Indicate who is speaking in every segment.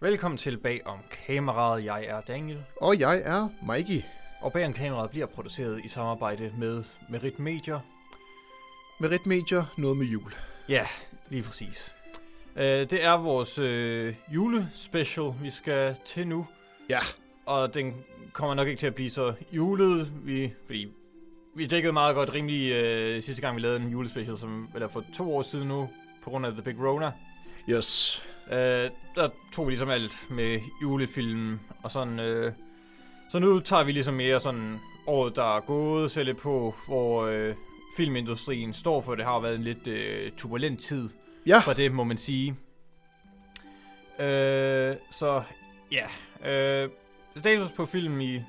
Speaker 1: Velkommen til bag om kameraet. Jeg er Daniel,
Speaker 2: Og jeg er Mikey.
Speaker 1: og bag om kameraet bliver produceret i samarbejde med Merit Media.
Speaker 2: Merit Major, noget med jul.
Speaker 1: Ja, lige præcis. Øh, det er vores øh, julespecial, vi skal til nu.
Speaker 2: Ja.
Speaker 1: Og den kommer nok ikke til at blive så julet, vi, fordi vi dækkede meget godt rimelig øh, sidste gang, vi lavede en julespecial, som eller for to år siden nu, på grund af The Big Rona.
Speaker 2: Yes.
Speaker 1: Øh, der tog vi ligesom alt med julefilm og sådan. Øh, så nu tager vi ligesom mere sådan året, der er gået, ser lidt på, hvor øh, filmindustrien står for. Det har jo været en lidt øh, turbulent tid
Speaker 2: Ja.
Speaker 1: for det, må man sige. Øh, så ja. Øh, status på film i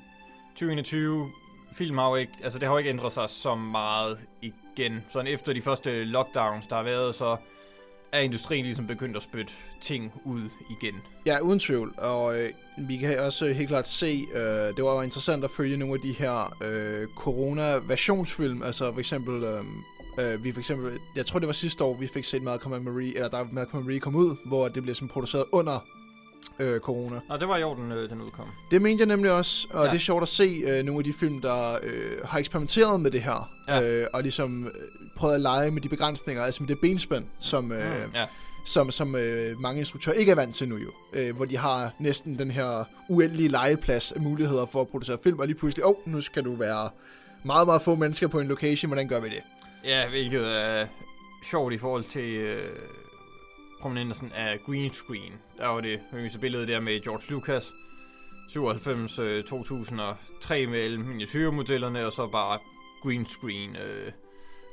Speaker 1: 2021. Film har jo ikke, altså det har jo ikke ændret sig så meget igen. Sådan efter de første lockdowns, der har været, så er industrien ligesom begyndt at spytte ting ud igen.
Speaker 2: Ja, uden tvivl. Og øh, vi kan også helt klart se, øh, det var jo interessant at følge nogle af de her øh, corona-versionsfilm. Altså for eksempel, øh, øh, vi for eksempel, jeg tror det var sidste år, vi fik set Malcolm and Marie, eller der Malcolm and Marie kom ud, hvor det blev sådan produceret under øh, corona.
Speaker 1: Nå, det var i år, den, øh, den udkom.
Speaker 2: Det mente jeg nemlig også, og
Speaker 1: Ja.
Speaker 2: ja. det er sjovt at se øh, nogle af de film, der øh, har eksperimenteret med det her,
Speaker 1: Ja.
Speaker 2: ja. øh, og ligesom øh, prøvet at lege med de begrænsninger, altså med det benspænd, som, øh,
Speaker 1: ja.
Speaker 2: som, som øh, mange instruktører ikke er vant til nu jo, øh, hvor de har næsten den her uendelige legeplads af muligheder for at producere film, og lige pludselig, åh, oh, nu skal du være meget, meget få mennesker på en location, hvordan gør vi det?
Speaker 1: ja, hvilket er sjovt i forhold til øh, prominensen af green screen. Der var det famøse billede der med George Lucas, 97, øh, 2003 med alle miniatyrmodellerne, og så bare green screen øh,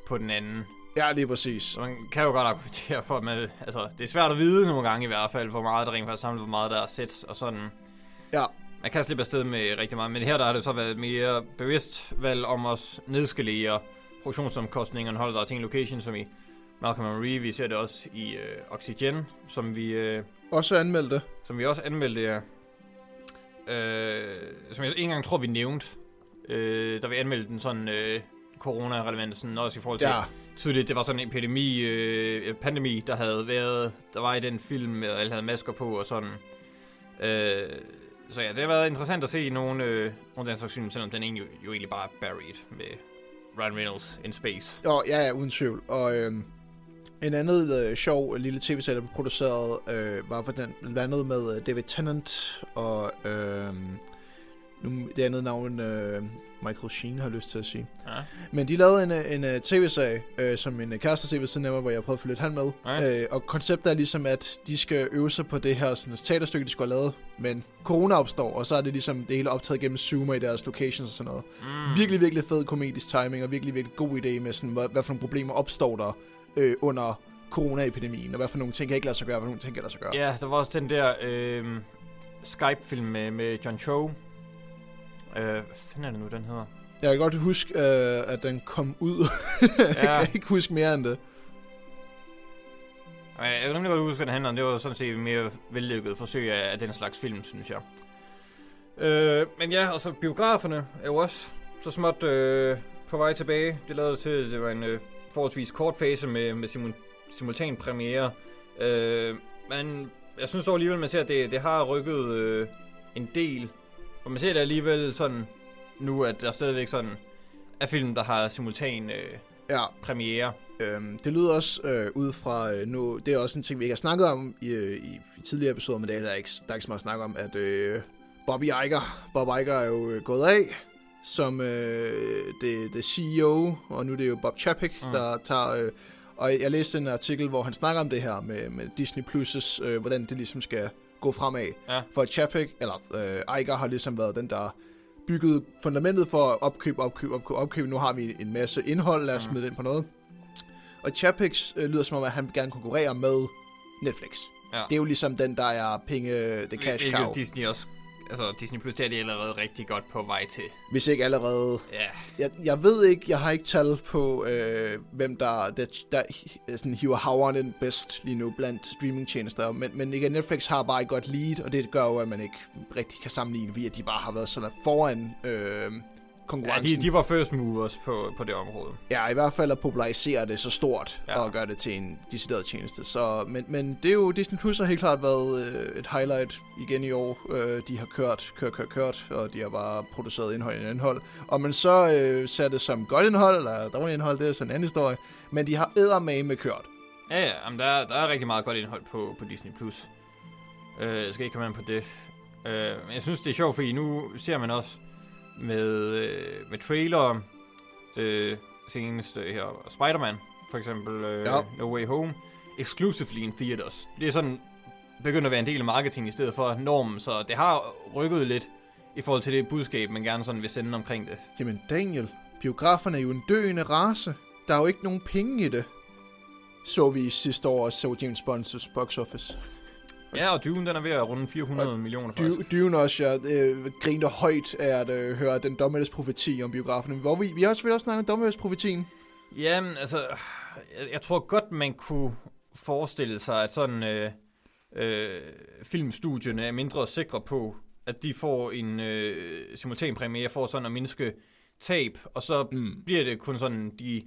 Speaker 1: på den anden.
Speaker 2: Ja, lige præcis.
Speaker 1: Så man kan jo godt argumentere for, at man, altså, det er svært at vide nogle gange i hvert fald, hvor meget der rent faktisk er samlet, hvor meget der er sæt og sådan.
Speaker 2: Ja,
Speaker 1: Man kan slippe afsted med rigtig meget, men her der har det så været et mere bevidst valg om at nedskalere produktionsomkostningerne, holde der til en location, som i Malcolm and Marie. Vi ser det også i øh, Oxygen, som vi, øh,
Speaker 2: også anmeldte.
Speaker 1: som vi også anmeldte jer. Øh, som jeg ikke engang tror, vi nævnte, øh, da vi anmeldte den sådan øh, corona-relevansen, også i forhold til,
Speaker 2: Ja,
Speaker 1: tydeligt, det var sådan en epidemi, øh, pandemi, der havde været, der var i den film, og alle havde masker på og sådan. Øh, så ja, det har været interessant at se nogle, øh, nogle af den slags film, selvom den egentlig, jo egentlig bare er buried med Ryan Reynolds in space.
Speaker 2: Og, ja, ja, uden tvivl. Og øhm, en anden øh, sjov lille tv-serie, der blev produceret, øh, var for den blandt andet med øh, David Tennant og øh, nu, det andet navn, øh, Michael Sheen har jeg lyst til at sige.
Speaker 1: Ja.
Speaker 2: Men de lavede en, øh, en, øh, tv-serie, øh, som en øh, kæreste tv siden af mig, hvor jeg prøvede at følge lidt han med.
Speaker 1: Ja.
Speaker 2: Øh, og konceptet er ligesom, at de skal øve sig på det her sådan, teaterstykke, de skulle have lavet. Men corona opstår, og så er det ligesom det hele optaget gennem Zoomer i deres locations og sådan noget.
Speaker 1: Mm.
Speaker 2: Virkelig, virkelig fed komedisk timing, og virkelig, virkelig god idé med, sådan, hvad, hvad for nogle problemer opstår der øh, under coronaepidemien, og hvad for nogle ting kan ikke lade sig gøre, og hvad for nogle ting kan lade sig gøre.
Speaker 1: Ja, der var også den der øh, Skype-film med, med John Cho. Øh, hvad fanden er det nu, den hedder?
Speaker 2: Jeg kan godt huske, øh, at den kom ud. jeg
Speaker 1: Ja.
Speaker 2: kan ikke huske mere end det.
Speaker 1: Og Jeg jeg kan nemlig godt huske, hvad den handler om. Det var sådan set et mere vellykket forsøg af, af den slags film, synes jeg. Øh, men ja, og så biograferne er jo også så småt øh, på vej tilbage. Det lavede til, at det var en øh, forholdsvis kort fase med, med simul- simultan premiere. Øh, men jeg synes dog alligevel, man ser, at det, det har rykket øh, en del. Og man ser det alligevel sådan nu, at der stadigvæk sådan er film, der har simultan øh,
Speaker 2: Ja,
Speaker 1: premiere.
Speaker 2: Øhm, det lyder også øh, ud fra øh, nu, det er også en ting, vi ikke har snakket om i, øh, i, i tidligere episoder, men det er der ikke, der er ikke så meget at snakke om, at øh, Bobby Iger, Bob Iger er jo øh, gået af som øh, det, det CEO, og nu er det jo Bob Chapek,
Speaker 1: Mm.
Speaker 2: mm. der tager... Øh, og jeg læste en artikel, hvor han snakker om det her med, med Disney Plus' øh, hvordan det ligesom skal gå fremad.
Speaker 1: Ja.
Speaker 2: For Chapek, eller øh, Iger har ligesom været den, der byggede fundamentet for at opkøbe, opkøbe, opkøbe, opkøbe. Nu har vi en masse indhold, lad os
Speaker 1: Mm.
Speaker 2: smide det ind på noget. Og Chapix øh, lyder som om, at han gerne konkurrerer med Netflix.
Speaker 1: Ja.
Speaker 2: Det er jo ligesom den, der er penge, det cash
Speaker 1: Hvilket
Speaker 2: cow.
Speaker 1: Disney også... Altså, Disney Plus, det er de allerede rigtig godt på vej til.
Speaker 2: Hvis ikke allerede...
Speaker 1: Ja,
Speaker 2: Jeg, jeg ved ikke, jeg har ikke tal på, øh, hvem der, der, der øh, sådan, hiver havren ind bedst lige nu blandt streamingtjenester. Men, men igen, Netflix har bare et godt lead, og det gør jo, at man ikke rigtig kan sammenligne, fordi at de bare har været sådan foran øh,
Speaker 1: Ja,
Speaker 2: konkurrencen.
Speaker 1: de, de var first movers på, på det område.
Speaker 2: Ja, i hvert fald at popularisere det så stort
Speaker 1: Ja.
Speaker 2: ja. og gøre det til en decideret tjeneste. Så, men, men det er jo, Disney Plus har helt klart været øh, et highlight igen i år. Øh, de har kørt, kørt, kørt, kørt, og de har bare produceret indhold i indhold. Og man så øh, ser det som godt indhold, eller dårligt indhold, det er sådan en anden historie. Men de har eddermame med kørt.
Speaker 1: Ja, ja, jamen, der, er- der er rigtig meget godt indhold på, på Disney+. Plus. Øh, jeg skal ikke komme ind på det. Øh, men jeg synes, det er sjovt, fordi nu ser man også med, øh, med trailer øh, senest øh, her, Spider-Man, for eksempel øh,
Speaker 2: Ja.
Speaker 1: No Way Home, exclusively in theaters. Det er sådan, begynder at være en del af marketing i stedet for normen, så det har rykket lidt i forhold til det budskab, man gerne sådan vil sende omkring det.
Speaker 2: Jamen Daniel, biograferne er jo en døende race. Der er jo ikke nogen penge i det. Så vi sidste år og så James Bond's box office.
Speaker 1: Ja, og Dune, den er ved at runde 400 millioner faktisk.
Speaker 2: Dy- Dyven også, jeg øh, grinte højt af at øh, høre den dommedagsprofeti om biografen. Hvor vi, vi har selvfølgelig også snakket om dommedagsprofetien.
Speaker 1: Jamen, altså, jeg, jeg tror godt, man kunne forestille sig, at sådan øh, øh, filmstudierne er mindre sikre på, at de får en øh, simultan premiere for sådan at mindske tab, og så mm.
Speaker 2: Mm.
Speaker 1: bliver det kun sådan de,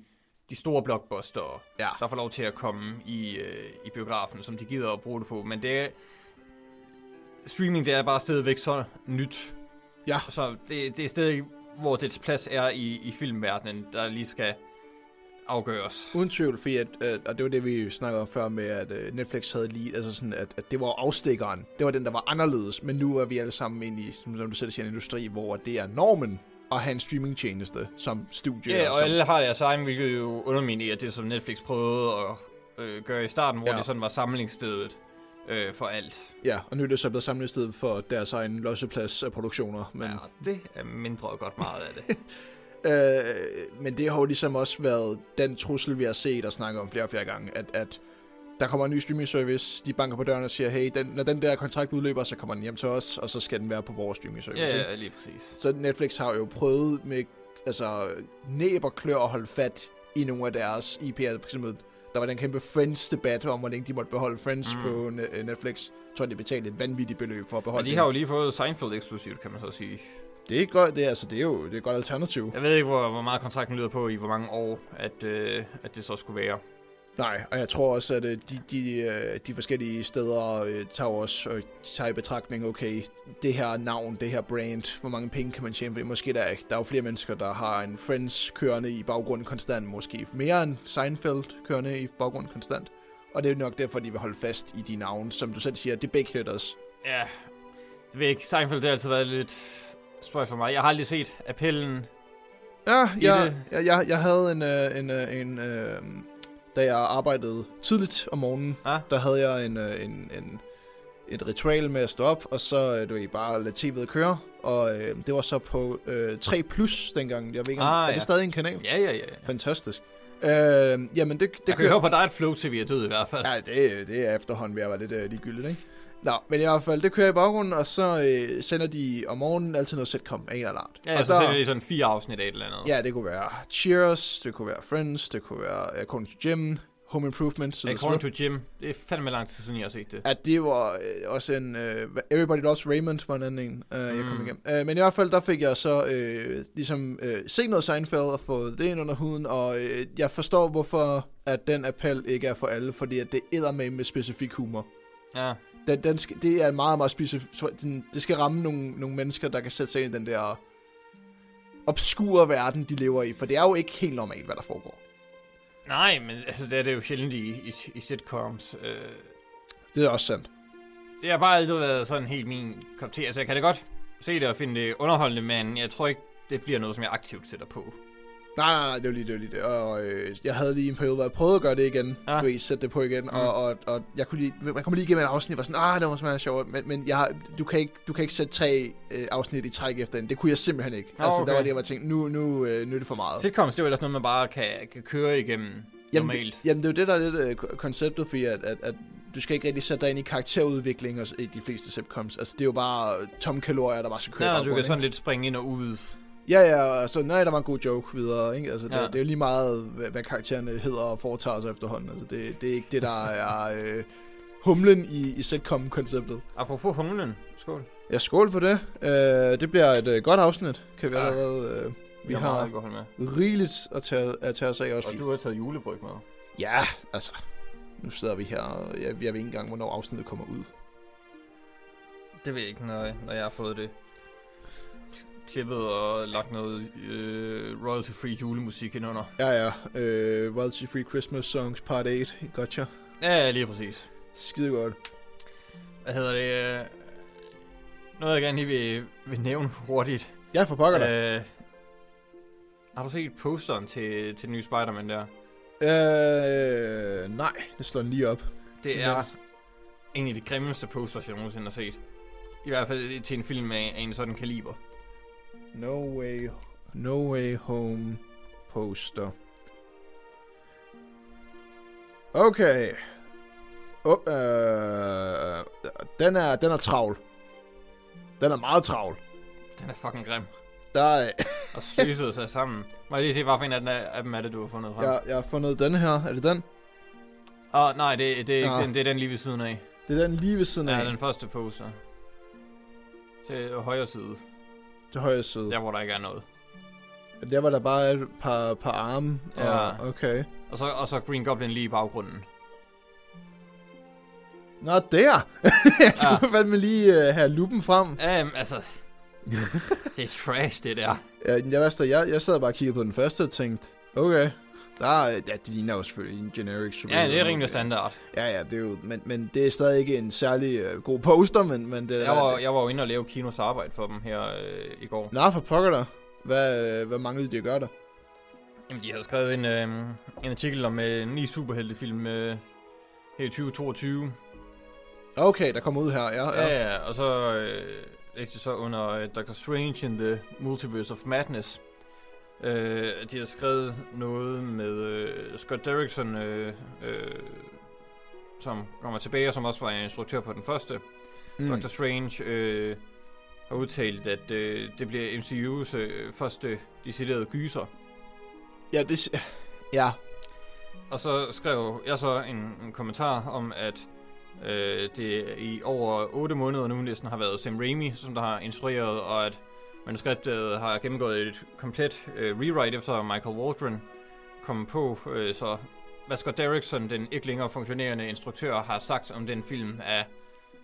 Speaker 1: de store blockbuster,
Speaker 2: Ja.
Speaker 1: der får lov til at komme i, øh, i biografen, som de gider at bruge det på. Men det er, streaming, det er bare stadigvæk så nyt.
Speaker 2: Ja.
Speaker 1: Så det, det er stadig, hvor dets plads er i, i filmverdenen, der lige skal afgøres.
Speaker 2: Uden tvivl, fordi at, øh, og det var det, vi snakkede om før med, at øh, Netflix havde lige, altså sådan, at, at det var afstikkeren. Det var den, der var anderledes, men nu er vi alle sammen inde i, som, som du selv siger, en industri, hvor det er normen at have en streamingtjeneste som studie.
Speaker 1: Ja, og
Speaker 2: som,
Speaker 1: alle har deres egen, hvilket jo underminerer det, som Netflix prøvede at øh, gøre i starten, hvor ja.
Speaker 2: Ja.
Speaker 1: det sådan var samlingsstedet øh, for alt.
Speaker 2: ja, og nu er det så blevet samlet sted for deres egen losseplads af produktioner. Men,
Speaker 1: Men ja, og det er mindre godt meget af det.
Speaker 2: Øh, men det har jo ligesom også været den trussel, vi har set og snakket om flere og flere gange, at, at der kommer en ny streaming service, de banker på døren og siger, hey, den, når den der kontrakt udløber, så kommer den hjem til os, og så skal den være på vores streaming service.
Speaker 1: ja,
Speaker 2: ikke?
Speaker 1: ja, lige præcis.
Speaker 2: Så Netflix har jo prøvet med altså, næb og klør at holde fat i nogle af deres IP'er. For eksempel, der var den kæmpe Friends-debat om, hvor længe de måtte beholde Friends
Speaker 1: Mm.
Speaker 2: mm. på ne- Netflix. Jeg tror, de betalte et vanvittigt beløb for
Speaker 1: Men
Speaker 2: at beholde
Speaker 1: de har jo lige fået Seinfeld eksklusivt, kan man så sige.
Speaker 2: Det er et godt, det er, altså, det er jo det er et godt alternativ.
Speaker 1: Jeg ved ikke, hvor, hvor meget kontrakten lyder på i hvor mange år, at, øh, at det så skulle være.
Speaker 2: Nej, og jeg tror også, at øh, de, de, øh, de forskellige steder øh, tager jo også øh, tager i betragtning, okay, det her navn, det her brand, hvor mange penge kan man tjene for det? Måske der er ikke. Der er jo flere mennesker, der har en Friends kørende i baggrunden konstant, måske mere end Seinfeld kørende i baggrunden konstant. Og det er jo nok derfor, de vil holde fast i de navne, som du selv siger, det er big hitters.
Speaker 1: Ja, det ved jeg ikke. Seinfeld, det har altid været lidt spøjt for mig. Jeg har aldrig set appellen.
Speaker 2: Ja,
Speaker 1: I
Speaker 2: jeg,
Speaker 1: det-
Speaker 2: jeg, jeg, jeg havde en, øh, en, øh, en øh, da jeg arbejdede tidligt om morgenen,
Speaker 1: Ja.
Speaker 2: der havde jeg en, øh, en, en, et ritual med at stå op, og så øh, du ved, bare lade tv'et køre, og øh, det var så på øh, 3 Plus dengang, jeg ved ikke, om,
Speaker 1: Ah,
Speaker 2: er
Speaker 1: ja.
Speaker 2: det stadig en kanal?
Speaker 1: Ja, ja, ja. ja.
Speaker 2: Fantastisk. Øh, jamen, det, det
Speaker 1: Jeg kan høre på dig, at Flow TV er død i hvert fald.
Speaker 2: Ja, det, det er efterhånden ved at være lidt øh, ligegyldigt, ikke? Nå, men i hvert fald, det kører i baggrunden, og så øh, sender de om morgenen altid noget sitcom af en eller anden. art.
Speaker 1: Ja, ja
Speaker 2: og
Speaker 1: så sætter de sådan fire afsnit af et eller andet.
Speaker 2: Ja, det kunne være Cheers, det kunne være Friends, det kunne være According to Jim, Home Improvement, så
Speaker 1: According to Jim. Det er fandme lang tid siden, jeg har set det.
Speaker 2: at det var øh, også en... Øh, Everybody Loves Raymond var en anden en, øh, jeg kom
Speaker 1: Mm.
Speaker 2: igennem. Øh, men i hvert fald, der fik jeg så øh, ligesom øh, set noget Seinfeld og fået det ind under huden, og øh, jeg forstår, hvorfor at den appel ikke er for alle, fordi at det æder med med specifik humor.
Speaker 1: Ja.
Speaker 2: Den, den skal, det er en meget, meget specifik... Den, det skal ramme nogle, nogle mennesker, der kan sætte sig ind i den der obskure verden, de lever i, for det er jo ikke helt normalt, hvad der foregår.
Speaker 1: Nej, men altså, det er det jo sjældent i, i, i sitcoms. Øh,
Speaker 2: Det er også sandt.
Speaker 1: det har bare aldrig været sådan helt min kop te. Altså, jeg kan det godt se det og finde det underholdende, men jeg tror ikke, det bliver noget, som jeg aktivt sætter på.
Speaker 2: Nej, nej, nej, det var lige det. Var lige det. Og øh, jeg havde lige en periode, hvor jeg prøvede at gøre det igen.
Speaker 1: Ja.
Speaker 2: Ja. Du ved, sætte det på igen. Mm. Og, og, og jeg, kunne lige, jeg kom lige igennem et afsnit, og var sådan, ah, det var smadret sjovt. Men, men jeg, har- du, kan ikke, du kan ikke sætte tre øh, afsnit i træk efter hinanden. Det kunne jeg simpelthen ikke.
Speaker 1: Nå,
Speaker 2: altså,
Speaker 1: okay.
Speaker 2: der var det, jeg var tænkt, nu, nu, øh, nu er det for meget.
Speaker 1: Sitcoms, det er jo ellers noget, man bare kan, kan køre igennem
Speaker 2: Jamen,
Speaker 1: normalt.
Speaker 2: Det, jamen, det er jo det, der er lidt øh, ko- konceptet, fordi at, at, at du skal ikke rigtig sætte dig ind i karakterudvikling og, s- i de fleste sitcoms. Altså, det er jo bare øh, tomme kalorier, der bare skal køre i
Speaker 1: Ja, du
Speaker 2: baggrunden,
Speaker 1: kan
Speaker 2: ikke?
Speaker 1: sådan lidt springe ind og ud.
Speaker 2: Ja, ja, altså, nej, der var en god joke videre, ikke? Altså, det,
Speaker 1: Ja.
Speaker 2: ja. det er jo lige meget, hvad, hvad karaktererne hedder og foretager sig efterhånden. Altså, det, det er ikke det, der er øh, humlen i, i sitcom-konceptet.
Speaker 1: Apropos humlen. Skål.
Speaker 2: Ja, skål på det. Øh, det bliver et øh, godt afsnit, kan vi
Speaker 1: Ja.
Speaker 2: allerede øh,
Speaker 1: Vi, vi har, meget alkohol med.
Speaker 2: rigeligt at tage, at tage os af også.
Speaker 1: Og
Speaker 2: fordi-
Speaker 1: du har taget julebryg med.
Speaker 2: Ja, altså. Nu sidder vi her, og jeg, jeg ved ikke engang, hvornår afsnittet kommer ud.
Speaker 1: Det ved jeg ikke, når, når jeg har fået det klippet og lagt noget øh, royalty-free julemusik ind under.
Speaker 2: Ja, ja. Øh, Royalty Free Christmas Songs Part 8. Gotcha.
Speaker 1: Ja, lige præcis.
Speaker 2: Skide godt.
Speaker 1: Hvad hedder det? Øh, noget, jeg gerne lige vil, vil nævne hurtigt.
Speaker 2: Jeg for pokker dig.
Speaker 1: Øh, har du set posteren til, til den nye Spider-Man der?
Speaker 2: Øh, nej, det slår den lige op.
Speaker 1: Det er
Speaker 2: Yes.
Speaker 1: en af de grimmeste posters, jeg nogensinde har set. I hvert fald til en film af, af en sådan kaliber.
Speaker 2: No way, no way home poster. Okay. Oh, øh, den, er, den er travl. Den er meget travl.
Speaker 1: Den er fucking grim.
Speaker 2: Der er,
Speaker 1: Og sløset sig sammen. Må jeg lige se, hvad for en af, den er, af dem er det, du har fundet frem?
Speaker 2: jeg, jeg har fundet den her. Er det den?
Speaker 1: Åh, oh, nej, det, det, er ikke
Speaker 2: Nå.
Speaker 1: den, det er den lige ved siden af.
Speaker 2: Det er den lige ved siden af.
Speaker 1: Ja, den første poster. Til højre side.
Speaker 2: Til højre side.
Speaker 1: Der, hvor der ikke er noget.
Speaker 2: Der var der bare et par, par arme.
Speaker 1: Ja.
Speaker 2: Og, okay.
Speaker 1: Og så, og så Green Goblin lige i baggrunden.
Speaker 2: Nå, der! jeg skulle
Speaker 1: Ja.
Speaker 2: fandme lige uh, have lupen frem.
Speaker 1: Um, altså... det er trash, det der.
Speaker 2: Ja, jeg, jeg, jeg, jeg sad bare og kiggede på den første og tænkte, okay, der er, ja, det ligner jo selvfølgelig en generic super.
Speaker 1: Ja, det er rimelig standard.
Speaker 2: Ja, ja, det er jo, men, men det er stadig ikke en særlig øh, god poster, men, men det er...
Speaker 1: Jeg var, jeg var jo inde og lave Kinos arbejde for dem her øh, i går.
Speaker 2: Nå, for pokker dig. Hvad, øh, hvad manglede de at gøre der?
Speaker 1: Jamen, de havde skrevet en, øh, en artikel om øh, en ny superheltefilm øh, her i 2022.
Speaker 2: Okay, der kommer ud her, ja. ja.
Speaker 1: Ja, ja, og så øh, læste jeg så under øh, Doctor Strange in the Multiverse of Madness. Øh, at de har skrevet noget med øh, Scott Derrickson, øh, øh, som kommer tilbage, og som også var instruktør på den første. Mm. Doctor Strange øh, har udtalt, at øh, det bliver MCU's øh, første deciderede gyser.
Speaker 2: Ja, det... s- Ja,
Speaker 1: Og så skrev jeg så en, en kommentar om, at øh, det i over 8 måneder nu næsten har været Sam Raimi, som der har instrueret, og at manuskriptet har gennemgået et komplet øh, rewrite efter Michael Waldron kom på. Øh, så hvad Scott Derrickson, den ikke længere funktionerende instruktør, har sagt om den film, er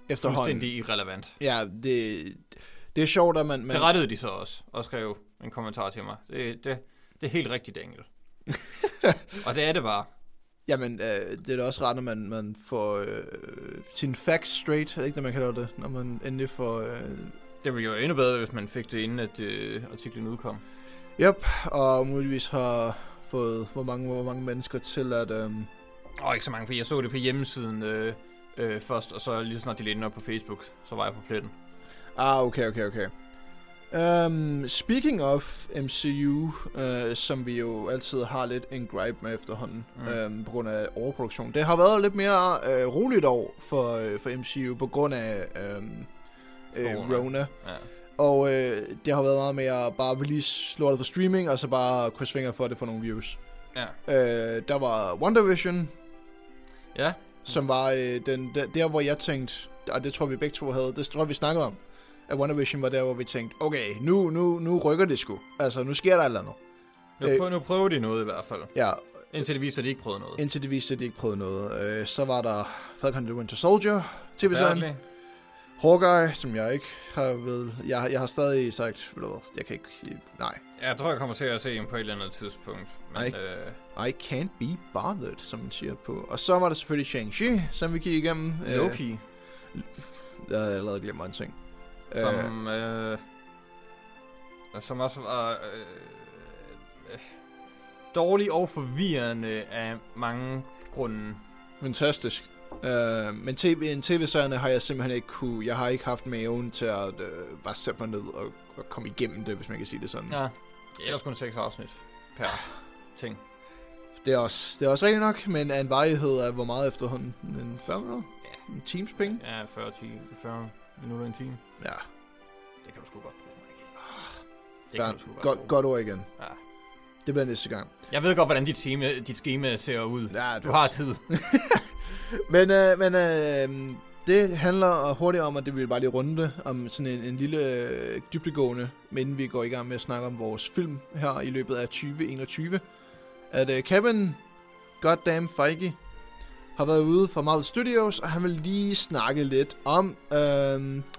Speaker 2: efterhånden.
Speaker 1: fuldstændig irrelevant.
Speaker 2: Ja, det, det er sjovt, at man...
Speaker 1: Men...
Speaker 2: man
Speaker 1: Det rettede de så også, og skrev en kommentar til mig. Det, det, det er helt rigtigt, Daniel. og det er det bare.
Speaker 2: Jamen, øh, det er da også rart, når man, man får øh, sine facts straight, er det ikke det, man kalder det? Når man endelig får... Øh,
Speaker 1: Det ville jo være endnu bedre, hvis man fik det, inden at øh, artiklen udkom.
Speaker 2: yep, og muligvis har fået hvor mange, hvor mange mennesker til at... Øh,
Speaker 1: Og ikke så mange, for jeg så det på hjemmesiden øh, øh, først, og så lige så snart de lagde den op på Facebook, så var jeg på pletten.
Speaker 2: ah, okay, okay, okay. Um, speaking of MCU, øh, som vi jo altid har lidt en gripe med efterhånden,
Speaker 1: Mm.
Speaker 2: mm. øh, på grund af overproduktion. Det har været lidt mere øh, roligt år for, øh, for MCU på grund af øh, øh,
Speaker 1: Corona.
Speaker 2: Rona.
Speaker 1: Ja.
Speaker 2: Og øh, det har været meget mere bare release lortet på streaming, og så bare krydse fingre for, at det får nogle views.
Speaker 1: ja.
Speaker 2: Øh, der var WandaVision,
Speaker 1: Ja,
Speaker 2: som var øh, den, der, der, hvor jeg tænkte, og det tror vi begge to havde, det tror jeg, vi snakkede om, at WandaVision var der, hvor vi tænkte, okay, nu, nu, nu rykker det sgu. Altså, nu sker der et eller andet.
Speaker 1: nu,
Speaker 2: Øh.
Speaker 1: prøv, nu prøver de noget i hvert fald.
Speaker 2: Ja,
Speaker 1: Indtil det viser, at de ikke prøvede noget.
Speaker 2: indtil det viste, at de ikke prøvede noget. Øh, så var der Falcon and the Winter Soldier, tv-serien.
Speaker 1: Forfærdeligt.
Speaker 2: Hawkeye, som jeg ikke har ved... Jeg, jeg har stadig sagt, ved du hvad, jeg kan ikke... Nej,
Speaker 1: Ja, Jeg tror, jeg kommer til at se dem på et eller andet tidspunkt. Men,
Speaker 2: Nej.
Speaker 1: øh,
Speaker 2: I can't be bothered, som man siger på. Og så var der selvfølgelig Shang-Chi, som vi gik igennem. Øh,
Speaker 1: Loki,
Speaker 2: Jeg havde allerede glemt en ting.
Speaker 1: øh.
Speaker 2: Øh,
Speaker 1: som... Øh, som også var... Øh, øh, dårlig og forvirrende af mange grunde.
Speaker 2: fantastisk. Øh, men tv, en tv-serierne har jeg simpelthen ikke kunne... Jeg har ikke haft maven til at øh, bare sætte mig ned og, og komme igennem det, hvis man kan sige det sådan.
Speaker 1: Ja, det er ellers kun seks afsnit per ting.
Speaker 2: Det, er også, det er også rigtigt nok, men af en varighed af hvor meget efterhånden? En 40 minutter?
Speaker 1: Ja.
Speaker 2: En times penge?
Speaker 1: Ja, 40, 10, 40 minutter i en time.
Speaker 2: Ja,
Speaker 1: Det kan du sgu godt bruge, Michael. Det
Speaker 2: fair.
Speaker 1: kan du sgu godt
Speaker 2: Godt,
Speaker 1: bruge.
Speaker 2: godt ord igen.
Speaker 1: Ja.
Speaker 2: Det bliver næste gang.
Speaker 1: Jeg ved godt, hvordan dit, time, dit schema ser ud.
Speaker 2: Ja,
Speaker 1: Du har tid.
Speaker 2: Men, øh, men øh, det Det handler hurtigt om, at det vil bare lige runde det, om sådan en, en lille øh, dybdegående, men inden vi går i gang med at snakke om vores film her i løbet af 2021, at øh, Kevin Goddamn Feige har været ude fra Marvel Studios, og han vil lige snakke lidt om øh,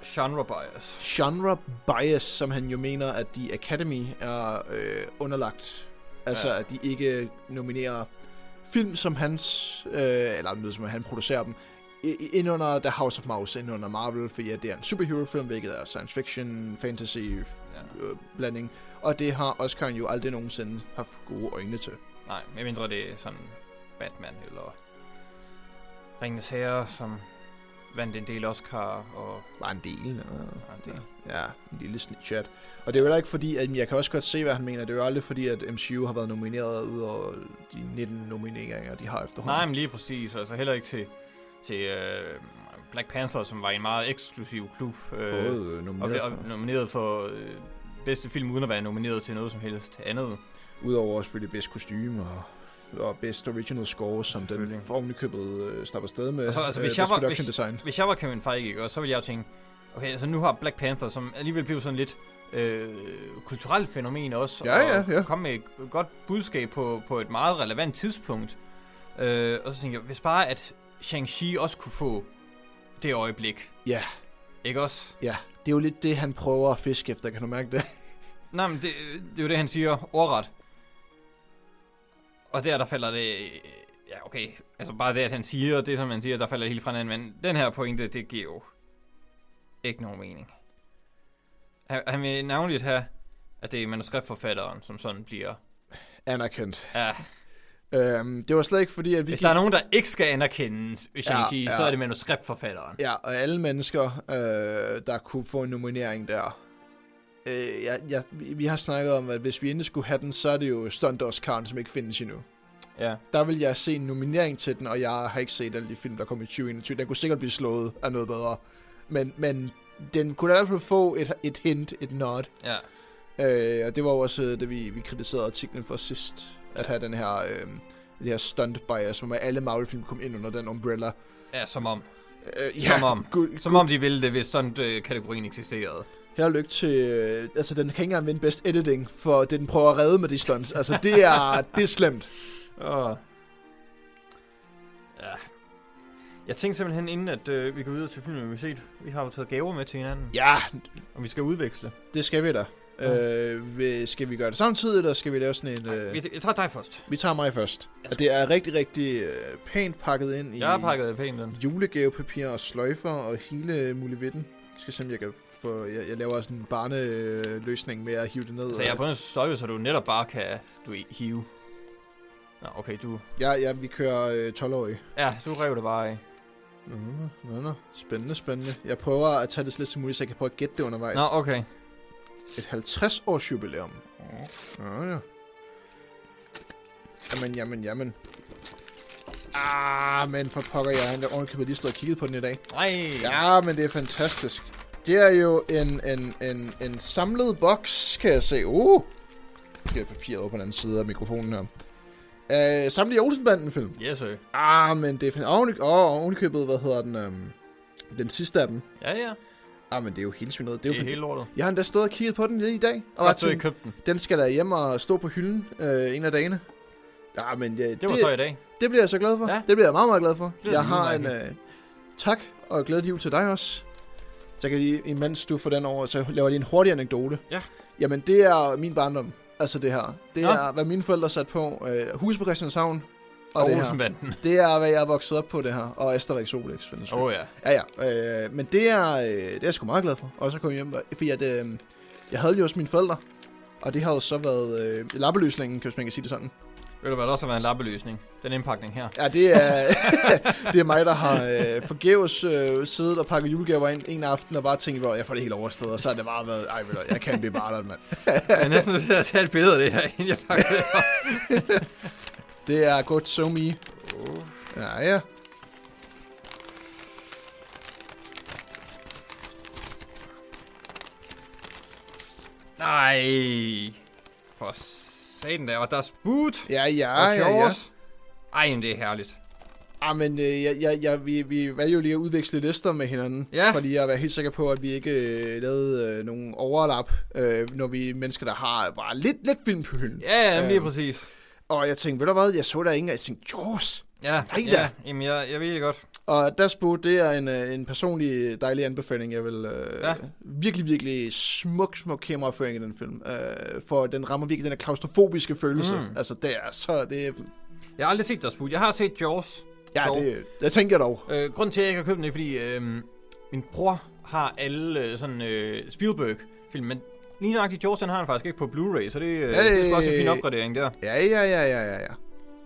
Speaker 1: Genre bias.
Speaker 2: genre bias, som han jo mener, at de Academy er øh, underlagt. Altså,
Speaker 1: Ja.
Speaker 2: ja. at de ikke nominerer film, som hans, øh, eller noget, som han producerer dem, i- i- ind under The House of Mouse, ind under Marvel, fordi at det er en superhero-film, hvilket er science fiction, fantasy øh,
Speaker 1: Ja.
Speaker 2: blanding. Og det har Oscar jo aldrig nogensinde haft gode øjne til.
Speaker 1: Nej, medmindre det er sådan Batman eller Ringens Herre, som vandt en del Oscar og...
Speaker 2: Bare en del. Øh.
Speaker 1: og en del.
Speaker 2: Ja, en lille snitchat. Og det er jo heller ikke fordi, at jeg kan også godt se, hvad han mener. Det er jo aldrig fordi, at MCU har været nomineret ud over de 19 nomineringer, de har efterhånden.
Speaker 1: Nej, men lige præcis. Altså heller ikke til, til øh, Black Panther, som var en meget eksklusiv klub. Øh,
Speaker 2: Både øh,
Speaker 1: og
Speaker 2: nomineret
Speaker 1: blev
Speaker 2: og,
Speaker 1: og nomineret for øh, bedste film, uden at være nomineret til noget som helst andet.
Speaker 2: Udover selvfølgelig bedst kostume og, og bedst original score, som den
Speaker 1: Selvfølgelig.
Speaker 2: ovenikøbet øh, slap afsted med.
Speaker 1: Og så, altså, hvis
Speaker 2: bedst
Speaker 1: jeg var-
Speaker 2: production
Speaker 1: hvis-
Speaker 2: design.
Speaker 1: Hvis jeg var Kevin Feige, ikke, og så ville jeg jo tænke, okay, altså nu har Black Panther, som alligevel blev sådan lidt øh, kulturelt fænomen også,
Speaker 2: Ja,
Speaker 1: og
Speaker 2: ja, ja.
Speaker 1: kom med et godt budskab på, på et meget relevant tidspunkt. Øh, og så tænkte jeg, hvis bare at Shang-Chi også kunne få det øjeblik.
Speaker 2: Ja.
Speaker 1: Ikke også?
Speaker 2: Det er jo lidt det, han prøver at fiske efter, kan du mærke det?
Speaker 1: Nej, men det, det er jo det, han siger ordret. Og der, der falder det... Ja, okay. Altså bare det, at han siger, det som han siger, der falder det helt fra hinanden. Men den her pointe, det giver jo ikke nogen mening. Han han vil navnligt have, at det er manuskriptforfatteren, som sådan bliver...
Speaker 2: Anerkendt.
Speaker 1: Ja,
Speaker 2: Øhm, det var slet ikke fordi, at vi...
Speaker 1: hvis der er nogen, der ikke skal anerkendes ved Shang-Chi, ja,
Speaker 2: Ja,
Speaker 1: ja.
Speaker 2: ja.
Speaker 1: så er det manuskriptforfatteren.
Speaker 2: Ja, og alle mennesker, øh, der kunne få en nominering der. Øh, jeg, jeg, vi vi har snakket om, at hvis vi endelig skulle have den, så er det jo Stunt Oscar'en, som ikke findes endnu.
Speaker 1: Ja.
Speaker 2: Der vil jeg se en nominering til den, og jeg har ikke set alle de film, der kom i 2021. Den kunne sikkert blive slået af noget bedre. Men, men den kunne da i hvert fald få et, et hint, et nod.
Speaker 1: ja.
Speaker 2: Øh, og det var jo også øh, det, vi, vi kritiserede artiklen for sidst. At have den her, øh, det her stunt bias, som alle Marvel-film kom ind under den umbrella.
Speaker 1: Ja, som om.
Speaker 2: Øh,
Speaker 1: Som om.
Speaker 2: Gud,
Speaker 1: Som om de ville det, hvis sådan øh, kategorien eksisterede.
Speaker 2: Held og lykke til... øh, Altså, den kan ikke engang vinde best editing, for det, den prøver at redde med de stunts. Altså, det er, det er slemt.
Speaker 1: Åh. Ja. Jeg tænkte simpelthen, inden at øh, vi går videre til filmen, vi har set, vi har jo taget gaver med til hinanden,
Speaker 2: Ja,
Speaker 1: og vi skal udveksle.
Speaker 2: det skal vi da.
Speaker 1: Ja.
Speaker 2: Øh, vi- skal vi gøre det samtidig, eller skal vi lave sådan en...
Speaker 1: Øh.
Speaker 2: Øh,
Speaker 1: Jeg, jeg tager dig først.
Speaker 2: vi tager mig først.
Speaker 1: Jeg
Speaker 2: Og det er rigtig, rigtig øh, pænt pakket ind i
Speaker 1: Jeg har pakket pænt den.
Speaker 2: julegavepapir og sløjfer og hele mulevitten. Jeg skal se, om jeg kan få... Jeg, jeg laver sådan en barneløsning med at hive det ned.
Speaker 1: Så jeg er på en støjve, så du netop bare kan du ved, hive. Nå, okay, du...
Speaker 2: ja, ja, vi kører øh, 12-årige.
Speaker 1: Ja, du rev det bare af.
Speaker 2: Nå, nå, nå. Spændende, spændende. Jeg prøver at tage det så lidt som muligt, så jeg kan prøve at gætte det undervejs.
Speaker 1: Nå, okay.
Speaker 2: Et 50 års jubilæum. Ja, ja. Jamen, jamen, jamen. Ah, men for pokker, jeg har ordentligt lige stået og kigget på den i dag.
Speaker 1: Nej.
Speaker 2: Ja, men det er fantastisk. Det er jo en, en, en, en samlet boks, kan jeg se. Uh! Det er papiret over på den anden side af mikrofonen her. Uh, samlet i Olsenbanden-film.
Speaker 1: Yes, sir.
Speaker 2: Ah, men det er fantastisk. Åh, oh, købet, hvad hedder den? Um, den sidste af dem.
Speaker 1: Ja, ja.
Speaker 2: Ah, men det er jo helt svindet.
Speaker 1: Det
Speaker 2: Det er jo
Speaker 1: er
Speaker 2: fan-
Speaker 1: helt lortet.
Speaker 2: Jeg har endda stået og kigget på den lige i dag. Og var
Speaker 1: Godt, du
Speaker 2: til,
Speaker 1: ikke købte den.
Speaker 2: den skal da hjem og stå på hylden øh, en af dagene. Ja, men ja, det,
Speaker 1: Det var
Speaker 2: det,
Speaker 1: så i dag.
Speaker 2: det bliver jeg så glad for.
Speaker 1: Ja.
Speaker 2: Ja. Det bliver jeg meget, meget glad for.
Speaker 1: lyder
Speaker 2: Jeg har en
Speaker 1: udmærket.
Speaker 2: øh, tak og glædelig jul til dig også. Så kan jeg lige, imens du får den over, så laver jeg lige en hurtig anekdote.
Speaker 1: Ja.
Speaker 2: Jamen, det er min barndom, altså det her. Det
Speaker 1: Nå.
Speaker 2: er, hvad mine forældre satte på. Øh, hus på Christianshavn og,
Speaker 1: Og
Speaker 2: det her.
Speaker 1: Olsenbanden.
Speaker 2: Det er, hvad jeg er vokset op på, det her. Og Asterix Obelix, for den sags
Speaker 1: Åh,
Speaker 2: skyld.
Speaker 1: oh, ja.
Speaker 2: Ja, ja. Øh, men det er, øh, det er jeg sgu meget glad for. Og så kom jeg hjem, og- fordi at, øh, jeg havde det jo hos mine forældre. Og det har jo så været øh, lappeløsningen, kan hvis man kan sige det sådan.
Speaker 1: Ved du hvad, der også har været en lappeløsning. Den indpakning her.
Speaker 2: Ja, det er, det er mig, der har øh, forgæves øh, siddet og pakket julegaver ind en aften, og bare tænkt, "Bro, jeg får det helt overstået. Og så har det bare været, ej, ved du, hvad, jeg kan blive bare mand.
Speaker 1: Jeg er næsten nødt til at tage et billede af det her, inden jeg pakker det.
Speaker 2: Det er godt so me. Ja, ja.
Speaker 1: Nej. For satan der. Og der er sput.
Speaker 2: Ja, ja,
Speaker 1: og
Speaker 2: ja, ja.
Speaker 1: Jaws. Ej, men det er herligt.
Speaker 2: Ah, men øh, jeg, jeg, jeg, vi, vi valgte jo lige at udveksle lister med hinanden,
Speaker 1: Ja.
Speaker 2: for lige at være helt sikker på, at vi ikke øh, lavede øh, nogen overlap, øh, når vi er mennesker, der har bare lidt, lidt film på hylden.
Speaker 1: Ja, jamen, lige
Speaker 2: Øhm,
Speaker 1: præcis.
Speaker 2: Og jeg tænkte, ved du hvad, jeg så der ingen, og jeg tænkte, Jaws!
Speaker 1: Ja,
Speaker 2: nej da.
Speaker 1: ja jamen, jeg, jeg ved det godt.
Speaker 2: Og Dasbo, det er en, øh, en personlig dejlig anbefaling, jeg vil... Øh,
Speaker 1: Ja.
Speaker 2: ja. Virkelig, virkelig smuk, smuk kameraføring i den film, øh, for den rammer virkelig den her klaustrofobiske følelse.
Speaker 1: Mm.
Speaker 2: Mm. Altså, det er så... Det,
Speaker 1: Jeg har aldrig set Dust Jeg har set Jaws.
Speaker 2: ja,
Speaker 1: Dog.
Speaker 2: det, jeg tænker dog.
Speaker 1: Øh, grunden til, at jeg ikke har købt den, det er, fordi øh, min bror har alle øh, sådan øh, Spielberg-film, men lige nøjagtigt Jaws, den har han faktisk ikke på Blu-ray, så det, øh, det er sgu også en fin
Speaker 2: Øh.
Speaker 1: opgradering der.
Speaker 2: Ja, ja, ja, ja, ja, ja.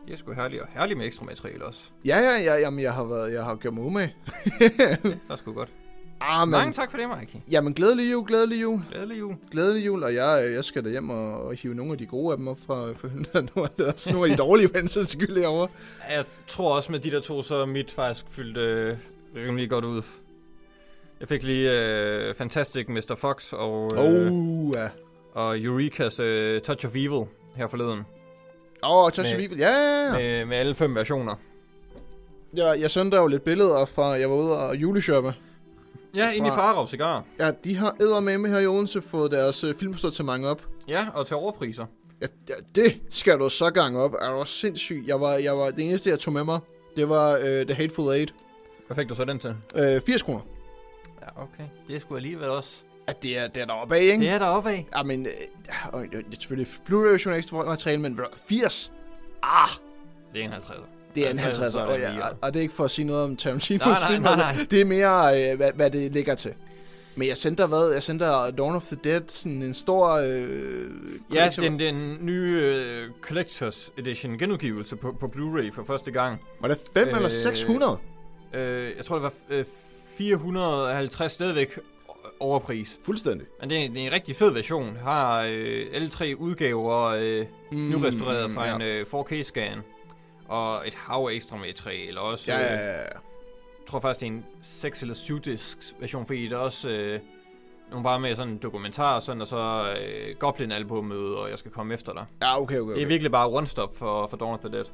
Speaker 1: Det er sgu herligt, og herligt med ekstra materiale også.
Speaker 2: Ja, ja, ja, jamen, jeg har, været, jeg har gjort mig umage.
Speaker 1: Det er sgu godt.
Speaker 2: Ah,
Speaker 1: Mange
Speaker 2: men,
Speaker 1: tak for det, Mikey.
Speaker 2: jamen, glædelig jul, glædelig jul,
Speaker 1: Glædelig jul.
Speaker 2: glædelig jul, og jeg, øh, jeg skal da hjem og, og hive nogle af de gode af dem op fra fra hylden, og nogle af deres- nogle af de dårlige for den sags skyld herovre.
Speaker 1: Jeg tror også med de der to, så er mit faktisk fyldt øh, rimelig godt ud. Jeg fik lige øh, Fantastic Mr. Fox og, øh, oh.
Speaker 2: Åh, ja.
Speaker 1: og Eurekas øh, Touch of Evil her forleden.
Speaker 2: Åh, Touch of
Speaker 1: med-
Speaker 2: Evil, ja, ja, ja.
Speaker 1: Med, med alle fem versioner.
Speaker 2: Jeg, jeg sendte dig jo lidt billeder fra, jeg var ude og juleshoppe.
Speaker 1: Ja, ind i
Speaker 2: Fra-
Speaker 1: Farup Cigar.
Speaker 2: Ja, de har eddermame her i Odense fået deres øh, filmsortiment op.
Speaker 1: Ja, og til overpriser.
Speaker 2: Ja, ja, det skal du så gang op. Er du også sindssyg? Jeg var, jeg var, det eneste, jeg tog med mig, det var øh, The Hateful Eight.
Speaker 1: Hvad fik du så den til?
Speaker 2: Øh, 80 kroner.
Speaker 1: Ja, okay. Det skulle alligevel også.
Speaker 2: At det er, det er deroppe af, ikke?
Speaker 1: Det er der oppe af.
Speaker 2: Ja, men... Øh, ja, og det er selvfølgelig Blu-ray version af ekstra materiale, men ved du hvad, 80? Ah,
Speaker 1: Det er en 50'er.
Speaker 2: det er en
Speaker 1: Ja, så er det-
Speaker 2: 50'er,
Speaker 1: så er det
Speaker 2: og, ja,
Speaker 1: lige-
Speaker 2: og, og det er ikke for at sige noget om Tarantino's
Speaker 1: Nej, nej,
Speaker 2: film.
Speaker 1: nej, nej.
Speaker 2: Det er mere, øh, hvad, hvad det ligger til. Men jeg sendte dig hvad? Jeg sendte dig Dawn of the Dead, sådan en stor... Øh,
Speaker 1: Ja,
Speaker 2: collection.
Speaker 1: den, den nye øh, Collectors Edition genudgivelse på, på Blu-ray for første gang.
Speaker 2: Var det 5
Speaker 1: øh,
Speaker 2: øh, eller 600?
Speaker 1: Øh, jeg tror, det var øh, 450 stadigvæk overpris.
Speaker 2: Fuldstændig.
Speaker 1: Men det er, en- det er en rigtig fed version. Har øh, alle tre udgaver øh,
Speaker 2: Mm,
Speaker 1: nu restaureret fra
Speaker 2: ja.
Speaker 1: en øh, 4K-scan. Og et hav af ekstra materiale også.
Speaker 2: Ja,
Speaker 1: øh,
Speaker 2: ja, ja, ja.
Speaker 1: Jeg tror faktisk, det er en 6 eller 7 disks version, fordi der er også øh, nogle bare med sådan en dokumentar og sådan, og så øh, goblin albummet og jeg skal komme efter dig. Okay.
Speaker 2: Ja, okay, okay,
Speaker 1: Det er
Speaker 2: okay.
Speaker 1: virkelig bare one stop for, for Dawn of the Dead.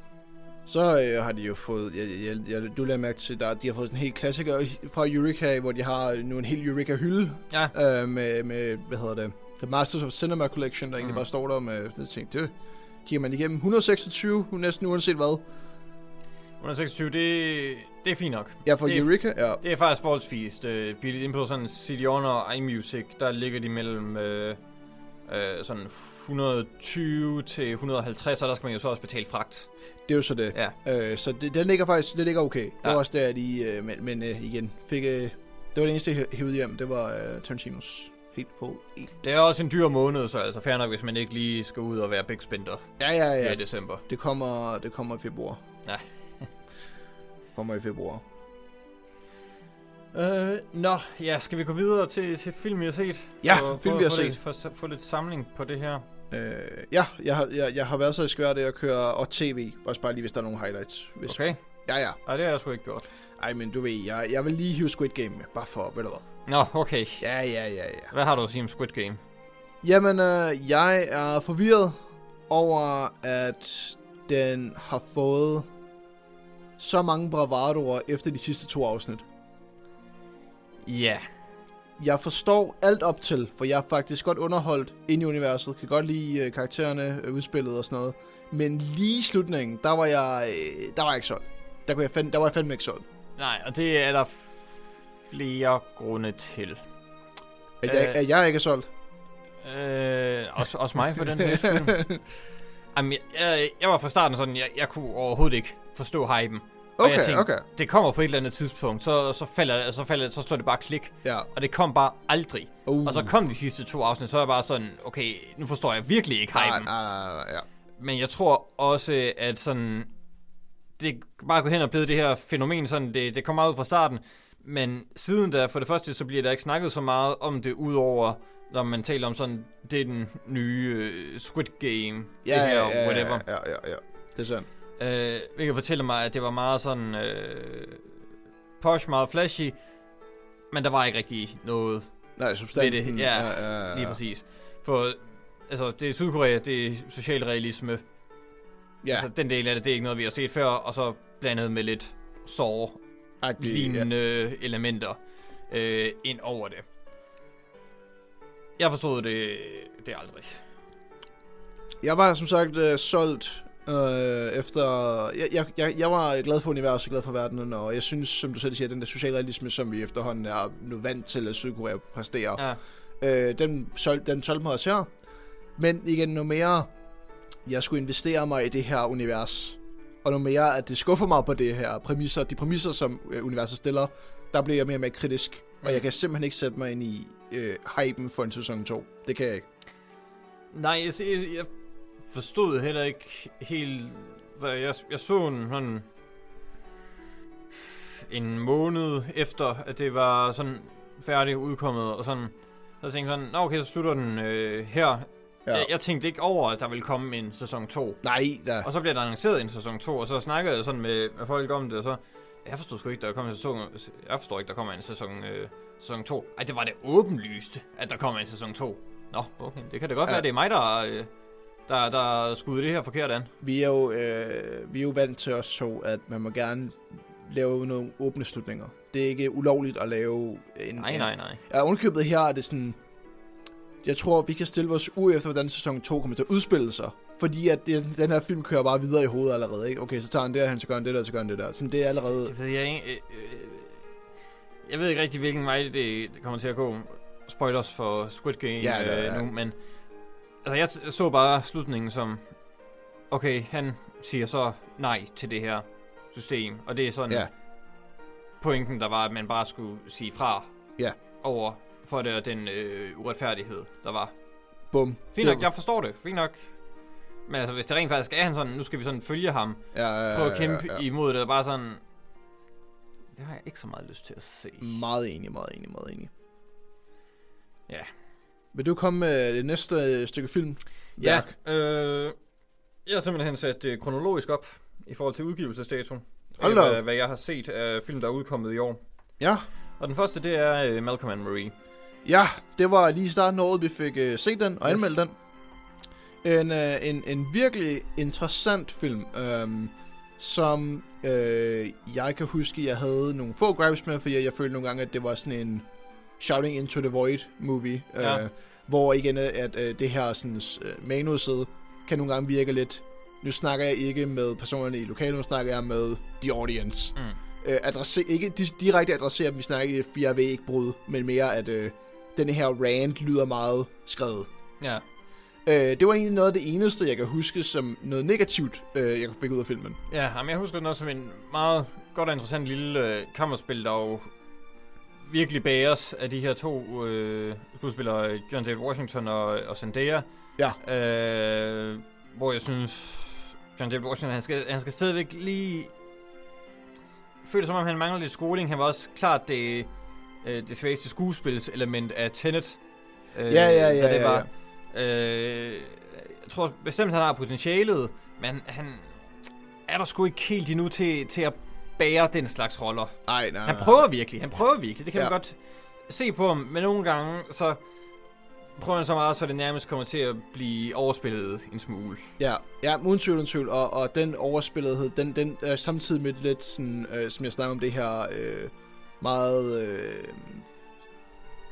Speaker 2: Så øh, har de jo fået... Jeg, jeg, jeg, du lader mærke til, at de har fået sådan en helt klassiker fra Eureka, hvor de har nu en hel Eureka-hylde
Speaker 1: Ja,
Speaker 2: øh, med, med, hvad hedder det, The Masters of Cinema Collection, der egentlig
Speaker 1: Mm.
Speaker 2: bare står der med, jeg tænkte, det kigger man igennem 126, næsten uanset hvad.
Speaker 1: 126, det, det er fint nok.
Speaker 2: Ja, for
Speaker 1: Det er-
Speaker 2: Eureka, ja.
Speaker 1: Det er faktisk forholdsvis øh, billigt. Inde på sådan Cidion og iMusic, der ligger de mellem øh, øh, sådan 120 til 150, og der skal man jo så også betale fragt.
Speaker 2: Det er jo så det.
Speaker 1: Ja.
Speaker 2: Øh, så det, den ligger faktisk, det ligger okay. Det
Speaker 1: Ja.
Speaker 2: var også der, de, øh, men, men øh, igen, fik, øh, det var det eneste, jeg hæ- hævede hjem, det var øh, Tarantinos helt få en.
Speaker 1: Det er også en dyr måned, så altså fair nok, hvis man ikke lige skal ud og være big spender
Speaker 2: Ja, ja,
Speaker 1: ja.
Speaker 2: ja.
Speaker 1: i december.
Speaker 2: Det kommer, det kommer i februar.
Speaker 1: Ja.
Speaker 2: kommer i februar.
Speaker 1: Øh, nå, ja, skal vi gå videre til, til film, vi har set?
Speaker 2: Ja,
Speaker 1: For-
Speaker 2: film,
Speaker 1: for-
Speaker 2: vi har
Speaker 1: for
Speaker 2: set.
Speaker 1: Lidt, for at få lidt samling på det her.
Speaker 2: Øh, ja, jeg har, jeg, jeg har været så i skvært af at køre og tv, også bare lige, hvis der er nogle highlights. Hvis,
Speaker 1: Okay.
Speaker 2: Ja, ja.
Speaker 1: Nej, det har jeg sgu ikke gjort.
Speaker 2: Ej, men du ved, jeg, jeg vil lige hive Squid Game med, bare for, ved du hvad.
Speaker 1: Nå, okay.
Speaker 2: Ja, ja, ja, ja.
Speaker 1: Hvad har du at sige om Squid Game?
Speaker 2: Jamen, øh, jeg er forvirret over, at den har fået så mange bravadoer efter de sidste to afsnit.
Speaker 1: Ja.
Speaker 2: Jeg forstår alt op til, for jeg er faktisk godt underholdt inde i universet. Kan godt lide øh, karaktererne, øh, udspillet og sådan noget. Men lige i slutningen, der var jeg, øh, der var jeg ikke solgt. Der, kunne jeg fandme, der var jeg fandme ikke solgt.
Speaker 1: Nej, og det er der flere grunde til.
Speaker 2: At jeg,
Speaker 1: Øh.
Speaker 2: at jeg ikke er solgt.
Speaker 1: Øh, også, også mig for den sags skyld. Jamen, jeg, jeg, jeg var fra starten sådan, jeg, jeg kunne overhovedet ikke forstå hypen. Og jeg
Speaker 2: Okay,
Speaker 1: tænkte-
Speaker 2: okay.
Speaker 1: Det kommer på et eller andet tidspunkt, så, så, falder, så, falder, så slår det bare klik,
Speaker 2: Ja.
Speaker 1: og det kom bare aldrig.
Speaker 2: Uh.
Speaker 1: Og så kom de sidste to afsnit, så er jeg bare sådan, okay, nu forstår jeg virkelig ikke
Speaker 2: nej, nej,
Speaker 1: hypen.
Speaker 2: nej, nej, ja.
Speaker 1: Men jeg tror også, at sådan... Det er bare gået hen og blevet det her fænomen, sådan det, det kommer meget ud fra starten. Men siden da, for det første, så bliver der ikke snakket så meget om det, udover når man taler om sådan, det er den nye øh, Squid Game, det her,
Speaker 2: Ja, ja, ja,
Speaker 1: whatever.
Speaker 2: Ja, ja, ja. Det er sandt.
Speaker 1: Øh, hvilket fortæller mig, at det var meget sådan øh, posh, meget flashy, men der var ikke rigtig noget
Speaker 2: Nej, substansen.
Speaker 1: Ved det, ja,
Speaker 2: ja, ja.
Speaker 1: Lige præcis. For altså, det er Sydkorea, det er social realisme.
Speaker 2: Ja.
Speaker 1: Altså, den del af det, det er ikke noget, vi har set før, og så blandet med lidt sår lignende ja. elementer øh, ind over det. Jeg forstod det, det aldrig.
Speaker 2: Jeg var som sagt øh, solgt øh, efter... Jeg, jeg, jeg, jeg var glad for universet, glad for verdenen, og jeg synes, som du selv siger, den der socialrealisme, som vi efterhånden er nu vant til, at Sydkorea præsterer,
Speaker 1: Ja.
Speaker 2: øh, den, solgte, den solgte mig også her. Men igen, nu mere jeg skulle investere mig i det her univers, og nu mere at det skuffer mig på det her præmisser, de præmisser, som øh, universet stiller, der bliver jeg mere og mere kritisk. Og
Speaker 1: Mm.
Speaker 2: jeg kan simpelthen ikke sætte mig ind i øh, hypen for en sæson 2. Det kan jeg ikke.
Speaker 1: Nej, jeg, jeg, jeg forstod heller ikke helt, hvad jeg, jeg så en sådan en måned efter, at det var sådan færdigt udkommet, og sådan, så tænkte jeg sådan, "Nå, okay, så slutter den øh, her. Ja. Jeg, jeg tænkte ikke over, at der ville komme en sæson 2.
Speaker 2: Nej, da.
Speaker 1: Og så bliver der annonceret en sæson 2, og så snakkede jeg sådan med, med folk om det, og så... Jeg forstod sgu ikke, der kom en sæson... Jeg forstår ikke, der kommer en sæson, øh, sæson 2. Ej, det var det åbenlyst, at der kommer en sæson 2. Nå, okay. Det kan det godt
Speaker 2: Ja.
Speaker 1: ja. være, det er mig, der, øh, der, der skudde det her forkert an.
Speaker 2: Vi er jo, øh, vi er jo vant til os to, at man må gerne lave nogle åbne slutninger. Det er ikke ulovligt at lave en...
Speaker 1: Nej, nej, nej.
Speaker 2: Ja, ovenkøbet her er det sådan... Jeg tror, vi kan stille vores uge efter, hvordan sæson 2 kommer til at udspille sig. Fordi at det, den her film kører bare videre i hovedet allerede, ikke? Okay, så tager han det her, så gør han det der, så gør han det der. Sådan, det er allerede...
Speaker 1: Det ved jeg ikke... Øh, øh, jeg ved ikke rigtig, hvilken vej det, det kommer til at gå. Spoilers for Squid Game
Speaker 2: Ja,
Speaker 1: ja,
Speaker 2: ja,
Speaker 1: ja,
Speaker 2: ja.
Speaker 1: ja. nu, men... Altså, jeg t- så bare slutningen som... Okay, han siger så nej til det her system, og det er sådan
Speaker 2: Ja,
Speaker 1: ja. pointen, der var, at man bare skulle sige fra
Speaker 2: Ja.
Speaker 1: over for det, og den øh, uretfærdighed, der var.
Speaker 2: bum.
Speaker 1: Fint
Speaker 2: Det-
Speaker 1: nok, jeg forstår det. Fint nok. Men altså, hvis det rent faktisk er han sådan, nu skal vi sådan følge ham,
Speaker 2: Ja, ja, ja,
Speaker 1: prøve at kæmpe
Speaker 2: Øh, ja, ja.
Speaker 1: imod det, og bare sådan... Det har jeg ikke så meget lyst til at se.
Speaker 2: Meget enig, meget enig, meget enig.
Speaker 1: Ja.
Speaker 2: Vil du komme med det næste øh, stykke film?
Speaker 1: Ja, øh, jeg har simpelthen sat det kronologisk op i forhold til udgivelsesdatoen.
Speaker 2: Hold
Speaker 1: Eller
Speaker 2: da op.
Speaker 1: Hvad jeg har set af film, der er udkommet i år.
Speaker 2: Ja.
Speaker 1: Og den første, det er øh, Malcolm and Marie.
Speaker 2: Ja, det var lige i starten af året, vi fik øh, set den og
Speaker 1: Yes.
Speaker 2: anmeldt den. En, øh, en, en virkelig interessant film, øh, som øh, jeg kan huske, jeg havde nogle få grabs med, fordi jeg følte nogle gange, at det var sådan en Shouting into the Void movie. Øh,
Speaker 1: Ja.
Speaker 2: Hvor igen, øh, at øh, det her sådan, øh, manuset kan nogle gange virke lidt... Nu snakker jeg ikke med personerne i lokalet, nu snakker jeg med the audience
Speaker 1: Mm.
Speaker 2: øh, adresse, ikke di- direkte adressere dem, vi snakker ikke fire væg brud, men mere at øh, den her rant lyder meget skrevet.
Speaker 1: Ja.
Speaker 2: Øh, det var egentlig noget af det eneste, jeg kan huske som noget negativt, øh, jeg fik ud af filmen.
Speaker 1: Ja, jamen, jeg husker den også som en meget godt og interessant lille øh, kammerspil, der jo virkelig bæres af de her to øh, skuespillere, John David Washington og, og Zendaya.
Speaker 2: Ja.
Speaker 1: Øh, hvor jeg synes, John David Washington, han skal, han skal stadigvæk lige... Føler som om, han mangler lidt skoling. Han var også klart det, øh, det svageste skuespilselement af Tenet. Øh,
Speaker 2: ja, ja,
Speaker 1: da
Speaker 2: ja, ja, ja.
Speaker 1: Øh, jeg tror bestemt, han har potentialet, men han er der sgu ikke helt endnu til, til at bære den slags roller.
Speaker 2: Ej, nej.
Speaker 1: Han
Speaker 2: nej.
Speaker 1: prøver virkelig, han prøver virkelig. Det kan
Speaker 2: Ah. Ja.
Speaker 1: ja. man godt se på ham, men nogle gange, så prøver han så meget, så det nærmest kommer til at blive overspillet en smule.
Speaker 2: Ja, ja uden tvivl, uden tvivl. Og, og den overspillethed, den, den øh, samtidig med lidt sådan, øh, som jeg snakker om det her, øh, meget... Øh,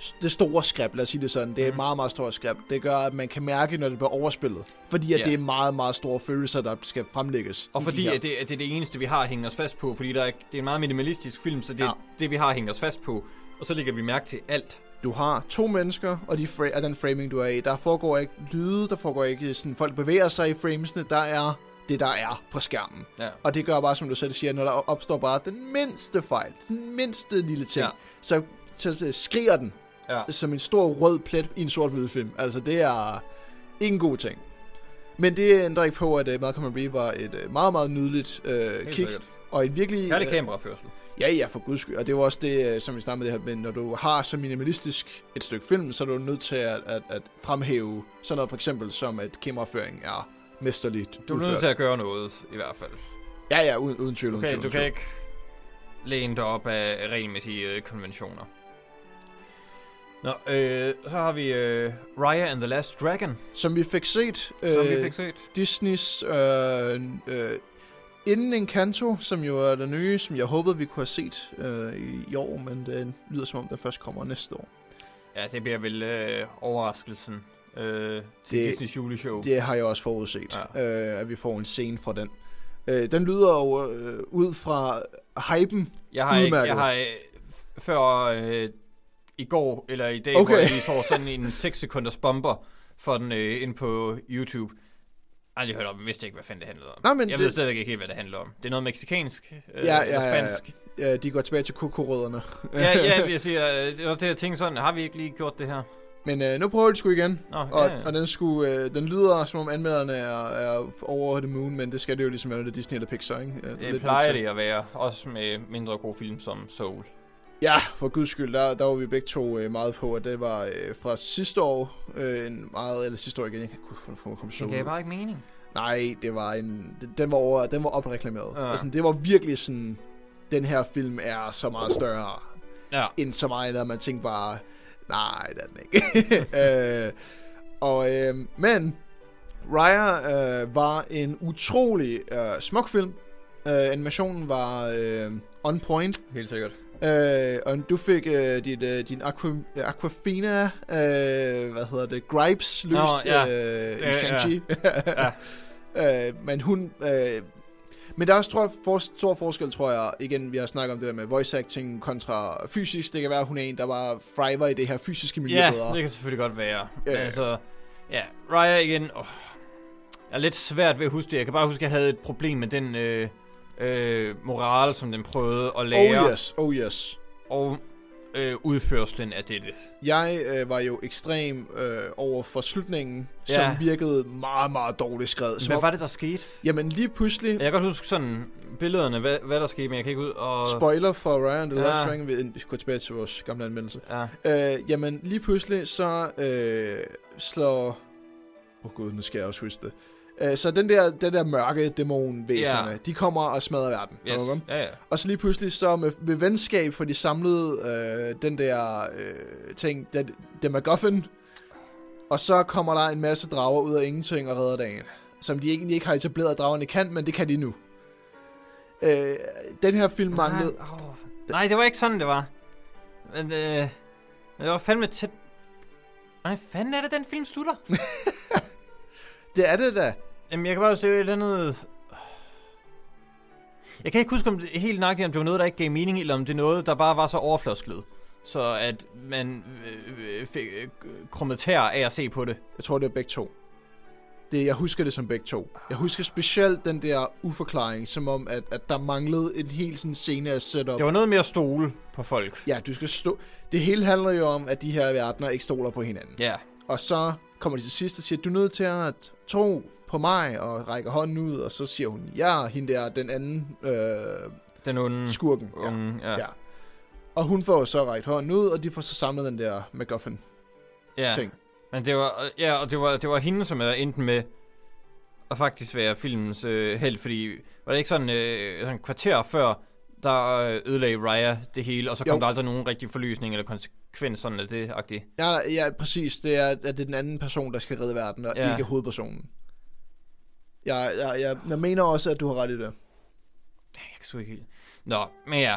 Speaker 2: s- det store skrib, lad os sige det sådan, det er mm.
Speaker 1: Mhm.
Speaker 2: meget, meget stort skrib. Det gør, at man kan mærke, når det bliver overspillet. Fordi at
Speaker 1: Ja.
Speaker 2: det er meget, meget store følelser, der skal fremlægges.
Speaker 1: Og
Speaker 2: i
Speaker 1: fordi
Speaker 2: de her.
Speaker 1: at det, at det er det eneste, vi har hængt os fast på, fordi der er, ikke- det er en meget minimalistisk film, så det er
Speaker 2: Ja.
Speaker 1: det, vi har hængt os fast på. Og så lægger vi mærke til alt.
Speaker 2: Du har to mennesker, og, de fra- og den framing, du er i, der foregår ikke lyde, der foregår ikke sådan, folk bevæger sig i framesene, der er det, der er på skærmen.
Speaker 1: Ja.
Speaker 2: Og det gør bare, som du selv siger, når der opstår bare den mindste fejl, den mindste lille ting, ja.
Speaker 1: Ja.
Speaker 2: så, så, så skriger den
Speaker 1: ja.
Speaker 2: som en stor rød plet i en sort-hvid film. Altså, det er ikke en god ting. Men det ændrer ikke på, at uh, Malcolm and Marie var et uh, meget, meget nydeligt uh,
Speaker 1: Helt
Speaker 2: kick.
Speaker 1: sikkert.
Speaker 2: Og en virkelig...
Speaker 1: Kærlig
Speaker 2: øh,
Speaker 1: kameraførsel.
Speaker 2: Ja, ja, for guds skyld. Og det var også det, øh, som vi snakkede med det her, men når du har så minimalistisk et stykke film, så er du nødt til at, at, at fremhæve sådan noget for eksempel som, at kameraføring er mesterligt
Speaker 1: Du er nødt
Speaker 2: udført.
Speaker 1: til at gøre noget, i hvert fald.
Speaker 2: Ja, ja, uden, uden tvivl.
Speaker 1: Du
Speaker 2: uden
Speaker 1: kan,
Speaker 2: tvivl,
Speaker 1: du
Speaker 2: uden tvivl.
Speaker 1: kan ikke læne dig op af regelmæssige øh, konventioner. Nå, øh, så har vi øh, Raya and the Last Dragon,
Speaker 2: Som vi fik set,
Speaker 1: øh, som vi fik set.
Speaker 2: Disneys øh, øh, Inden Encanto, som jo er den nye, som jeg håbede, vi kunne have set øh, i, i år, men den lyder som om, den først kommer næste år.
Speaker 1: Ja, det bliver vel øh, overraskelsen øh, til
Speaker 2: Det-
Speaker 1: det, Disney's juleshow. Det,
Speaker 2: Det har jeg også forudset, ja. øh, at vi får en scene fra den. Øh, den lyder jo øh, ud fra hypen.
Speaker 1: jeg har ikke, jeg
Speaker 2: udmærket.
Speaker 1: har øh, f- før øh, i går, eller i dag, okay.
Speaker 2: Okay.
Speaker 1: hvor jeg lige så sådan en 6 sekunders bomber for den øh, ind på YouTube. Aldrig hørt om, den, vidste ikke, hvad fanden det handlede om.
Speaker 2: Nej, men
Speaker 1: jeg
Speaker 2: det-
Speaker 1: ved stadigvæk ikke helt, hvad det handler om. Det er noget meksikansk, øh,
Speaker 2: ja,
Speaker 1: ja, ja, eller
Speaker 2: ja, ja.
Speaker 1: spansk. Ja,
Speaker 2: Ja, de går tilbage til kokorødderne.
Speaker 1: ja, ja. ja, jeg siger, øh, det var det, jeg tænkte sådan, har vi ikke lige gjort det her?
Speaker 2: Men øh, nu prøver de sgu igen.
Speaker 1: Nå,
Speaker 2: Og,
Speaker 1: ja, ja.
Speaker 2: og den, skulle, øh, den lyder, som om anmelderne er, er over the moon, men det skal det jo ligesom være, når det er Disney eller Pixar, ikke? Øh,
Speaker 1: Det
Speaker 2: lidt
Speaker 1: plejer
Speaker 2: modsat.
Speaker 1: det at være, også med mindre gode film som Soul.
Speaker 2: Ja, for guds skyld, der, der var vi begge to øh, meget på, at det var øh, fra sidste år, øh, en meget, eller sidste år igen, jeg kan ikke få, få komme så
Speaker 1: Det
Speaker 2: ud.
Speaker 1: gav bare ikke mening.
Speaker 2: Nej, det var en, den- den var over, den var opreklameret. Ja.
Speaker 1: Ja.
Speaker 2: Altså, det var virkelig sådan, den her film er så meget større
Speaker 1: Ja.
Speaker 2: end så meget, at man tænkte bare, nej, det er den ikke. øh, og, øh, men Raya øh, var en utrolig øh, smuk film. Øh, animationen var øh, on point.
Speaker 1: Helt sikkert.
Speaker 2: Øh, og du fik øh, dit, øh, din aqua, øh, Aquafina, øh, hvad hedder det, gripes løst
Speaker 1: Nå, ja.
Speaker 2: øh, i
Speaker 1: Ja, ja.
Speaker 2: Shang-Chi. øh, men hun... Øh, men der er også tror jeg, for, stor forskel, tror jeg, igen, vi har snakket om det der med voice acting kontra fysisk. Det kan være, at hun er en, der bare thriver i det her fysiske miljø
Speaker 1: Ja,
Speaker 2: bedre.
Speaker 1: det kan selvfølgelig godt være. Ja,
Speaker 2: Ja, ja.
Speaker 1: Altså, ja, Raya igen. Oh, jeg er lidt svært ved at huske det. Jeg kan bare huske, at jeg havde et problem med den øh, øh, moral, som den prøvede at lære,
Speaker 2: Oh yes, oh yes.
Speaker 1: og øh, udførselen af dette.
Speaker 2: Jeg øh, var jo ekstrem øh, over for slutningen, ja.
Speaker 1: Ja.
Speaker 2: som virkede meget, meget dårligt skrevet. Som
Speaker 1: Hvad
Speaker 2: om-
Speaker 1: var det, der skete?
Speaker 2: Jamen lige pludselig,
Speaker 1: Jeg kan godt huske sådan billederne, hvad, hvad der skete, men jeg kan ikke ud og...
Speaker 2: Spoiler for Ryan The
Speaker 1: Ja.
Speaker 2: Last Dragon, vi går tilbage til vores gamle anmeldelse.
Speaker 1: Ja,
Speaker 2: Øh, jamen, lige pludselig så øh, slår... Åh oh, gud, nu skal jeg også huske det. Øh, så den der, den der mørke dæmonvæsenerne,
Speaker 1: Ja.
Speaker 2: de kommer og smadrer verden.
Speaker 1: yes.
Speaker 2: Okay?
Speaker 1: ja, ja.
Speaker 2: Og så lige pludselig så med, med venskab for de samlede øh, den der øh, ting, den, den MacGuffin. Og så kommer der en masse drager ud af ingenting og redder dagen. Som de egentlig ikke har etableret, at dragerne kan, men det kan de nu. Øh, den her film manglede...
Speaker 1: Nej, åh. Nej, det var ikke sådan, det var. Men, øh, men det var fandme tæt... Hvordan fanden er det, den film slutter?
Speaker 2: Det er det da.
Speaker 1: Jamen, jeg kan bare se et eller andet... Jeg kan ikke huske om det, helt nøjagtigt, om det var noget, der ikke gav mening, eller om det er noget, der bare var så overflosket. Så at man øh, øh, fik øh, krummet tær af at se på det.
Speaker 2: Jeg tror, det er begge to. Det, jeg husker det som begge to. Jeg husker specielt den der uforklaring, som om, at, at der manglede en hel sådan scene af setup.
Speaker 1: Det var noget med at stole på folk.
Speaker 2: Ja, du skal stå... Det hele handler jo om, at de her verdener ikke stoler på hinanden.
Speaker 1: Ja.
Speaker 2: Og så kommer de til sidst og siger, du er nødt til at tro på mig, og rækker hånden ud, og så siger hun, ja, hende der, den anden øh,
Speaker 1: Den onde...
Speaker 2: skurken. Ja.
Speaker 1: unge, ja.
Speaker 2: Ja. Og hun får jo så rækket hånden ud, og de får så samlet den der MacGuffin-ting.
Speaker 1: ja. Men det var, øh, ja, og det var, det var hende, som jeg endte med at faktisk være filmens øh, held, fordi var det ikke sådan øh, sådan et kvarter før, der øh, ødelagde Raya det hele, og så kom
Speaker 2: Jo.
Speaker 1: jo. der aldrig nogen rigtig forløsning eller konsekvens sådan af det agtigt.
Speaker 2: Ja, ja, præcis. Det er, at det er den anden person, der skal redde verden, og ja.
Speaker 1: Ja.
Speaker 2: ikke hovedpersonen. Jeg, jeg, jeg, jeg mener også, at du har ret i det.
Speaker 1: Jeg kan sgu ikke helt. Nå, men ja.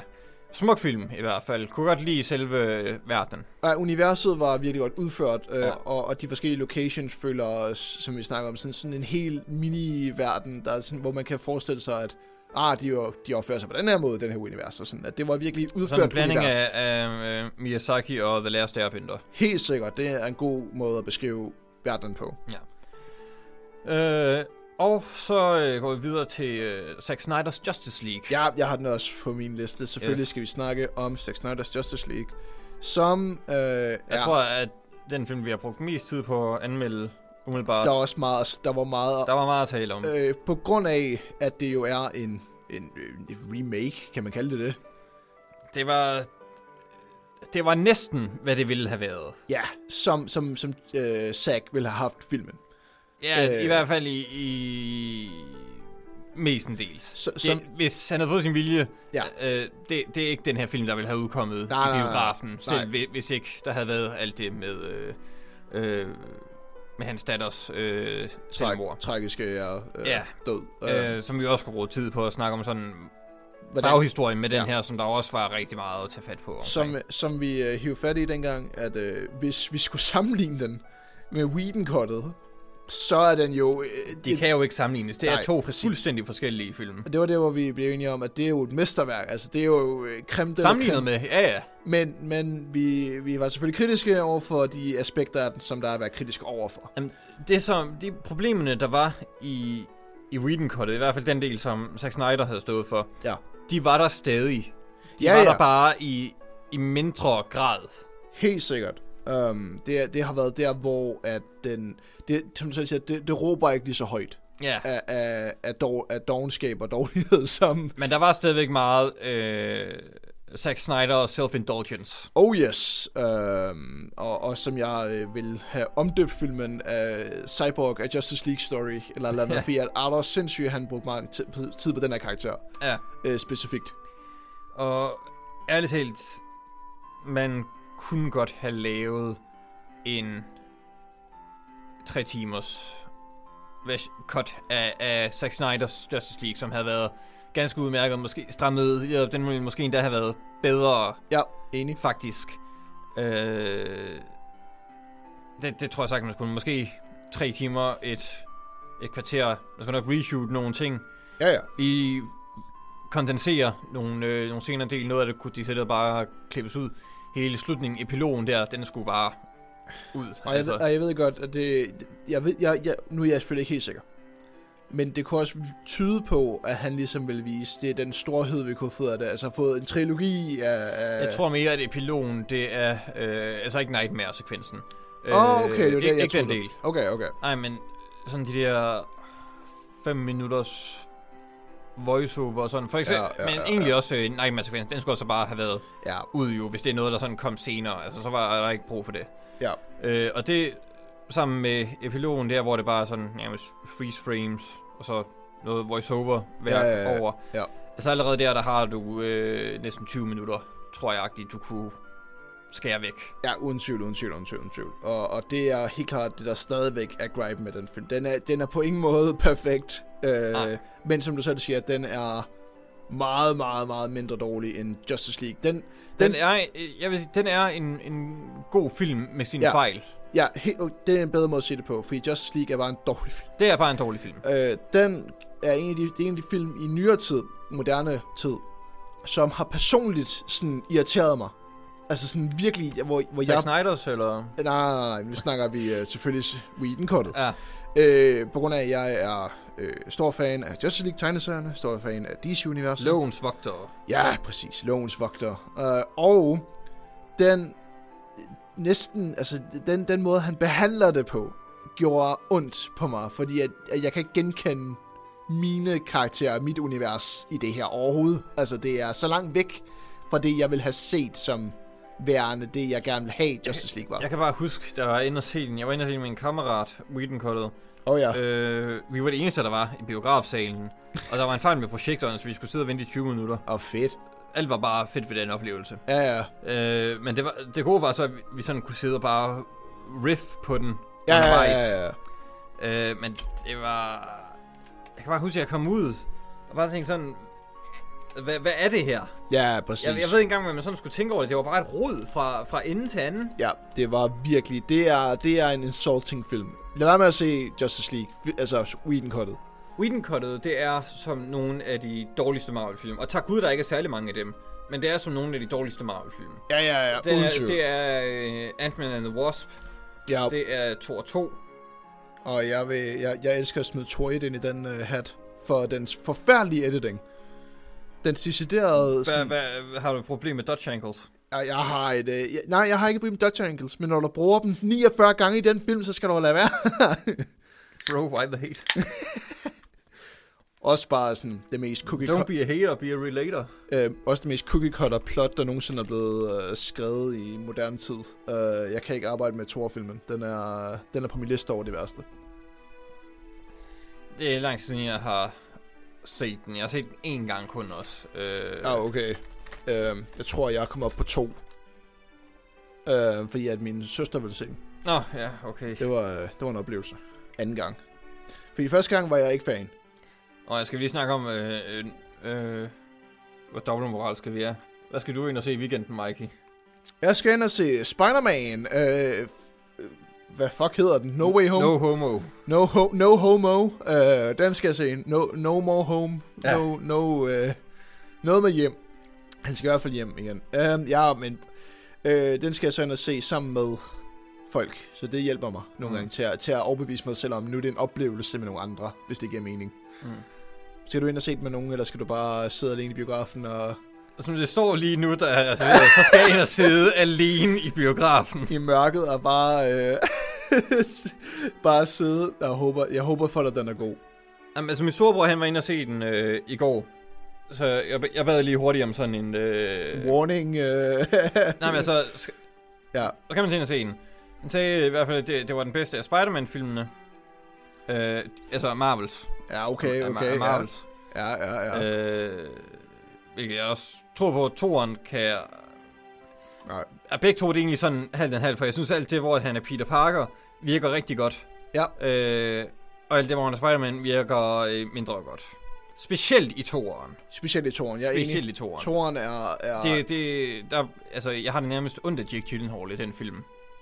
Speaker 1: Smuk film i hvert fald. Kunne godt lide selve øh, verden.
Speaker 2: Nej, universet var virkelig godt udført, øh,
Speaker 1: Ja.
Speaker 2: og, og de forskellige locations føler os, som vi snakker om, sådan, sådan en hel mini-verden, der er sådan, hvor man kan forestille sig, at ah, de, jo, de opfører sig på den her måde, den her univers, og sådan, at det var virkelig et
Speaker 1: Sådan en
Speaker 2: udført
Speaker 1: blanding
Speaker 2: univers.
Speaker 1: af, af uh, Miyazaki og The Last Airbender.
Speaker 2: Helt sikkert, det er en god måde at beskrive verden på.
Speaker 1: Øh, og så øh, går vi videre til øh, Zack Snyder's Justice League.
Speaker 2: Ja, jeg har den også på min liste. Selvfølgelig yes.
Speaker 1: Yes.
Speaker 2: skal vi snakke om Zack Snyder's Justice League, som øh, jeg
Speaker 1: Jeg tror, at den film, vi har brugt mest tid på at anmelde umiddelbart,
Speaker 2: der var også meget, altså, der var meget
Speaker 1: der var meget at tale om. Øh,
Speaker 2: øh, på grund af, at det jo er en, en, øh, en remake, kan man kalde det det?
Speaker 1: det var... Det var næsten, hvad det ville have været.
Speaker 2: Ja, som, som, som øh, Zack ville have haft filmen.
Speaker 1: Ja,
Speaker 2: Øh.
Speaker 1: øh, i hvert fald i... i mestendels.
Speaker 2: Så, som,
Speaker 1: Som... Det, hvis han havde fået sin vilje,
Speaker 2: Ja.
Speaker 1: ja. øh, det, det er ikke den her film, der ville have udkommet
Speaker 2: Nej,
Speaker 1: nej, i
Speaker 2: nej, nej,
Speaker 1: biografen,
Speaker 2: nej.
Speaker 1: selv hvis, hvis ikke der havde været alt det med, øh, øh, med hans datters øh, selvmord.
Speaker 2: tragiske er øh,
Speaker 1: Ja.
Speaker 2: død. Øh,
Speaker 1: Øh, som vi også kunne bruge tid på at snakke om sådan
Speaker 2: hvordan,
Speaker 1: baghistorien med den
Speaker 2: Ja.
Speaker 1: her, som der også var rigtig meget at tage fat på. altså. omkring.
Speaker 2: som, som vi øh, hiver fat i dengang, at øh, hvis vi skulle sammenligne den med Whedon-kottet, så er den jo... Øh,
Speaker 1: De
Speaker 2: et-
Speaker 1: kan jo ikke sammenlignes. Det er
Speaker 2: Nej,
Speaker 1: to
Speaker 2: præcis.
Speaker 1: fuldstændig forskellige film.
Speaker 2: Og det var der, hvor vi blev enige om, at det er jo et mesterværk. Altså, det er jo øh, creme de la
Speaker 1: Sammenlignet med, ja ja,
Speaker 2: creme. Men, men vi, vi var selvfølgelig kritiske over for de aspekter, af den, som der er at være kritisk overfor.
Speaker 1: det som, de problemerne, der var i, i Whedon Cuttet, i hvert fald den del, som Zack Snyder havde stået for,
Speaker 2: Ja.
Speaker 1: de var der stadig. De
Speaker 2: Ja,
Speaker 1: var
Speaker 2: ja.
Speaker 1: der bare i, i mindre grad.
Speaker 2: Helt sikkert. Um, det, er- det har været der, hvor at den, det, som du selv siger, det, det råber ikke lige så højt
Speaker 1: Ja.
Speaker 2: af, af, af, dår, af dogenskab og dårlighed sammen.
Speaker 1: Men der var stadigvæk meget øh, Zack Snyder og self-indulgence.
Speaker 2: Oh yes, øhm, og, og som jeg øh, vil have omdøbt filmen af Cyborg af Justice League Story, eller eller andet,
Speaker 1: Ja.
Speaker 2: yeah. fordi at Arthur sindssygt, han brugte meget tid på, tid på den her karakter,
Speaker 1: Ja.
Speaker 2: øh, specifikt.
Speaker 1: Og ærligt talt, man kunne godt have lavet en tre timers vers- cut af, af Zack Snyder's Justice League, som havde været ganske udmærket, måske strammet, ja, den ville måske endda have været bedre,
Speaker 2: Ja, enig.
Speaker 1: faktisk. Øh, det, det tror jeg sagtens, man skulle. Måske tre timer, et, et kvarter. Man skal nok reshoot nogle ting,
Speaker 2: Ja, ja.
Speaker 1: i kondensere nogle, øh, nogle senere del. Noget af det kunne de sætte bare klippes ud. Hele slutningen, epilogen der, den skulle bare ud. Altså,
Speaker 2: Og jeg, ved, og jeg ved godt, at det... Jeg ved, jeg, jeg, nu er jeg selvfølgelig ikke helt sikker. Men det kunne også tyde på, at han ligesom vil vise, det er den storhed, vi kunne have fået af det. Altså fået en trilogi af... af-
Speaker 1: jeg tror mere, at epilogen, det er... Øh, altså ikke Nightmare-sekvensen. Øh,
Speaker 2: Åh, oh, okay, det var det,
Speaker 1: ikke,
Speaker 2: jeg
Speaker 1: ikke den
Speaker 2: troede.
Speaker 1: del.
Speaker 2: Okay, okay.
Speaker 1: Nej, men sådan de der 5 minutters voiceover og sådan. For eksempel, ja, ja, men ja, egentlig ja. også øh, Nightmare-sekvensen, den skulle så bare have været
Speaker 2: Ja,
Speaker 1: ud jo, hvis det er noget, der sådan kom senere. Altså, så var der ikke brug for det.
Speaker 2: Ja.
Speaker 1: Øh, og det, sammen med epilogen der, hvor det bare er sådan nærmest freeze frames, og så noget voiceover hver
Speaker 2: Ja, ja, ja,
Speaker 1: over.
Speaker 2: ja.
Speaker 1: Altså allerede der, der har du øh, næsten 20 minutter, tror jeg, du kunne skære væk.
Speaker 2: Ja, uden tvivl, uden tvivl, uden tvivl, uden tvivl. Og, og det er helt klart det, der stadigvæk er gripe med den film. Den er, den er på ingen måde perfekt, øh,
Speaker 1: Nej.
Speaker 2: men som du selv siger, den er meget, meget, meget mindre dårlig end Justice League. Den,
Speaker 1: Den,
Speaker 2: Den-
Speaker 1: den er, øh, jeg vil sige, den er en, en god film med sine
Speaker 2: Ja.
Speaker 1: ja. fejl.
Speaker 2: ja, he, øh, det er en bedre måde at se det på, fordi Justice League er bare en dårlig film.
Speaker 1: Det er bare en dårlig film.
Speaker 2: Øh, den er en af de, det er en af de film i nyere tid, moderne tid, som har personligt sådan irriteret mig. Altså sådan virkelig, hvor, hvor
Speaker 1: Zack
Speaker 2: jeg...
Speaker 1: Snyder's, eller...
Speaker 2: Nej, nej, nej, nu snakker vi øh, selvfølgelig Whedon-kortet.
Speaker 1: Ja,
Speaker 2: Øh, på grund af, at jeg er øh, stor fan af Justice League tegneserierne, stor fan af DC-universet.
Speaker 1: Lovens Vogter.
Speaker 2: Ja, præcis. Lovens vogter. Øh, og den øh, næsten, altså den, den måde, han behandler det på, gjorde ondt på mig, fordi at, at jeg kan ikke genkende mine karakterer, mit univers i det her overhovedet. Altså, det er så langt væk fra det, jeg vil have set som værende, det jeg gerne vil have Justice League var.
Speaker 1: Jeg kan bare huske, der var inde og se den. Jeg var inde og se den med en kammerat, Whedon-kottet.
Speaker 2: Åh oh, ja.
Speaker 1: Øh, vi var det eneste, der var i biografsalen, og der var en fejl med projektoren, så vi skulle sidde og vente i 20 minutter.
Speaker 2: Og fedt.
Speaker 1: Alt var bare fedt ved den oplevelse.
Speaker 2: Ja, ja.
Speaker 1: Øh, men det, var, det gode var så, at vi- vi sådan kunne sidde og bare riff på den.
Speaker 2: Ja, ja,
Speaker 1: undervejs.
Speaker 2: ja, ja, ja.
Speaker 1: Øh, men det var... Jeg kan bare huske, at jeg kom ud og bare tænkte sådan... Hvad, hvad er det her?
Speaker 2: Ja, præcis.
Speaker 1: Jeg, jeg ved ikke engang, hvad man sådan skulle tænke over det. Det var bare et rod fra, fra ende til anden.
Speaker 2: Ja, det var virkelig, det er, det er en insulting film. Lad være med at se Justice League, Vi- altså Whedon Cuttet.
Speaker 1: Whedon-kottet, det er som nogle af de dårligste Marvel-film. Og tak Gud, der ikke er særlig mange af dem. Men det er som nogle af de dårligste Marvel-film.
Speaker 2: Ja, ja, ja,
Speaker 1: Det
Speaker 2: uden
Speaker 1: er,
Speaker 2: tvivl.
Speaker 1: det er øh, Ant-Man and the Wasp,
Speaker 2: ja,
Speaker 1: det er Thor 2.
Speaker 2: og jeg, vil, jeg, jeg elsker at smide Tori ind i den uh, hat for dens forfærdelige editing. Den deciderede...
Speaker 1: Hvad,
Speaker 2: Sådan,
Speaker 1: hvad, har du et problem med Dutch Ankles?
Speaker 2: jeg, jeg har et... øh, jeg, nej, jeg har ikke brugt Dutch Angles, men når du bruger dem 49 gange i den film, så skal du lade være.
Speaker 1: Bro, why the hate?
Speaker 2: Også bare sådan det mest cookie
Speaker 1: Don't be a hater, be a relator.
Speaker 2: Øh, også det mest cookie cutter plot, der nogensinde er blevet øh, skrevet i moderne tid. Øh, jeg kan ikke arbejde med Thor-filmen. Den er, den er på min liste over det værste.
Speaker 1: Det er lang tid siden, jeg har set den. Jeg har set den en gang kun også. Øh,
Speaker 2: Ah, okay. Øh, jeg tror, jeg kommer op på to. Øh, fordi at min søster ville se den.
Speaker 1: Nå, ja, okay.
Speaker 2: Det var, øh, det var en oplevelse. Anden gang. Fordi første gang var jeg ikke fan.
Speaker 1: Og jeg skal lige snakke om, øh, øh, øh, hvor dobbeltmoralske vi er. Hvad skal du ind og se i weekenden, Mikey?
Speaker 2: Jeg skal ind og se Spider-Man. Øh, øh, hvad fuck hedder den? No Way Home?
Speaker 1: No homo.
Speaker 2: No, ho- no Homo. Øh, den skal jeg se. No, no More Home.
Speaker 1: Ja.
Speaker 2: No, no, øh, noget med hjem. Han skal i hvert fald hjem igen. Øh, ja, men øh, den skal jeg så ind og se sammen med folk. Så det hjælper mig nogle
Speaker 1: Mm.
Speaker 2: gange til at, til at overbevise mig selv om, nu er det en oplevelse med nogle andre, hvis det giver mening.
Speaker 1: Mm.
Speaker 2: Skal du ind og se den med nogen, eller skal du bare sidde alene i biografen og
Speaker 1: Og Som det står lige nu, der er altså, reserveret, så skal jeg ind og sidde alene i biografen.
Speaker 2: i mørket og bare, øh, bare sidde og håber, jeg håber for dig, den er god.
Speaker 1: Jamen, altså, min storebror, han var inde og se den øh, i går. Så jeg, jeg bad lige hurtigt om sådan en... Øh...
Speaker 2: Warning. Øh,
Speaker 1: Nej, men altså, sk-
Speaker 2: ja.
Speaker 1: så kan man tage ind og se den. Han sagde i hvert fald, at det, det var den bedste af Spider-Man-filmene. Øh, altså Marvels.
Speaker 2: Ja, okay,
Speaker 1: Af- af
Speaker 2: okay. Ja,
Speaker 1: Marvels.
Speaker 2: ja, ja. ja.
Speaker 1: Øh, hvilket jeg også tror på, at toren kan...
Speaker 2: Nej.
Speaker 1: Er begge to det er egentlig sådan halv den halv, for jeg synes alt det, hvor han er Peter Parker, virker rigtig godt.
Speaker 2: Ja.
Speaker 1: Øh, og alt det, hvor han er Spider-Man, virker øh, mindre godt. Specielt i toeren.
Speaker 2: Specielt i toren. Jeg er
Speaker 1: Specielt
Speaker 2: enig.
Speaker 1: i toeren.
Speaker 2: Toren er... er
Speaker 1: Det, det, der, altså, jeg har det nærmest ondt af Jake Gyllenhaal i den film.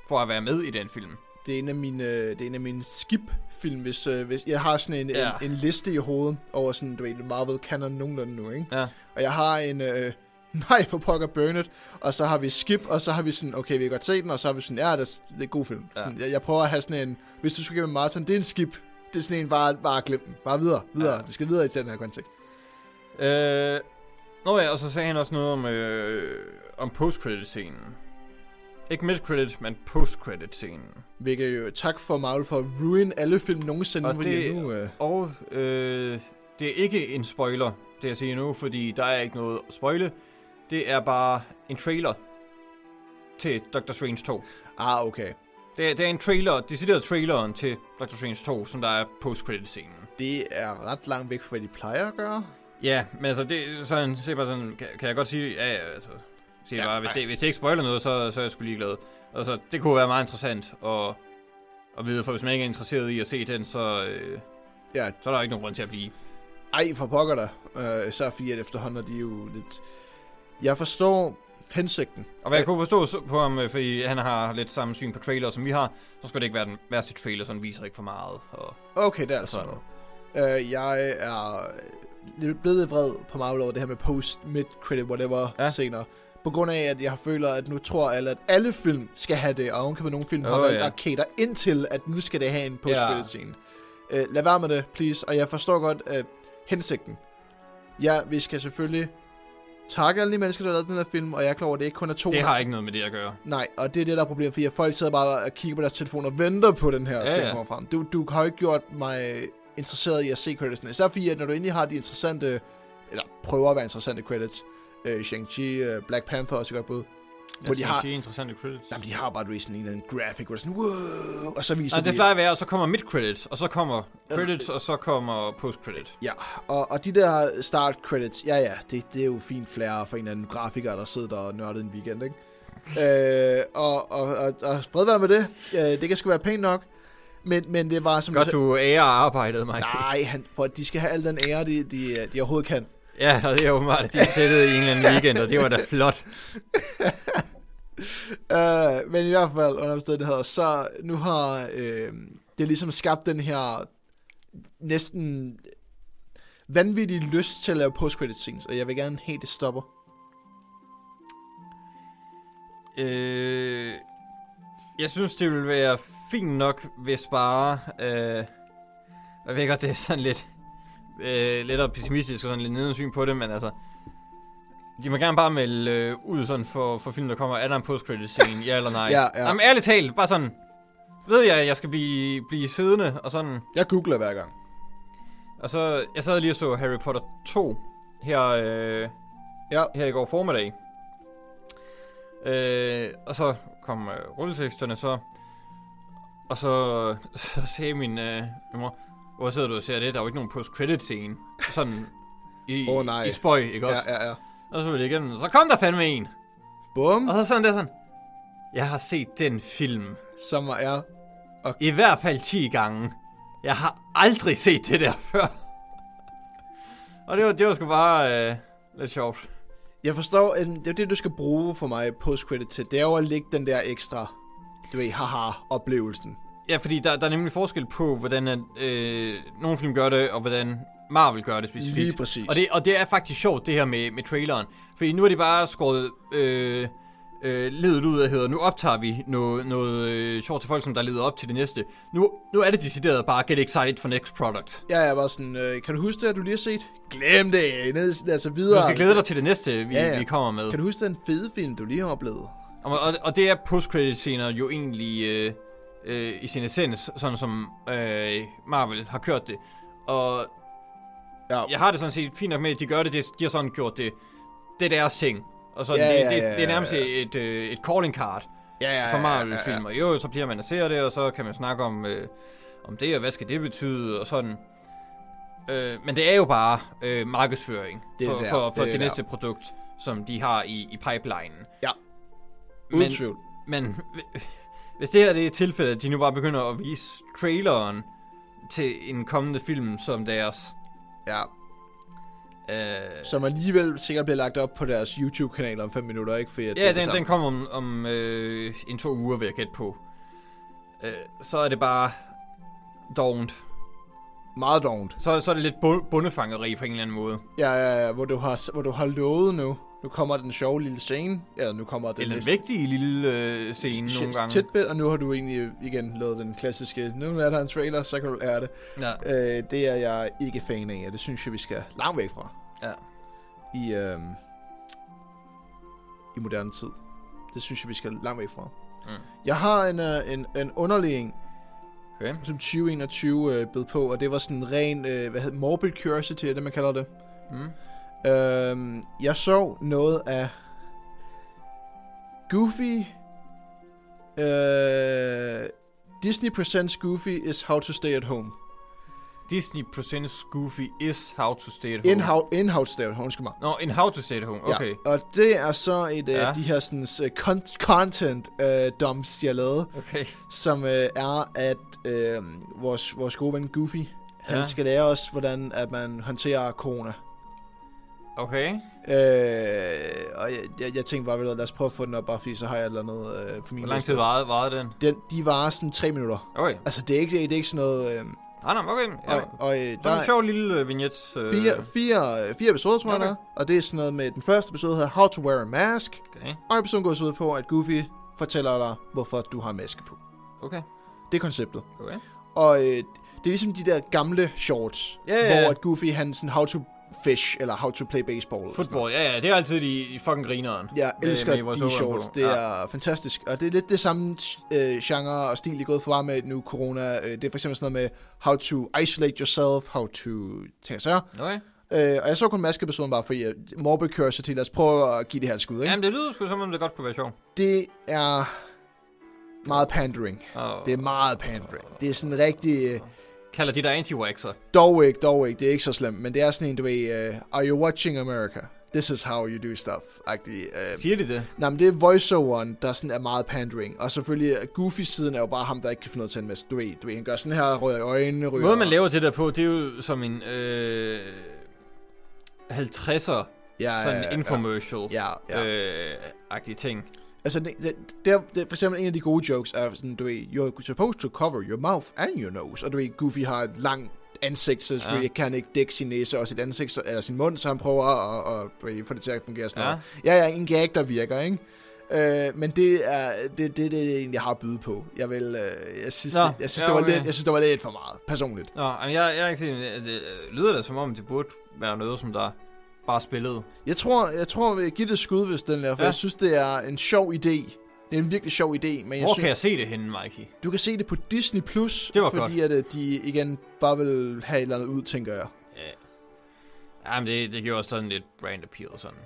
Speaker 1: For at være med i den film.
Speaker 2: Det er en af mine, øh, det er en af mine skip-film, hvis, øh, hvis jeg har sådan en,
Speaker 1: Ja.
Speaker 2: ja. en, en liste i hovedet over sådan, du ved, Marvel canon nogenlunde nu, ikke?
Speaker 1: Ja.
Speaker 2: Og jeg har en, øh, nej for pokker Burnett, og så har vi Skip, og så har vi sådan, okay, vi kan godt se den, og så har vi sådan, ja, det er, det er en god film.
Speaker 1: Ja.
Speaker 2: Ja. Sådan, jeg, jeg, prøver at have sådan en, hvis du skal give med Martin, det er en Skip, det er sådan en, bare, bare glem den, bare videre, videre,
Speaker 1: Ja.
Speaker 2: ja. vi skal videre i den her kontekst.
Speaker 1: Øh, nå ja, og så sagde han også noget om, øh, om post-credit-scenen. Ikke mid-credit, men post-credit-scenen.
Speaker 2: Hvilket jo, tak for Marvel for at ruin alle film nogensinde,
Speaker 1: Og
Speaker 2: fordi
Speaker 1: det-
Speaker 2: nu... Øh,
Speaker 1: Og øh, det er ikke en spoiler, det jeg siger nu, fordi der er ikke noget at spoile. Det er bare en trailer til Doctor Strange 2.
Speaker 2: ah, okay.
Speaker 1: Det er, det er en trailer, decideret traileren til Doctor Strange 2, som der er post-credit-scenen.
Speaker 2: Det er ret langt væk fra, hvad de plejer at gøre.
Speaker 1: Ja, men altså, det, så han siger bare sådan, kan, kan jeg godt sige, ja, ja altså, siger
Speaker 2: Ja,
Speaker 1: ja, bare, hvis
Speaker 2: ej.
Speaker 1: det, hvis det ikke spoiler noget, så, så er jeg sgu ligeglad. Og så, det kunne være meget interessant at, at vide, for hvis man ikke er interesseret i at se den, så, øh,
Speaker 2: Ja.
Speaker 1: så er der ikke nogen grund til at blive.
Speaker 2: Ej, for pokker dig. Øh, især fordi, at efterhånden er de jo lidt... Jeg forstår hensigten.
Speaker 1: Og hvad jeg
Speaker 2: Øh.
Speaker 1: kunne forstå så- på ham, øh, fordi han har lidt samme syn på trailer, som vi har, så skulle det ikke være den værste trailer, så den viser ikke for meget. Og,
Speaker 2: Okay, det er altså
Speaker 1: Sådan.
Speaker 2: noget. Øh, jeg er lidt blevet lidt vred på Marvel over det her med post, mid, credit, whatever
Speaker 1: Ja.
Speaker 2: ja. senere. På grund af, at jeg føler, at nu tror alle, at alle film skal have det, og ovenkøbet nogle film har
Speaker 1: Åh,
Speaker 2: valgt
Speaker 1: ja.
Speaker 2: at cater indtil, at nu skal det have en post
Speaker 1: Ja.
Speaker 2: credit scene. Øh, lad være med det, please. Og jeg forstår godt øh, hensigten. Ja, vi skal selvfølgelig takke alle de mennesker, der har lavet den her film, og jeg er klar over, at det ikke kun er to
Speaker 1: det har ikke noget med det at gøre.
Speaker 2: Nej, og det er det, der er problemet, fordi folk sidder bare og kigger på deres telefon og venter på den her
Speaker 1: Ja,
Speaker 2: ja, ting,
Speaker 1: ja.
Speaker 2: der kommer frem. Du, du har jo ikke gjort mig interesseret i at se creditsene. Især fordi, at når du endelig har de interessante, eller prøver at være interessante credits, øh, Shang-Chi, øh, Black Panther også et godt bud. Hvor de har,
Speaker 1: Sige interessante credits.
Speaker 2: jamen, de har bare du ved, sådan en eller anden graphic, hvor det er sådan, wow, og så viser
Speaker 1: Nej, det
Speaker 2: de...
Speaker 1: plejer at være, og så kommer mid-credits, og så kommer credits, og så kommer post-credit.
Speaker 2: Ja, og, og de der start credits, ja ja, det, det er jo fint flere for en eller anden grafiker, der sidder der og nørder en weekend, ikke? øh, og, og, og, og fred være med det. Øh, det kan sgu være pænt nok. Men, men det var som
Speaker 1: Godt, du ærer arbejdet, Michael.
Speaker 2: Nej, han, prøv, at- de skal have al den ære, de, de, de overhovedet kan.
Speaker 1: Ja, og det er åbenbart, at de er sættet i en eller anden weekend, og det var da flot.
Speaker 2: Øh, men i hvert fald, under omstændigheder, så nu har øh, det ligesom skabt den her næsten vanvittig lyst til at lave post-credit scenes, og jeg vil gerne helt det stopper.
Speaker 1: Øh, jeg synes, det ville være fint nok, hvis bare... Øh, jeg ved godt, det er sådan lidt... Øh, lidt pessimistisk og sådan lidt nedensyn på det, men altså... De må gerne bare melde øh, ud sådan for, for film, der kommer. Er der en post-credit scene? ja eller nej?
Speaker 2: Ja, ja.
Speaker 1: Jamen, ærligt talt, bare sådan... Ved jeg, at jeg skal blive, blive siddende og sådan...
Speaker 2: Jeg googler hver gang.
Speaker 1: Og så, jeg sad lige og så Harry Potter 2 her, øh,
Speaker 2: Ja.
Speaker 1: her i går formiddag. Øh, og så kom øh, rulleteksterne så, og så, så sagde min, øh, min mor, hvor sidder du og ser det? Der er jo ikke nogen post-credit scene. Sådan i,
Speaker 2: Åh, nej.
Speaker 1: i spøj, ikke også?
Speaker 2: Ja, ja, ja.
Speaker 1: Og så ville jeg igennem, og så kom der fandme en.
Speaker 2: Bum.
Speaker 1: Og så sådan der sådan, Jeg har set den film
Speaker 2: som er...
Speaker 1: i hvert fald 10 gange. Jeg har aldrig set det der før. Og det var, det var sgu bare øh, lidt sjovt.
Speaker 2: Jeg forstår, at det er det, du skal bruge for mig post-credit til. Det er jo at lægge den der ekstra, du ved, haha-oplevelsen.
Speaker 1: Ja, fordi der, der er nemlig forskel på, hvordan at, øh, nogle film gør det, og hvordan Marvel gør det specifikt.
Speaker 2: Lige præcis.
Speaker 1: Og det, og det er faktisk sjovt, det her med, med traileren. Fordi nu er de bare skåret øh, øh, ledet ud af hedder, nu optager vi noget, noget øh, sjovt til folk, som der leder op til det næste. Nu, nu er det decideret bare, get excited for next product.
Speaker 2: Ja, jeg var sådan, øh, kan du huske det, at du lige har set? Glem det, ned, altså videre.
Speaker 1: Du skal glæde dig til det næste, vi,
Speaker 2: Ja,
Speaker 1: ja,
Speaker 2: ja.
Speaker 1: ja. vi kommer med.
Speaker 2: Kan du huske den fede film, du lige har oplevet?
Speaker 1: Og, og, og det er post-credit-scener jo egentlig øh, øh, i sin essens, sådan som øh, Marvel har kørt det. Og
Speaker 2: Ja,
Speaker 1: jeg har det sådan set fint nok med, at de gør det, det de har sådan gjort det. Det er deres ting. Og sådan,
Speaker 2: Ja,
Speaker 1: det,
Speaker 2: ja,
Speaker 1: det,
Speaker 2: ja,
Speaker 1: det er nærmest
Speaker 2: ja, ja.
Speaker 1: Et, øh, et calling card
Speaker 2: ja, ja,
Speaker 1: for Marvel-film. Og jo, så bliver man at se det, og så kan man snakke om, øh, om det, og hvad skal det betyde, og sådan. Øh, men det er jo bare øh, markedsføring
Speaker 2: Det er
Speaker 1: for,
Speaker 2: det der,
Speaker 1: for, for
Speaker 2: det er
Speaker 1: det,
Speaker 2: det der.
Speaker 1: næste produkt, som de har i, i pipelinen.
Speaker 2: Ja. Uden
Speaker 1: Men,
Speaker 2: tvivl.
Speaker 1: men hvis det her det er tilfældet, at de nu bare begynder at vise traileren til en kommende film som deres...
Speaker 2: Ja,
Speaker 1: Øh,
Speaker 2: som alligevel sikkert bliver lagt op på deres YouTube-kanal om 5 minutter, ikke? Fordi at det
Speaker 1: Ja,
Speaker 2: er det
Speaker 1: den,
Speaker 2: samme.
Speaker 1: den kommer om, om øh, en to uger, vil jeg gætte på. Øh, så er det bare dovent.
Speaker 2: Meget dovent.
Speaker 1: Så, så er det lidt bu- bundefangeri på en eller anden måde.
Speaker 2: Ja, ja, ja, hvor du har, hvor du har lovet nu. Nu kommer den sjove lille scene. Eller nu kommer den
Speaker 1: Eller en vigtig lille øh, scene
Speaker 2: shit-
Speaker 1: nogle gange.
Speaker 2: tidbit, og nu har du egentlig igen lavet den klassiske, nu er der en trailer, så kan du lære det.
Speaker 1: Ja,
Speaker 2: Øh, det er jeg ikke fan af, og det synes jeg, vi skal langt væk fra.
Speaker 1: Ja.
Speaker 2: I, øh, I moderne tid. Det synes jeg, vi skal langt væk fra.
Speaker 1: Mm.
Speaker 2: Jeg har en, øh, en, en underlig en,
Speaker 1: okay.
Speaker 2: som 2021 øh, bed på, og det var sådan en ren, øh, hvad hedder morbid curiosity, er det man kalder det.
Speaker 1: Mm.
Speaker 2: Øhm, jeg så noget af Goofy. Øh, Disney Presents Goofy is how to stay at home.
Speaker 1: Disney Presents Goofy is how to stay at home.
Speaker 2: In how, in how to stay at home, undskyld mig.
Speaker 1: Nå, in how to stay at home. Okay.
Speaker 2: Ja, og det er så et ja.
Speaker 1: Ja.
Speaker 2: af de her sådan, øh, con- content øh, dumps, de har lavet,
Speaker 1: Okay.
Speaker 2: som øh, er, at øh, vores, vores gode ven Goofy, han
Speaker 1: Ja.
Speaker 2: skal lære os, hvordan at man håndterer corona.
Speaker 1: Okay.
Speaker 2: Øh, og jeg, jeg, jeg tænkte bare, ved du hvad, lad os prøve at få den op, bare fordi så har jeg et eller andet øh, for min
Speaker 1: Hvor lang
Speaker 2: liste.
Speaker 1: tid varede, varede den?
Speaker 2: Den, de varer sådan tre minutter.
Speaker 1: Okay.
Speaker 2: Altså, det er ikke, det er ikke sådan noget... Øh,
Speaker 1: Ah, nej, okay. Ja.
Speaker 2: og, og, øh,
Speaker 1: Så
Speaker 2: der
Speaker 1: er en
Speaker 2: er
Speaker 1: sjov lille øh, vignet. Øh,
Speaker 2: fire, fire, øh, fire episoder, tror jeg,
Speaker 1: Okay.
Speaker 2: der er. Og det er sådan noget med... Den første episode hedder How to wear a mask.
Speaker 1: Okay.
Speaker 2: Og episoden går så ud på, at Goofy fortæller dig, hvorfor du har maske på.
Speaker 1: Okay.
Speaker 2: Det er konceptet.
Speaker 1: Okay.
Speaker 2: Og øh, det er ligesom de der gamle shorts,
Speaker 1: Ja, ja, ja.
Speaker 2: hvor at Goofy han sådan how to fish, eller how to play baseball. eller sådan noget.
Speaker 1: Football, ja, ja, det er altid de, de fucking grineren.
Speaker 2: Jeg
Speaker 1: Med-
Speaker 2: elsker
Speaker 1: med vores
Speaker 2: de
Speaker 1: logo
Speaker 2: shorts.
Speaker 1: på.
Speaker 2: Det
Speaker 1: Ja.
Speaker 2: er fantastisk. Og det er lidt det samme øh, genre og stil, I er gået for med nu corona. Øh, Det er for eksempel sådan noget med how to isolate yourself, how to tage sig.
Speaker 1: Okay.
Speaker 2: Øh, og jeg så kun maskeepisoden bare fordi jeg morbid curiosity. Lad os prøve at give det her et skud. Ikke?
Speaker 1: Jamen, det lyder sgu som om, det godt kunne være sjovt.
Speaker 2: Det er meget pandering.
Speaker 1: Og
Speaker 2: Det er meget pandering. Det er sådan rigtig... Øh,
Speaker 1: Kalder de dig anti-waxer?
Speaker 2: dog ikke, dog ikke. Det er ikke så slemt. Men det er sådan en, du ved... Øh, Are you watching America? This is how you do stuff-agtig. Øh,
Speaker 1: Siger de det?
Speaker 2: Nej, men det er voiceoveren, der sådan er meget pandering. Og selvfølgelig, at Goofy-siden er jo bare ham, der ikke kan finde noget til en masse. Du ved, du ved, han gør sådan her, røde øjnene, ryger.
Speaker 1: Måden, man laver det der på, det er jo som en øh, 50'er,
Speaker 2: ja, ja,
Speaker 1: sådan
Speaker 2: ja,
Speaker 1: en infomercial
Speaker 2: Ja, ja. Øh.
Speaker 1: øh, agtig ting.
Speaker 2: Altså, det, det, det, er- det, er for eksempel en af de gode jokes er sådan, du ved, you're supposed to cover your mouth and your nose. Og du ved, Goofy har et langt ansigt, så selvfølgelig ja. kan han ikke dække sin næse og sit ansigt, så, eller sin mund, så han prøver at, at, at du ved, få det til at fungere sådan
Speaker 1: Ja.
Speaker 2: ja. Ja, ja, en gag, der virker, ikke? Øh, men det er det, det, det, jeg egentlig har at byde på. Jeg, vil, øh, jeg, synes, Nå,
Speaker 1: Nå,
Speaker 2: det, jeg,
Speaker 1: ja,
Speaker 2: synes, ja, det var
Speaker 1: okay.
Speaker 2: lidt, jeg synes, det var lidt for meget, personligt.
Speaker 1: Nå, men jeg, jeg har ikke set, det, det lyder da som om, det burde være noget, som der bare spillede.
Speaker 2: Jeg tror, jeg tror, jeg giver det et skud, hvis den der, for ja.
Speaker 1: Ja.
Speaker 2: jeg synes, det er en sjov idé. Det er en virkelig sjov idé, men jeg
Speaker 1: Hvor
Speaker 2: synes,
Speaker 1: kan jeg se det henne, Mikey?
Speaker 2: du kan se det på Disney+, Plus,
Speaker 1: Det var
Speaker 2: fordi at, øh, de igen bare vil have et eller andet ud, tænker jeg.
Speaker 1: Ja. Jamen, det, det gjorde også sådan lidt brand appeal og sådan.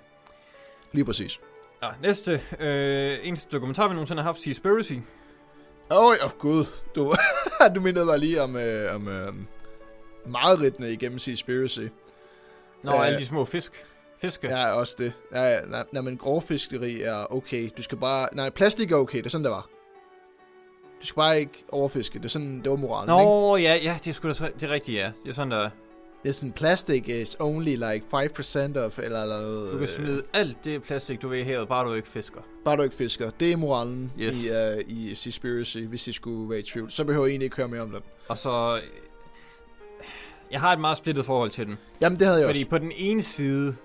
Speaker 2: Lige præcis.
Speaker 1: Nå, næste, øh, eneste dokumentar, vi nogensinde har haft, Seaspiracy.
Speaker 2: Åh, oh, oh, gud. Du, du mindede mig lige om, øh, om øh, meget ridende igennem Seaspiracy.
Speaker 1: Nå,
Speaker 2: Ja.
Speaker 1: alle de små fisk. Fiske.
Speaker 2: Ja, også det. Ja, ja, nej, nej, men grovfiskeri er okay. Du skal bare... Nej, plastik er okay. Det er sådan, det var. Du skal bare ikke overfiske. Det, er sådan, det var moralen, ikke?
Speaker 1: Nå, ja, ja, det er sgu da så, det er rigtigt, ja. Det er sådan, der,
Speaker 2: Det er sådan, plastic is only like 5% of... Eller, eller noget.
Speaker 1: du kan
Speaker 2: øh,
Speaker 1: smide alt det plastik, du vil i havet, bare du ikke fisker.
Speaker 2: Bare du ikke fisker. Det er moralen
Speaker 1: Yes.
Speaker 2: i, uh, i Seaspiracy, hvis I skulle være i tvivl. Så behøver I egentlig ikke høre mere om det.
Speaker 1: Og så... øh, Jeg har et meget splittet forhold til den.
Speaker 2: Jamen, det havde jeg
Speaker 1: Fordi
Speaker 2: også.
Speaker 1: på den ene side,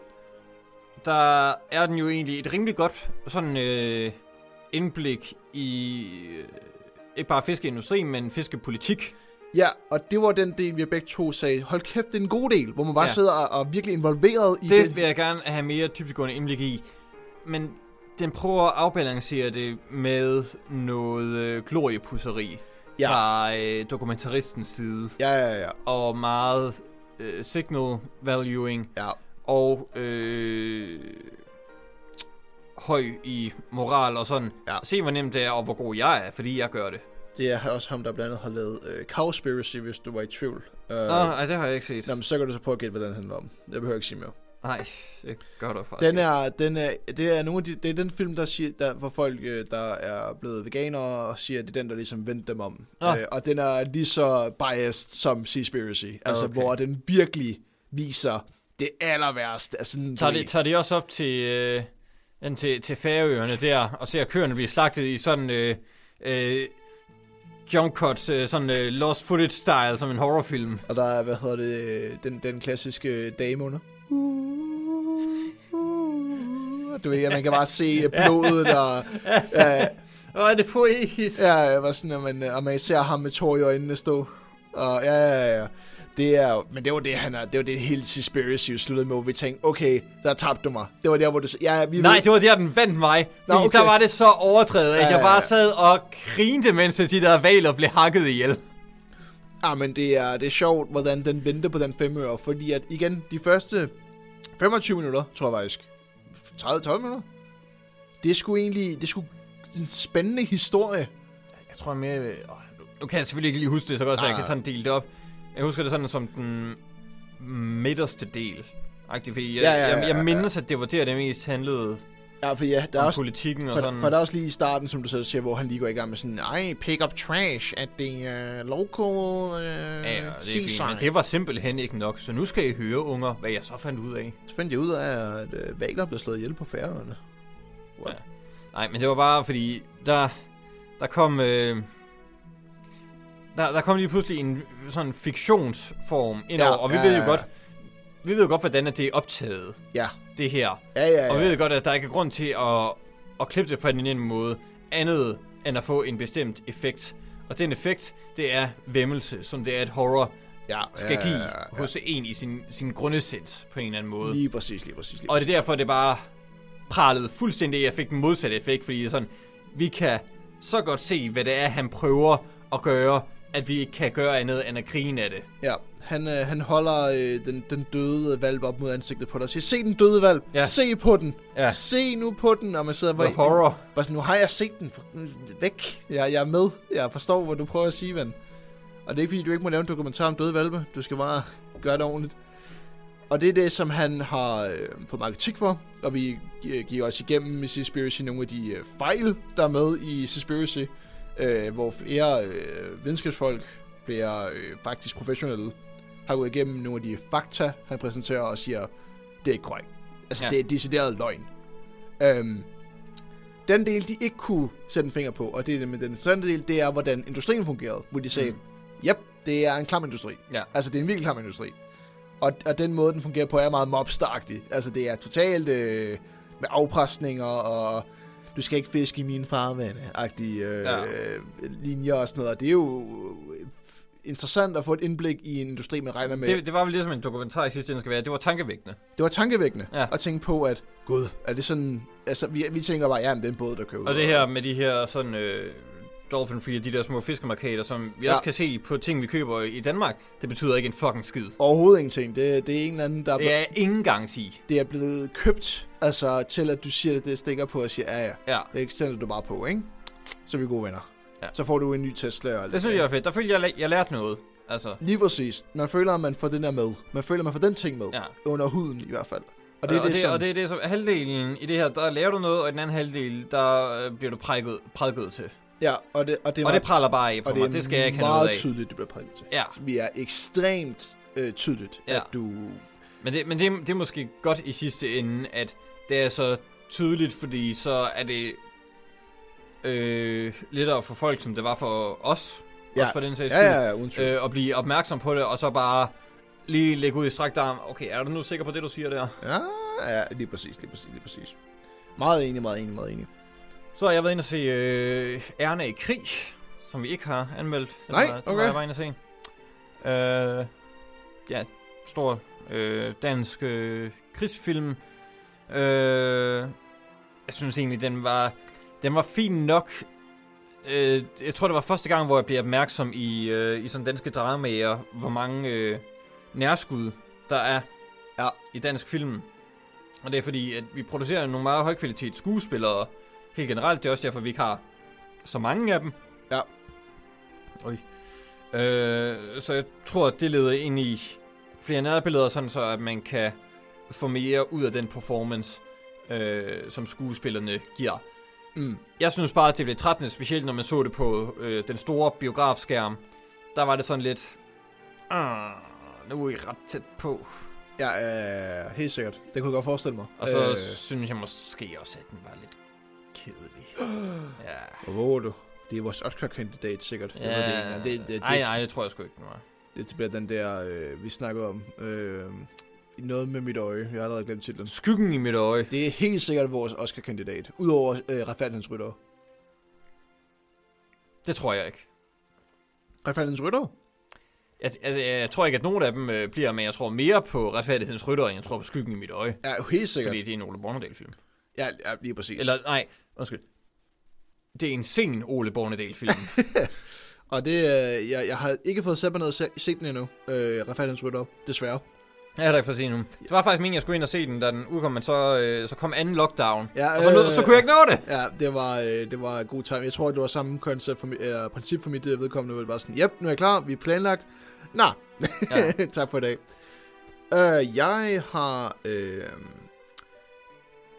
Speaker 1: der er den jo egentlig et rimelig godt sådan øh, indblik i øh, ikke bare fiskeindustrien, men fiskepolitik.
Speaker 2: Ja, og det var den del, vi begge to sagde, hold kæft, det er en god del, hvor man bare
Speaker 1: Ja.
Speaker 2: ja. sidder og, og er virkelig involveret i det.
Speaker 1: Det vil jeg gerne have mere dybdegående indblik i. Men den prøver at afbalancere det med noget øh, gloriepusseri
Speaker 2: Ja.
Speaker 1: fra øh, dokumentaristens side.
Speaker 2: Ja, ja, ja.
Speaker 1: Og meget øh, signal valuing
Speaker 2: Ja,
Speaker 1: og øh, høj i moral og sådan.
Speaker 2: Ja.
Speaker 1: Se, hvor nemt det er, og hvor god jeg er, fordi jeg gør det.
Speaker 2: det er også ham, der blandt andet har lavet uh, Cowspiracy, hvis du var i tvivl. Uh,
Speaker 1: Nå, ej, det har jeg ikke set.
Speaker 2: Nå, men så kan du så prøve at gætte, hvad den handler om. Jeg behøver ikke sige mere.
Speaker 1: Nej, det gør du faktisk
Speaker 2: Den er, den er, det er nogle af de, det er den film, der siger, der, hvor folk, øh, der er blevet veganere, og siger, at det er den, der ligesom vendte dem om.
Speaker 1: Nå.
Speaker 2: Øh, og den er lige så biased som Seaspiracy. Altså,
Speaker 1: Ah, Okay.
Speaker 2: okay. hvor den virkelig viser det aller værste. Altså, sådan,
Speaker 1: Tager
Speaker 2: du
Speaker 1: de,
Speaker 2: ved-
Speaker 1: tager de også op til, øh, ind til, til Færøerne der, og ser køerne blive slagtet i sådan øh, øh, jump cuts, øh, sådan øh, lost footage style, som en horrorfilm.
Speaker 2: Og der er, hvad hedder det, den, den klassiske dame under. Du ved, at man kan bare se blodet, og, øh,
Speaker 1: Åh, er det poetisk?
Speaker 2: Ja, jeg var sådan, at man, og man ser ham med tår i øjnene stå. Og ja, ja, ja. Det er, jo- men det var det, han er, det var det hele Seaspiracy sluttede med, hvor vi tænkte, okay, der tabte du mig. Det var der, hvor du... s- Ja, vi
Speaker 1: Nej, det var der, den vandt mig. Nå,
Speaker 2: Nå,
Speaker 1: okay.
Speaker 2: okay.
Speaker 1: Der var det så overdrevet, at
Speaker 2: Ja,
Speaker 1: jeg
Speaker 2: ja,
Speaker 1: bare
Speaker 2: ja.
Speaker 1: sad og grinte, mens de der valer blev hakket ihjel.
Speaker 2: Ah, men det er, det er sjovt, hvordan den vendte på den femøre, fordi at igen, de første 25 minutter, tror jeg faktisk, 30-12 minutter, det skulle egentlig, det skulle en spændende historie.
Speaker 1: Jeg tror mere... øh, åh, nu- Nu kan jeg selvfølgelig ikke lige huske det så godt, så jeg
Speaker 2: Nej,
Speaker 1: kan
Speaker 2: nej.
Speaker 1: sådan dele det op. Jeg husker det sådan som den midterste del. Agtig, fordi jeg,
Speaker 2: Ja, ja, ja,
Speaker 1: jeg,
Speaker 2: ja,
Speaker 1: jeg
Speaker 2: ja.
Speaker 1: mindes, at det var der, det mest handlede
Speaker 2: Ja, for ja, der
Speaker 1: om
Speaker 2: er også
Speaker 1: politikken og
Speaker 2: For,
Speaker 1: sådan.
Speaker 2: for der er også lige i starten, som du selv siger, hvor han lige går i gang med sådan, ej, pick up trash at the uh, local uh,
Speaker 1: ja, ja, det, er fint,
Speaker 2: seaside.
Speaker 1: men det var simpelthen ikke nok, så nu skal I høre, unger, hvad jeg så fandt ud af.
Speaker 2: Så fandt jeg ud af, at øh, valer blev slået ihjel på færøerne. What?
Speaker 1: Ja. Nej, men det var bare, fordi der, der kom... Øh, der, der kom lige pludselig en sådan fiktionsform ind over,
Speaker 2: Ja,
Speaker 1: og vi
Speaker 2: ja,
Speaker 1: ved
Speaker 2: ja,
Speaker 1: jo
Speaker 2: ja.
Speaker 1: godt, vi ved jo godt, hvordan at det er optaget,
Speaker 2: Ja,
Speaker 1: det her.
Speaker 2: ja, ja.
Speaker 1: Og vi
Speaker 2: ja, ja.
Speaker 1: ved godt, at der ikke er grund til at, at klippe det på en anden måde, andet end at få en bestemt effekt. Og den effekt, det er væmmelse, som det er, at horror
Speaker 2: ja
Speaker 1: skal
Speaker 2: ja,
Speaker 1: give
Speaker 2: ja, ja.
Speaker 1: hos en i sin, sin grundessens på en eller anden måde.
Speaker 2: Lige præcis, lige præcis. Lige.
Speaker 1: Og det er derfor, det bare pralede fuldstændig. Jeg fik den modsatte effekt, fordi sådan, vi kan så godt se, hvad det er, han prøver at gøre, at vi ikke kan gøre andet end at grine af det.
Speaker 2: Ja, han, øh, han holder øh, den, den døde valp op mod ansigtet på dig og siger, se den døde valp,
Speaker 1: Ja.
Speaker 2: ja. se på den,
Speaker 1: Ja.
Speaker 2: ja. se nu på den. Og man sidder
Speaker 1: Hvor
Speaker 2: bare,
Speaker 1: horror.
Speaker 2: bare sådan, nu har jeg set den For- væk. Jeg, jeg er med. Jeg forstår, hvad du prøver at sige, ven. Og det er ikke, fordi du ikke må lave en dokumentar om døde valpe. Du skal bare gøre det ordentligt. Og det er det, som han har øh, fået meget kritik for. Og vi gi- giver os igennem i Seaspiracy nogle af de øh, fejl, der er med i Seaspiracy. Øh, hvor flere øh, videnskabsfolk, flere øh, faktisk professionelle, har gået igennem nogle af de fakta, han præsenterer og siger, det er ikke korrekt. Altså,
Speaker 1: Ja.
Speaker 2: ja. det er decideret løgn. Øhm, den del, de ikke kunne sætte en finger på, og det er med den sådan del, det er, hvordan industrien fungerede. Hvor de sagde,
Speaker 1: Mm.
Speaker 2: mm. yep, det er en klam industri.
Speaker 1: Ja.
Speaker 2: Altså, det er en virkelig klam industri. Og, og den måde, den fungerer på, er meget mobsteragtig. Altså, det er totalt øh, med afpresninger og du skal ikke fiske i mine farvande-agtige øh,
Speaker 1: Ja.
Speaker 2: ja. linjer og sådan noget. Og det er jo øh, interessant at få et indblik i en industri, man regner med. Det,
Speaker 1: Det, det var vel ligesom en dokumentar i sidste ende skal være. Det var tankevækkende.
Speaker 2: det var tankevækkende
Speaker 1: Ja.
Speaker 2: ja. at tænke på, at gud, er det sådan... Altså, vi, vi tænker bare, ja, men det er en båd, der kører ud.
Speaker 1: Og det her med de her sådan... Øh, Dolphin Free, de der små fiskemarkeder, som vi ja.
Speaker 2: Ja.
Speaker 1: også kan se på ting, vi køber i Danmark, det betyder ikke en fucking skid.
Speaker 2: Overhovedet ingenting. Det, det er en eller anden, der er,
Speaker 1: Det
Speaker 2: blevet,
Speaker 1: er ingen garanti.
Speaker 2: det er blevet købt, altså til at du siger, at det stikker på, og siger, ja, ja,
Speaker 1: Ja.
Speaker 2: det sender du bare på, ikke? Så er vi gode venner.
Speaker 1: Ja.
Speaker 2: Så får du en ny Tesla og alt
Speaker 1: Det synes jeg er fedt. Der følte jeg, jeg lærte noget. Altså,
Speaker 2: Lige præcis. Man føler, at man får den der med. Man føler, at man får den ting med.
Speaker 1: ja.
Speaker 2: Under huden i hvert fald. Og det er
Speaker 1: og
Speaker 2: det,
Speaker 1: det,
Speaker 2: som...
Speaker 1: og det er det, som halvdelen i det her, der laver du noget, og i den anden halvdel, der øh, bliver du prædiket, prædiket til.
Speaker 2: Ja, og det, og det, er
Speaker 1: og
Speaker 2: meget,
Speaker 1: det praller bare af på
Speaker 2: og
Speaker 1: mig,
Speaker 2: det, er
Speaker 1: det skal jeg ikke have noget
Speaker 2: meget
Speaker 1: af.
Speaker 2: tydeligt, du bliver prædiket til.
Speaker 1: Ja,
Speaker 2: Vi er ekstremt øh, tydeligt,
Speaker 1: Ja.
Speaker 2: at du...
Speaker 1: men, det, men det, det er måske godt i sidste ende, at det er så tydeligt, fordi så er det øh, lettere for folk, som det var for os, ja.
Speaker 2: Ja.
Speaker 1: også for den sags
Speaker 2: Ja, ja, ja, uden
Speaker 1: skyld,
Speaker 2: tvivl.
Speaker 1: øh, at blive opmærksom på det, og så bare lige lægge ud i strakt arm, okay, er du nu sikker på det, du siger der?
Speaker 2: Ja, ja, lige præcis, lige præcis, lige præcis. Meget enig, meget enig, meget enig.
Speaker 1: Så har jeg været inde og se øh, Ærne i krig, som vi ikke har anmeldt. Den
Speaker 2: Nej,
Speaker 1: var, den
Speaker 2: okay.
Speaker 1: Var jeg var inde og se. Øh, ja, stor øh, dansk øh, krigsfilm. Øh, jeg synes egentlig, den var, den var fin nok. Øh, jeg tror, det var første gang, hvor jeg blev opmærksom i, øh, i sådan danske dramaer, hvor mange øh, nærskud der er
Speaker 2: Ja.
Speaker 1: i dansk film. Og det er fordi, at vi producerer nogle meget højkvalitets skuespillere, helt generelt. Det er også derfor, vi ikke har så mange af dem.
Speaker 2: Ja.
Speaker 1: Oj. Øh, så jeg tror, at det leder ind i flere nærbilleder, sådan så at man kan få mere ud af den performance, øh, som skuespillerne giver.
Speaker 2: Mm.
Speaker 1: Jeg synes bare, at det blev trættende, specielt når man så det på øh, den store biografskærm. Der var det sådan lidt... Ah, nu er I ret tæt på.
Speaker 2: Ja, øh, helt sikkert. Det kunne jeg godt forestille mig.
Speaker 1: Og så øh.
Speaker 2: Øh,
Speaker 1: synes jeg måske også, at den var lidt kedelig. ja.
Speaker 2: Hvor var du? Det er vores Oscar-kandidat, sikkert. Jeg ved det, ikke engang. det, det, det,
Speaker 1: nej, nej, det tror jeg sgu ikke, den var.
Speaker 2: det, det bliver den der, øh, vi snakkede om. Øh, noget med mit øje. Jeg har allerede glemt titlen.
Speaker 1: Skyggen i mit øje.
Speaker 2: Det er helt sikkert vores Oscar-kandidat. Udover øh, Retfærdighedens Rytter.
Speaker 1: Det tror jeg ikke.
Speaker 2: Retfærdighedens Rytter?
Speaker 1: Jeg, jeg, jeg, jeg tror ikke, at nogen af dem øh, bliver, men jeg tror mere på retfærdighedens rytter, end jeg tror på skyggen i mit øje.
Speaker 2: Ja, jo, helt sikkert.
Speaker 1: Fordi det er en Ole Bornedal-film.
Speaker 2: Ja, ja, lige præcis. Eller...
Speaker 1: Eller, nej, undskyld. Det er en sen Ole Bornedal-film.
Speaker 2: Og det, øh, jeg, jeg har ikke fået sat mig ned og se, set den endnu. Øh, Retfærdighedens Rytter. Desværre.
Speaker 1: jeg har da ikke fået set nu. Det var faktisk meningen, jeg skulle ind og se den, da den udkom, men så, øh, så kom anden lockdown.
Speaker 2: Ja,
Speaker 1: Og så, øh, så kunne jeg ikke nå det!
Speaker 2: Ja, det var, øh, det var god time. Jeg tror, det var samme koncept for, mi- eller princip for mit øh, vedkommende. Det var bare sådan, yep, nu er jeg klar, vi er planlagt. Nå,
Speaker 1: Ja.
Speaker 2: ja. tak for i dag. Øh, jeg har øh,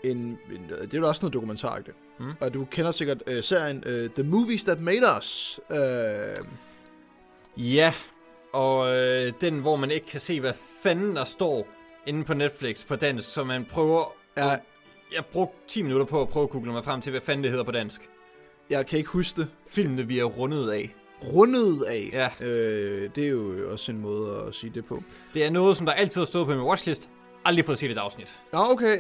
Speaker 2: en, en, det er jo også noget dokumentaragtigt.
Speaker 1: Mm.
Speaker 2: Mm. Og du kender sikkert øh, serien øh, The Movies That Made Us. Øh,
Speaker 1: Ja, og øh, den, hvor man ikke kan se, hvad fanden der står inde på Netflix på dansk, så man prøver...
Speaker 2: Ja.
Speaker 1: Jeg brugte 10 minutter på at prøve at google mig frem til, hvad fanden det hedder på dansk.
Speaker 2: jeg kan ikke huske det.
Speaker 1: Filmene, vi er rundet af.
Speaker 2: Rundet af.
Speaker 1: Ja.
Speaker 2: Øh, det er jo også en måde at sige det på.
Speaker 1: Det er noget, som der altid har stået på min watchlist. Aldrig fået set et afsnit.
Speaker 2: Nå, okay.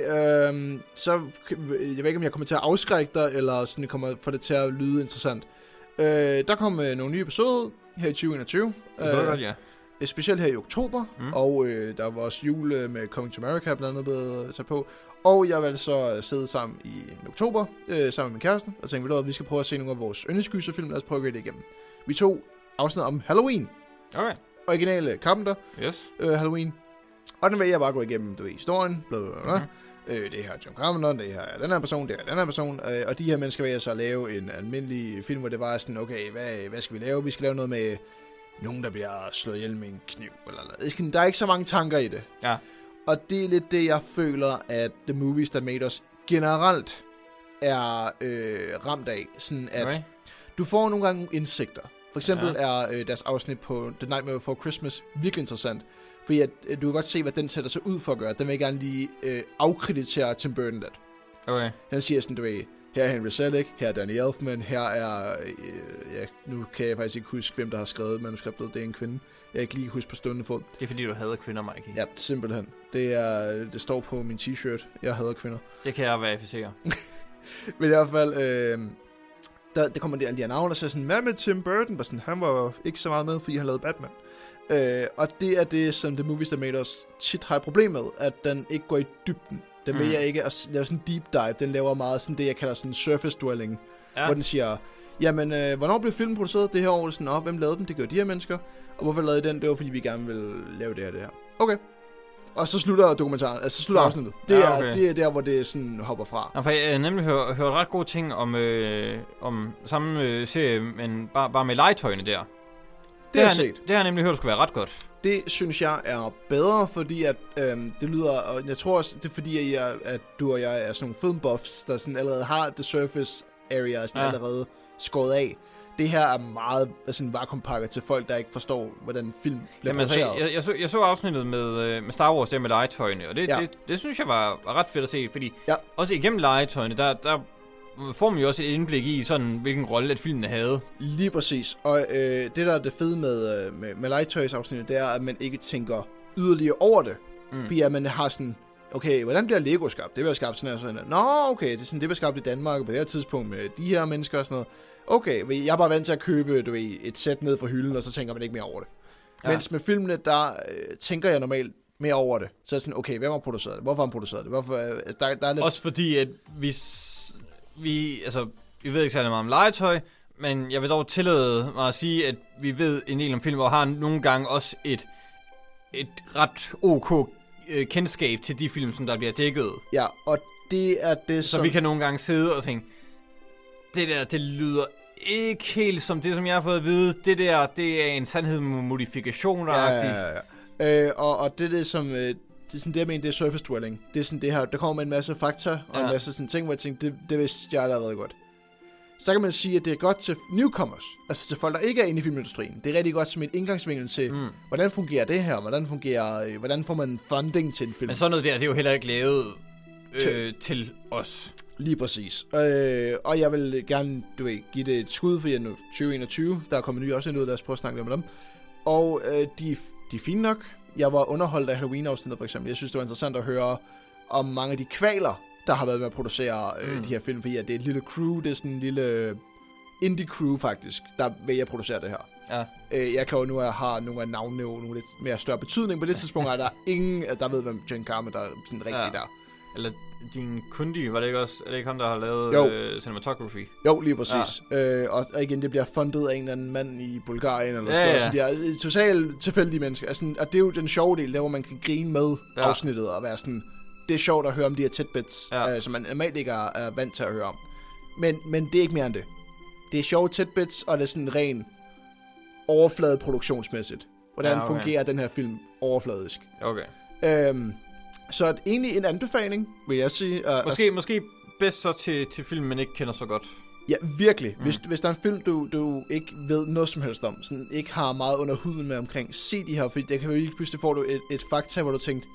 Speaker 2: Øhm, så jeg ved ikke, om jeg kommer til at afskrække dig, eller sådan kommer for det til at lyde interessant. Øh, der kom øh, nogle nye episoder her i 2021. Øh,
Speaker 1: ja.
Speaker 2: specielt her i oktober.
Speaker 1: Mm.
Speaker 2: Mm. Og øh, der var også jul øh, med Coming to America blandt andet blevet sat på. Og jeg valgte så at sidde sammen i oktober, øh, sammen med min kæreste, og tænkte, ved du hvad, vi skal prøve at se nogle af vores yndlingsgyserfilm. Lad os prøve at gøre det igennem. Vi tog afsnit om Halloween.
Speaker 1: Okay,
Speaker 2: Originale Carpenter
Speaker 1: yes.
Speaker 2: øh, Halloween. Og den vil jeg bare gå igennem, du ved, historien, bla bla bla. bla.
Speaker 1: Mhm.
Speaker 2: Mm-hmm. Øh, det her er John Carpenter, det her er den her person, det her er den her person. Øh, og de her mennesker vil jeg så lave en almindelig film, hvor det var sådan, okay, hvad, hvad skal vi lave? Vi skal lave noget med nogen, der bliver slået ihjel med en kniv. Eller, eller. Det skal- Der er ikke så mange tanker i det.
Speaker 1: Ja.
Speaker 2: Og det er lidt det, jeg føler, at The Movies That Made Us generelt er øh, ramt af. Sådan at
Speaker 1: Okay.
Speaker 2: du får nogle gange nogle indsigter. For eksempel
Speaker 1: Ja.
Speaker 2: ja. er øh, deres afsnit på The Nightmare Before Christmas virkelig interessant. Fordi at, øh, du kan godt se, hvad den sætter sig ud for at gøre. Den vil gerne lige øh, afkreditere Tim Burton lidt.
Speaker 1: okay.
Speaker 2: Han siger sådan, du ved, her er Henry Selick, her er Danny Elfman, her er... Øh, ja, nu kan jeg faktisk ikke huske, hvem der har skrevet manuskriptet. Det er en kvinde. Jeg kan ikke lige huske på stående fod.
Speaker 1: Det er fordi, du hader kvinder, Mikey.
Speaker 2: Ja, simpelthen. Det, er, øh, det står på min t-shirt. Jeg hader kvinder.
Speaker 1: Det kan jeg verificere.
Speaker 2: Men i hvert fald, øh, der, der kommer de alle de her navne, og så er jeg sådan, hvad med Tim Burton? Og sådan, han var ikke så meget med, fordi han lavede Batman. Øh, og det er det, som The Movies, der Made Us tit har et problem med, at den ikke går i dybden. Den vil
Speaker 1: Mm.
Speaker 2: jeg ikke at s- lave sådan en deep dive. Den laver meget sådan det, jeg kalder sådan surface dwelling.
Speaker 1: Ja.
Speaker 2: Ja. Hvor den siger, jamen, øh, hvornår blev filmen produceret det her år? Sådan, oh, hvem lavede den? Det gjorde de her mennesker. Og hvorfor lavede I den? Det var, fordi vi gerne ville lave det her, det her. Okay. Og så slutter dokumentaren, altså så slutter
Speaker 1: Ja.
Speaker 2: afsnittet. Det,
Speaker 1: Ja,
Speaker 2: ja,
Speaker 1: okay.
Speaker 2: okay. er, det er der, hvor det sådan hopper fra.
Speaker 1: Nå, for jeg har nemlig hør, hørt ret gode ting om, øh, om samme øh, serie, men bare, bare med legetøjene der.
Speaker 2: Det har jeg
Speaker 1: har jeg
Speaker 2: set.
Speaker 1: Det har jeg nemlig hørt skulle være ret godt.
Speaker 2: Det synes jeg er bedre, fordi at øhm, det lyder, og jeg tror også, det er fordi, at, jeg, at du og jeg er sådan nogle filmbuffs, der sådan allerede har the surface area sådan
Speaker 1: Ja.
Speaker 2: ja. allerede skåret af. Det her er meget altså en vakuumpakke til folk, der ikke forstår, hvordan film bliver
Speaker 1: altså,
Speaker 2: produceret.
Speaker 1: jeg, jeg, så, jeg så afsnittet med, øh, med Star Wars der med legetøjene, og det, ja.
Speaker 2: Ja.
Speaker 1: det, det synes jeg var, var ret fedt at se, fordi ja.
Speaker 2: Ja.
Speaker 1: også igennem legetøjene, der, der får man jo også et indblik i, sådan, hvilken rolle at filmene havde.
Speaker 2: Lige præcis. Og øh, det, der er det fede med, øh, med, med legetøjsafsnittet, det er, at man ikke tænker yderligere over det.
Speaker 1: Mm.
Speaker 2: Mm. Fordi at man har sådan, okay, hvordan bliver Lego skabt? Det bliver skabt sådan her, sådan her. Nå, okay, det, er sådan, det bliver skabt i Danmark og på det her tidspunkt med de her mennesker og sådan noget. Okay, men jeg er bare vant til at købe du ved, et sæt ned fra hylden, og så tænker man ikke mere over det.
Speaker 1: Ja.
Speaker 2: Ja. Mens med filmene, der øh, tænker jeg normalt mere over det. Så er jeg sådan, okay, hvem har produceret det? Hvorfor har han produceret det? Hvorfor, øh, der, der er lidt...
Speaker 1: Også fordi, at vi, s- vi, altså, vi ved ikke særlig meget om legetøj, men jeg vil dog tillade mig at sige, at vi ved en del om film, og har nogle gange også et, et ret ok øh, kendskab til de film, som der bliver dækket.
Speaker 2: Ja, og det er det,
Speaker 1: Så vi kan nogle gange sidde og tænke, det der, det lyder ikke helt som det, som jeg har fået at vide. Det der, det er en sandhed med modifikationer. Ja,
Speaker 2: ja, ja. Øh, og, og det er det, som... Øh, det er sådan det, jeg mener, det er surface dwelling. Det er sådan det her, der kommer med en masse fakta og
Speaker 1: Ja.
Speaker 2: en masse sådan ting, hvor jeg tænkte, det, det vidste jeg allerede godt. Så der kan man sige, at det er godt til newcomers, altså til folk, der ikke er inde i filmindustrien. Det er rigtig godt som et indgangsvinkel til,
Speaker 1: Mm.
Speaker 2: mm. hvordan fungerer det her, hvordan fungerer, øh, hvordan får man funding til en film.
Speaker 1: Men sådan noget der, det er jo heller ikke lavet øh,
Speaker 2: Til-
Speaker 1: til os.
Speaker 2: Lige præcis. Øh, og jeg vil gerne, du ved, give det et skud for nu 2021. Der er kommet nye afsnit ud, lad os prøve at snakke lidt om dem. Og øh, de, de er fine nok. Jeg var underholdt af Halloween-afsnittet for eksempel. Jeg synes, det var interessant at høre om mange af de kvaler, der har været med at producere øh,
Speaker 1: Mm.
Speaker 2: mm. de her film. Fordi at det er et lille crew, det er sådan en lille indie crew faktisk, der vælger at producere det her.
Speaker 1: Ja.
Speaker 2: Øh, jeg er klar over nu, at jeg har nogle af navnene jo nogle lidt mere større betydning. På det tidspunkt er der ingen, der ved, hvem Jen Carmen der er sådan rigtig
Speaker 1: Ja.
Speaker 2: ja. der.
Speaker 1: Eller din kundi, var det ikke også, er det ikke ham, der har lavet
Speaker 2: Jo.
Speaker 1: øh, cinematography?
Speaker 2: Jo, lige præcis. Ja. Øh, og, og igen, det bliver fundet af en eller anden mand i Bulgarien, eller
Speaker 1: Ja,
Speaker 2: sådan
Speaker 1: ja.
Speaker 2: noget, som bliver øh, totalt tilfældige mennesker. Altså, og det er jo den sjove del, der hvor man kan grine med
Speaker 1: Ja.
Speaker 2: ja. afsnittet, og være sådan, det er sjovt at høre om de her tidbits,
Speaker 1: Ja.
Speaker 2: ja. øh, som man normalt ikke er, er vant til at høre om. Men, men det er ikke mere end det. Det er sjove tidbits, og det er sådan ren overflade produktionsmæssigt. Hvordan
Speaker 1: Ja,
Speaker 2: ja,
Speaker 1: okay.
Speaker 2: okay. fungerer den her film overfladisk?
Speaker 1: Okay.
Speaker 2: Øhm, så at egentlig en anbefaling, vil jeg sige. og- og
Speaker 1: Måske, måske bedst så til, til film, man ikke kender så godt.
Speaker 2: Ja, virkelig.
Speaker 1: Mm.
Speaker 2: Hvis, hvis der er en film, du, du ikke ved noget som helst om, sådan ikke har meget under huden med omkring, se de her, fordi der kan jo lige pludselig får du et, et fakta, hvor du tænkte,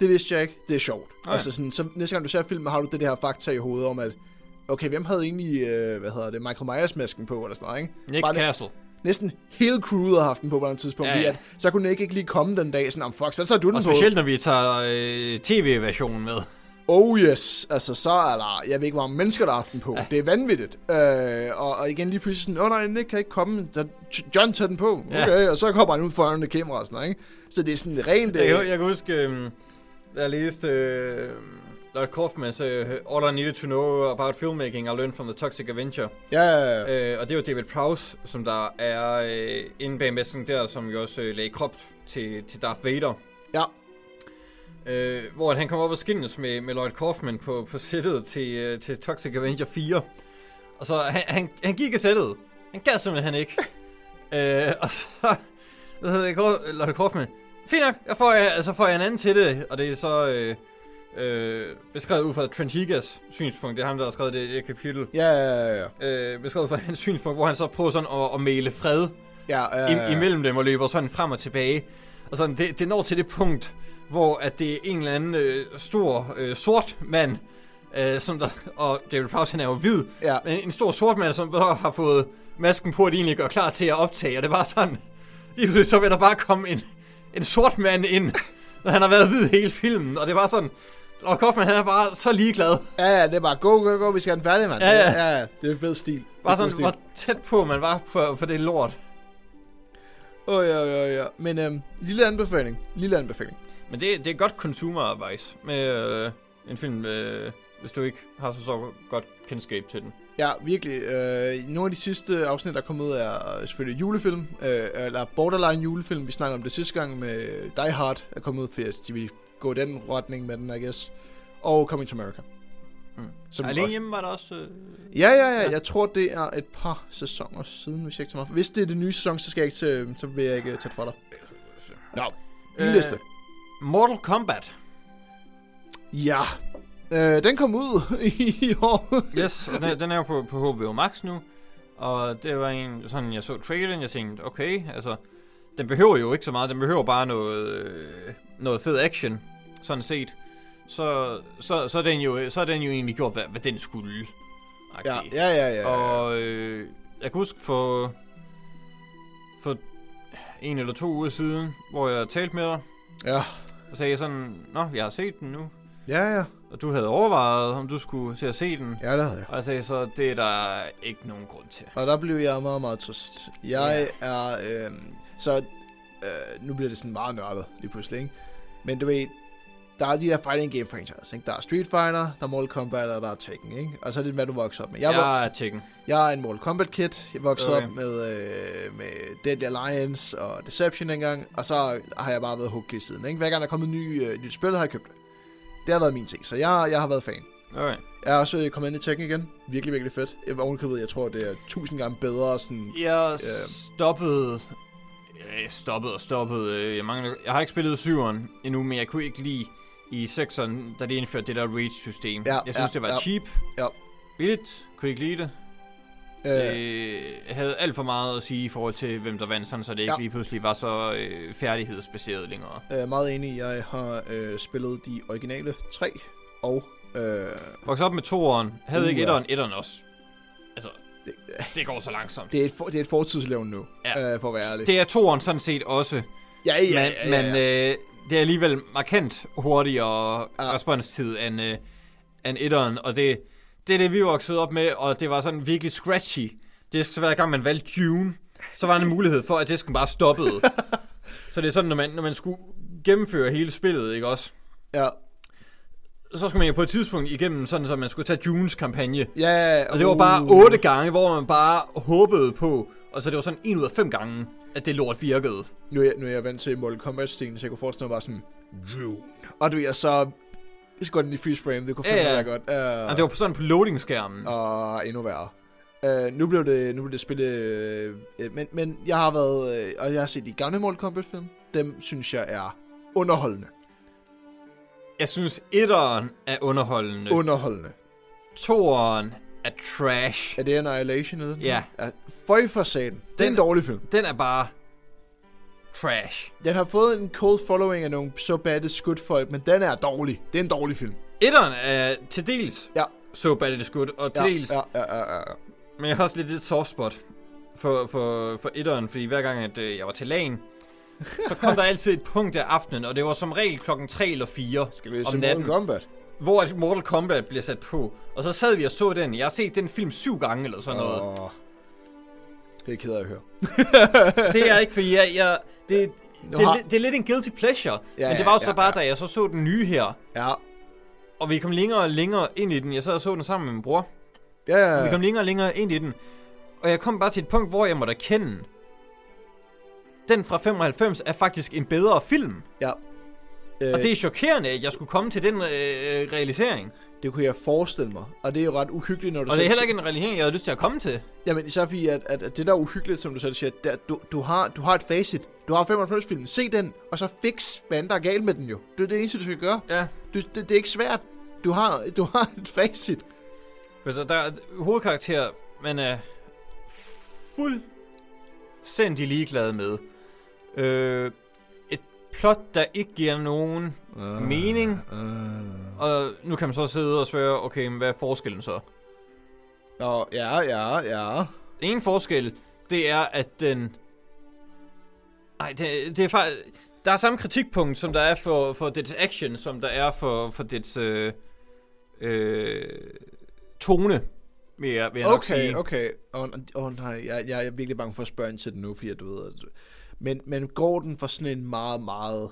Speaker 2: det vidste jeg ikke, det er sjovt.
Speaker 1: Nej.
Speaker 2: Okay. Altså sådan, så næste gang du ser filmen, har du det, det her fakta i hovedet om, at okay, hvem havde egentlig, øh, hvad hedder det, Michael Myers-masken på, eller sådan noget, ikke?
Speaker 1: Nick
Speaker 2: Bare
Speaker 1: Bare
Speaker 2: det-
Speaker 1: Castle.
Speaker 2: Næsten hele crewet har haft den på på et tidspunkt,
Speaker 1: Ja,
Speaker 2: ja, ja.
Speaker 1: ja.
Speaker 2: At, så kunne Nick ikke lige komme den dag, sådan, om fuck, så tager du den
Speaker 1: Og
Speaker 2: på.
Speaker 1: specielt, når vi tager øh, tv-versionen med.
Speaker 2: Oh yes, altså så er der, jeg ved ikke, hvor mange mennesker, der har haft den på. Ja. Det er vanvittigt. Øh, og, og igen lige pludselig sådan, åh oh, nej, Nick kan ikke komme. Der, John tager den på.
Speaker 1: Ja.
Speaker 2: Okay, og så kommer han ud foran det kamera og sådan noget, ikke? Så det er sådan rent...
Speaker 1: Jeg, kan-
Speaker 2: Øh,
Speaker 1: jeg kan huske, øh, da jeg læste øh, Lord Kaufmans øh, All I Needed to Know About Filmmaking I Learned from the Toxic Avenger.
Speaker 2: ja, ja, ja.
Speaker 1: Øh, og det var David Prowse, som der er øh, inde bag masken der, som jo også øh, lagde krop til, til Darth Vader.
Speaker 2: Ja.
Speaker 1: Øh, hvor at han kom op og skinnes med, med Lloyd Kaufman på, på sættet til, øh, til Toxic Avenger 4. Og så han, han, han gik af sættet. Han gad simpelthen ikke. øh, og så hvad hedder det, Kor- Lloyd Kaufman. Fint nok, jeg får, jeg, så får jeg en anden til det, og det er så øh, øh, beskrevet ud fra Trent Higas synspunkt. Det er ham, der har skrevet det, det kapitel
Speaker 2: Ja, ja, ja, ja.
Speaker 1: øh, beskrevet fra hans synspunkt, hvor han så prøver sådan at, at male fred
Speaker 2: ja, øh, ja,
Speaker 1: ja.
Speaker 2: ja.
Speaker 1: imellem dem og løber sådan frem og tilbage. Og sådan, det, det når til det punkt, hvor at det er en eller anden øh, stor øh, sort mand, øh, som der, og David Prowse han er jo hvid,
Speaker 2: Ja.
Speaker 1: men en stor sort mand, som bare har fået masken på, at de egentlig gør klar til at optage, og det var sådan, lige pludselig så vil der bare komme en, en sort mand ind, når han har været hvid hele filmen, og det var sådan, Lord Kaufman han er bare så ligeglad.
Speaker 2: Ja, ja, det er bare, go, go, go, vi skal have den færdig, mand.
Speaker 1: Ja, ja.
Speaker 2: ja, ja. Det er fed stil. Det er
Speaker 1: Bare
Speaker 2: god
Speaker 1: sådan,
Speaker 2: stil.
Speaker 1: hvor tæt på man var for, for det lort.
Speaker 2: Åh, ja, ja, ja. Men øhm, lille anbefaling. Lille anbefaling.
Speaker 1: Men det, det er godt consumer advice med øh, en film, øh, hvis du ikke har så, så godt kendskab til den.
Speaker 2: Ja, virkelig. Øh, nogle af de sidste afsnit, der er kommet ud, er selvfølgelig julefilm, øh, eller borderline julefilm. Vi snakkede om det sidste gang med Die Hard er kommet ud, fordi de vil gå i den retning med den, I guess. Og Coming to America.
Speaker 1: Mm.
Speaker 2: Som
Speaker 1: Alene
Speaker 2: også-
Speaker 1: hjemme var der også... Øh...
Speaker 2: Ja, ja, ja. Jeg tror, det er et par sæsoner siden, hvis jeg ikke tager mig. for- Hvis det er det nye sæson, så, skal jeg ikke til, så vil jeg ikke øh, tage det fra dig. Nå, din
Speaker 1: Øh,
Speaker 2: liste.
Speaker 1: Mortal Kombat.
Speaker 2: Ja. Øh, den kom ud i år.
Speaker 1: Yes, og den, den er jo på, på HBO Max nu. Og det var en, sådan, jeg så traileren, jeg tænkte, okay, altså, den behøver jo ikke så meget, den behøver bare noget, øh, noget fed action, sådan set. Så, så, så, er den jo, så er den jo egentlig gjort, hvad, hvad den skulle.
Speaker 2: Ja,
Speaker 1: agtig.
Speaker 2: ja, ja, ja. ja.
Speaker 1: Og øh, jeg kan huske for, for en eller to uger siden, hvor jeg talte med dig,
Speaker 2: Ja,
Speaker 1: og sagde sådan, Nå, jeg har set den nu.
Speaker 2: ja, ja.
Speaker 1: Og du havde overvejet, om du skulle til at se den.
Speaker 2: Ja, det havde jeg.
Speaker 1: Og jeg sagde så, det er der ikke nogen grund til.
Speaker 2: Og der blev jeg meget, meget trist. Jeg er... Øh, så... Øh, nu bliver det sådan meget nørdet lige pludselig, ikke? Men du ved, der er de der fighting game franchise, ikke? Der er Street Fighter, der er Mortal Kombat, og der er Tekken, ikke? Og så er det, hvad du vokser op med. Jeg,
Speaker 1: Jeg,
Speaker 2: ja.
Speaker 1: jeg er Tekken.
Speaker 2: Jeg er en Mortal Kombat kid. Jeg voksede okay.
Speaker 1: Okay.
Speaker 2: op med, øh, med Deadly Alliance og Deception engang, og så har jeg bare været hooked lige siden. Ikke? Hver gang der er kommet ny, øh, nyt spil, har jeg købt det. Det har været min ting, så jeg, jeg har været fan.
Speaker 1: Okay.
Speaker 2: Jeg er også øh, kommet ind i Tekken igen. Virkelig, virkelig fedt. Jeg var ovenikøbet, jeg tror, det er tusind gange bedre. Sådan...
Speaker 1: Jeg stoppede... Jeg stoppede og stoppede. øh, Jeg, mangler, jeg har ikke spillet 7'eren endnu, men jeg kunne ikke lide i 6'eren, da de indførte det der Rage-system.
Speaker 2: Ja,
Speaker 1: jeg synes,
Speaker 2: ja,
Speaker 1: det var
Speaker 2: ja.
Speaker 1: cheap.
Speaker 2: Ja.
Speaker 1: Billigt. Kunne ikke lide det.
Speaker 2: Øh,
Speaker 1: Det havde alt for meget at sige i forhold til, hvem der vandt, sådan, så det ikke
Speaker 2: Ja.
Speaker 1: lige pludselig var så øh, færdighedsbaseret længere.
Speaker 2: øh, meget enig. Jeg har øh, spillet de originale tre, og... Øh,
Speaker 1: Vokset op med 2'eren. Havde
Speaker 2: Uh,
Speaker 1: ikke
Speaker 2: ja.
Speaker 1: 1'eren. 1'eren også. Altså,
Speaker 2: det,
Speaker 1: det går så langsomt.
Speaker 2: det, er et for, det er et fortidslevn nu,
Speaker 1: Ja.
Speaker 2: ja. øh, for at være ærlig.
Speaker 1: Det er 2'eren sådan set også.
Speaker 2: ja, ja, ja,
Speaker 1: men,
Speaker 2: ja, ja.
Speaker 1: men øh, det er alligevel markant hurtigere
Speaker 2: Ja.
Speaker 1: ja. responstid end, øh, end etteren, og det, det er det, vi voksede op med, og det var sådan virkelig scratchy. Det så hver gang man valgte June, så var der en mulighed for, at disken bare stoppede. så det er sådan, når man, når man skulle gennemføre hele spillet, ikke også?
Speaker 2: ja.
Speaker 1: Så skulle man jo på et tidspunkt igennem sådan, så man skulle tage Junes kampagne.
Speaker 2: Ja, ja, ja.
Speaker 1: Og det var bare
Speaker 2: Uh.
Speaker 1: otte gange, hvor man bare håbede på, og så det var sådan en ud af fem gange, at det lort virkede.
Speaker 2: Nu er, jeg, nu er jeg vant til Mortal Kombat-stilen, så jeg kunne forestille mig bare sådan... Og du ved, og så... Jeg skal gå den i freeze frame, det kunne
Speaker 1: Ja,
Speaker 2: fandme
Speaker 1: ja.
Speaker 2: være godt.
Speaker 1: Og
Speaker 2: Uh,
Speaker 1: det var på sådan på loading-skærmen.
Speaker 2: Og endnu værre. Uh, nu blev det, nu blev det spillet... Øh, øh, men, men jeg har været... Øh, og jeg har set de gamle Mortal Kombat-film. Dem synes jeg er underholdende.
Speaker 1: Jeg synes, etteren er underholdende. Un-
Speaker 2: Underholdende.
Speaker 1: Toeren er trash.
Speaker 2: Er det Annihilation? Eller?
Speaker 1: Ja.
Speaker 2: ja. Føj for satan. Det er en
Speaker 1: Den-
Speaker 2: dårlig film.
Speaker 1: Den er bare trash.
Speaker 2: Den har fået en cold following af nogle so bad skudt folk, men den er dårlig. Det er en dårlig film.
Speaker 1: Etteren er til dels
Speaker 2: Ja.
Speaker 1: så bad det skud, og til
Speaker 2: Ja,
Speaker 1: ja, dels...
Speaker 2: ja, ja, ja, ja.
Speaker 1: Men jeg har også lidt et soft spot for, for, for etteren, fordi hver gang, at øh, jeg var til lagen, så kom der altid et punkt af aftenen, og det var som regel klokken 3 eller 4
Speaker 2: Skal vi
Speaker 1: om
Speaker 2: se Mortal
Speaker 1: natten,
Speaker 2: Kombat?
Speaker 1: hvor at Mortal Kombat blev sat på. Og så sad vi og så den. Jeg har set den film syv gange eller sådan noget.
Speaker 2: Åh. Det er jeg ked af at høre.
Speaker 1: Det er ikke, fordi jeg... jeg det, det,
Speaker 2: har-
Speaker 1: har... det er lidt en guilty pleasure. Ja, men det var jo ja, så bare, ja. da jeg så så den nye her,
Speaker 2: Ja,
Speaker 1: og vi kom længere og længere ind i den. Jeg sad og så den sammen med min bror.
Speaker 2: ja, ja.
Speaker 1: Ja. Vi
Speaker 2: ja.
Speaker 1: kom længere og længere ind i den. Og jeg kom bare til et punkt, hvor jeg måtte erkende, den fra 95 er faktisk en bedre film. Øh.
Speaker 2: ja. Øh,
Speaker 1: Og det
Speaker 2: det...
Speaker 1: er chokerende, at jeg skulle komme til den øh, realisering.
Speaker 2: det kunne jeg forestille mig. Og det er jo ret uhyggeligt, når
Speaker 1: Og
Speaker 2: du
Speaker 1: det
Speaker 2: selv
Speaker 1: er heller ikke en realisering, jeg havde lyst til at komme til.
Speaker 2: siger- Jamen, især fordi, at, at, at det der er uhyggeligt, som du selv siger, der, du, du, har, du har et facit. Du har 95 film. Se den, og så fix, hvad end der er galt med den jo. Det er det eneste, du skal gøre.
Speaker 1: Ja.
Speaker 2: Du, det, det, er ikke svært. Du har, du har et facit.
Speaker 1: Altså, der er et hovedkarakter, man er fuldstændig ligeglad med. Øh, et plot, der ikke giver nogen
Speaker 2: Uh,
Speaker 1: Øh, mening.
Speaker 2: Uh.
Speaker 1: Og nu kan man så sidde og spørge, okay, men hvad er forskellen så?
Speaker 2: Og, ja, ja, ja.
Speaker 1: Den ene forskel, det er, at den... Nej, det, det er faktisk... Der er samme kritikpunkt, som der er for, for dets action, som der er for, for dets øh, øh, tone, vil jeg, vil jeg nok
Speaker 2: Okay,
Speaker 1: sige.
Speaker 2: okay. Åh oh, oh, nej, jeg, jeg er virkelig bange for at spørge ind til det nu, fordi at du ved, at... Men, men går den for sådan en meget, meget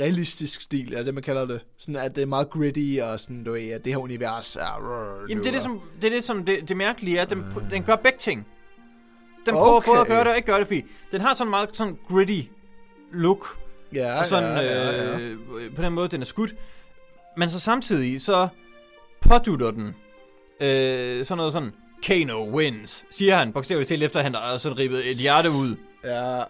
Speaker 2: realistisk stil, er det, man kalder det? Sådan, at det er meget gritty, og sådan, du ved, at det her univers er... Ah.
Speaker 1: Jamen, det er det, som, det, er det, som det, det mærkelige er, at den, den gør begge ting. Den
Speaker 2: Okay.
Speaker 1: prøver både at gøre det og ikke gøre det, fordi den har sådan en meget sådan gritty look,
Speaker 2: Ja,
Speaker 1: og sådan,
Speaker 2: ja, ja, ja.
Speaker 1: Øh, på den måde, den er skudt. Men så samtidig, så pådutter den. Øh, sådan noget sådan, Kano wins, siger han bogstaveligt til, efter han har sådan ribbet et hjerte ud.
Speaker 2: Ja.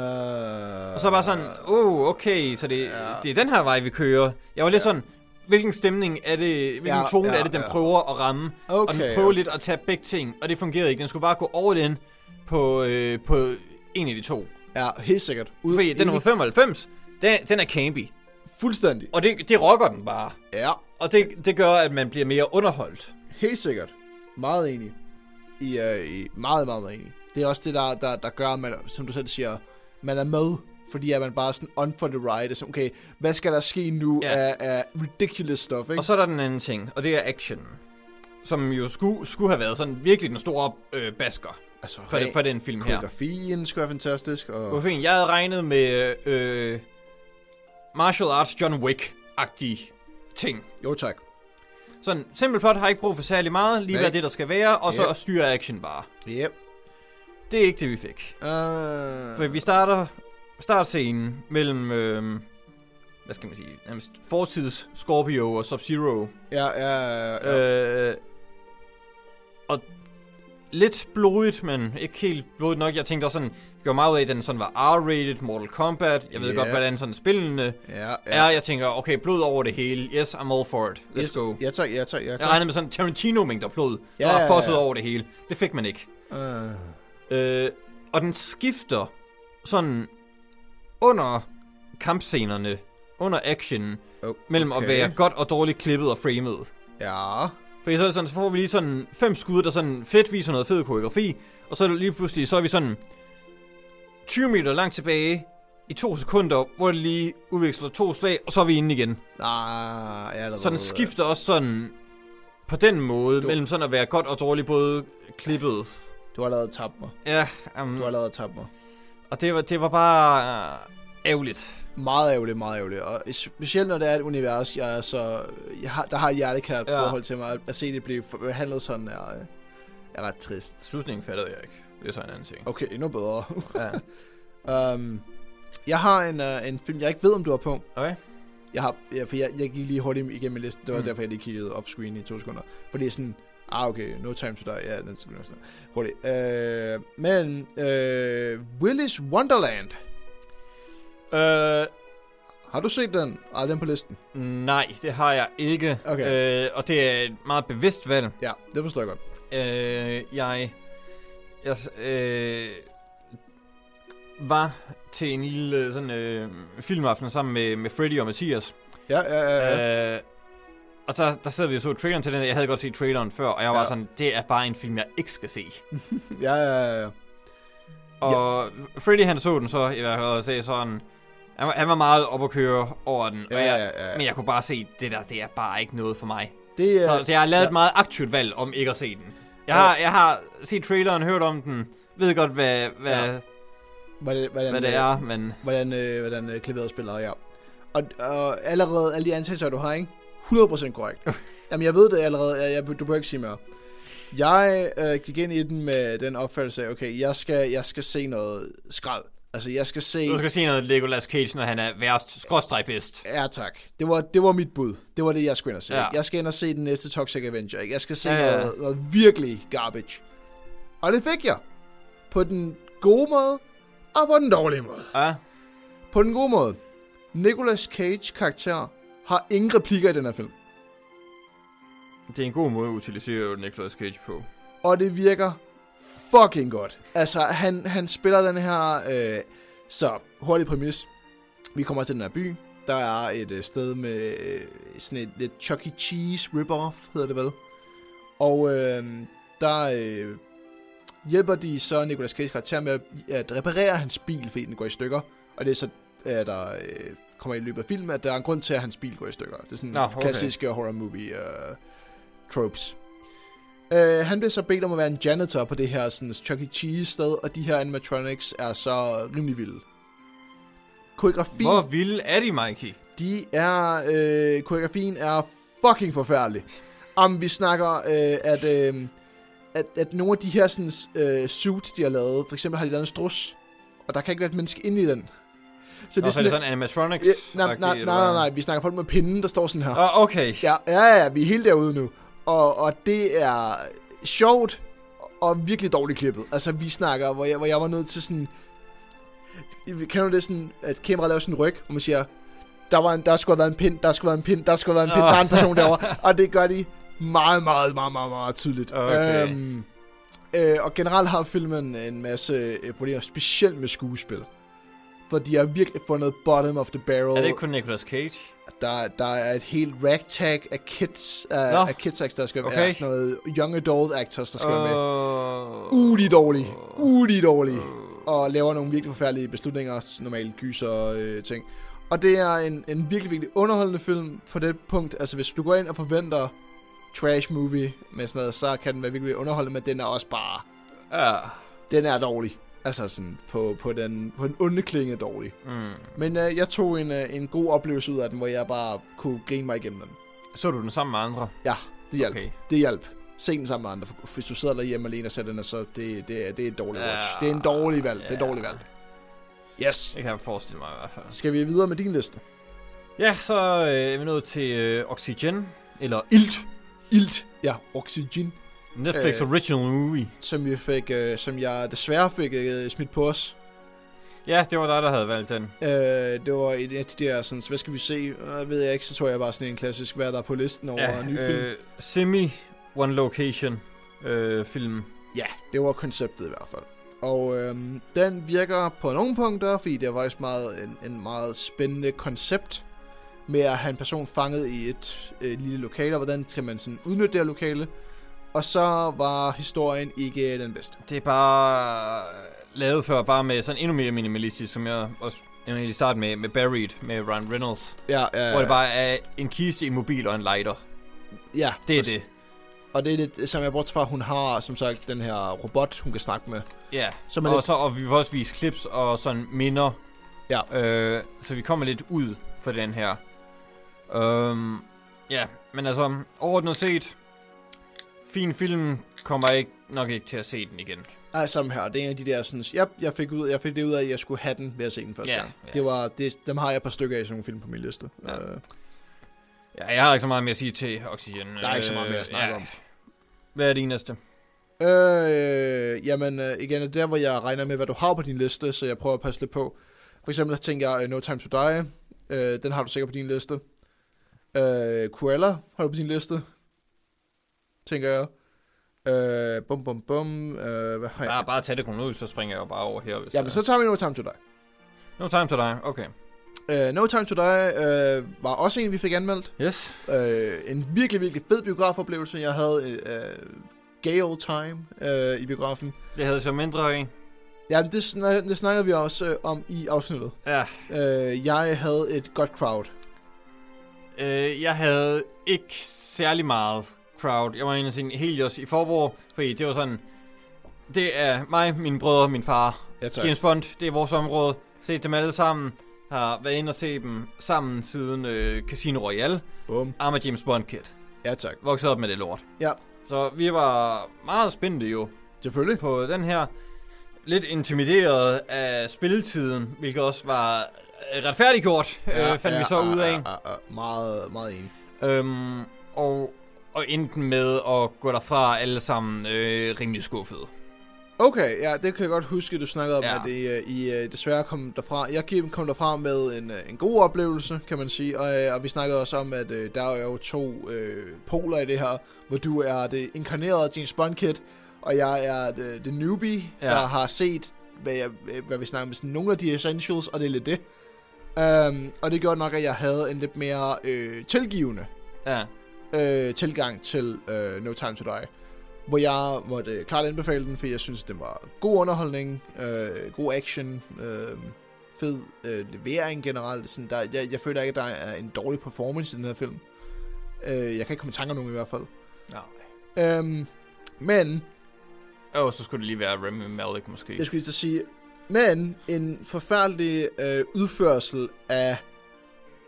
Speaker 2: Øh,
Speaker 1: Og så bare sådan, åh, oh, okay, så det,
Speaker 2: Ja.
Speaker 1: det er den her vej, vi kører. Jeg var lidt
Speaker 2: Ja.
Speaker 1: sådan, hvilken stemning er det, hvilken
Speaker 2: Ja,
Speaker 1: tone
Speaker 2: ja,
Speaker 1: er det, den
Speaker 2: ja.
Speaker 1: prøver at ramme? Og
Speaker 2: Okay.
Speaker 1: den prøvede lidt at tage begge ting, og det fungerede ikke. Den skulle bare gå over den på, øh, på en af de to.
Speaker 2: Ja, helt sikkert. Ud,
Speaker 1: Fordi den nummer 95, den, den er campy.
Speaker 2: Fuldstændig.
Speaker 1: Og det, det rocker den bare.
Speaker 2: Ja,
Speaker 1: Og det, det gør, at man bliver mere underholdt.
Speaker 2: helt sikkert. Meget enig. I, øh, I meget, meget, meget enig. Det er også det, der, der, der gør, at man, som du selv siger, man er med. Fordi at man bare er sådan on for the ride. Så, okay, hvad skal der ske nu
Speaker 1: Ja.
Speaker 2: ja. af, af ridiculous stuff, ikke?
Speaker 1: Og så er der den anden ting, og det er action. Som jo skulle, skulle have været sådan virkelig den store øh, basker
Speaker 2: altså,
Speaker 1: for, den, for Uh. den film her.
Speaker 2: koreografien skulle være fantastisk. Og,
Speaker 1: Hvorfor egentlig? Jeg havde regnet med øh, martial arts John Wick-agtige ting.
Speaker 2: Jo tak.
Speaker 1: Sådan, simpel plot har ikke brug for særlig meget, lige
Speaker 2: Nej.
Speaker 1: hvad det der skal være, og så
Speaker 2: Ja.
Speaker 1: yep. styre action bare.
Speaker 2: Yep.
Speaker 1: Det er ikke det, vi fik.
Speaker 2: Uh,
Speaker 1: For vi starter startscenen mellem, øh, hvad skal man sige, nærmest fortids Scorpio og Sub-Zero.
Speaker 2: Ja, ja, ja. Øh,
Speaker 1: Øh, og lidt blodigt, men ikke helt blodigt nok. Jeg tænkte også sådan, det gjorde meget ud af, at den sådan var R-rated, Mortal Kombat. Jeg ved
Speaker 2: Ja.
Speaker 1: godt, hvordan sådan spillene
Speaker 2: ja,
Speaker 1: ja. er.
Speaker 2: ja.
Speaker 1: Jeg tænker, okay, blod over det hele. Yes, I'm all for it. Let's
Speaker 2: Yes,
Speaker 1: go.
Speaker 2: Ja tak, ja tak, ja
Speaker 1: Jeg
Speaker 2: tak.
Speaker 1: regnede med sådan Tarantino-mængder blod, der
Speaker 2: Ja,
Speaker 1: var
Speaker 2: ja,
Speaker 1: fosset
Speaker 2: ja.
Speaker 1: over det hele. Det fik man ikke.
Speaker 2: Øh,
Speaker 1: Øh, og den skifter sådan under kampscenerne, under actionen,
Speaker 2: oh,
Speaker 1: Øh, mellem okay. at være godt og dårligt klippet og framet.
Speaker 2: Ja,
Speaker 1: Fordi så, er det sådan, så får vi lige sådan fem skud, der sådan fedt viser noget fed koreografi, og så er det lige pludselig, så er vi sådan 20 meter langt tilbage i to sekunder, hvor det lige udveksler to slag, og så er vi inde igen.
Speaker 2: nej, ja,
Speaker 1: Så den skifter også sådan på den måde,
Speaker 2: Altså, øh, Du-
Speaker 1: mellem sådan at være godt og dårligt både klippet.
Speaker 2: Du har lavet tabt mig.
Speaker 1: Ja, um,
Speaker 2: Du har lavet tabt mig.
Speaker 1: og det var, det var bare uh, ærgerligt.
Speaker 2: Meget ærgerligt, meget ærgerligt. Og specielt når det er et univers, jeg er så, jeg har, der har et hjertekært
Speaker 1: Ja.
Speaker 2: ja. forhold til mig. At- At se det blive behandlet sådan er, øh, er ret trist.
Speaker 1: Slutningen fattede jeg ikke. Det er så en anden ting.
Speaker 2: Okay, endnu bedre.
Speaker 1: Ja.
Speaker 2: um, jeg har en, uh, en film, jeg ikke ved, om du har på.
Speaker 1: Okay.
Speaker 2: Jeg har, ja, for jeg, jeg gik lige hurtigt igennem min liste. Det var
Speaker 1: Mm.
Speaker 2: mm. derfor, jeg lige kiggede off-screen i to sekunder. Fordi sådan, ah okay, no time to die. Ja, den skal vi også hurtigt. Øh, men øh, Willis Wonderland.
Speaker 1: Øh,
Speaker 2: Har du set den? Ah, den på listen.
Speaker 1: nej, det har jeg ikke.
Speaker 2: Okay.
Speaker 1: Øh, og det er et meget bevidst valg.
Speaker 2: Ja, det forstår jeg godt.
Speaker 1: Øh, jeg jeg øh, var til en lille sådan, øh, filmaften sammen med, med Freddy og Mathias.
Speaker 2: Ja, ja, ja. ja.
Speaker 1: Øh, og der, der sad vi og så traileren til den. Jeg havde godt set traileren før, og jeg var
Speaker 2: Ja.
Speaker 1: sådan, det er bare en film, jeg ikke skal se.
Speaker 2: ja, ja, ja, ja.
Speaker 1: Og Freddy han så den så, i hvert fald, og sagde sådan, han var, han var meget op at køre over den. og
Speaker 2: ja,
Speaker 1: jeg,
Speaker 2: ja, ja,
Speaker 1: Men
Speaker 2: ja.
Speaker 1: jeg kunne bare se, det der, det er bare ikke noget for mig.
Speaker 2: Det er...
Speaker 1: Så, så jeg har lavet ja.
Speaker 2: ja.
Speaker 1: et meget aktivt valg om ikke at se den. Jeg har, jeg har set traileren, hørt om den, ved godt, hvad, hvad,
Speaker 2: Ja. øh, Hvordan, hvordan,
Speaker 1: hvad det er, men...
Speaker 2: Hvordan, øh, hvordan øh, klaveret spiller, ja. Og, og allerede alle de antagelser, du har, ikke? 100% korrekt. Jamen, jeg ved det allerede. Jeg, jeg, du behøver ikke sige mere. Jeg øh, gik ind i den med den opfattelse af, okay, jeg skal, jeg skal se noget skrald. Altså, jeg skal se...
Speaker 1: Du skal se noget Legolas Cage, når han er værst, skråstreg bedst.
Speaker 2: Ja, tak. Det var, det var mit bud. Det var det, jeg skulle ind og se.
Speaker 1: Ja.
Speaker 2: Ja. Jeg skal ind og se den næste Toxic Avenger. Ikke? Jeg skal se
Speaker 1: Ja,
Speaker 2: ja,
Speaker 1: ja.
Speaker 2: ja. Noget, noget virkelig garbage. Og det fik jeg. På den gode måde, og på den dårlige måde.
Speaker 1: Ja,
Speaker 2: På den gode måde. Nicolas Cage karakter har ingen replikker i den her film.
Speaker 1: det er en god måde at utilisere Nicolas Cage på.
Speaker 2: Og det virker fucking godt. Altså, han, han spiller den her... Øh, så, hurtig præmis. Vi kommer til den her by. Der er et øh, sted med øh, sådan et lidt Chuck E. Cheese rip-off, hedder det vel. Og øh, der øh, hjælper de så Nicolas Cage karakter med at, at reparere hans bil, fordi den går i stykker. Og det er så, at der øh, kommer i løbet af filmen, at der er en grund til, at hans bil går i stykker. Det er sådan
Speaker 1: Nå, okay.
Speaker 2: klassiske horror movie øh, tropes. Øh, han bliver så bedt om at være en janitor på det her sådan, Chuck E. Cheese sted, og de her animatronics er så rimelig vilde. Koreografien,
Speaker 1: Hvor vilde er de, Mikey?
Speaker 2: de er, øh, koreografien er fucking forfærdelig. Om vi snakker, øh, at, øh, at, at nogle af de her sådan, øh, suits, de har lavet, for eksempel har de lavet en strus, og der kan ikke være et menneske inde i den. Så
Speaker 1: Nå, så er det sådan animatronics
Speaker 2: Ja, nej, nej, nej, nej, nej, vi snakker folk med pinden, der står sådan her.
Speaker 1: Oh, okay.
Speaker 2: Ja, ja, ja, vi er helt derude nu. Og, og det er sjovt og virkelig dårligt klippet. Altså, vi snakker, hvor jeg, hvor jeg var nødt til sådan... Kan du det sådan, at kameraet laver sådan en ryg, og man siger, der, var en, der skulle have været en pind, der skulle have været en pind, der skulle have været en pind,
Speaker 1: Åh.
Speaker 2: der er en person derovre. Og det gør de meget, meget, meget, meget, meget tydeligt.
Speaker 1: Okay.
Speaker 2: Øhm, øh, og generelt har filmen en masse øh, problemer, specielt med skuespil. For de har virkelig fundet bottom of the barrel.
Speaker 1: Er det ikke kun Nicolas Cage?
Speaker 2: Der, der er et helt ragtag af kids, af,
Speaker 1: Nå.
Speaker 2: af kids actors, der skal okay.
Speaker 1: Okay.
Speaker 2: være sådan noget young adult actors, der skal uh, være
Speaker 1: Uh,
Speaker 2: med. Uh, de er dårlige. Uh, de er dårlige. Og laver nogle virkelig forfærdelige beslutninger, normalt gyser øh, ting. Og det er en, en virkelig, virkelig underholdende film på det punkt. Altså, hvis du går ind og forventer trash movie med sådan noget, så kan den være virkelig underholdende, men den er også bare...
Speaker 1: Ja.
Speaker 2: Den er dårlig. Altså sådan på, på, den, på den onde klinge dårlig.
Speaker 1: Mm.
Speaker 2: Men øh, jeg tog en, øh, en god oplevelse ud af den, hvor jeg bare kunne grine mig igennem den.
Speaker 1: Så du den sammen med andre?
Speaker 2: Ja, det hjalp. Okay.
Speaker 1: Okay.
Speaker 2: Det hjalp. Se den sammen med andre. for Hvis du sidder derhjemme alene og ser den, her, så det, det, er, det er et dårligt
Speaker 1: Ja,
Speaker 2: watch. Det er en dårlig valg. Det er et
Speaker 1: ja.
Speaker 2: dårligt valg. Yes.
Speaker 1: Det kan jeg forestille mig i hvert fald.
Speaker 2: Skal vi videre med din liste?
Speaker 1: Ja, så øh, er vi nået til øh, Oxygen. Eller Ilt.
Speaker 2: Ilt. Ja, Oxygen.
Speaker 1: Netflix
Speaker 2: Øh.
Speaker 1: øh. Original Movie.
Speaker 2: Som, vi fik, øh, som jeg desværre fik øh, smidt på os.
Speaker 1: Ja, det var dig, der havde valgt den.
Speaker 2: Øh, det var et af de der, sådan, hvad skal vi se? Øh, ved jeg ikke, så tror jeg bare sådan en klassisk, hvad er der er på listen over ja,
Speaker 1: ja,
Speaker 2: nye øh... film.
Speaker 1: Semi One Location øh, film.
Speaker 2: Ja, det var konceptet i hvert fald. Og øhm, den virker på nogle punkter, fordi det er faktisk meget en, en meget spændende koncept med at have en person fanget i et øh, lille lokale, og hvordan kan man sådan udnytte det her lokale. Og så var historien ikke den bedste.
Speaker 1: Det er bare øh, lavet før, bare med sådan endnu mere minimalistisk, som jeg også nævnte i starten med, med Buried, med Ryan Reynolds. Øh.
Speaker 2: Ja, ja,
Speaker 1: Hvor det bare er en kiste, en mobil og en lighter.
Speaker 2: ja,
Speaker 1: Det er
Speaker 2: præcis.
Speaker 1: det.
Speaker 2: Og det er lidt, som jeg bortset fra, hun har som sagt den her robot, hun kan snakke med.
Speaker 1: Ja,
Speaker 2: Så man
Speaker 1: og, så, og vi vil også vise clips og sådan minder.
Speaker 2: Ja.
Speaker 1: Øh, så vi kommer lidt ud for den her. Øhm, ja, men altså, overordnet set, fin film, kommer jeg ikke, nok ikke til at se den igen.
Speaker 2: Nej, samme her. Det er en af de der sådan, ja, jeg fik, ud, jeg fik det ud af, at jeg skulle have den ved at se den første
Speaker 1: Ja,
Speaker 2: gang.
Speaker 1: ja.
Speaker 2: Det var, det, dem har jeg et par stykker af sådan nogle film på min liste.
Speaker 1: Ja.
Speaker 2: Øh,
Speaker 1: Ja, jeg har ikke så meget mere at sige til Oxygen. Øh,
Speaker 2: Der er ikke så meget mere at snakke om.
Speaker 1: Hvad er din næste?
Speaker 2: Øh, jamen, øh, igen, det er der, hvor jeg regner med, hvad du har på din liste, så jeg prøver at passe lidt på. For eksempel der tænker jeg øh, No Time To Die. Øh, den har du sikkert på din liste. Øh, Cruella har du på din liste. Tænker jeg. Øh, bum, bum, bum. Øh, hvad har jeg?
Speaker 1: Bare, bare tag det kronologisk, så springer jeg jo bare over her. Hvis
Speaker 2: Jamen,
Speaker 1: der-
Speaker 2: så tager vi No Time To Die.
Speaker 1: No time to die, okay.
Speaker 2: Øh, no Time To Die øh, var også en, vi fik anmeldt.
Speaker 1: Yes.
Speaker 2: Øh, en virkelig, virkelig fed biografoplevelse. Jeg havde øh, gay old time øh, i biografen.
Speaker 1: Det havde jeg så mindre af.
Speaker 2: Ja, det, snak, det snakkede vi også øh, om i afsnittet.
Speaker 1: Ja,
Speaker 2: Øh, jeg havde et godt crowd.
Speaker 1: øh, jeg havde ikke særlig meget crowd. Jeg var inde og se en Helios i Forborg, fordi det var sådan... Det er mig, mine brødre, min far.
Speaker 2: Ja,
Speaker 1: James Bond, det er vores område. Se dem alle sammen. Har været inde og se dem sammen siden øh, Casino Royale.
Speaker 2: Bum.
Speaker 1: I'm a James Bond kid.
Speaker 2: Ja, tak.
Speaker 1: Vokset op med det lort.
Speaker 2: Ja.
Speaker 1: Så vi var meget spændte jo.
Speaker 2: Selvfølgelig.
Speaker 1: på den her. Lidt intimideret af spilletiden, hvilket også var øh, retfærdiggjort, ja, øh, fandt ja, vi så ud af.
Speaker 2: Ja, ja, ja. Meget, meget enig.
Speaker 1: Øhm, og, og endte med at gå derfra alle sammen øh, rimelig skuffede.
Speaker 2: Okay, ja, det kan jeg godt huske, du snakkede om, ja.
Speaker 1: Ja.
Speaker 2: at I, øh, I øh, desværre kom derfra. Jeg gik- kom derfra med en, øh, en god oplevelse, kan man sige, og, øh, og vi snakkede også om, at øh, der er jo to øh, poler i det her, hvor du er det inkarnerede James Bond-kid, og jeg er øh, det, det newbie, ja.
Speaker 1: Ja.
Speaker 2: der har set, hvad, jeg, øh, hvad vi snakker om, sådan nogle af de essentials, og det er lidt det. Um, og det gjorde nok, at jeg havde en lidt mere øh, tilgivende
Speaker 1: Ja,
Speaker 2: øh, tilgang til øh, No Time To Die. Hvor jeg måtte øh, klart anbefale den, fordi jeg synes, den var god underholdning, øh, god action, øh, fed øh, levering generelt. Sådan der, jeg, jeg føler ikke, at der er en dårlig performance i den her film. Øh, jeg kan ikke komme i tanke om nogen i hvert fald.
Speaker 1: nej.
Speaker 2: Øh, men,
Speaker 1: Og så skulle det lige være Remy Malik måske.
Speaker 2: jeg skulle lige til at sige, men en forfærdelig øh, udførsel af,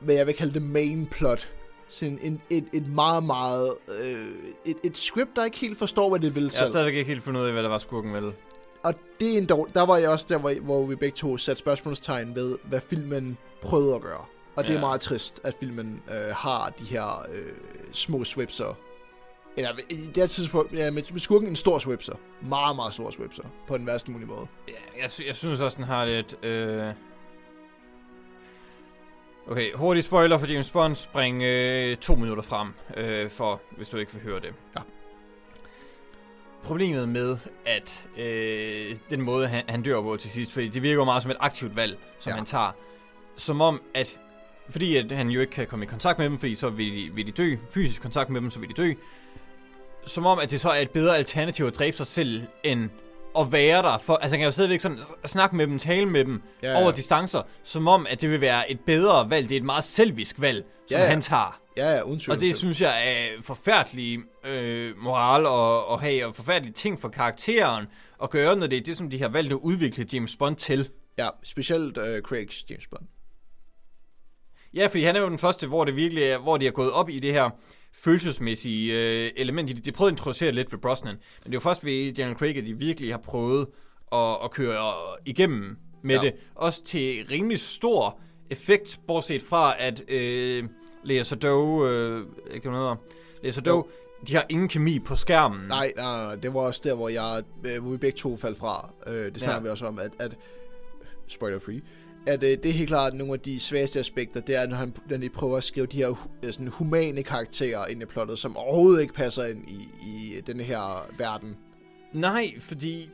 Speaker 2: hvad jeg vil kalde det main plot. Sådan en, et, et meget, meget... Øh, et, et script, der ikke helt forstår, hvad det vil
Speaker 1: Jeg har
Speaker 2: selv.
Speaker 1: stadigvæk ikke helt fundet ud af, hvad der var skurken vel.
Speaker 2: og det er en dårlig... Der var jeg også der, hvor, hvor vi begge to satte spørgsmålstegn ved, hvad filmen prøvede at gøre. Og det ja.
Speaker 1: Ja.
Speaker 2: er meget trist, at filmen øh, har de her øh, små swipser. Eller i det her tidspunkt, ja, med, med skurken en stor swipser. Meget, meget stor swipser. På den værste mulige måde.
Speaker 1: Ja, jeg, sy- jeg synes også, den har lidt... Øh... Okay, hurtig spoiler for James Bond. Spring øh, to minutter frem, øh, for, hvis du ikke vil høre det.
Speaker 2: Ja.
Speaker 1: Problemet med, at øh, den måde, han, han dør på til sidst, fordi det virker jo meget som et aktivt valg, som
Speaker 2: Ja.
Speaker 1: ja. han tager. Som om, at fordi at han jo ikke kan komme i kontakt med dem, fordi så vil de, vil de dø, fysisk kontakt med dem, så vil de dø. Som om, at det så er et bedre alternativ at dræbe sig selv, end at være der. For, altså, han kan jo stadigvæk sådan snakke med dem, tale med dem
Speaker 2: Ja,
Speaker 1: ja. over
Speaker 2: ja.
Speaker 1: distancer, som om, at det vil være et bedre valg. Det er et meget selvisk valg, som
Speaker 2: Ja, ja.
Speaker 1: han tager.
Speaker 2: Ja, ja, uden tvivl.
Speaker 1: Og det synes jeg er forfærdelig øh, moral og, at have, og forfærdelige ting for karakteren at gøre, når det er det, som de har valgt at udvikle James Bond til.
Speaker 2: Ja, specielt øh, Craig's James Bond.
Speaker 1: Ja, fordi han er jo den første, hvor det virkelig er, hvor de har gået op i det her følelsesmæssige øh, element i det. De prøvede at introducere lidt ved Brosnan, men det er jo først ved Daniel Craig, at de virkelig har prøvet at, at køre øh, igennem med
Speaker 2: Ja.
Speaker 1: ja. det. Også til rimelig stor effekt, bortset fra at øh, Lea Sado, øh, ikke hvad hun hedder, Lea Sado,
Speaker 2: Jo.
Speaker 1: de har ingen kemi på skærmen.
Speaker 2: Nej, nej, nej, det var også der, hvor, jeg, øh, hvor vi begge to faldt fra. Øh, det snakker ja.
Speaker 1: Ja.
Speaker 2: vi også om, at, at spoiler free, at øh, det er helt klart nogle af de svageste aspekter, det er, når han når de prøver at skrive de her hu- øh, sådan humane karakterer ind i plottet, som overhovedet ikke passer ind i, i øh, den her verden.
Speaker 1: Nej, fordi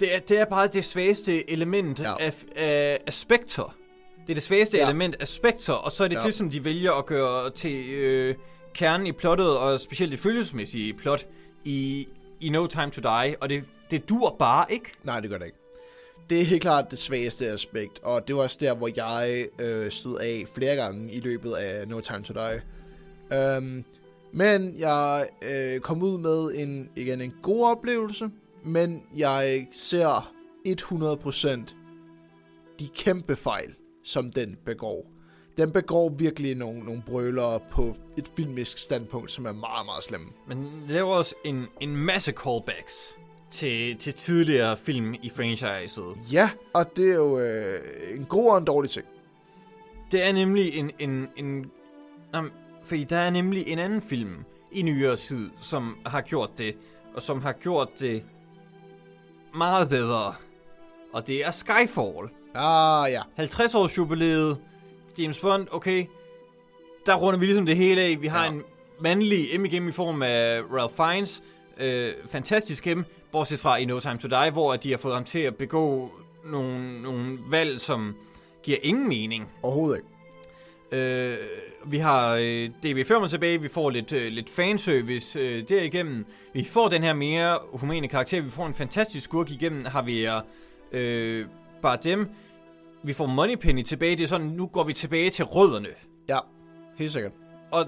Speaker 1: det er, det er bare det svageste element
Speaker 2: Ja.
Speaker 1: ja. af, af, af spekter. Det er det svageste
Speaker 2: Ja.
Speaker 1: ja. element af spekter, og så er det
Speaker 2: Ja.
Speaker 1: ja. det, som de vælger at gøre til øh, kernen i plottet, og specielt det følelsesmæssige plot i, i No Time To Die, og det, det dur bare ikke.
Speaker 2: Nej, det gør det ikke. Det er helt klart det svageste aspekt, og det var også der, hvor jeg øh, stod af flere gange i løbet af No Time To Die. Um, men jeg øh, kom ud med en, igen, en god oplevelse, men jeg ser 100% de kæmpe fejl, som den begår. Den begår virkelig nogle, nogle brølere på et filmisk standpunkt, som er meget, meget slemme.
Speaker 1: Men den laver også en, en masse callbacks til, til tidligere film i franchiset.
Speaker 2: Ja, og det er jo øh, en god og en dårlig ting.
Speaker 1: Det er nemlig en... en, en nej, fordi der er nemlig en anden film i nyere tid, som har gjort det, og som har gjort det meget bedre. Og det er Skyfall.
Speaker 2: Ah, ja.
Speaker 1: 50 års jubilæet, James Bond, okay, der runder vi ligesom det hele af. Vi har
Speaker 2: Ja.
Speaker 1: ja. en mandlig M-igennem i form af Ralph Fiennes, øh, fantastisk M, bortset fra i No Time To Die, hvor at de har fået ham til at begå nogle, nogle valg, som giver ingen mening.
Speaker 2: Overhovedet ikke.
Speaker 1: Øh, vi har øh, DB Førman tilbage, vi får lidt, øh, lidt fanservice øh, derigennem. Vi får den her mere humane karakter, vi får en fantastisk skurk igennem, har vi øh, bare dem. Vi får Moneypenny tilbage, det er sådan, nu går vi tilbage til rødderne.
Speaker 2: Ja, helt sikkert.
Speaker 1: Og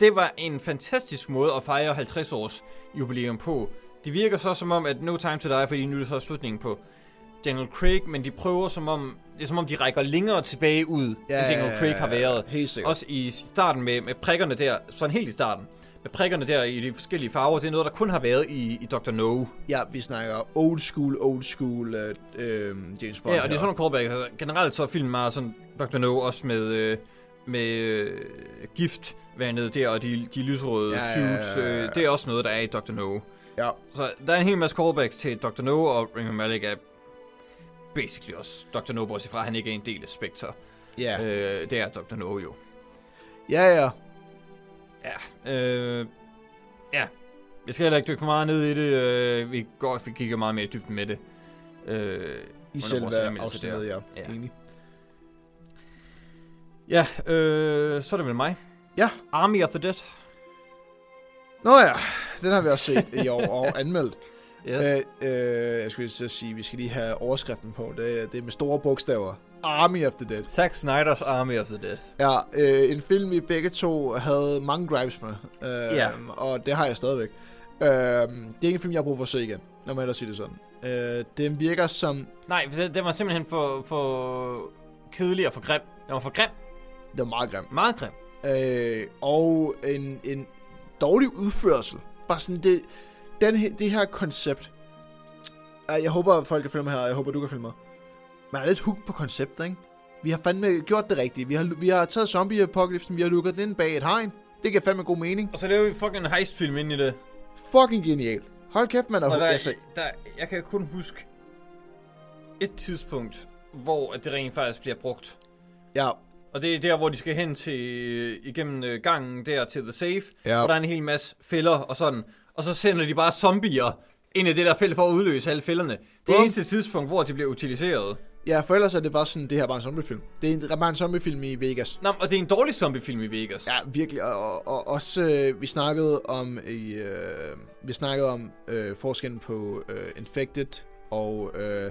Speaker 1: det var en fantastisk måde at fejre 50 års jubilæum på. Det virker så som om, at no time to die, fordi nu er det så slutningen på Daniel Craig, men de prøver som om, det er som om de rækker længere tilbage ud, ja, end Daniel Craig har været.
Speaker 2: Helt sikkert. Også...
Speaker 1: Også i starten med, med prikkerne der, sådan helt i starten, med prikkerne der i de forskellige farver, det er noget, der kun har været i, i Dr. No.
Speaker 2: Ja, vi snakker old school, old school øh, øh, James Bond.
Speaker 1: Ja, og det er
Speaker 2: her.
Speaker 1: sådan nogle callback. Altså, Generelt så er filmen meget sådan Dr. No også med, øh, med øh, giftvandet der, og de, de lyserøde
Speaker 2: Ja, ja, ja, ja,
Speaker 1: suits. Øh,
Speaker 2: ja.
Speaker 1: det er også noget, der er i Dr. No.
Speaker 2: Ja,
Speaker 1: Så der er en hel masse callbacks til Dr. No, og Rami Malek er basically også Dr. No, bortset fra, at han ikke er en del af Spectre.
Speaker 2: ja,
Speaker 1: Ja. Øh, det er Dr. No jo.
Speaker 2: ja, ja.
Speaker 1: Ja, øh, ja. Jeg skal heller ikke dykke for meget ned i det. Øh, vi, går, vi kigger meget mere i dybden med det. Øh,
Speaker 2: I
Speaker 1: Hvornår vores
Speaker 2: selve
Speaker 1: anmeldelse
Speaker 2: afsnittet, ja.
Speaker 1: Ja.
Speaker 2: Egentlig.
Speaker 1: ja, øh, så er det vel mig.
Speaker 2: Ja.
Speaker 1: Army of the Dead.
Speaker 2: Nå ja, den har vi også set i år og anmeldt.
Speaker 1: Yes. Øh.
Speaker 2: Yes. Øh, øh, jeg skulle lige til at sige, vi skal lige have overskriften på. Det, er- det er med store bogstaver. Army of the Dead.
Speaker 1: Zack Snyder's Army of the Dead.
Speaker 2: Ja, øh, en film vi begge to havde mange gripes med. Øh,
Speaker 1: Ja.
Speaker 2: Og det har jeg stadigvæk. Øh, det er ikke en film, jeg har brug for at se igen. Når man ellers siger det sådan. Øh, den virker som...
Speaker 1: Nej, for den, den var simpelthen for, for kedelig og for grim. Den var for grim.
Speaker 2: Det var meget grim.
Speaker 1: Meget grim.
Speaker 2: øh, og en, en dårlig udførsel. Bare sådan det, den her, det her koncept, Jeg håber, at folk kan følge med her, og jeg håber, du kan følge med. Man er lidt hooked på konceptet, ikke? Vi har fandme gjort det rigtigt. Vi har, vi har taget zombie-apokalypsen, vi har lukket den ind bag et hegn. Det giver fandme god mening.
Speaker 1: Og så laver vi fucking en heistfilm ind i det.
Speaker 2: Fucking genial. Hold kæft, man er
Speaker 1: Og
Speaker 2: hooked.
Speaker 1: der,
Speaker 2: Altså,
Speaker 1: der, jeg kan kun huske et tidspunkt, hvor at det rent faktisk bliver brugt.
Speaker 2: ja,
Speaker 1: Og det er der, hvor de skal hen til igennem øh, gangen der til The Safe.
Speaker 2: Ja.
Speaker 1: Hvor der er en hel masse fælder og sådan. Og så sender de bare zombier ind i det der fælde for at udløse alle fælderne. Det er
Speaker 2: Bum.
Speaker 1: eneste tidspunkt, hvor de bliver utiliseret.
Speaker 2: ja, for ellers er det bare sådan, det her er bare en zombiefilm. Det er en, bare en zombiefilm i Vegas.
Speaker 1: Nå, og det er en dårlig zombiefilm i Vegas.
Speaker 2: Ja, virkelig. Og, og, og også, øh, vi snakkede om, i, øh, vi snakkede om øh, forskellen på øh, Infected og... Øh,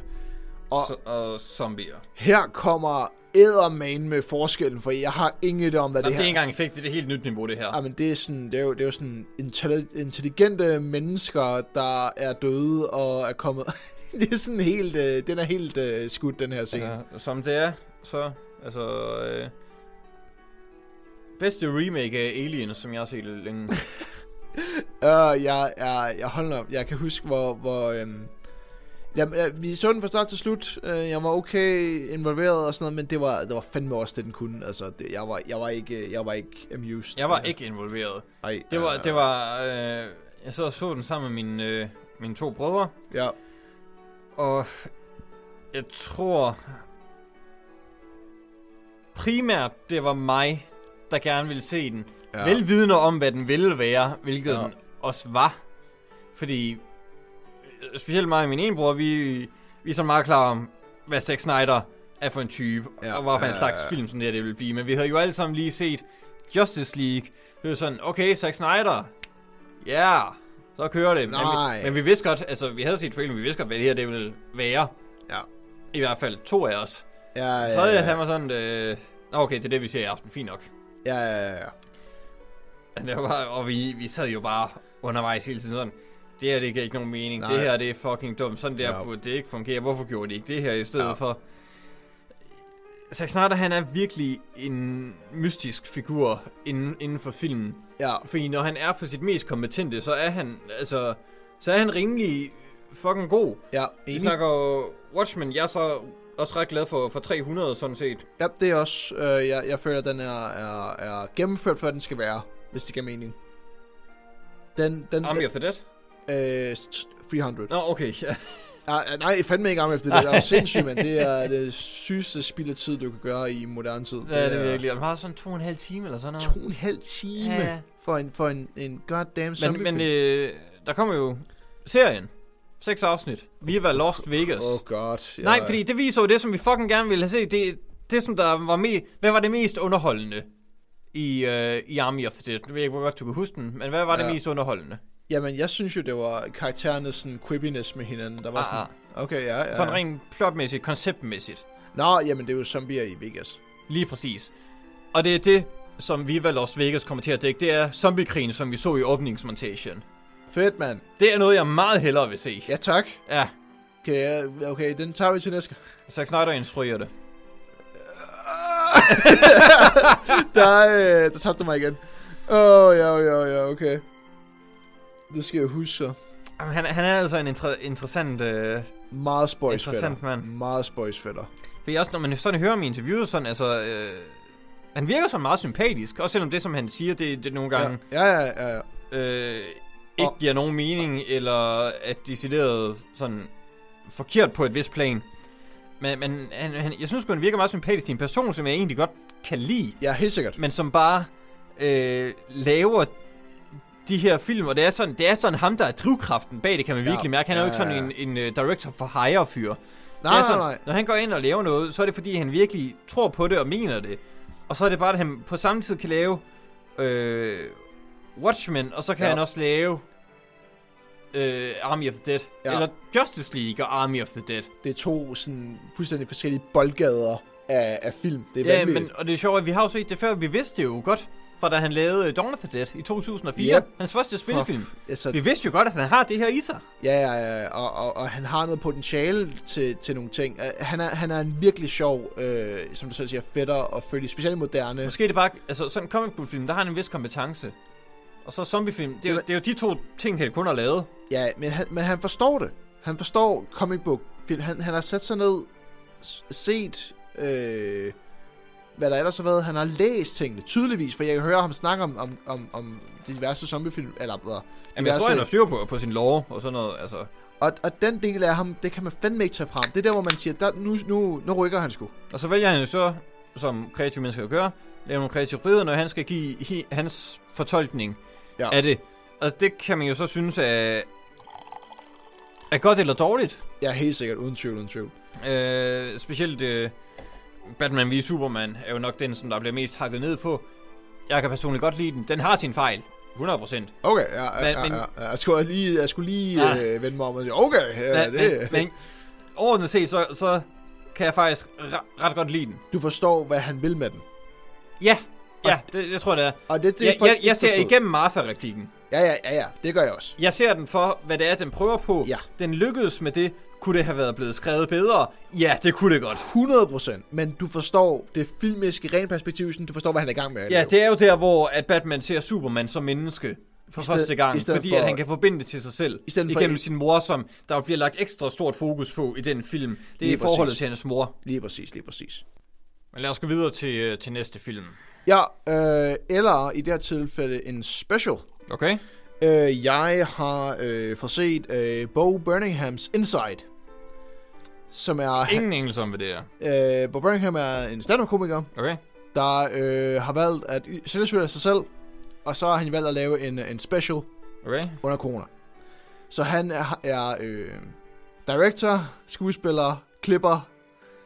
Speaker 2: og
Speaker 1: Så, og zombier.
Speaker 2: her kommer eddermane med forskellen, for jeg har ingen idé om, hvad
Speaker 1: Nå, det,
Speaker 2: det
Speaker 1: er
Speaker 2: her
Speaker 1: ikke engang effekt, det er et helt nyt niveau, det her.
Speaker 2: Ja, men det er sådan, det er jo, det er jo sådan intelli- intelligente mennesker, der er døde og er kommet... det er sådan helt... Øh, den er helt øh, skudt, den her scene. Ja.
Speaker 1: Altså, som det er, så... Altså... Øh, bedste remake af Alien, som jeg har set længe.
Speaker 2: Uh, jeg, jeg, jeg holder op. Jeg kan huske, hvor... hvor øhm, jamen, øh, vi så den fra start til slut. Øh, jeg var okay involveret og sådan noget, men det var, det var fandme også det, den kunne. Altså, det, jeg, var, jeg, var ikke, jeg var ikke amused.
Speaker 1: Jeg var
Speaker 2: Øh,
Speaker 1: ikke involveret.
Speaker 2: Ej,
Speaker 1: Det var...
Speaker 2: øh,
Speaker 1: Det var øh, jeg så og så den sammen med mine, øh, mine to brødre,
Speaker 2: Ja,
Speaker 1: og jeg tror... Primært, det var mig, der gerne ville se den.
Speaker 2: ja.
Speaker 1: Ja. Velvidende om, hvad den ville være, hvilket
Speaker 2: Ja.
Speaker 1: ja. den også var. Fordi, øh, specielt mig og min ene bror, vi, vi er så meget klar om, hvad Zack Snyder er for en type,
Speaker 2: Ja,
Speaker 1: ja. og hvad for
Speaker 2: ja,
Speaker 1: en
Speaker 2: ja,
Speaker 1: slags
Speaker 2: ja.
Speaker 1: film, som det her det ville blive. Men vi havde jo alle sammen lige set Justice League. Det var sådan, okay, Zack Snyder, ja, yeah, så kører det. Men
Speaker 2: Nej.
Speaker 1: vi, men vi vidste godt, altså vi havde set traileren, vi vidste godt, hvad det her det ville være.
Speaker 2: Ja.
Speaker 1: I hvert fald to af os.
Speaker 2: Ja, ja,
Speaker 1: Tredje,
Speaker 2: ja,
Speaker 1: han var sådan, øh, "Nå, okay, det er det, vi ser i aften, fint nok.
Speaker 2: ja, ja, ja.
Speaker 1: Ja, Det var, og vi, vi sad jo bare undervejs hele tiden sådan, det her det giver ikke nogen mening,
Speaker 2: Nej.
Speaker 1: det her det er fucking dumt, sådan der
Speaker 2: Ja.
Speaker 1: ja. burde det ikke fungere, hvorfor gjorde de ikke det her i stedet
Speaker 2: Ja.
Speaker 1: ja. for? Zack Snyder han er virkelig en mystisk figur inden, inden for filmen,
Speaker 2: ja.
Speaker 1: fordi når han er på sit mest kompetente, så er han, altså, så er han rimelig fucking god.
Speaker 2: Ja,
Speaker 1: Vi
Speaker 2: enig.
Speaker 1: snakker jo Watchmen, jeg er så også ret glad for, for 300 sådan set.
Speaker 2: Ja, det er også, øh, jeg, jeg føler, at den er, er, er gennemført, for hvad den skal være, hvis det giver mening. Den, den,
Speaker 1: Army of the Dead?
Speaker 2: øh, s- 300.
Speaker 1: Nå, okay. Ja.
Speaker 2: Ja, Ah, nej, fandme ikke Army of the Dead, det er jo sindssygt, men det er det sygeste spild af tid, du kan gøre i moderne tid.
Speaker 1: ja, det er virkelig. Og den har sådan to og en halv time eller sådan noget.
Speaker 2: To og en halv time
Speaker 1: Ja, ja.
Speaker 2: for en, for en, en goddamn
Speaker 1: Men,
Speaker 2: zombie
Speaker 1: men øh, der kommer jo serien. Seks afsnit. Viva Lost Vegas.
Speaker 2: Oh god.
Speaker 1: Nej, fordi det viser jo det, som vi fucking gerne ville have set. Det, det som der var me- Hvad var det mest underholdende i, øh, i Army of the Dead? Jeg ved ikke, hvor godt du kan huske den, men hvad var ja.
Speaker 2: Ja.
Speaker 1: det mest underholdende?
Speaker 2: Jamen, jeg synes jo, det var karakterernes sådan, quibbiness med hinanden, der var
Speaker 1: Ah,
Speaker 2: sådan... Okay, ja, ja.
Speaker 1: Ja. Sådan rent plotmæssigt, konceptmæssigt.
Speaker 2: Nå, jamen, det er jo zombier i Vegas.
Speaker 1: Lige præcis. Og det er det, som Viva Lost Vegas kommer til at dække. Det er zombiekrigen, som vi så i åbningsmontagen.
Speaker 2: Fedt, mand.
Speaker 1: Det er noget, jeg meget hellere vil se.
Speaker 2: Ja, tak.
Speaker 1: Ja,
Speaker 2: Okay, ja, okay, den tager vi til næste
Speaker 1: Zack Snyder instruerer det.
Speaker 2: der, øh, der tabte du mig igen. Åh, oh, ja, ja, ja, okay. Det skal jeg huske så.
Speaker 1: Jamen, Han, han er altså en inter- interessant... Øh,
Speaker 2: Meget
Speaker 1: Interessant,
Speaker 2: spøjsfætter.
Speaker 1: mand.
Speaker 2: Meget spøjsfætter.
Speaker 1: fordi også når man sådan hører om i interviewet, sådan, altså... Øh, han virker sådan meget sympatisk, også selvom det, som han siger, det, det nogle gange
Speaker 2: Ja, ja, ja, ja.
Speaker 1: ja. øh, ikke
Speaker 2: Og-
Speaker 1: giver nogen mening, eller at decideret sådan forkert på et vist plan. Men, men han, han, jeg synes sgu, han virker meget sympatisk til en person, som jeg egentlig godt kan lide,
Speaker 2: Ja, helt sikkert.
Speaker 1: men som bare øh, laver de her film, og det er, sådan, det er sådan ham, der er drivkraften bag det, kan man
Speaker 2: Ja.
Speaker 1: virkelig mærke. Han er jo
Speaker 2: Ja,
Speaker 1: ikke sådan
Speaker 2: ja, ja.
Speaker 1: en, en øh, director for hire-fyr.
Speaker 2: Nej,
Speaker 1: det er
Speaker 2: nej,
Speaker 1: sådan,
Speaker 2: nej.
Speaker 1: Når han går ind og laver noget, så er det fordi, han virkelig tror på det og mener det. Og så er det bare, at han på samme tid kan lave øh, Watchmen, og så kan
Speaker 2: Ja.
Speaker 1: ja. han også lave øh, Army of the Dead.
Speaker 2: Ja.
Speaker 1: Ja. Eller Justice League og Army of the Dead.
Speaker 2: Det er to sådan fuldstændig forskellige boldgader af, af film. Det er
Speaker 1: Ja,
Speaker 2: vanvittigt.
Speaker 1: men, og det er sjovt, at vi har jo set det før. Vi vidste det jo godt, fra da han lavede øh, Dawn of the Dead i 2004.
Speaker 2: Yep.
Speaker 1: Hans første
Speaker 2: For
Speaker 1: spilfilm.
Speaker 2: f- altså,
Speaker 1: Vi vidste jo godt, at han har det her i sig.
Speaker 2: ja, ja, ja, og, og, og han har noget potentiale til, til nogle ting. Øh, Han er, han er en virkelig sjov, øh, som du selv siger, fætter at følge, specielt i moderne.
Speaker 1: Måske er det bare... Altså, sådan en comic book film, der har han en vis kompetence. Og så zombiefilm. Det er, jo,
Speaker 2: Det
Speaker 1: det er jo de to ting, han kun har lavet.
Speaker 2: Ja, men han, men han forstår det. Han forstår comic book film. Han, han har sat sig ned, s- set, øh, hvad der ellers har været. Han har læst tingene, tydeligvis, for jeg kan høre ham snakke om, om, om, om de diverse zombiefilm, eller hvad
Speaker 1: Jamen, jeg
Speaker 2: er
Speaker 1: tror,
Speaker 2: så-
Speaker 1: han har styr på, på sin lore og sådan noget. Altså,
Speaker 2: og, og den del af ham, det kan man fandme ikke tage frem. Det er der, hvor man siger, der, nu, nu, nu rykker han sgu.
Speaker 1: Og så vælger han jo så, som kreative mennesker gør, lave nogle kreative friheder, når han skal give hi- hans fortolkning
Speaker 2: Ja.
Speaker 1: ja. af det. Og det kan man jo så synes er, er godt eller dårligt.
Speaker 2: Jeg er helt sikkert uden tvivl, uden tvivl.
Speaker 1: Øh, specielt øh, Batman v Superman er jo nok den, som der bliver mest hakket ned på. Jeg kan personligt godt lide den. Den har sin fejl. 100%. Men,
Speaker 2: Okay, ja, ja,
Speaker 1: Men-
Speaker 2: ja,
Speaker 1: men-
Speaker 2: ja, ja. Jeg skulle lige, jeg skulle lige
Speaker 1: Ja.
Speaker 2: øh, vende mig om og sige, okay, ja,
Speaker 1: men,
Speaker 2: det,
Speaker 1: men overordnet set, så, så kan jeg faktisk re- ret godt lide den.
Speaker 2: du forstår, hvad han vil med den.
Speaker 1: Ja, ja det, jeg tror, det er.
Speaker 2: Og det, det er
Speaker 1: Jeg,
Speaker 2: folk
Speaker 1: jeg, jeg
Speaker 2: ikke
Speaker 1: ser
Speaker 2: forstået.
Speaker 1: igennem Martha-replikken.
Speaker 2: Ja, ja, ja, ja, det gør jeg også.
Speaker 1: Jeg ser den for, hvad det er, den prøver på.
Speaker 2: Ja.
Speaker 1: Den lykkedes med det. Kunne det have været blevet skrevet bedre? Ja, det kunne det godt.
Speaker 2: 100%, men du forstår det filmiske rent perspektiv, sådan, du forstår, hvad han er i gang med. at
Speaker 1: Ja,
Speaker 2: lave.
Speaker 1: det er jo der, hvor at Batman ser Superman som menneske for
Speaker 2: I sted-
Speaker 1: første
Speaker 2: i
Speaker 1: gang,
Speaker 2: stedet
Speaker 1: fordi
Speaker 2: for-
Speaker 1: at han kan forbinde det til sig selv
Speaker 2: I stedet for
Speaker 1: igennem
Speaker 2: i-
Speaker 1: sin mor, som der jo bliver lagt ekstra stort fokus på i den film. Det
Speaker 2: Lige
Speaker 1: er forholdet
Speaker 2: præcis.
Speaker 1: til hendes mor.
Speaker 2: Lige præcis, lige præcis.
Speaker 1: Men lad os gå videre til, øh, til næste film.
Speaker 2: Ja, øh, eller i det her tilfælde en special.
Speaker 1: Okay.
Speaker 2: Øh, jeg har øh, fået set øh, Bo Birminghams Inside, som er...
Speaker 1: Ingen engelsk om, hvad det er.
Speaker 2: Øh, Bo Birmingham er en stand-up-komiker,
Speaker 1: Okay.
Speaker 2: der øh, har valgt at y- selvstyre sig selv, og så har han valgt at lave en, en special
Speaker 1: Okay.
Speaker 2: under corona. Så han er, er øh, director, skuespiller, klipper,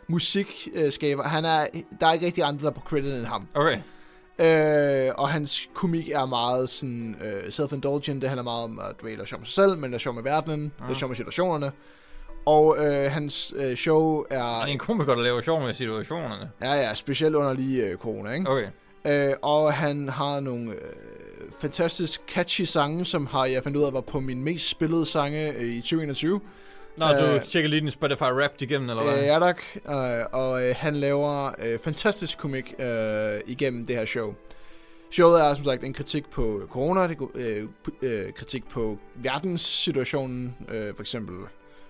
Speaker 2: musikskaber. Øh, skaber. han er, der er ikke rigtig andre, der er på credit end ham.
Speaker 1: Okay.
Speaker 2: Øh, og hans komik er meget sådan, øh, self-indulgent. Det handler meget om at du ved, lave sjov med sig selv, men lave sjov med verdenen, ja. lave sjov med situationerne. Og øh, hans øh, show
Speaker 1: Han er
Speaker 2: er,
Speaker 1: en komiker, der laver sjov med situationerne.
Speaker 2: ja, ja, specielt under lige øh, corona, ikke?
Speaker 1: Okay.
Speaker 2: Øh, og han har nogle øh, fantastisk catchy sange, som har jeg fandt ud af var på min mest spillede sange øh, i 2021.
Speaker 1: Nå,
Speaker 2: Øh.
Speaker 1: du tjekker lige din Spotify-rap igennem, eller hvad?
Speaker 2: Øh, ja tak. Øh, og øh, han laver øh, fantastisk komik øh, igennem det her show. Showet er som sagt en kritik på corona, det, er go- øh, p- øh, kritik på verdenssituationen, øh, for eksempel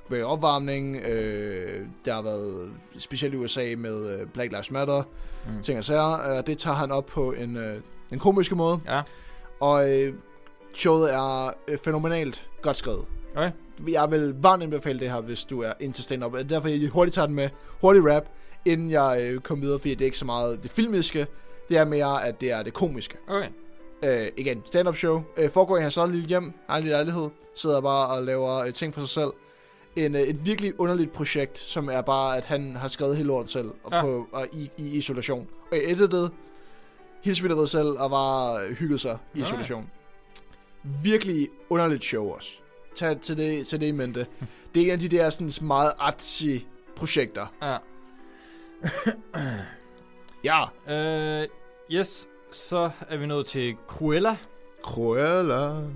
Speaker 2: med opvarmning, øh, der har været specielt i USA med øh, Black Lives Matter, mm.
Speaker 1: Mm.
Speaker 2: ting og sager, øh, og det tager han op på en, øh, en komiske måde.
Speaker 1: Ja.
Speaker 2: Og øh, showet er øh, fænomenalt godt skrevet.
Speaker 1: Okay.
Speaker 2: Jeg vil varmt anbefale det her, hvis du er ind til stand-up. Det er derfor, jeg hurtigt tager den med. Hurtig rap, inden jeg øh, kommer videre, fordi det er ikke så meget det filmiske. Det er mere, at det er det komiske.
Speaker 1: Okay.
Speaker 2: Øh, igen, stand-up show. Øh, foregår i hans eget lille hjem, egen lille lejlighed. Sidder bare og laver øh, ting for sig selv. En, øh, et virkelig underligt projekt, som er bare, at han har skrevet hele lortet selv. Og, ja.
Speaker 1: Ja.
Speaker 2: på, og i, i isolation. Og editet, hilsvilderet selv, og bare hygget sig i
Speaker 1: Nej.
Speaker 2: isolation. Virkelig underligt show også. Tag til det, til det i mente. Det er en af de der sådan, meget artsy projekter.
Speaker 1: Ja.
Speaker 2: Ja.
Speaker 1: Øh, yes, så er vi nået til Cruella.
Speaker 2: Cruella. Det,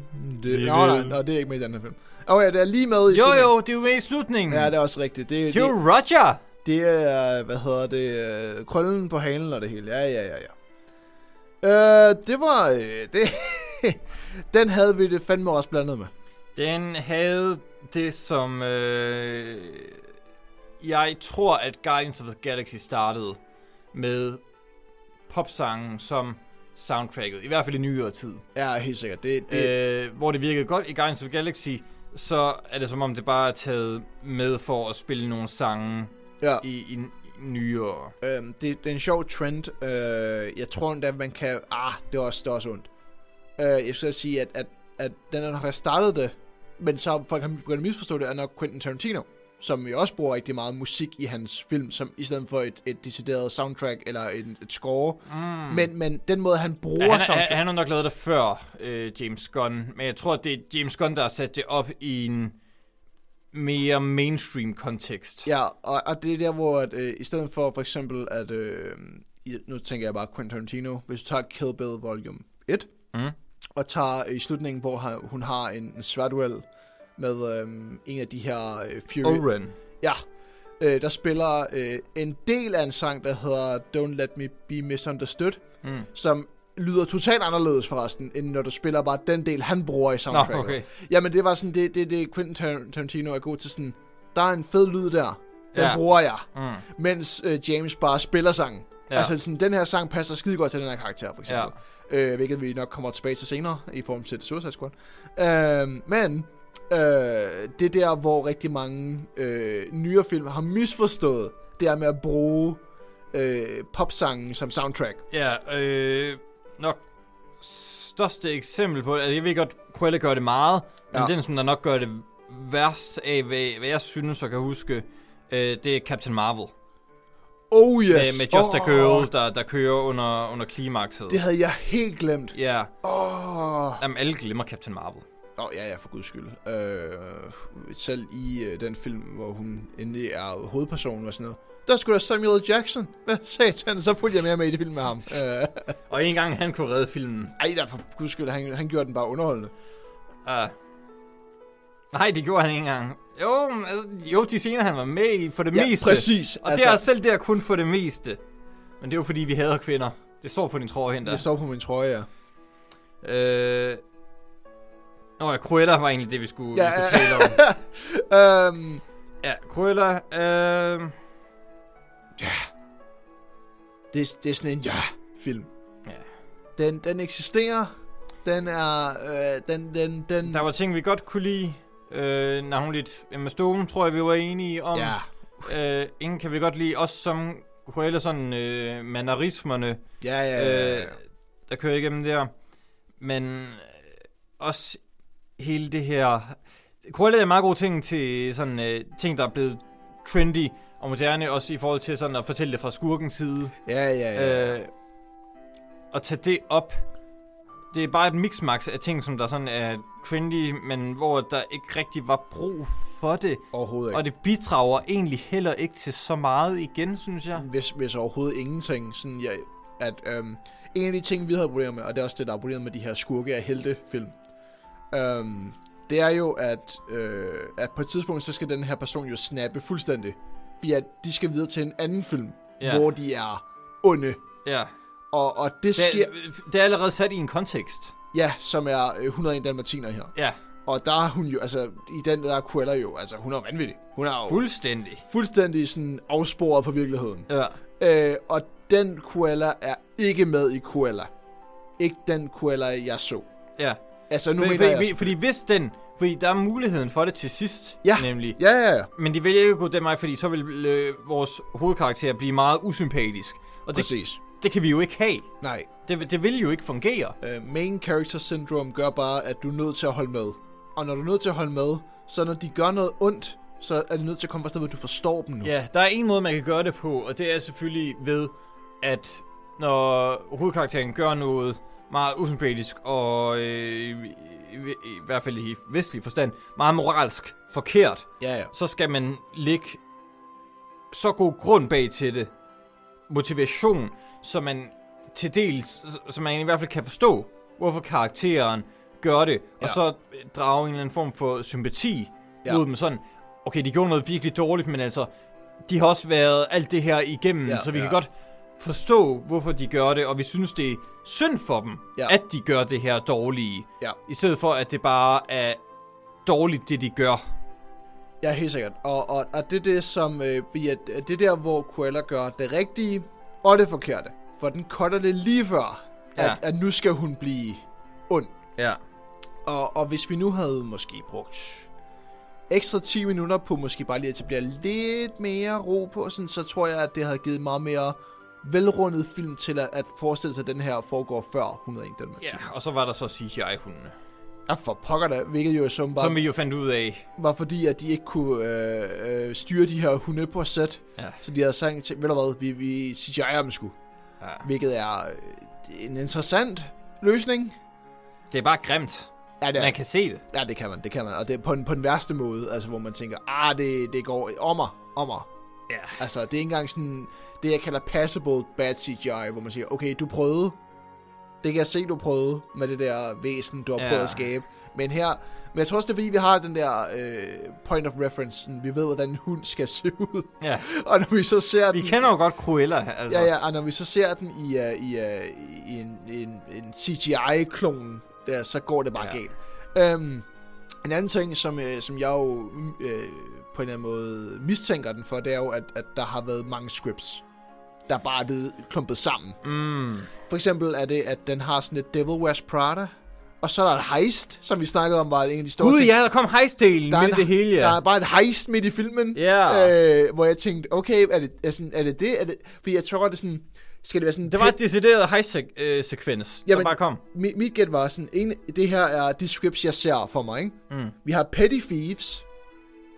Speaker 1: Vi
Speaker 2: nå, nej,
Speaker 1: vil.
Speaker 2: nå, det er ikke med i den her film. Okay, det er lige med i
Speaker 1: Jo
Speaker 2: slutningen.
Speaker 1: jo, det er jo med i slutningen.
Speaker 2: Ja, det er også rigtigt. Det,
Speaker 1: det er Mm. jo
Speaker 2: det,
Speaker 1: Roger.
Speaker 2: det er, hvad hedder det, øh, krøllen på halen og det hele. Ja, ja, ja, ja. Øh, det var, øh, det, den havde vi det fandme også blandet med.
Speaker 1: Den havde det, som øh, jeg tror, at Guardians of the Galaxy startede med popsangen som soundtracket. I hvert fald i nyere tid.
Speaker 2: Ja, helt sikkert. Det, det, øh,
Speaker 1: Det... Øh, hvor det virkede godt i Guardians of the Galaxy, så er det som om, det bare er taget med for at spille nogle sange
Speaker 2: ja,
Speaker 1: i, i, i nyere.
Speaker 2: øh, det, det er en sjov trend. Øh, jeg tror endda, man kan, ah, det er også, det er også ondt. Øh, jeg skal sige, at, at, at den er nok har startet det, men så har folk har begyndt at misforstå det, er nok Quentin Tarantino som jo også bruger rigtig meget musik i hans film, som i stedet for et, et decideret soundtrack eller en, et score,
Speaker 1: Mm.
Speaker 2: Men, men den måde, han bruger
Speaker 1: Ja,
Speaker 2: ja,
Speaker 1: han,
Speaker 2: soundtrack...
Speaker 1: han, han har nok lavet det før øh, James Gunn, men jeg tror, at det er James Gunn, der har sat det op i en mere mainstream kontekst.
Speaker 2: Ja, og, og det er der, hvor at, øh, i stedet for for eksempel at... Øh, i- nu tænker jeg bare Quentin Tarantino. Hvis du tager Kill Bill Volume 1,
Speaker 1: Mm.
Speaker 2: og tager øh, i slutningen, hvor har, hun har en, en sværduel med øh, en af de her øh, Fury...
Speaker 1: Oren.
Speaker 2: Ja, øh, der spiller øh, en del af en sang, der hedder Don't Let Me Be Misunderstood,
Speaker 1: Mm.
Speaker 2: som lyder totalt anderledes forresten, end når du spiller bare den del, han bruger i
Speaker 1: Nå,
Speaker 2: soundtracket.
Speaker 1: okay.
Speaker 2: Jamen, det var sådan, det, det, det Quentin Tar- Tarantino er god til sådan, der er en fed lyd der, den
Speaker 1: Ja.
Speaker 2: ja. bruger jeg,
Speaker 1: Mm.
Speaker 2: mens øh, James bare spiller sangen.
Speaker 1: Ja.
Speaker 2: Ja. Altså sådan, den her sang passer skide godt til den her karakter, for
Speaker 1: ja.
Speaker 2: eksempel. Ja. Øh, hvilket vi nok kommer tilbage til senere, i form til Suicide Squad. Øh, men, øh, det er der, hvor rigtig mange øh, nyere film har misforstået, det er med at bruge øh, popsangen som soundtrack.
Speaker 1: Ja, øh, nok største eksempel på det, altså jeg ved godt, Cruella gør det meget, men
Speaker 2: Ja.
Speaker 1: den, som der nok gør det værst af, hvad, hvad jeg synes og kan huske, øh, det er Captain Marvel.
Speaker 2: Oh yes!
Speaker 1: Med, med Just a
Speaker 2: Åh,
Speaker 1: Girl, der, der kører under, under klimakset.
Speaker 2: Det havde jeg helt glemt.
Speaker 1: Ja,
Speaker 2: Åh! Oh.
Speaker 1: jamen alle glemmer Captain Marvel.
Speaker 2: Nå, ja, ja, for guds skyld. Øh, selv i øh, den film, hvor hun endelig er hovedpersonen og sådan noget. Der skulle der Samuel Jackson. Hvad satan, så fulgte jeg mere med i det film med ham. Øh, ej,
Speaker 1: Og en gang han kunne redde filmen.
Speaker 2: der for guds skyld, han, han gjorde den bare underholdende.
Speaker 1: Uh, nej, det gjorde han ikke engang. Jo, men altså, jo, de scener han var med i for det meste.
Speaker 2: præcis.
Speaker 1: Og altså, det er selv der kun for det meste. Men det er jo fordi, vi hader kvinder. Det står på din tråd der.
Speaker 2: det står på min trøje, ja.
Speaker 1: Øh... Nå ja, Cruella var egentlig det, vi skulle, ja,
Speaker 2: Ja,
Speaker 1: vi
Speaker 2: ja.
Speaker 1: skulle tale om.
Speaker 2: Øhm,
Speaker 1: Ja, Cruella, øh...
Speaker 2: det, det er sådan en ja-film.
Speaker 1: Ja.
Speaker 2: Den, den eksisterer. Den er... Øh, den, den, den...
Speaker 1: Der var ting, vi godt kunne lide. Øh, navnligt Emma Stone, tror jeg, vi var enige om.
Speaker 2: Ja,
Speaker 1: Øh, ingen kan vi godt lide. Også som Cruella, sådan øh, mannerismerne,
Speaker 2: ja, ja. ja,
Speaker 1: øh,
Speaker 2: ja.
Speaker 1: der kører igennem der. Men øh, også hele det her... Cruella er meget gode ting til sådan øh, ting, der er blevet trendy og moderne, også i forhold til sådan at fortælle det fra skurkens side.
Speaker 2: ja, ja, ja.
Speaker 1: øh, at tage det op. Det er bare et mixmax af ting, som der sådan er trendy, men hvor der ikke rigtig var brug for det.
Speaker 2: Overhovedet ikke.
Speaker 1: Og det bidrager egentlig heller ikke til så meget igen, synes jeg.
Speaker 2: hvis, hvis overhovedet ingenting. Sådan, jeg, at, øhm, en af de ting, vi havde problemer med, og det er også det, der er problemet med de her skurke og helte film, øhm, det er jo, at, øh, at på et tidspunkt, så skal den her person jo snappe fuldstændig. Fordi at de skal videre til en anden film,
Speaker 1: Ja.
Speaker 2: ja. hvor de er onde.
Speaker 1: Ja.
Speaker 2: Og, og det
Speaker 1: Det,
Speaker 2: sker,
Speaker 1: er, det er allerede sat i en kontekst.
Speaker 2: ja, som er øh, 101 dalmatiner her.
Speaker 1: Ja,
Speaker 2: Og der er hun jo, altså, i den der er Cruella jo, altså, hun er vanvittig. Hun er jo
Speaker 1: fuldstændig.
Speaker 2: fuldstændig sådan afsporet fra virkeligheden.
Speaker 1: Ja.
Speaker 2: Øh, og den Cruella er ikke med i Cruella. Ikke den Cruella, jeg så.
Speaker 1: ja.
Speaker 2: Altså, nu
Speaker 1: Nu fordi,
Speaker 2: mener jeg...
Speaker 1: fordi, fordi hvis den... Fordi der er muligheden for det til sidst,
Speaker 2: Ja.
Speaker 1: nemlig.
Speaker 2: Ja, ja, ja.
Speaker 1: Men de vælger ikke at gå den vej, fordi så vil øh, vores hovedkarakter blive meget usympatisk. Og det,
Speaker 2: Præcis.
Speaker 1: det kan vi jo ikke have.
Speaker 2: Nej.
Speaker 1: Det, det vil jo ikke fungere.
Speaker 2: Øh, main character syndrome gør bare, at du er nødt til at holde med. Og når du er nødt til at holde med, så når de gør noget ondt, så er de nødt til at komme fra et sted, hvor du forstår dem nu.
Speaker 1: Ja, der er en måde, man kan gøre det på, og det er selvfølgelig ved, at når hovedkarakteren gør noget meget usympatisk, og øh, i, i, i hvert fald i vestlig forstand, meget moralsk forkert,
Speaker 2: ja. ja.
Speaker 1: så skal man lægge så god grund bag til det, motivation, så man til dels, så man i hvert fald kan forstå, hvorfor karakteren gør det, ja.
Speaker 2: Ja.
Speaker 1: og så øh, drage en eller anden form for sympati ja.
Speaker 2: Ja.
Speaker 1: mod dem sådan, okay, de gjorde noget virkelig dårligt, men altså, de har også været alt det her igennem, ja,
Speaker 2: Ja,
Speaker 1: så vi ja. kan
Speaker 2: ja.
Speaker 1: godt forstå, hvorfor de gør det, og vi synes, det er synd for dem, ja.
Speaker 2: Ja.
Speaker 1: at de gør det her dårlige,
Speaker 2: Ja.
Speaker 1: i stedet for, at det bare er dårligt, det de gør.
Speaker 2: Ja, helt sikkert. Og, og, og det er det, som øh, vi er, det er der, hvor Cruella gør det rigtige og det forkerte. For den cutter det lige før,
Speaker 1: Ja.
Speaker 2: at, at nu skal hun blive ond.
Speaker 1: Ja.
Speaker 2: Og, og hvis vi nu havde måske brugt ekstra 10 minutter på måske bare lige at etablere lidt mere ro på, sådan, så tror jeg, at det havde givet meget mere velrundet film til at, at forestille sig, at den her foregår før 101 Danmark.
Speaker 1: Ja, og så var der så CGI-hundene.
Speaker 2: Ja, for pokker da, hvilket jo som
Speaker 1: Som
Speaker 2: bare
Speaker 1: vi jo fandt ud af.
Speaker 2: var fordi, at de ikke kunne øh, øh, styre de her hunde på sæt.
Speaker 1: Ja.
Speaker 2: Så de havde sagt, til- ved du hvad, vi, vi CGI'er dem sgu.
Speaker 1: Ja.
Speaker 2: Hvilket er øh, en interessant løsning.
Speaker 1: Det er bare grimt.
Speaker 2: Ja, det
Speaker 1: Ja.
Speaker 2: er
Speaker 1: Man kan se det.
Speaker 2: Ja, det kan man, det kan man. Og det er på den, på den værste måde, altså hvor man tænker, ah, det, det går om mig, om mig.
Speaker 1: Ja.
Speaker 2: Altså, det er ikke engang sådan, det jeg kalder passable bad CGI, hvor man siger, okay, du prøvede. Det kan jeg se, du prøvede med det der væsen, du har
Speaker 1: Ja.
Speaker 2: ja. prøvet at skabe. Men her, men jeg tror også, det er fordi, vi har den der øh, point of reference. Sådan, Vi ved, hvordan en hund skal se ud.
Speaker 1: Ja.
Speaker 2: Og når vi så ser
Speaker 1: Vi
Speaker 2: den...
Speaker 1: kender jo godt Cruella, altså.
Speaker 2: Ja, ja, og når vi så ser den i, uh, i, uh, i en, en, en CGI-klon, der, så går det bare
Speaker 1: Ja.
Speaker 2: ja. galt. Um, en anden ting, som, uh, som jeg jo mm, øh, på en eller anden måde mistænker den for, det er jo, at, at der har været mange scripts, der bare er blevet klumpet sammen.
Speaker 1: Mm.
Speaker 2: For eksempel er det, at den har sådan et Devil Wears Prada, og så er der et heist, som vi snakkede om, var en af de store
Speaker 1: Gud,
Speaker 2: ting.
Speaker 1: ja, der kom hejsdelen
Speaker 2: Der er
Speaker 1: midt i
Speaker 2: en-
Speaker 1: det hele, ja.
Speaker 2: Der er bare et heist midt i filmen,
Speaker 1: Ja.
Speaker 2: øh, hvor jeg tænkte, okay, er det er, sådan, er det? det? Er det? Fordi jeg tror, det er sådan, skal det være sådan...
Speaker 1: Det var et decideret hejsekvens, der
Speaker 2: Jamen-
Speaker 1: bare kom.
Speaker 2: mit, mit gæt var sådan, en, det her er de scripts, jeg ser for mig, ikke?
Speaker 1: Mm.
Speaker 2: Vi har Petty Thieves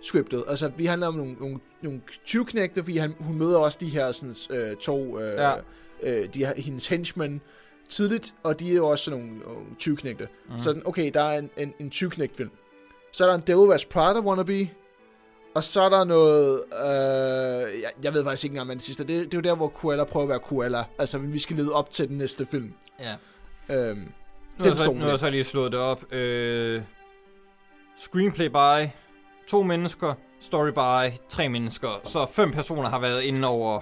Speaker 2: scriptet, altså vi handler om nogle, nogle, nogle tyvknægte, fordi han, hun møder også de her sådan, øh, to, øh,
Speaker 1: Ja.
Speaker 2: ja. øh, de her, hendes henchmen tidligt, og de er jo også sådan nogle, nogle tyvknægte. Mm. Så sådan, okay, der er en, en, en tyvknægt-film. Så er der en Devil Wears Prada wannabe, og så er der noget, øh, jeg, jeg ved faktisk ikke engang, hvad den sidste er. det, det er jo der, hvor Cruella prøver at være Cruella. Altså, vi skal lede op til den næste film.
Speaker 1: Ja.
Speaker 2: Øhm,
Speaker 1: Nu har, jeg
Speaker 2: Den
Speaker 1: så,
Speaker 2: stod
Speaker 1: nu har jeg så lige slået det op. Øh, screenplay by to mennesker, story by tre mennesker. Så fem personer har været inde over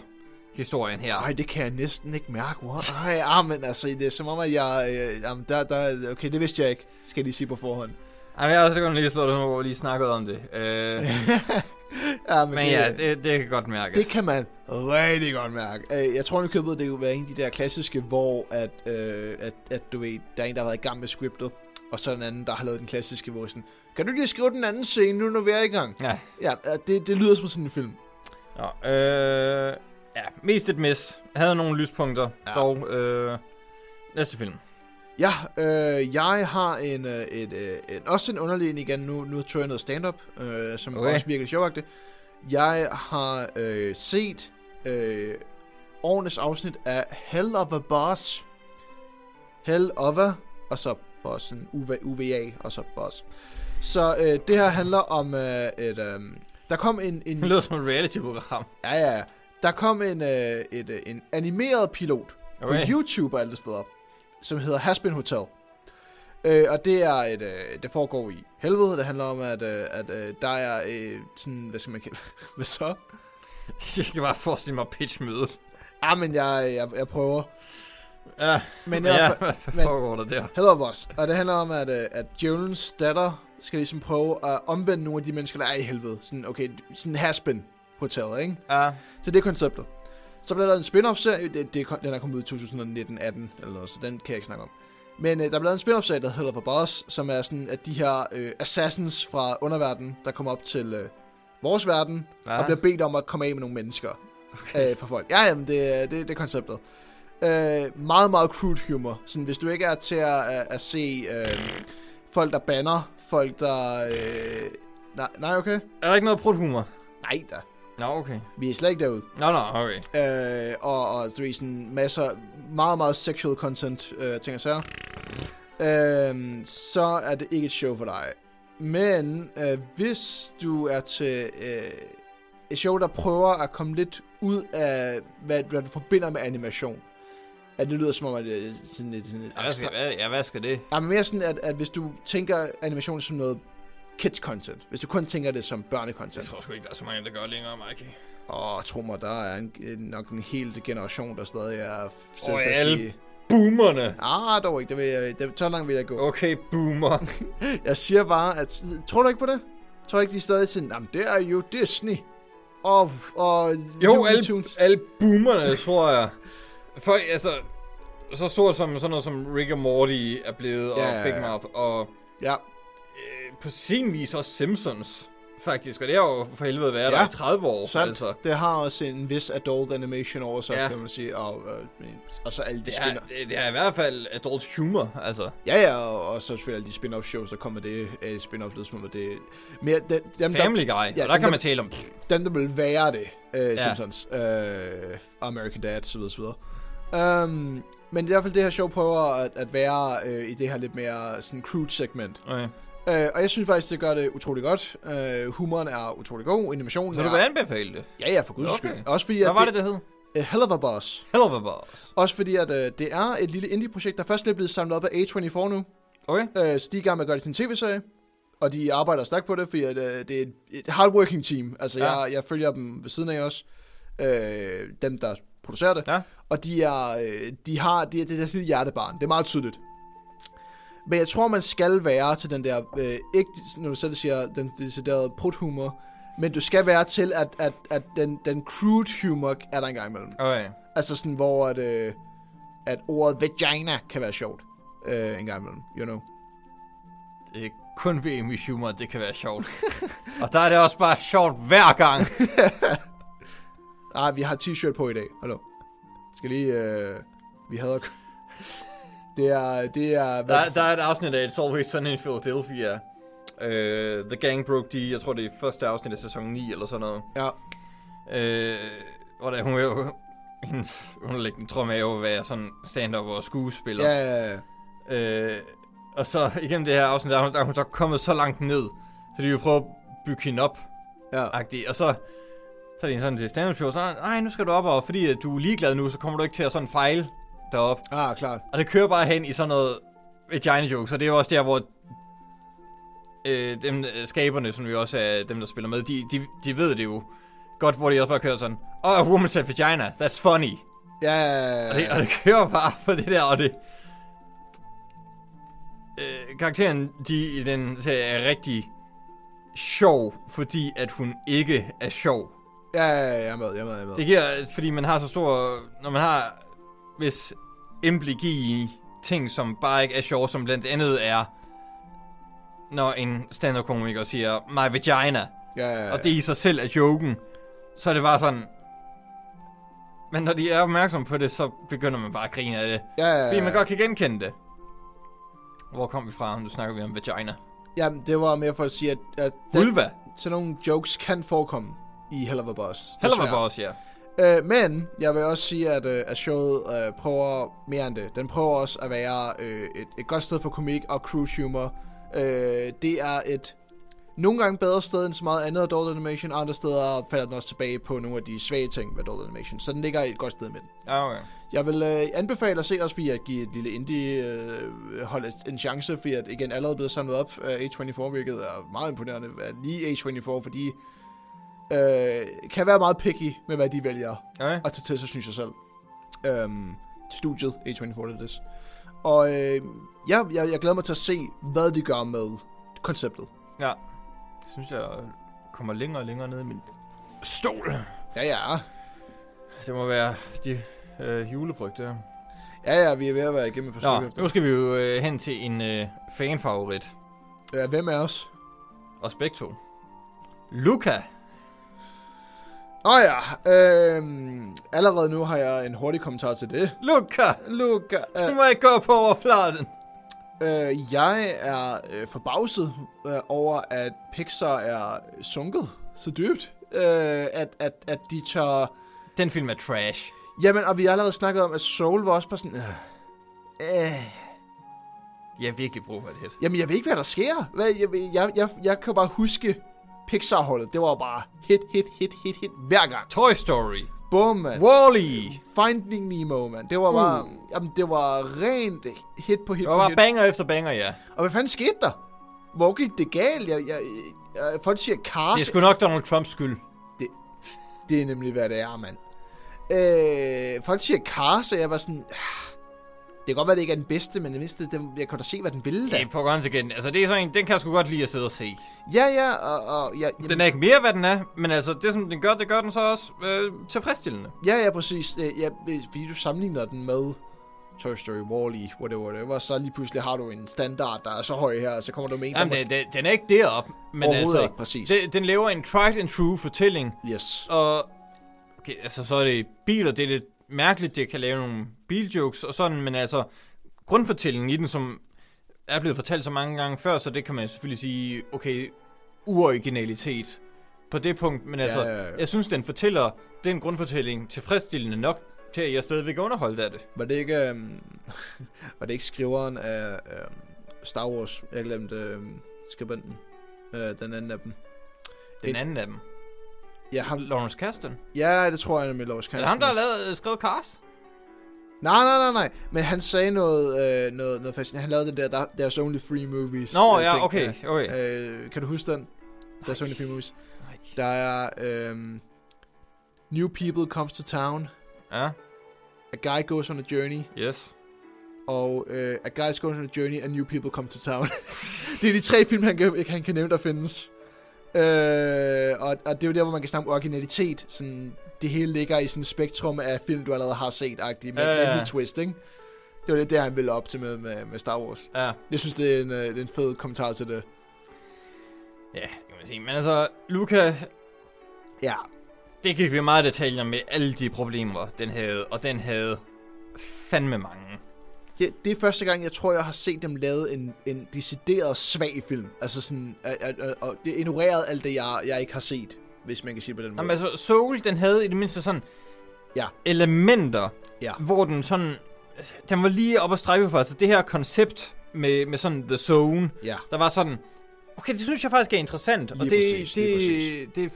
Speaker 1: historien her.
Speaker 2: Ej, det kan jeg næsten ikke mærke. What? Ej, ah, men altså, det er som om, at jeg... Øh, jamen, der, der, okay, det vidste jeg ikke, skal jeg lige sige på forhånd.
Speaker 1: Ej, men jeg har også kun lige slået det op, hvor vi lige snakket om det. Øh,
Speaker 2: ja, men,
Speaker 1: men
Speaker 2: det,
Speaker 1: ja, det, det kan godt mærkes.
Speaker 2: det kan man rigtig godt mærke. Øh, jeg tror, nu købet, det kunne være en af de der klassiske, hvor at, øh, at, at, du ved, der er en, der har været i gang med scriptet, og så er den anden, der har lavet den klassiske, hvor sådan, kan du lige skrive den anden scene, nu når vi er i gang?
Speaker 1: Ja.
Speaker 2: Ja, øh, det, det lyder som sådan en film.
Speaker 1: Nå, øh, ja, mest et mis. Jeg havde nogle lyspunkter, ja.
Speaker 2: Ja.
Speaker 1: dog. Øh, næste film.
Speaker 2: Ja, øh, jeg har en, øh, et, øh, en, også en underlig en igen. Nu, nu tror jeg noget stand-up, øh, som
Speaker 1: Okay.
Speaker 2: okay. også virker sjovagtigt. Jeg har øh, set øh, årenes afsnit af Hell of a Boss. Hell of a, og så Boss, sådan UV, UVA, og så Boss. Så øh, det her handler om øh, et... Øh, der kom en... en
Speaker 1: Det lyder som et reality-program.
Speaker 2: ja, ja, ja. der kom en, øh, et, øh, en animeret pilot, okay. på YouTube og alle steder, som hedder Hasbin Hotel. Øh, og det er et, øh, det foregår i helvede. Det handler om, at, øh, at øh, der er øh, sådan, hvad skal man kalde Hvad så?
Speaker 1: Jeg kan bare forestille mig pitchmødet.
Speaker 2: Ah, men jeg, jeg, jeg prøver.
Speaker 1: Ja,
Speaker 2: Men
Speaker 1: men
Speaker 2: i hvert
Speaker 1: ja,
Speaker 2: fald-
Speaker 1: hvad
Speaker 2: men-
Speaker 1: foregår der der?
Speaker 2: Hello Boss. Og det handler om, at, øh, at Djævelens datter skal ligesom prøve at omvende nogle af de mennesker, der er i helvede. Sådan, okay, sådan Hasbin Hotel, ikke?
Speaker 1: Ja,
Speaker 2: Så det er konceptet. Så blev der lavet en spin-off-serie, det, det, er kom- den er kommet ud i 2019-18, eller noget, så den kan jeg ikke snakke om. Men øh, der blev lavet en spin-off-serie, der hedder for Boss, som er sådan, at de her øh, assassins fra underverdenen, der kommer op til øh, vores verden,
Speaker 1: Ja.
Speaker 2: ja. og bliver bedt om at komme af med nogle mennesker okay. øh, fra folk. Ja, jamen, det, er- det, det er konceptet. Øh, meget, meget crude humor. Sådan, hvis du ikke er til at, at, at se øh, folk, der banner, folk, der... Øh, nej, nej, okay?
Speaker 1: er der ikke noget pruthumor?
Speaker 2: Nej, da.
Speaker 1: Nå, okay.
Speaker 2: Vi er slet ikke derude.
Speaker 1: Nå, nå, okay.
Speaker 2: Øh, og, og du ved, sådan masser, meget, meget sexual content, øh, ting og sager. Øh, så er det ikke et show for dig. Men øh, hvis du er til øh, et show, der prøver at komme lidt ud af, hvad, hvad du forbinder med animation, at det lyder som om, at det er sådan lidt... Sådan lidt
Speaker 1: Ja, hvad skal, hvad, ja, hvad skal det?
Speaker 2: Ja, men mere sådan, at, at hvis du tænker animation som noget kids-content, hvis du kun tænker det som
Speaker 1: Jeg
Speaker 2: børnecontent,
Speaker 1: tror sgu ikke, der er så mange, der gør længere, Mikey.
Speaker 2: og tro mig, der er en, en- nok en hel generation, der stadig er
Speaker 1: Åh,
Speaker 2: siddet fast
Speaker 1: alle.
Speaker 2: i...
Speaker 1: Boomerne!
Speaker 2: Ah, dog ikke. Det vil jeg, det, så langt vil jeg gå.
Speaker 1: Okay, boomer.
Speaker 2: Jeg siger bare, at... Tror du ikke på det? Tror du ikke, de er stadig sådan... Jamen, det er jo Disney. Og... og
Speaker 1: Jo,
Speaker 2: Looney
Speaker 1: alle,
Speaker 2: Tunes."
Speaker 1: alle boomerne, tror jeg. For, altså, så stort som sådan noget som Rick og Morty er blevet,
Speaker 2: Ja,
Speaker 1: og
Speaker 2: ja,
Speaker 1: Big
Speaker 2: ja.
Speaker 1: Mouth, og
Speaker 2: Ja.
Speaker 1: øh, på sin vis også Simpsons, faktisk. Og det har jo for helvede været
Speaker 2: Ja.
Speaker 1: der i 30 år,
Speaker 2: Sandt.
Speaker 1: altså.
Speaker 2: Det har også en vis adult animation over sig,
Speaker 1: Ja.
Speaker 2: ja. kan man sige. Og, og, og så alle de
Speaker 1: Det
Speaker 2: ja.
Speaker 1: er,
Speaker 2: spin
Speaker 1: det, det er i hvert fald adult humor, altså.
Speaker 2: Ja, ja, og, og så selvfølgelig alle de spin-off shows, der kommer det. Uh, spin-off lyder som om, at det... Mere, den, dem, der,
Speaker 1: Family Guy, ja,
Speaker 2: ja,
Speaker 1: og der
Speaker 2: dem,
Speaker 1: kan
Speaker 2: der-
Speaker 1: man tale om...
Speaker 2: dem, der vil være det, øh, ja.
Speaker 1: Ja.
Speaker 2: Simpsons, øh, American Dad, så videre, så videre. Um, men i hvert fald det her show prøver at, at være øh, i det her lidt mere sådan crude segment.
Speaker 1: Okay.
Speaker 2: Øh, og jeg synes faktisk, det gør det utrolig godt. Øh, humoren er utrolig god, animationen
Speaker 1: Så
Speaker 2: er...
Speaker 1: du vil anbefale det?
Speaker 2: Ja, ja, for guds
Speaker 1: Okay.
Speaker 2: okay. skyld. Også fordi,
Speaker 1: Ja,
Speaker 2: at
Speaker 1: Hvad var det, det hed?
Speaker 2: det... Hell of a Boss.
Speaker 1: Hell of a Boss.
Speaker 2: Også fordi, at øh, det er et lille indie-projekt, der først lige er blevet samlet op af A24 nu.
Speaker 1: Okay.
Speaker 2: Øh, så de er i gang med at gøre det til en tv-serie, og de arbejder stærkt på det, fordi at, øh, det er et, et hardworking team. Altså,
Speaker 1: Ja.
Speaker 2: ja. jeg, jeg følger dem ved siden af også. Øh, dem, der producerer det.
Speaker 1: Ja.
Speaker 2: Og de, er, øh, de har de, er- det er deres lille hjertebarn. Det er meget tydeligt. Men jeg tror, man skal være til den der, øh, ikke når du selv siger, den deciderede pruthumor, men du skal være til, at, at, at den, den crude humor er der engang imellem.
Speaker 1: Okay.
Speaker 2: Altså sådan, hvor at, øh, at ordet vagina kan være sjovt øh, en gang imellem, you know.
Speaker 1: Det er kun ved Amy Humor, det kan være sjovt. og der er det også bare sjovt hver gang.
Speaker 2: Ah, vi har t-shirt på i dag. Hallo. Skal lige... Øh, vi hader... Det er... Det er hvad,
Speaker 1: Der, der er et afsnit af It's Always Sunny in Philadelphia. Uh, The Gang Broke D, jeg tror det er første afsnit af sæson 9 eller sådan noget.
Speaker 2: Ja.
Speaker 1: Uh, hvor der, hun er jo, hendes underliggende drøm er jo at være sådan stand-up og skuespiller.
Speaker 2: ja, ja, ja.
Speaker 1: Øh, og så igennem det her afsnit, der er hun, der er hun så kommet så langt ned, så de vil prøve at bygge hende op
Speaker 2: ja.
Speaker 1: -agtigt. Og så, så er det en sådan til stand-up show, så nej, nu skal du op, og fordi at du er ligeglad nu, så kommer du ikke til at sådan fejle derop.
Speaker 2: Ah, klart.
Speaker 1: Og det kører bare hen i sådan noget vagina jokes, og det er jo også der, hvor øh, dem øh, skaberne, som vi også er dem, der spiller med, de, de, de ved det jo godt, hvor de også bare kører sådan, oh, a woman said vagina, that's funny.
Speaker 2: Ja, ja, ja,
Speaker 1: Og det,
Speaker 2: ja.
Speaker 1: og det kører bare på det der, og det... Øh, karakteren, de i den serie er rigtig sjov, fordi at hun ikke er sjov.
Speaker 2: Ja, ja, ja, jeg er med, jeg er med, jeg er med.
Speaker 1: Det giver, fordi man har så stor... Når man har hvis indblik i ting, som bare ikke er sjov, som blandt andet er, når en stand-up-komiker siger, my vagina,
Speaker 2: Ja, ja, ja.
Speaker 1: og det i sig selv er joken, så er det bare sådan... Men når de er opmærksomme på det, så begynder man bare at grine af det.
Speaker 2: ja, ja, ja.
Speaker 1: Fordi man godt kan genkende det. Hvor kom vi fra? Nu snakker vi om vagina.
Speaker 2: Jamen, det var mere for at sige, at, at den,
Speaker 1: Vulva.
Speaker 2: sådan nogle jokes kan forekomme i Hell of a Boss.
Speaker 1: Heller
Speaker 2: desværre.
Speaker 1: var boss, ja.
Speaker 2: Øh, men jeg vil også sige, at, øh, at showet øh, prøver mere end det. Den prøver også at være øh, et, et godt sted for komik og crude humor. Øh, det er et nogle gange bedre sted end så meget andet af Adult Animation, og andre steder falder den også tilbage på nogle af de svage ting ved Adult Animation. Så den ligger et godt sted med den.
Speaker 1: Ja, okay.
Speaker 2: Jeg vil øh, anbefale at se også, fordi at give et lille indie-hold en chance, fordi at igen allerede blevet samlet op af A24, hvilket er meget imponerende. at Lige A24, fordi øh, kan være meget picky med, hvad de vælger
Speaker 1: okay.
Speaker 2: at tage til sig, synes jeg selv. Øhm, studiet A24, det er det. Og øh, ja, jeg, jeg glæder mig til at se, hvad de gør med konceptet.
Speaker 1: Det synes jeg øh, kommer længere og længere ned i min stol.
Speaker 2: Ja, ja.
Speaker 1: Det må være de øh, julebryg der.
Speaker 2: Ja, ja, vi er ved at være igennem på stykke
Speaker 1: Nå, nu
Speaker 2: efter.
Speaker 1: skal vi jo øh, hen til en øh, fanfavorit.
Speaker 2: Ja, hvem er os?
Speaker 1: Og Specto. Luca.
Speaker 2: Åh oh, ja, øh, allerede nu har jeg en hurtig kommentar til det.
Speaker 1: Luca!
Speaker 2: Luca,
Speaker 1: Du
Speaker 2: øh,
Speaker 1: må ikke gå på overfladen.
Speaker 2: øh, jeg er øh, forbavset øh, over, at Pixar er sunket så dybt, øh, at, at, at de tør...
Speaker 1: Den film er trash.
Speaker 2: Jamen, og vi har allerede snakket om, at Soul var også bare sådan... Øh, øh,
Speaker 1: Jeg har virkelig brug for et hit.
Speaker 2: Jamen, jeg ved ikke, hvad der sker. Hvad, jeg, ved- jeg, jeg, jeg kan bare huske Pixar-holdet. Det var bare hit, hit, hit, hit, hit hver gang.
Speaker 1: Toy Story.
Speaker 2: Bum, mand.
Speaker 1: Wall-E.
Speaker 2: Finding Nemo, mand. Det var bare... Uh. Jamen, det var rent hit på hit
Speaker 1: Mm. Det
Speaker 2: på
Speaker 1: var bare
Speaker 2: hit.
Speaker 1: banger efter banger, ja.
Speaker 2: Og hvad fanden skete der? Hvor gik det galt? Jeg, jeg, jeg, folk siger Cars.
Speaker 1: Det er sgu nok Donald Trumps skyld.
Speaker 2: Det er nemlig, hvad det er, mand. Øh, folk siger Cars, og jeg var sådan... "Ah, Det kan godt være, det ikke er den bedste, men det mindste, det, jeg kunne da se, hvad den ville da.
Speaker 1: Det er på grænse igen. Altså, det er sådan en, den kan jeg sgu godt lide at sidde og se.
Speaker 2: Ja, ja, og... og ja, jamen,
Speaker 1: Den er ikke mere, hvad den er, men altså, det som den gør, det gør den så også øh, tilfredsstillende.
Speaker 2: Ja, ja, præcis. Øh, Ja, øh, fordi du sammenligner den med Toy Story, Wall-E, whatever, whatever, og så lige pludselig har du en standard, der er så høj her, og så kommer du med en, der
Speaker 1: Jamen,
Speaker 2: måske
Speaker 1: det, det, den er ikke deroppe, men
Speaker 2: overhovedet
Speaker 1: altså,
Speaker 2: ikke præcis. Det...
Speaker 1: det, den lever en tried and true fortælling,
Speaker 2: Yes.
Speaker 1: og okay, altså, så er det biler, det er lidt mærkeligt, det kan lave nogle biljokes og sådan, men altså, grundfortællingen i den, som er blevet fortalt så mange gange før, så det kan man selvfølgelig sige, okay, uoriginalitet på det punkt, men altså,
Speaker 2: ja, ja, ja.
Speaker 1: jeg synes, den fortæller den grundfortælling tilfredsstillende nok, til at jeg stadigvæk er underholdt af det.
Speaker 2: Var det ikke, øhm, var det ikke skriveren af øhm, Star Wars? Jeg glemte øhm, skribenten. Øh, den anden af dem.
Speaker 1: Den
Speaker 2: En-
Speaker 1: anden af dem.
Speaker 2: Ja, ham,
Speaker 1: Lawrence Kasdan.
Speaker 2: ja det tror jeg nemlig, Lars
Speaker 1: Er det ham,
Speaker 2: Kansen.
Speaker 1: der har lavet, øh, skrevet Cars?
Speaker 2: Nej, nej, nej, nej. Men han sagde noget, øh, noget, noget fascinerende. Han lavede det der, der There's Only Three Movies.
Speaker 1: Nå,
Speaker 2: øh,
Speaker 1: ja,
Speaker 2: ting.
Speaker 1: okay, okay.
Speaker 2: Øh, kan du huske den? There's Only Three Movies.
Speaker 1: Nej.
Speaker 2: Der er øh, New People Comes to Town.
Speaker 1: Ja,
Speaker 2: A Guy Goes on a Journey.
Speaker 1: yes.
Speaker 2: Og øh, A Guy Goes on a Journey and New People Come to Town. det er de tre film, han kan, han kan nævne, der findes. Øh, og, og det er jo der, hvor man kan snakke om originalitet. Sådan, det hele ligger i sådan et spektrum af film, du allerede har set, agtig, med,
Speaker 1: Ja,
Speaker 2: ja,
Speaker 1: ja,
Speaker 2: med en
Speaker 1: ja.
Speaker 2: lille twist, ikke? Det var lidt det, han ville op til med, med, med Star Wars.
Speaker 1: Ja,
Speaker 2: Jeg synes, det er en, øh, det er en fed kommentar til det.
Speaker 1: ja, det kan man sige. Men altså, Luca,
Speaker 2: Ja.
Speaker 1: det gik vi meget i detaljer med alle de problemer, den havde, og den havde fandme mange.
Speaker 2: Det, det er første gang, jeg tror, jeg har set dem lave en, en decideret svag film. Altså sådan, at, at, at, og det ignorerede alt det, jeg, jeg ikke har set, hvis man kan sige det på den måde.
Speaker 1: Jamen altså, Soul, den havde i det mindste sådan
Speaker 2: Ja.
Speaker 1: elementer,
Speaker 2: Ja.
Speaker 1: hvor den sådan, altså, den var lige op at strække for, altså det her koncept med, med sådan The Zone,
Speaker 2: Ja.
Speaker 1: der var sådan, okay, det synes jeg faktisk er interessant, og
Speaker 2: Lige
Speaker 1: det,
Speaker 2: præcis,
Speaker 1: det,
Speaker 2: lige præcis.
Speaker 1: det,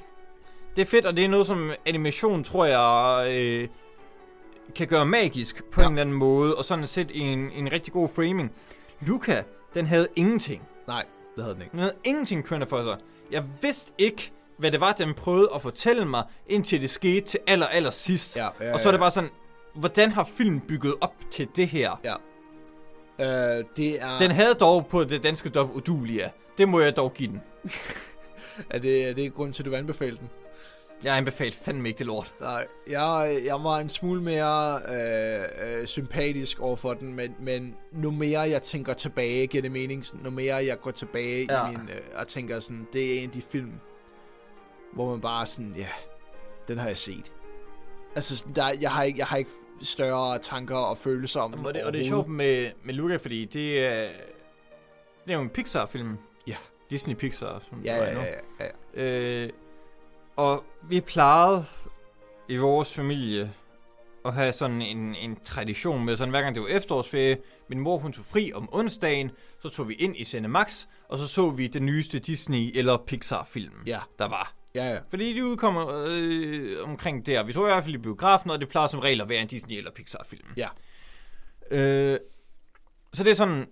Speaker 1: det er fedt, og det er noget, som animation, tror jeg, øh, kan gøre magisk på
Speaker 2: Ja.
Speaker 1: en eller anden måde, og sådan set i en, en rigtig god framing. Luca, den havde ingenting.
Speaker 2: Nej, det havde den ikke.
Speaker 1: Den havde ingenting kørende for sig. Jeg vidste ikke, hvad det var, den prøvede at fortælle mig, indtil det skete til aller, aller sidst.
Speaker 2: Ja, øh, ja,
Speaker 1: og så er det
Speaker 2: ja.
Speaker 1: bare sådan, hvordan har filmen bygget op til det her?
Speaker 2: Ja. Øh, det er...
Speaker 1: Den havde dog på det danske dub Odulia. Det må jeg dog give den.
Speaker 2: Er det, er det grund til, at du vil anbefale den?
Speaker 1: Jeg anbefaler fandme ikke det lort.
Speaker 2: Nej, jeg, jeg var en smule mere øh, øh, sympatisk overfor den, men, men nu mere jeg tænker tilbage, giver det mening, sådan, nu mere jeg går tilbage ja.
Speaker 1: Ja.
Speaker 2: i min, øh, og tænker sådan, det er en af de film, hvor man bare sådan, ja, den har jeg set. Altså, sådan, der, jeg, har ikke, jeg har ikke større tanker og følelser om den
Speaker 1: Og det, og det er sjovt
Speaker 2: overhovedet.
Speaker 1: med, med Luca, fordi det er, det er jo en Pixar-film.
Speaker 2: Ja.
Speaker 1: Disney Pixar, som det
Speaker 2: Ja,
Speaker 1: var
Speaker 2: ja,
Speaker 1: endnu.
Speaker 2: ja, ja, ja.
Speaker 1: Øh, og vi plejede i vores familie at have sådan en, en tradition med, sådan hver gang det var efterårsferie, min mor hun tog fri om onsdagen, så tog vi ind i Cinemax, og så så vi den nyeste Disney eller Pixar-film,
Speaker 2: Ja,
Speaker 1: der var.
Speaker 2: ja, ja.
Speaker 1: Øh, Fordi de udkommer øh, omkring der. Vi tog i hvert fald i biografen, og det plejer som regel at være en Disney eller Pixar-film.
Speaker 2: Ja.
Speaker 1: Øh, så det er sådan,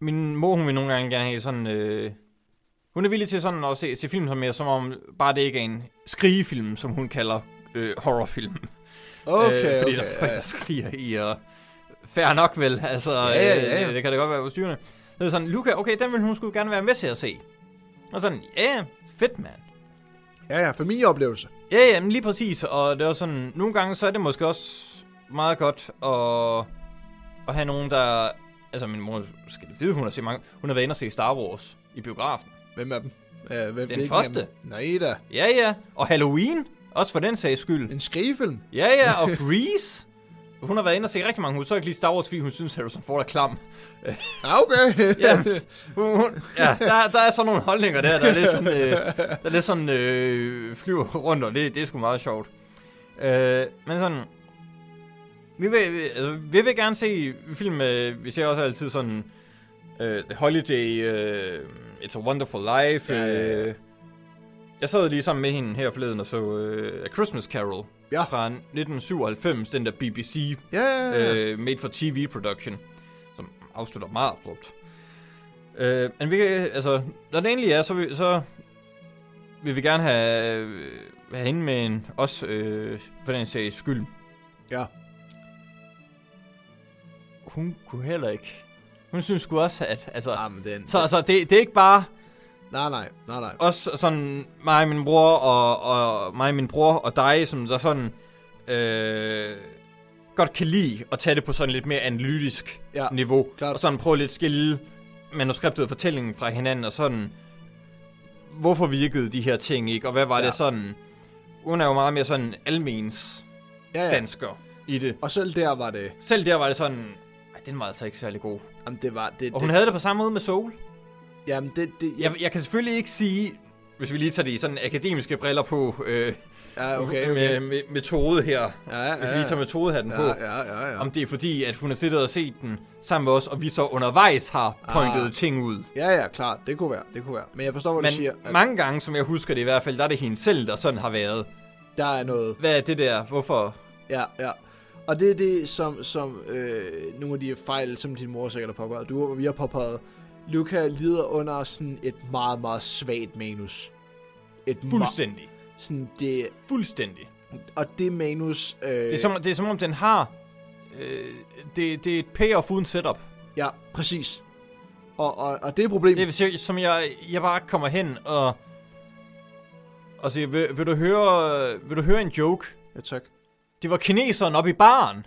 Speaker 1: min mor hun vil nogle gange gerne have sådan, øh, hun er villig til sådan at se, se film som mere, som om bare det ikke er en skrigefilm, som hun kalder øh, horrorfilm.
Speaker 2: Okay,
Speaker 1: fordi
Speaker 2: okay.
Speaker 1: der er folk,
Speaker 2: ja,
Speaker 1: der skriger i, og fair nok vel, altså,
Speaker 2: Ja, ja,
Speaker 1: øh,
Speaker 2: ja, ja.
Speaker 1: Det, det kan da godt være forstyrrende. Det er sådan, Luca, okay, den vil hun skulle gerne være med til at se. Og sådan, ja, yeah, fedt mand.
Speaker 2: ja, ja, familieoplevelse.
Speaker 1: Ja, ja, men lige præcis, og det er sådan, nogle gange så er det måske også meget godt at, at have nogen, der, altså min mor skal det vide, hun har set mange, hun har været inde og se Star Wars i biografen.
Speaker 2: Hvem er dem? Øh,
Speaker 1: Den
Speaker 2: hvem, hvilken af
Speaker 1: første.
Speaker 2: dem? Nej da.
Speaker 1: Ja, ja, og Halloween, også for den sags skyld.
Speaker 2: En skrigefilm?
Speaker 1: Ja, ja, og Grease. Hun har været inde og se rigtig mange, hun så ikke lige Star Wars, fordi hun synes, Harrison Ford er klam.
Speaker 2: Ah, okay.
Speaker 1: Ja, hun, hun, ja der, der er sådan nogle holdninger der, der er lidt sådan, øh, der er lidt sådan øh, flyver rundt, og det, det er sgu meget sjovt. Øh, men sådan, vi vil, vi- altså, vi vil gerne se film, øh, vi ser også altid sådan, øh, The Holiday, øh, It's a Wonderful Life.
Speaker 2: Ja, ja, ja.
Speaker 1: Øh, jeg sad lige sammen med hende her forleden og så øh, A Christmas Carol
Speaker 2: Ja.
Speaker 1: fra 1997, den der BBC
Speaker 2: Ja, ja, ja.
Speaker 1: øh, made for TV production, som afslutter meget abrupt. Øh, men vi kan, altså, når det endelig er, så vil, så vil vi gerne have, øh, have hende med en, også øh, for den sags skyld.
Speaker 2: Ja.
Speaker 1: Hun kunne heller ikke. Hun synes sgu også, at, altså,
Speaker 2: Ah, men den.
Speaker 1: så altså, det, det er ikke bare
Speaker 2: Nej, nej, nej, nej.
Speaker 1: også sådan mig og min bror og, og mig og min bror og dig, som der sådan øh, godt kan lide at tage det på sådan lidt mere analytisk
Speaker 2: Ja,
Speaker 1: niveau.
Speaker 2: klart.
Speaker 1: Og sådan prøve lidt at skille manuskriptet og fortællingen fra hinanden og sådan, hvorfor virkede de her ting ikke, og hvad var
Speaker 2: Ja.
Speaker 1: det sådan? Hun er jo meget mere sådan almens
Speaker 2: Ja, ja.
Speaker 1: dansker i det.
Speaker 2: Og selv der var det...
Speaker 1: Selv der var det sådan, "Ej, den var altså ikke særlig god.
Speaker 2: Jamen, det var... Det,
Speaker 1: Og hun
Speaker 2: det,
Speaker 1: havde det på samme måde med Soul.
Speaker 2: Jamen, det... det
Speaker 1: Jeg, jeg kan selvfølgelig ikke sige, hvis vi lige tager de sådan akademiske briller på, øh,
Speaker 2: ja, okay,
Speaker 1: med,
Speaker 2: okay.
Speaker 1: med metode her.
Speaker 2: Ja, ja,
Speaker 1: øh, Hvis vi lige tager metodehatten på.
Speaker 2: ja, ja, ja, ja.
Speaker 1: Om det er fordi, at hun har siddet og set den sammen med os, og vi så undervejs har pointet
Speaker 2: Ah.
Speaker 1: ah. ting ud.
Speaker 2: Ja, ja, klart. Det kunne være, det kunne være. Men jeg forstår, hvad
Speaker 1: Men
Speaker 2: du siger. At
Speaker 1: mange gange, som jeg husker det i hvert fald, der er det hende selv, der sådan har været.
Speaker 2: der er noget...
Speaker 1: Hvad er det der? Hvorfor?
Speaker 2: Ja, ja. Og det er det, som, som øh, nogle af de fejl, som din mor sikkert har påpeget. Du, vi har påpeget, Luca lider under sådan et meget, meget svagt manus. Et meget,
Speaker 1: Fuldstændig.
Speaker 2: sådan det,
Speaker 1: Fuldstændig.
Speaker 2: og det manus... Øh,
Speaker 1: Det er, som, det er som om, den har... Øh, det, det er et payoff uden setup.
Speaker 2: Ja, præcis. Og, og, og det er problemet.
Speaker 1: Det er seriøst, som jeg, jeg bare kommer hen og... Og siger, vil, vil, du høre, vil du høre en joke?
Speaker 2: Ja, tak.
Speaker 1: Det var kineseren oppe i baren.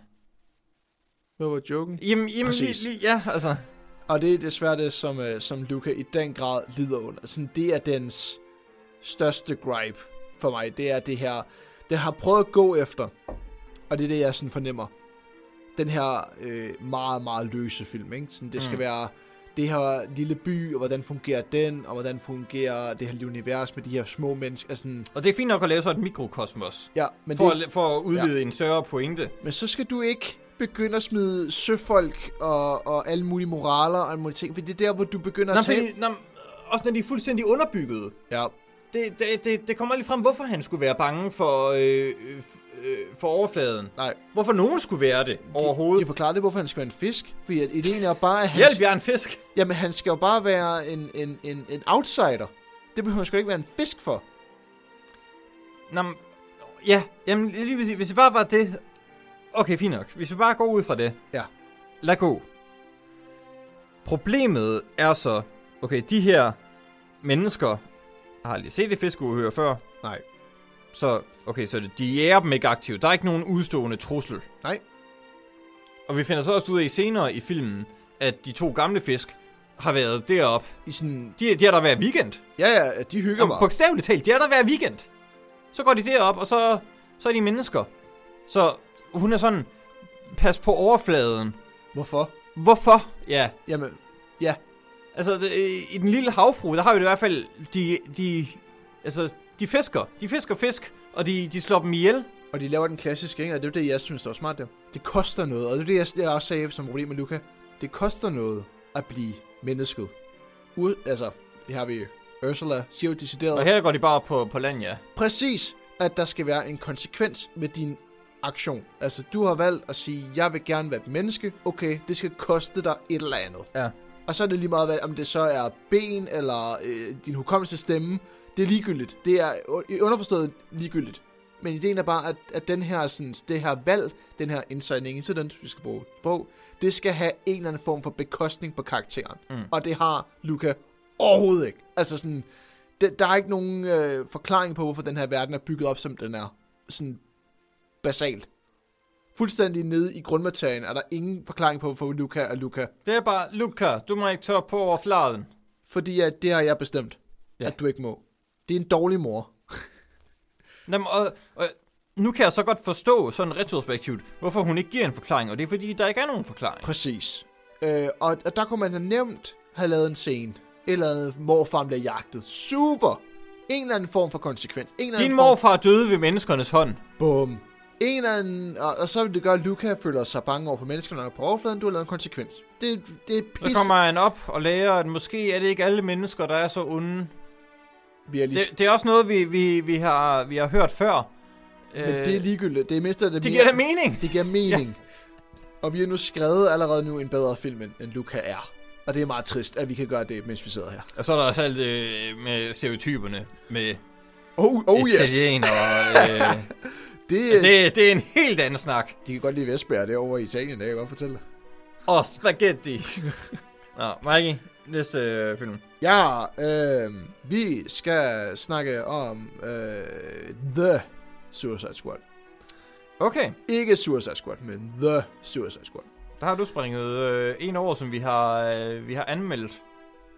Speaker 2: Hvad var joken?
Speaker 1: Jamen, jamen
Speaker 2: Præcis.
Speaker 1: lige, lige, ja, altså.
Speaker 2: Og det er desværre det, som, øh, som Luca i den grad lider under. Sådan, det er dens største gripe for mig. Det er det her... Den har prøvet at gå efter. Og det er det, jeg sådan fornemmer. Den her øh, meget, meget løse film, ikke? Sådan, det skal
Speaker 1: Mm.
Speaker 2: mm. være det her lille by, og hvordan fungerer den, og hvordan fungerer det her lille univers med de her små mennesker. Altså, sådan,
Speaker 1: Og det er fint nok at lave så et mikrokosmos.
Speaker 2: ja, men
Speaker 1: For,
Speaker 2: det,
Speaker 1: det... at, for at udvide ja. en større pointe.
Speaker 2: Men så skal du ikke begynde at smide søfolk og, og alle mulige moraler og alle mulige ting, for det er der, hvor du begynder
Speaker 1: Nå,
Speaker 2: at tabe.
Speaker 1: fordi, nå, også når de er fuldstændig underbygget.
Speaker 2: Ja,
Speaker 1: Det, det, det, det kommer lige frem, hvorfor han skulle være bange for, øh, øh, øh, for overfladen.
Speaker 2: nej.
Speaker 1: Hvorfor nogen skulle være det
Speaker 2: De, de
Speaker 1: overhovedet.
Speaker 2: forklarer det, hvorfor han skal være en fisk, fordi at ideen er jo bare, at han,
Speaker 1: Hjælp, jeg er en fisk.
Speaker 2: jamen, han skal jo bare være en, en, en, en outsider. Det behøver han sgu ikke være en fisk for.
Speaker 1: Nå, men- ja, jamen lige hvis, hvis det bare var det... Okay, fint nok. Hvis vi bare går ud fra det.
Speaker 2: Ja.
Speaker 1: Lad gå. Problemet er så... Okay, de her mennesker... Jeg har lige set et fiskeuhør før.
Speaker 2: Nej.
Speaker 1: Så, okay, så det- de jæger dem ikke aktivt. Der er ikke nogen udstående trussel.
Speaker 2: Nej.
Speaker 1: Og vi finder så også ud af senere i filmen, at de to gamle fisk har været deroppe.
Speaker 2: I sådan,
Speaker 1: De, de har der hver weekend.
Speaker 2: ja, ja, de hygger
Speaker 1: Jamen,
Speaker 2: bare.
Speaker 1: bogstaveligt talt, de er der hver weekend. Så går de derop, og så, så er de mennesker. Så hun er sådan, pas på overfladen.
Speaker 2: Hvorfor?
Speaker 1: Hvorfor? Ja,
Speaker 2: Jamen,
Speaker 1: altså det- i den lille havfru, der har vi det i hvert fald, de, de, altså, de fisker. De fisker fisk, og de, de slår dem ihjel.
Speaker 2: og de laver den klassiske, ikke? og det er jo det, jeg synes, der var smart der. Det koster noget, og det er det, jeg, jeg også sagde som problem med Luca. Det koster noget at blive mennesket. Ud, altså, det har vi Ursula siger jo decideret.
Speaker 1: Og her går de bare op på, på land, ja.
Speaker 2: præcis, at der skal være en konsekvens med din aktion. Altså, du har valgt at sige, jeg vil gerne være et menneske. Okay, det skal koste dig et eller andet.
Speaker 1: Ja.
Speaker 2: Og så er det lige meget, hvad- om det så er ben eller øh, din hukommelse stemme. Det er ligegyldigt. Det er u- underforstået ligegyldigt. Men ideen er bare, at, at den her, sådan, det her valg, den her indsejling, incident, vi skal bruge på, det skal have en eller anden form for bekostning på karakteren.
Speaker 1: Mm.
Speaker 2: Og det har Luca overhovedet ikke. Altså sådan, det, der er ikke nogen øh, forklaring på, hvorfor den her verden er bygget op, som den er. Sådan basalt. Fuldstændig nede i grundmaterien er der ingen forklaring på, hvorfor Luca er Luca.
Speaker 1: Det er bare, Luca, du må ikke tørre på overfladen.
Speaker 2: Fordi at det har jeg bestemt,
Speaker 1: Ja.
Speaker 2: ja. at du ikke må. Det er en dårlig mor.
Speaker 1: Jamen, og, og, nu kan jeg så godt forstå, sådan retrospektivt, hvorfor hun ikke giver en forklaring, og det er fordi, der ikke er nogen forklaring.
Speaker 2: Præcis. Øh, og, og der kunne man have nemt have lavet en scene. Eller andet, morfar bliver jagtet. Super! En eller anden form for konsekvens. En eller anden
Speaker 1: Din
Speaker 2: form-
Speaker 1: morfar døde ved menneskernes hånd.
Speaker 2: Bum. En eller anden, og, og så vil det gøre, at Luca føler sig bange over for menneskerne og på overfladen. Du har lavet en konsekvens. Det, det er
Speaker 1: Så
Speaker 2: pis.
Speaker 1: kommer han op og lærer, at måske er det ikke alle mennesker, der er så onde.
Speaker 2: Vi er lige...
Speaker 1: Det, det er også noget, vi, vi, vi, har, vi har hørt før. Øh,
Speaker 2: Men det er ligegyldigt. Det er mindst, at det,
Speaker 1: det
Speaker 2: mere-
Speaker 1: giver da mening.
Speaker 2: Det giver mening. ja. Og vi har nu skrevet allerede nu en bedre film, end, end Luca er. Og det er meget trist, at vi kan gøre det, mens vi sidder her.
Speaker 1: Og så er der også alt øh, med stereotyperne med
Speaker 2: Oh, oh yes!
Speaker 1: italiener. Yes. Øh,
Speaker 2: Det, det...
Speaker 1: det, det er en helt anden snak.
Speaker 2: De kan godt lide Vestbjerg derovre i Italien, det kan jeg godt fortælle dig.
Speaker 1: Og spaghetti. Nå, Mikey, næste øh, film.
Speaker 2: Ja, øh, vi skal snakke om øh, The Suicide Squad.
Speaker 1: Okay,
Speaker 2: Ikke Suicide Squad, men The Suicide Squad.
Speaker 1: der har du springet øh, en over, som vi har, øh, vi har anmeldt.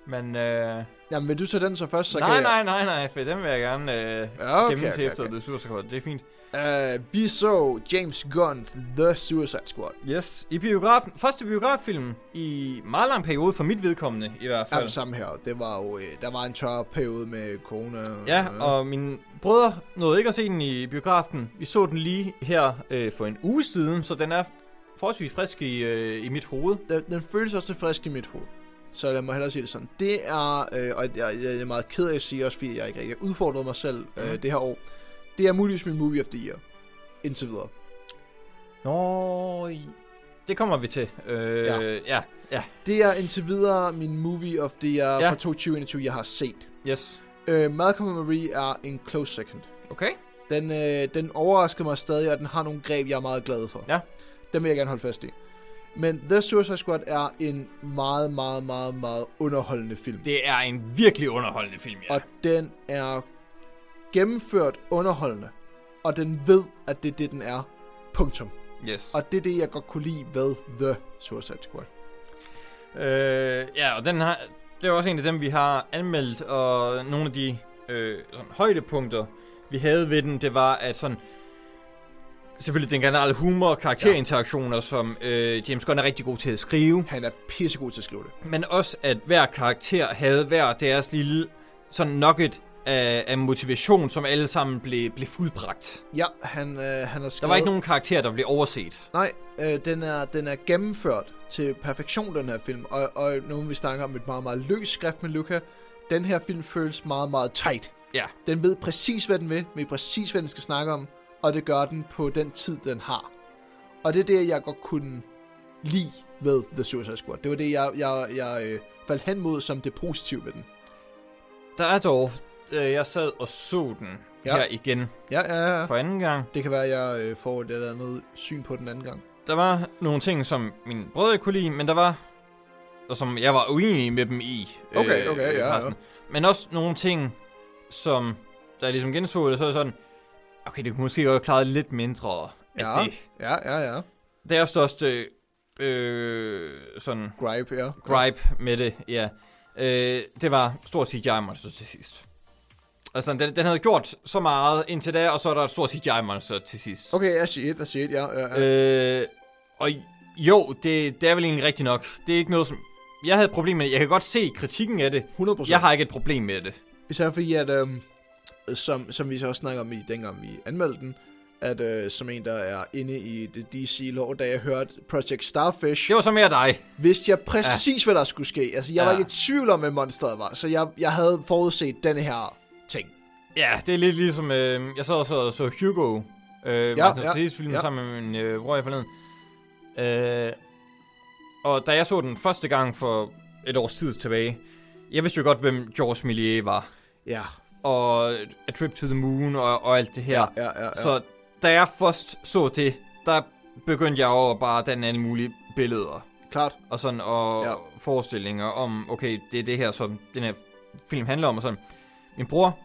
Speaker 1: Men øh,
Speaker 2: Jamen, vil du tage den så først, så
Speaker 1: nej,
Speaker 2: kan
Speaker 1: nej,
Speaker 2: jeg...
Speaker 1: nej, nej, for den vil jeg gerne øh,
Speaker 2: Ja,
Speaker 1: gemme
Speaker 2: okay,
Speaker 1: til
Speaker 2: okay,
Speaker 1: efter,
Speaker 2: okay.
Speaker 1: det synes jeg godt. Det er fint.
Speaker 2: Uh, vi så James Gunn's The Suicide Squad.
Speaker 1: Yes, i biografen. Første biograffilm i meget lang periode, for mit vedkommende i hvert
Speaker 2: Jamen,
Speaker 1: fald.
Speaker 2: samme her. Det var jo, øh, der var en tør periode med corona.
Speaker 1: Ja, og mine brødre nåede ikke at se den i biografen. Vi så den lige her øh, for en uge siden, så den er forholdsvis frisk i, øh, i mit hoved.
Speaker 2: den, den føles også lidt frisk i mit hoved. Så lad mig hellere sige det sådan. Det er, øh, og jeg, jeg er meget ked af at sige også, fordi jeg ikke rigtig har udfordret mig selv øh,
Speaker 1: Mhm.
Speaker 2: det her år. Det er muligvis min movie of the year. Indtil videre.
Speaker 1: Nå, i- det kommer vi til. Øh,
Speaker 2: Ja.
Speaker 1: ja. ja.
Speaker 2: Det er indtil videre min movie of the year ja.
Speaker 1: Ja.
Speaker 2: fra 2021, jeg har set.
Speaker 1: yes.
Speaker 2: Øh, Malcolm and Marie er en close second.
Speaker 1: Okay.
Speaker 2: Den, øh, den overrasker mig stadig, og den har nogle greb, jeg er meget glad for.
Speaker 1: Ja.
Speaker 2: Dem vil jeg gerne holde fast i. Men The Suicide Squad er en meget, meget, meget, meget underholdende film.
Speaker 1: Det er en virkelig underholdende film, ja.
Speaker 2: Og den er gennemført underholdende. Og den ved, at det er det, den er. Punktum.
Speaker 1: Yes.
Speaker 2: Og det er det, jeg godt kunne lide ved The Suicide Squad.
Speaker 1: Øh, ja, og den har, det er også en af dem, vi har anmeldt, og nogle af de øh, sådan, højdepunkter, vi havde ved den, det var, at sådan, selvfølgelig den generelle humor og karakterinteraktioner, ja. som øh, James Gunn er rigtig god til at skrive,
Speaker 2: Han er pissegod til at skrive det.
Speaker 1: men også, at hver karakter havde hver deres lille sådan nugget af, af motivation, som alle sammen blev, blev fuldbragt.
Speaker 2: Ja, han, øh, han har skrevet...
Speaker 1: Der var ikke nogen karakter, der blev overset.
Speaker 2: Nej, øh, den, er, den er gennemført til perfektion, den her film. Og, og nu vi snakker om et meget, meget løs skrift med Luca, den her film føles meget, meget tight.
Speaker 1: Ja.
Speaker 2: Den ved præcis, hvad den vil, ved præcis, hvad den skal snakke om, og det gør den på den tid, den har. Og det er det, jeg godt kunne lide ved The Suicide Squad. Det var det, jeg, jeg, jeg øh, faldt hen mod som det positive ved den.
Speaker 1: Der er dog, øh, jeg sad og så den
Speaker 2: Ja.
Speaker 1: ja. her igen
Speaker 2: Ja, ja, ja.
Speaker 1: for anden gang.
Speaker 2: Det kan være, jeg øh, får et eller andet syn på den anden gang.
Speaker 1: der var nogle ting, som mine brødre kunne lide, men der var, og som jeg var uenig med dem i.
Speaker 2: Okay, okay, ja, ja.
Speaker 1: forresten. Men også nogle ting, som, da jeg ligesom genså det, så er jeg sådan, okay, det kunne måske godt klare lidt mindre af
Speaker 2: Ja.
Speaker 1: det.
Speaker 2: Ja, ja, ja.
Speaker 1: Deres største, øh, sådan,
Speaker 2: Gripe, ja.
Speaker 1: gripe med det, ja. Øh, det var stort CGI-monster til sidst. Altså, den, den havde gjort så meget indtil da, og så er der et stort CGI-monster til sidst.
Speaker 2: Okay, jeg siger et, jeg siger et, ja. ja, ja.
Speaker 1: Øh, og jo, det, det er vel egentlig rigtigt nok. Det er ikke noget, som... Jeg havde et problem med det. Jeg kan godt se kritikken af det.
Speaker 2: 100%.
Speaker 1: Jeg har ikke et problem med det.
Speaker 2: Især fordi, at øhm, som, som vi så også snakker om i dengang vi anmeldte den, at øh, som en, der er inde i det DC-lov, da jeg hørte Project Starfish,
Speaker 1: Det var så mere dig.
Speaker 2: vidste jeg præcis, ja. hvad der skulle ske. Altså, jeg ja. var
Speaker 1: Ja.
Speaker 2: ikke i tvivl om, hvad monsteret var, så jeg, jeg havde forudset den her ting.
Speaker 1: Ja, det er lidt ligesom... Øh, jeg sad og så, så Hugo. Øh,
Speaker 2: Ja,
Speaker 1: ja, Martin
Speaker 2: ja,
Speaker 1: ja, film
Speaker 2: ja.
Speaker 1: ja. sammen med min øh, bror i forleden. Øh, og da jeg så den første gang for et års tid tilbage, jeg vidste jo godt, hvem Georges Millier var.
Speaker 2: Ja,
Speaker 1: Og A Trip to the Moon og, og alt det her.
Speaker 2: ja, ja. ja, ja.
Speaker 1: Så da jeg først så det, der begyndte jeg over bare at danne alle mulige billeder
Speaker 2: Klart.
Speaker 1: og sådan og
Speaker 2: Ja.
Speaker 1: ja. forestillinger om, okay, det er det her, som den her film handler om og sådan. Min bror,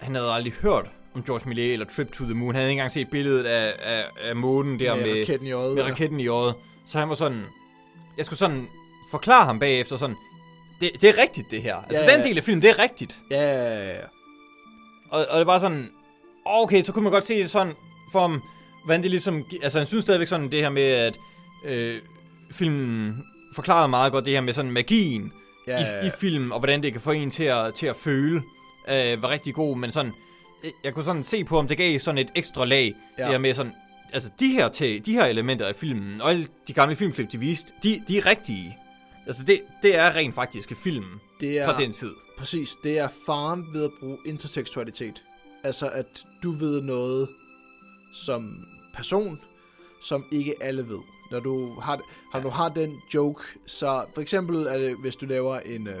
Speaker 1: han havde aldrig hørt om George Millet eller Trip to the Moon. Han havde ikke engang set billedet af, af, af månen der med, med, raketten.
Speaker 2: raketten i øjet.
Speaker 1: med
Speaker 2: ja.
Speaker 1: raketten i øjet. Så han var sådan, jeg skulle sådan forklare ham bagefter sådan, det, det er rigtigt det her. Altså
Speaker 2: Ja, ja,
Speaker 1: den
Speaker 2: ja.
Speaker 1: del af filmen, det er rigtigt.
Speaker 2: Ja, ja, ja, ja.
Speaker 1: Og, og det var sådan, "Åh, okay, så kunne man godt se det sådan, for om, hvordan det ligesom, gi- altså han synes stadigvæk sådan det her med, at øh, filmen forklarede meget godt det her med sådan magien
Speaker 2: ja, ja,
Speaker 1: i, i
Speaker 2: ja.
Speaker 1: filmen, og hvordan det kan få en til at, til at føle, øh, var rigtig god, men sådan, øh, jeg kunne sådan se på, om det gav sådan et ekstra lag,
Speaker 2: Ja.
Speaker 1: ja. det her med sådan, altså de her, te, de her elementer af filmen, og alle de gamle filmklip, de viste, de, de er rigtige. Altså det, det er rent faktisk filmen
Speaker 2: Det
Speaker 1: ja. fra den tid.
Speaker 2: Præcis, det er faren ved at bruge interseksualitet. Altså at du ved noget som person, som ikke alle ved. Når du har, når du har den joke, så for eksempel, er det, hvis du laver en... Øh,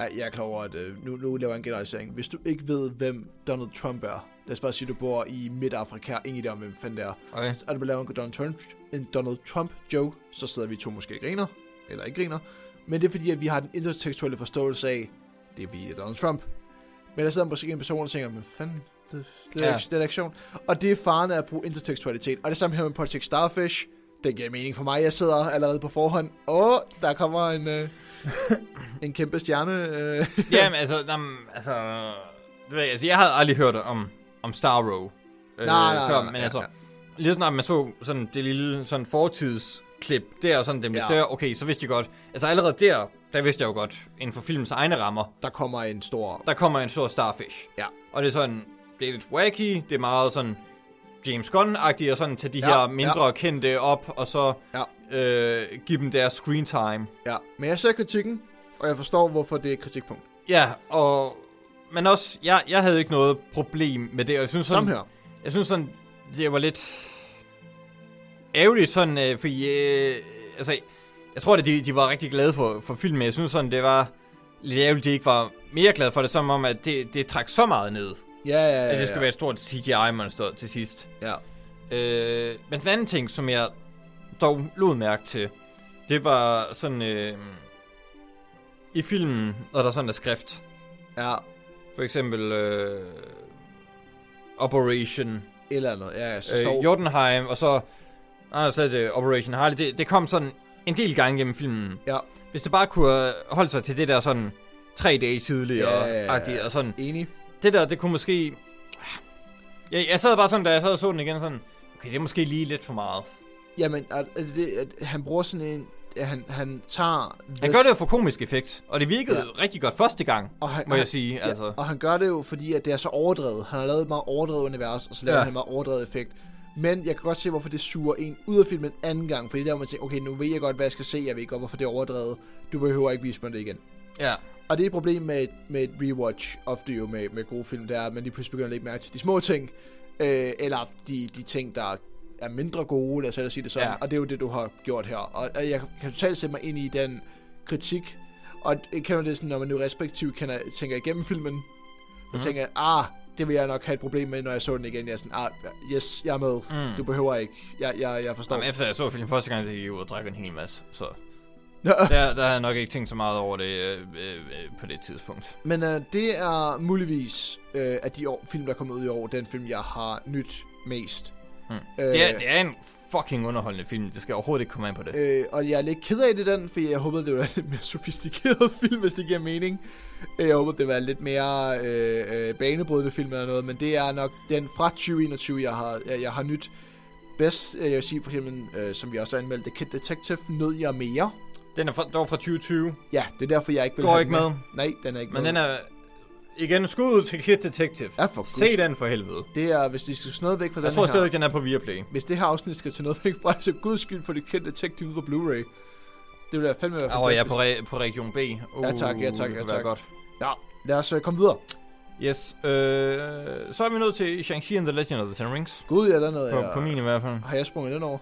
Speaker 2: ej, jeg er klar over, at øh, nu, nu laver jeg en generalisering. Hvis du ikke ved, hvem Donald Trump er, lad os bare sige, du bor i Midtafrika, ingen idé om, hvem fanden det er,
Speaker 1: Okay.
Speaker 2: og du laver en Donald Trump, en Donald Trump joke, så sidder vi to måske og griner, eller ikke griner, men det er fordi, at vi har den intertekstuelle forståelse af, det er fordi, det er Donald Trump. Men der sidder måske en person, og tænker, men fanden, det, det, er,
Speaker 1: Ja.
Speaker 2: ja. det er da ikke sjovt. Og det er faren af at bruge intertekstualitet. Og det samme her med Project Starfish, det giver mening for mig, jeg sidder allerede på forhånd, og der kommer en, øh, en kæmpe stjerne. Øh.
Speaker 1: ja, men altså, jamen, altså, det ved jeg, altså, jeg havde aldrig hørt om, om Star Row. Øh, før, men altså,
Speaker 2: ja,
Speaker 1: lige så snart man så sådan det lille sådan fortidsklip der, og sådan den blev
Speaker 2: Ja.
Speaker 1: ja. større, okay, så vidste jeg godt. Altså allerede der, der vidste jeg jo godt, inden for filmens egne rammer,
Speaker 2: der kommer en stor...
Speaker 1: der kommer en stor starfish.
Speaker 2: Ja.
Speaker 1: Og det er sådan, det er lidt wacky, det er meget sådan James Gunn-agtigt, og sådan tage de
Speaker 2: Ja,
Speaker 1: ja, her mindre ja. kendte op, og så
Speaker 2: Ja.
Speaker 1: øh, give dem deres screen time.
Speaker 2: Ja. Men jeg ser kritikken, og jeg forstår, hvorfor det er et kritikpunkt.
Speaker 1: Ja, og... Men også, jeg, jeg havde ikke noget problem med det, og jeg synes sådan...
Speaker 2: Samme her.
Speaker 1: Jeg synes sådan, det var lidt... ærgerligt sådan, øh, fordi... Øh, altså, jeg tror, at de, de var rigtig glade for, for filmen, men jeg synes sådan, det var lidt ærgerligt, de ikke var mere glade for det, som om, at det, det trak så meget ned,
Speaker 2: Ja, ja, ja.
Speaker 1: at det skulle
Speaker 2: ja.
Speaker 1: være et stort CGI-monster til sidst.
Speaker 2: ja.
Speaker 1: Øh, men den anden ting, som jeg dog lod mærke til, det var sådan... Øh, I filmen, når der er sådan der skrift.
Speaker 2: Ja,
Speaker 1: For eksempel... Øh, Operation
Speaker 2: et eller andet. Ja, ja, så står...
Speaker 1: øh, Jotunheim, og så... Nej, det er slet øh, Operation Harley. Det, det kom sådan en del gange gennem filmen.
Speaker 2: Ja.
Speaker 1: Hvis det bare kunne øh, holde sig til det der sådan tre dage tidligere,
Speaker 2: Ja, ja, ja.
Speaker 1: agtigt, og sådan.
Speaker 2: Enig.
Speaker 1: Det der, det kunne måske... Jeg, jeg sad bare sådan, da jeg sad og så den igen, sådan... Okay, det er måske lige lidt for meget.
Speaker 2: Jamen, at, at det, at han bruger sådan en... At han, han tager...
Speaker 1: Han
Speaker 2: this-
Speaker 1: gør det jo for komisk effekt, og det virkede ja. rigtig godt første gang,
Speaker 2: og han,
Speaker 1: må
Speaker 2: han,
Speaker 1: jeg sige.
Speaker 2: ja,
Speaker 1: Altså.
Speaker 2: Og han gør det jo, fordi at det er så overdrevet. Han har lavet et meget overdrevet univers, og så laver
Speaker 1: Ja.
Speaker 2: ja. han en meget overdrevet effekt. Men jeg kan godt se, hvorfor det suger en ud af filmen anden gang. Fordi der må man tænke, okay, nu ved jeg godt, hvad jeg skal se. Jeg ved godt, hvorfor det er overdrevet. Du behøver ikke vise mig det igen.
Speaker 1: Ja.
Speaker 2: Og det er et problem med, med et rewatch ofte jo med, med gode film, der er, at man lige pludselig begynder at lægge mærke til de små ting, øh, eller de, de ting, der er mindre gode, lad os ellers sige det sådan,
Speaker 1: Ja.
Speaker 2: ja. og det er jo det, du har gjort her. Og, og jeg kan totalt sætte mig ind i den kritik, og jeg kender det sådan, når man nu respektivt kender, tænker igennem filmen, så
Speaker 1: Mhm.
Speaker 2: tænker jeg, ah, det vil jeg nok have et problem med, når jeg så den igen. Jeg er sådan, ah, yes, jeg er med.
Speaker 1: Mm.
Speaker 2: Du behøver ikke. Jeg, jeg, jeg forstår.
Speaker 1: Jamen, efter jeg så filmen første gang, så gik jeg ud og drak en hel masse, så
Speaker 2: Nå.
Speaker 1: der, der havde jeg nok ikke tænkt så meget over det øh, øh, øh, på det tidspunkt.
Speaker 2: Men øh, det er muligvis øh, af de år, film, der er kommet ud i år, den film, jeg har nyt mest.
Speaker 1: Mm.
Speaker 2: Øh,
Speaker 1: Det er, det er en fucking underholdende film, det skal overhovedet ikke komme an på det.
Speaker 2: Øh, og jeg er lidt ked af det den, for jeg håbede, det var en lidt mere sofistikeret film, hvis det giver mening. Øh, Jeg håbede, det var en lidt mere øh, øh, banebrydende film eller noget, men det er nok den fra 2021, jeg har, jeg, jeg har nyt bedst. Øh, Jeg vil sige for eksempel, øh, som vi også har anmeldt, The Kid Detective, nød jeg mere.
Speaker 1: Den er fra, dog fra 2020,
Speaker 2: Ja, det er derfor, jeg ikke vil
Speaker 1: går
Speaker 2: have
Speaker 1: ikke
Speaker 2: den
Speaker 1: med,
Speaker 2: Nej, den er ikke
Speaker 1: men
Speaker 2: med.
Speaker 1: den er igen skud til Kid Detective.
Speaker 2: Ja, for
Speaker 1: Se
Speaker 2: Se
Speaker 1: den for helvede.
Speaker 2: Det er, hvis de skal sådan noget væk fra
Speaker 1: Jeg
Speaker 2: den
Speaker 1: tror
Speaker 2: her.
Speaker 1: stadig, den er på Viaplay.
Speaker 2: Hvis det her afsnit skal til noget væk fra, så guds skyld for det kendte tech ud på Blu-ray. Det ville da fandme være
Speaker 1: Og jeg er
Speaker 2: fantastisk.
Speaker 1: på, re, på Region B. Uh,
Speaker 2: Ja, tak, ja, tak,
Speaker 1: det
Speaker 2: ja,
Speaker 1: kunne være
Speaker 2: tak.
Speaker 1: godt.
Speaker 2: ja, lad os øh, komme videre.
Speaker 1: Yes, øh, så er vi nået til Shang-Chi and the Legend of the Ten Rings.
Speaker 2: Gud, ja, den havde
Speaker 1: På,
Speaker 2: jeg...
Speaker 1: på min i hvert fald.
Speaker 2: Har jeg sprunget den over?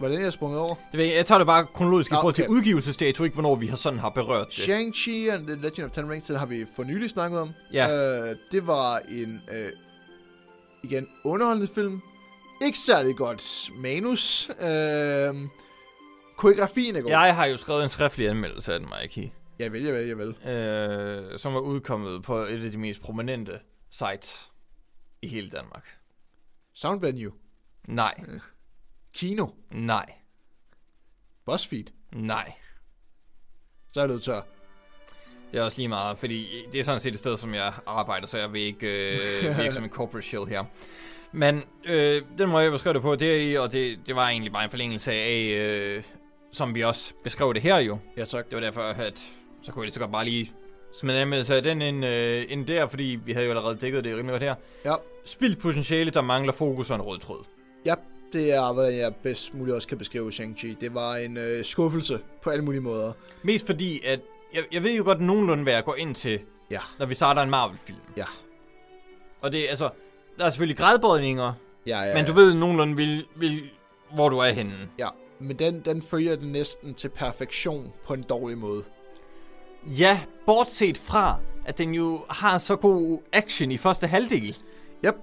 Speaker 2: Var det den, jeg sprunget over?
Speaker 1: Det ved jeg, jeg tager det bare kronologisk i
Speaker 2: Nå,
Speaker 1: forhold til
Speaker 2: okay.
Speaker 1: udgivelsesdato, ikke hvornår vi har sådan har berørt det.
Speaker 2: Shang-Chi and the Legend of Ten Rings, den har vi for nylig snakket om.
Speaker 1: Ja,
Speaker 2: Øh, det var en, øh, igen, underholdende film. Ikke særlig godt manus. Øh, koreografien er god.
Speaker 1: jeg har jo skrevet en skriftlig anmeldelse af den, Mikey,
Speaker 2: Jeg vil, jeg vil, jeg vil.
Speaker 1: øh, som var udkommet på et af de mest prominente sites i hele Danmark.
Speaker 2: Sound Venue.
Speaker 1: Nej,
Speaker 2: Kino.
Speaker 1: nej,
Speaker 2: BuzzFeed.
Speaker 1: nej.
Speaker 2: Så er det tør.
Speaker 1: Det er også lige meget, fordi det er sådan set et sted, som jeg arbejder, så jeg vil ikke øh, virke som en corporate shill her. Men øh, den måde, jeg beskrev det på, det er i, og det, det var egentlig bare en forlængelse af, øh, som vi også beskrev det her jo,
Speaker 2: Ja, tak.
Speaker 1: Det var derfor, at så kunne jeg lige så godt bare lige smide en anmeldelse af den ind, øh, ind der, fordi vi havde jo allerede dækket det rimelig godt her.
Speaker 2: Ja.
Speaker 1: Spildt potentiale, der mangler fokus og en rød tråd.
Speaker 2: Ja, det er, hvad jeg bedst muligt også kan beskrive Shang-Chi. Det var en øh, skuffelse på alle mulige måder.
Speaker 1: Mest fordi, at jeg, jeg ved jo godt nogenlunde, hvad jeg går ind til,
Speaker 2: Ja.
Speaker 1: når vi starter en Marvel-film.
Speaker 2: Ja.
Speaker 1: Og det er altså, der er selvfølgelig gradbøjninger,
Speaker 2: Ja, ja,
Speaker 1: ja. men du ved nogenlunde, vil, vil, hvor du er henne.
Speaker 2: Ja, men den, den følger den næsten til perfektion på en dårlig måde.
Speaker 1: Ja, bortset fra, at den jo har så god action i første halvdel.
Speaker 2: Yep.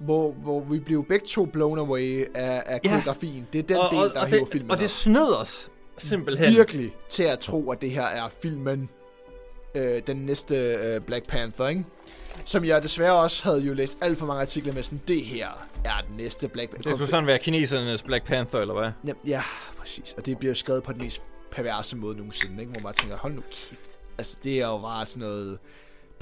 Speaker 2: Hvor, hvor vi blev begge to blown away af, af
Speaker 1: Ja.
Speaker 2: koreografien. Det er den
Speaker 1: og,
Speaker 2: del,
Speaker 1: og,
Speaker 2: der
Speaker 1: og,
Speaker 2: hæver filmen
Speaker 1: det, og det
Speaker 2: op.
Speaker 1: snød os simpelthen.
Speaker 2: Virkelig til at tro, at det her er filmen. Øh, den næste øh, Black Panther, ikke? Som jeg desværre også havde jo læst alt for mange artikler med sådan, det her er den næste Black Panther.
Speaker 1: Det skulle sådan være kinesernes Black Panther, eller hvad?
Speaker 2: Jamen, ja, præcis. Og det bliver jo skrevet på den mest perverse måde nogensinde, ikke? hvor man bare tænker, hold nu kæft. Altså, det er jo bare sådan noget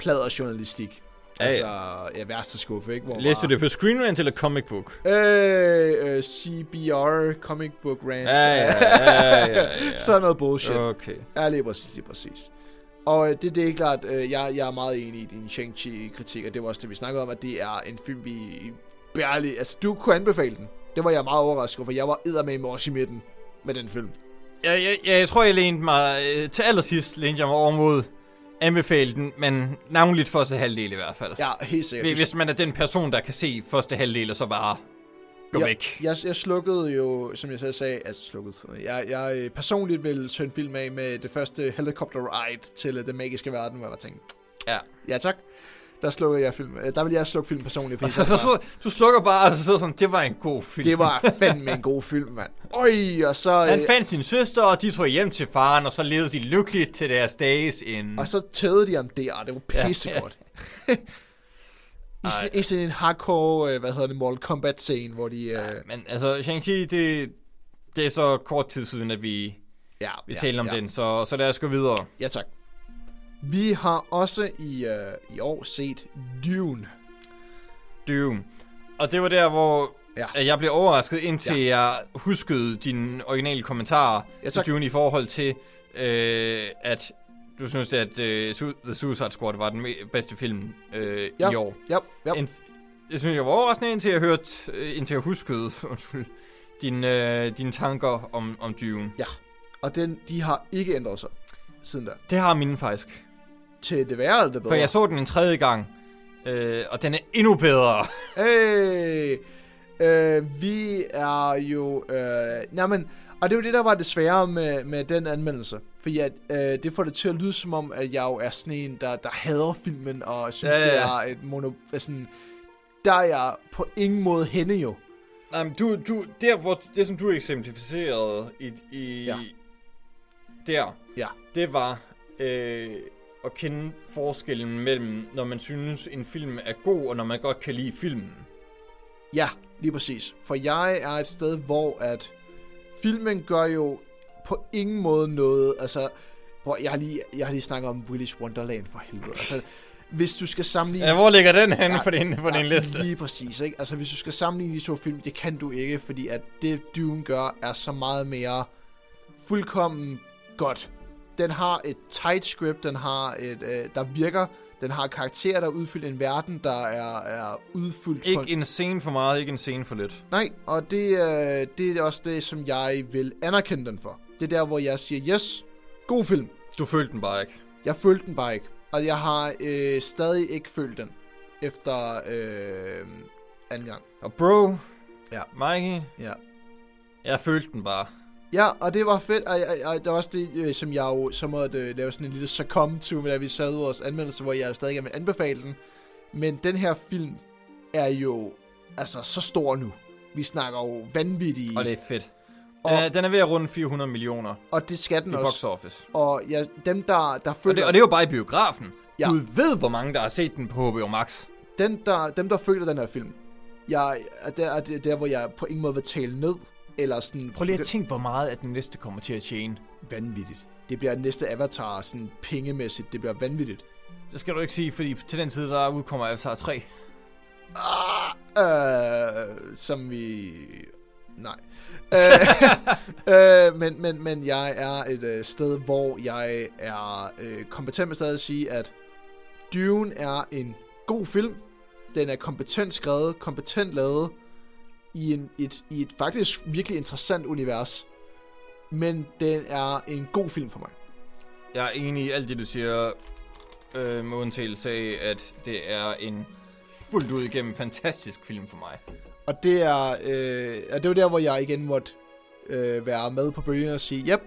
Speaker 2: pladerjournalistik.
Speaker 1: Ja,
Speaker 2: Ja,
Speaker 1: ja.
Speaker 2: altså, ja, værste skuffe, ikke? Hvor
Speaker 1: Læste du det på Screen Rant eller Comic Book?
Speaker 2: Øh, øh, CBR, Comic Book Rant.
Speaker 1: Ja, ja, ja, ja, ja.
Speaker 2: Sådan noget bullshit.
Speaker 1: Okay.
Speaker 2: Ja, lige præcis, lige præcis. Og øh, det, det er klart, øh, jeg, jeg er meget enig i din Shang-Chi-kritik, og det var også det, vi snakkede om, at det er en film, vi bærlig... Altså, du kunne anbefale den. Det var jeg meget overrasket over, for jeg var eddermame også i midten med den film.
Speaker 1: Ja, ja, ja, jeg tror, jeg lænede mig... Øh, til allersidst lænede jeg mig over mod anbefale den, men navnligt første halvdel i hvert fald.
Speaker 2: Ja, helt sikkert.
Speaker 1: Hvis- Hvis man er den person, der kan se første halvdel, og så bare Gå
Speaker 2: Ja.
Speaker 1: væk.
Speaker 2: Jeg, jeg slukkede jo, som jeg selv sagde, altså slukket. Jeg, jeg øh, personligt ville tørne film af med det første helicopter ride til øh, den magiske verden, hvor jeg var tænkt.
Speaker 1: Ja.
Speaker 2: Ja, tak. Der slukkede jeg film. øh, Der ville jeg slukke film personligt.
Speaker 1: Og
Speaker 2: Fordi
Speaker 1: så,
Speaker 2: så,
Speaker 1: så, så, du slukker bare, og så sidder sådan, det var en god film.
Speaker 2: det var fandme en god film, mand. Øj, og så...
Speaker 1: Han
Speaker 2: øh,
Speaker 1: fandt sin søster, og de tog hjem til faren, og så levede de lykkeligt til deres dages ende.
Speaker 2: Og så tævede de om det, og det var
Speaker 1: Ja.
Speaker 2: pissegodt. I,
Speaker 1: Ej.
Speaker 2: sådan, I sådan en hardcore, øh, hvad hedder det, Mortal Kombat-scene, hvor de...
Speaker 1: Ja,
Speaker 2: Øh,
Speaker 1: men altså, Shang-Chi, det, det er så kort tid siden, at vi,
Speaker 2: ja,
Speaker 1: vi
Speaker 2: ja,
Speaker 1: ja, talte om
Speaker 2: ja.
Speaker 1: ja. den, så, så lad os gå videre.
Speaker 2: Ja, tak. Vi har også i, øh, i år set Dune.
Speaker 1: Doom. Og det var der, hvor
Speaker 2: Ja.
Speaker 1: at jeg blev overrasket, indtil ja. jeg huskede dine originale kommentarer
Speaker 2: Ja,
Speaker 1: ja,
Speaker 2: tak.
Speaker 1: til Dune i forhold til, øh, at du synes, at øh, Su- The Suicide Squad var den me- bedste film øh,
Speaker 2: Ja.
Speaker 1: i år.
Speaker 2: Ja, ja.
Speaker 1: Ind, jeg synes, jeg var overraskende, indtil jeg hørte, øh, indtil jeg huskede, undskyld, dine, øh, dine tanker om, om Dune.
Speaker 2: Og den, de har ikke ændret sig siden da.
Speaker 1: Det har mine faktisk.
Speaker 2: Til det værre eller
Speaker 1: For
Speaker 2: det bedre.
Speaker 1: jeg så den en tredje gang, øh, og den er endnu bedre.
Speaker 2: Hey! Øh, vi er jo... Øh, nej, men, og det er jo det, der var det svære med, med den anmeldelse. Fordi at, øh, det får det til at lyde som om, at jeg jo er sådan en, der, der hader filmen, og synes,
Speaker 1: Ja,
Speaker 2: ja,
Speaker 1: ja,
Speaker 2: ja. det
Speaker 1: ja.
Speaker 2: er et mono... er Sådan, der er jeg på ingen måde henne jo.
Speaker 1: Nej, men du, du, der hvor, det som du eksemplificerede i, i
Speaker 2: Ja.
Speaker 1: der,
Speaker 2: Ja.
Speaker 1: det var øh, at kende forskellen mellem, når man synes en film er god, og når man godt kan lide filmen.
Speaker 2: Ja, lige præcis. For jeg er et sted, hvor at filmen gør jo på ingen måde noget. Altså, hvor jeg har lige, jeg har lige snakket om Willis Wonderland for helvede. Altså, hvis du skal sammenligne...
Speaker 1: Ja, hvor ligger den henne
Speaker 2: Ja,
Speaker 1: på din, på din liste?
Speaker 2: Lige præcis, ikke? Altså, hvis du skal sammenligne de to film, det kan du ikke, fordi at det Dune gør, er så meget mere fuldkommen godt. Den har et tight script, den har et, øh, der virker, den har karakterer, der er udfyldt en verden, der er, er udfyldt på en
Speaker 1: Ikke en scene for meget, ikke en scene for lidt.
Speaker 2: Nej, og det, øh, det er også det, som jeg vil anerkende den for. Det er der, hvor jeg siger, yes, god film.
Speaker 1: Du følte den bare ikke.
Speaker 2: Jeg følte den bare ikke. Og jeg har øh, stadig ikke følt den efter øh, anden gang.
Speaker 1: Og bro,
Speaker 2: Ja.
Speaker 1: Mikey,
Speaker 2: Ja.
Speaker 1: jeg følte den bare.
Speaker 2: Ja, og det var fedt, og, og, og det var også det, øh, som jeg jo så måtte øh, lave sådan en lille succumb til, da vi sad vores anmeldelse, hvor jeg jo stadig gerne vil anbefale den. Men den her film er jo altså så stor nu. Vi snakker jo vanvittige,
Speaker 1: Og det er fedt. Og
Speaker 2: Og-
Speaker 1: den, er, den er ved at runde 400 millioner
Speaker 2: og det skal
Speaker 1: i
Speaker 2: den
Speaker 1: box
Speaker 2: også.
Speaker 1: office.
Speaker 2: Og ja, dem, der, der føler...
Speaker 1: Og det, og det er jo bare i biografen.
Speaker 2: Ja.
Speaker 1: Ja. Gud ved, hvor mange, der har set den på HBO Max.
Speaker 2: den der, dem, der føler den her film, jeg, er der, er det der, hvor jeg på ingen måde vil tale ned, eller sådan...
Speaker 1: Prøv lige at tænke, hvor meget at den næste kommer til at tjene.
Speaker 2: Vanvittigt. Det bliver næste avatar, sådan pengemæssigt. Det bliver vanvittigt.
Speaker 1: Det skal du ikke sige, fordi til den tid, der udkommer Avatar 3.
Speaker 2: Øh, som vi... Nej. øh, øh, men, men, men jeg er et øh, sted, hvor jeg er øh, kompetent med stadig at sige, at Dune er en god film. Den er kompetent skrevet, kompetent lavet i, en, et, i et faktisk virkelig interessant univers. Men den er en god film for mig.
Speaker 1: Jeg er enig i alt det, du siger. Øh, med undtagelse af, at det er en fuldt ud igennem fantastisk film for mig.
Speaker 2: Og det er, øh, og det var der, hvor jeg igen måtte øh, være med på bølgen og sige, yep,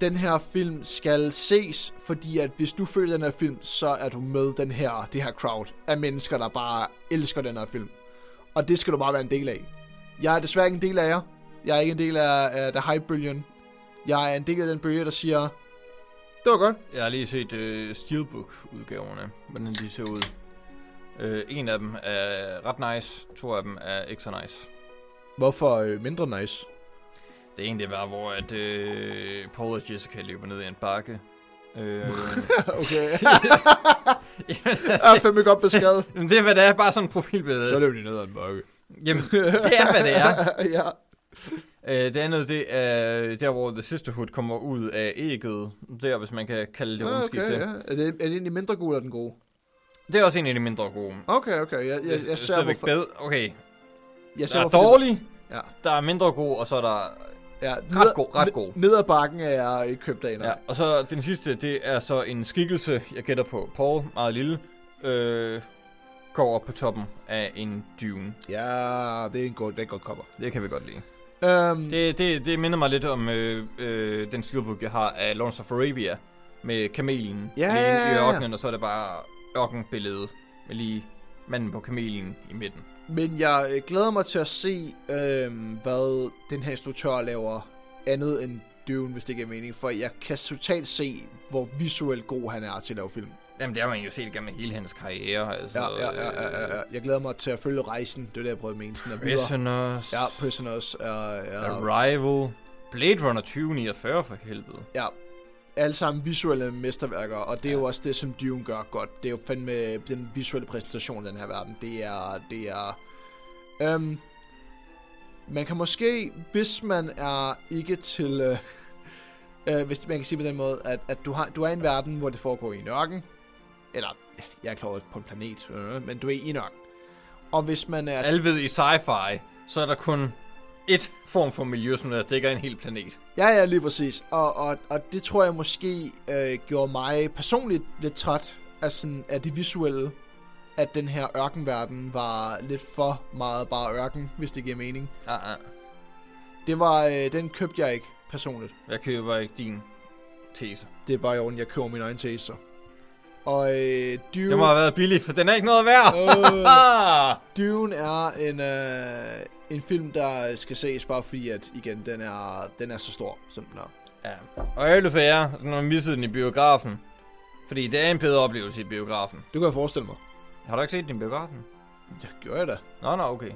Speaker 2: den her film skal ses, fordi at hvis du føler den her film, så er du med den her, det her crowd af mennesker, der bare elsker den her film. Og det skal du bare være en del af. Jeg er desværre ikke en del af jer. Jeg er ikke en del af, af The Hype-bølgen. Jeg er en del af den bølge, der siger, det var godt.
Speaker 1: Jeg har lige set øh, Steelbook-udgaverne, hvordan de ser ud. Øh, en af dem er ret nice, to af dem er ikke så nice.
Speaker 2: Hvorfor øh, mindre nice?
Speaker 1: Det ene, det var, hvor at, øh, Paul og Jessica løber ned i en bakke. Øh,
Speaker 2: okay,
Speaker 1: jamen,
Speaker 2: jeg er fandme godt beskrevet.
Speaker 1: Jamen, det er, hvad det er. Bare sådan en profilbillede.
Speaker 2: så er det jo lige ned ad en bakke.
Speaker 1: Jamen, det er, hvad det er.
Speaker 2: ja.
Speaker 1: Øh, det andet, det er der, hvor The Sisterhood kommer ud af ægget. Der, hvis man kan kalde det
Speaker 2: Ah,
Speaker 1: rumskib. Okay, det.
Speaker 2: ja. Er, det, er det egentlig mindre god eller den gode?
Speaker 1: det er også en af de mindre gode.
Speaker 2: Okay, okay. Jeg, jeg, jeg, jeg ser,
Speaker 1: stadigvæk
Speaker 2: hvorfor...
Speaker 1: bedre. Okay,
Speaker 2: Jeg
Speaker 1: der er
Speaker 2: hvorfor det-
Speaker 1: dårlig,
Speaker 2: Ja.
Speaker 1: der er mindre god, og så er der...
Speaker 2: ja
Speaker 1: Ret god, ret
Speaker 2: ned-
Speaker 1: god.
Speaker 2: Ned ad bakken er jeg ikke købt af.
Speaker 1: Ja.
Speaker 2: Ja.
Speaker 1: Og så den sidste, det er så en skikkelse, jeg gætter på. Paul, meget lille. Øh, går op på toppen af en dune.
Speaker 2: Ja, det er en god, det er et godt cover.
Speaker 1: Det kan vi godt lide.
Speaker 2: Øhm, det...
Speaker 1: Det, det, det minder mig lidt om øh, øh, den steelbook, jeg har af Lawrence of Arabia. Med kamelen
Speaker 2: Ja,
Speaker 1: alene
Speaker 2: ja, ja, ja.
Speaker 1: i ørkenen, og så er det bare ørkenbilledet. Med lige manden på kamelen i midten.
Speaker 2: Men jeg øh, glæder mig til at se, øhm, hvad den her instruktør laver andet end Dune, hvis det giver mening. For jeg kan totalt se, hvor visuelt god han er til at lave film.
Speaker 1: Jamen, det har man jo set gennem hele hans karriere. Altså,
Speaker 2: Ja, ja, ja, ja, ja, ja. Jeg glæder mig til at følge rejsen. Det er det, jeg prøvede at mene. Sådan at videre.
Speaker 1: Prisoners.
Speaker 2: Ja, Prisoners. Ja, ja,
Speaker 1: Arrival. Blade Runner 2049 for helvede.
Speaker 2: ja. Alle sammen visuelle mesterværker, og det er
Speaker 1: Ja.
Speaker 2: jo også det, som Dune gør godt. Det er jo fandme den visuelle præsentation af den her verden. Det er... Det er øhm, man kan måske, hvis man er ikke til... Øh, øh, hvis man kan sige på den måde, at, at du, har, du er i en verden, hvor det foregår i en ørken. Eller, jeg er klar over på en planet, øh, men du er i en ørken. Og hvis man er...
Speaker 1: Alle ved i sci-fi, så er der kun et form for miljø, som der dækker en hel planet.
Speaker 2: Ja, ja, lige præcis. Og, og, og det tror jeg måske øh, gjorde mig personligt lidt træt af, sådan, af det visuelle, at den her ørkenverden var lidt for meget bare ørken, hvis det giver mening.
Speaker 1: Ah, ah.
Speaker 2: Det var, øh, den købte jeg ikke personligt.
Speaker 1: Jeg køber ikke din tese.
Speaker 2: Det er bare i orden, jeg køber min egen tese. så. Og øh, Dune,
Speaker 1: Det må have været billigt, for den er ikke noget værd.
Speaker 2: øh,
Speaker 1: Ah!
Speaker 2: Dune er en, øh, en film, der skal ses bare fordi, at igen, den er, den er så stor, som den er.
Speaker 1: Ja. Og ærgerligt for jer, når man missede den i biografen. Fordi det er en bedre oplevelse i biografen.
Speaker 2: Det kan jeg forestille mig.
Speaker 1: Har du ikke set den i biografen?
Speaker 2: Ja, gjorde jeg da.
Speaker 1: Nå, nå, okay.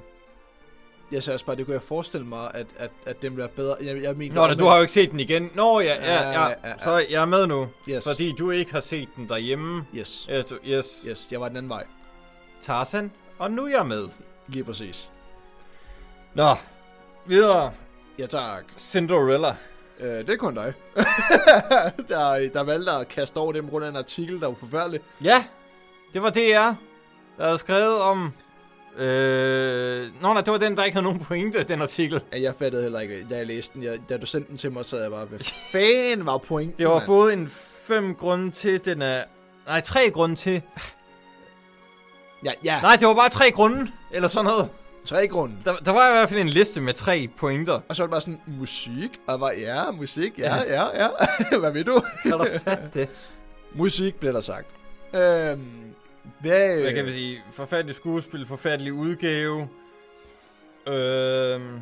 Speaker 2: Jeg sagde også bare, det kunne jeg forestille mig, at, at, at den bliver bedre. Jeg, jeg mener,
Speaker 1: Nå, da, du har jo ikke set den igen. Nå, ja, ja,
Speaker 2: Ja, ja,
Speaker 1: ja.
Speaker 2: ja.
Speaker 1: Så jeg er med nu.
Speaker 2: Yes,
Speaker 1: Fordi du ikke har set den derhjemme.
Speaker 2: yes,
Speaker 1: Yes, yes.
Speaker 2: yes, jeg var den anden vej.
Speaker 1: Tarzan. Og nu er jeg med.
Speaker 2: Lige præcis.
Speaker 1: Nå, videre.
Speaker 2: Ja, tak.
Speaker 1: Cinderella.
Speaker 2: Øh, det er kun dig. der, der valgte at kaste over det på grund af en artikel, der var forfærdelig.
Speaker 1: Ja, det var DR, der havde skrevet om... Øh... Nå, nej, det var den, der ikke havde nogen pointe, den artikel.
Speaker 2: Ja, jeg fattede heller ikke, da jeg læste den. Jeg, da du sendte den til mig, så jeg bare, hvad fanden var pointen,
Speaker 1: Det var
Speaker 2: mand?
Speaker 1: både en fem grunde til, den er... Nej, tre grunde til.
Speaker 2: Ja, ja.
Speaker 1: Nej, det var bare tre grunde, eller sådan noget.
Speaker 2: Tre grunde.
Speaker 1: Der, der var i hvert fald en liste med tre pointer.
Speaker 2: Og så var det bare sådan, musik? Og jeg var, ja, musik, ja, ja, ja. hvad ved du?
Speaker 1: Kan du fatte det?
Speaker 2: Musik, blev der sagt. Øhm, hvad...
Speaker 1: Hvad kan vi sige? Forfærdelig skuespil, forfærdelig udgave. Øhm...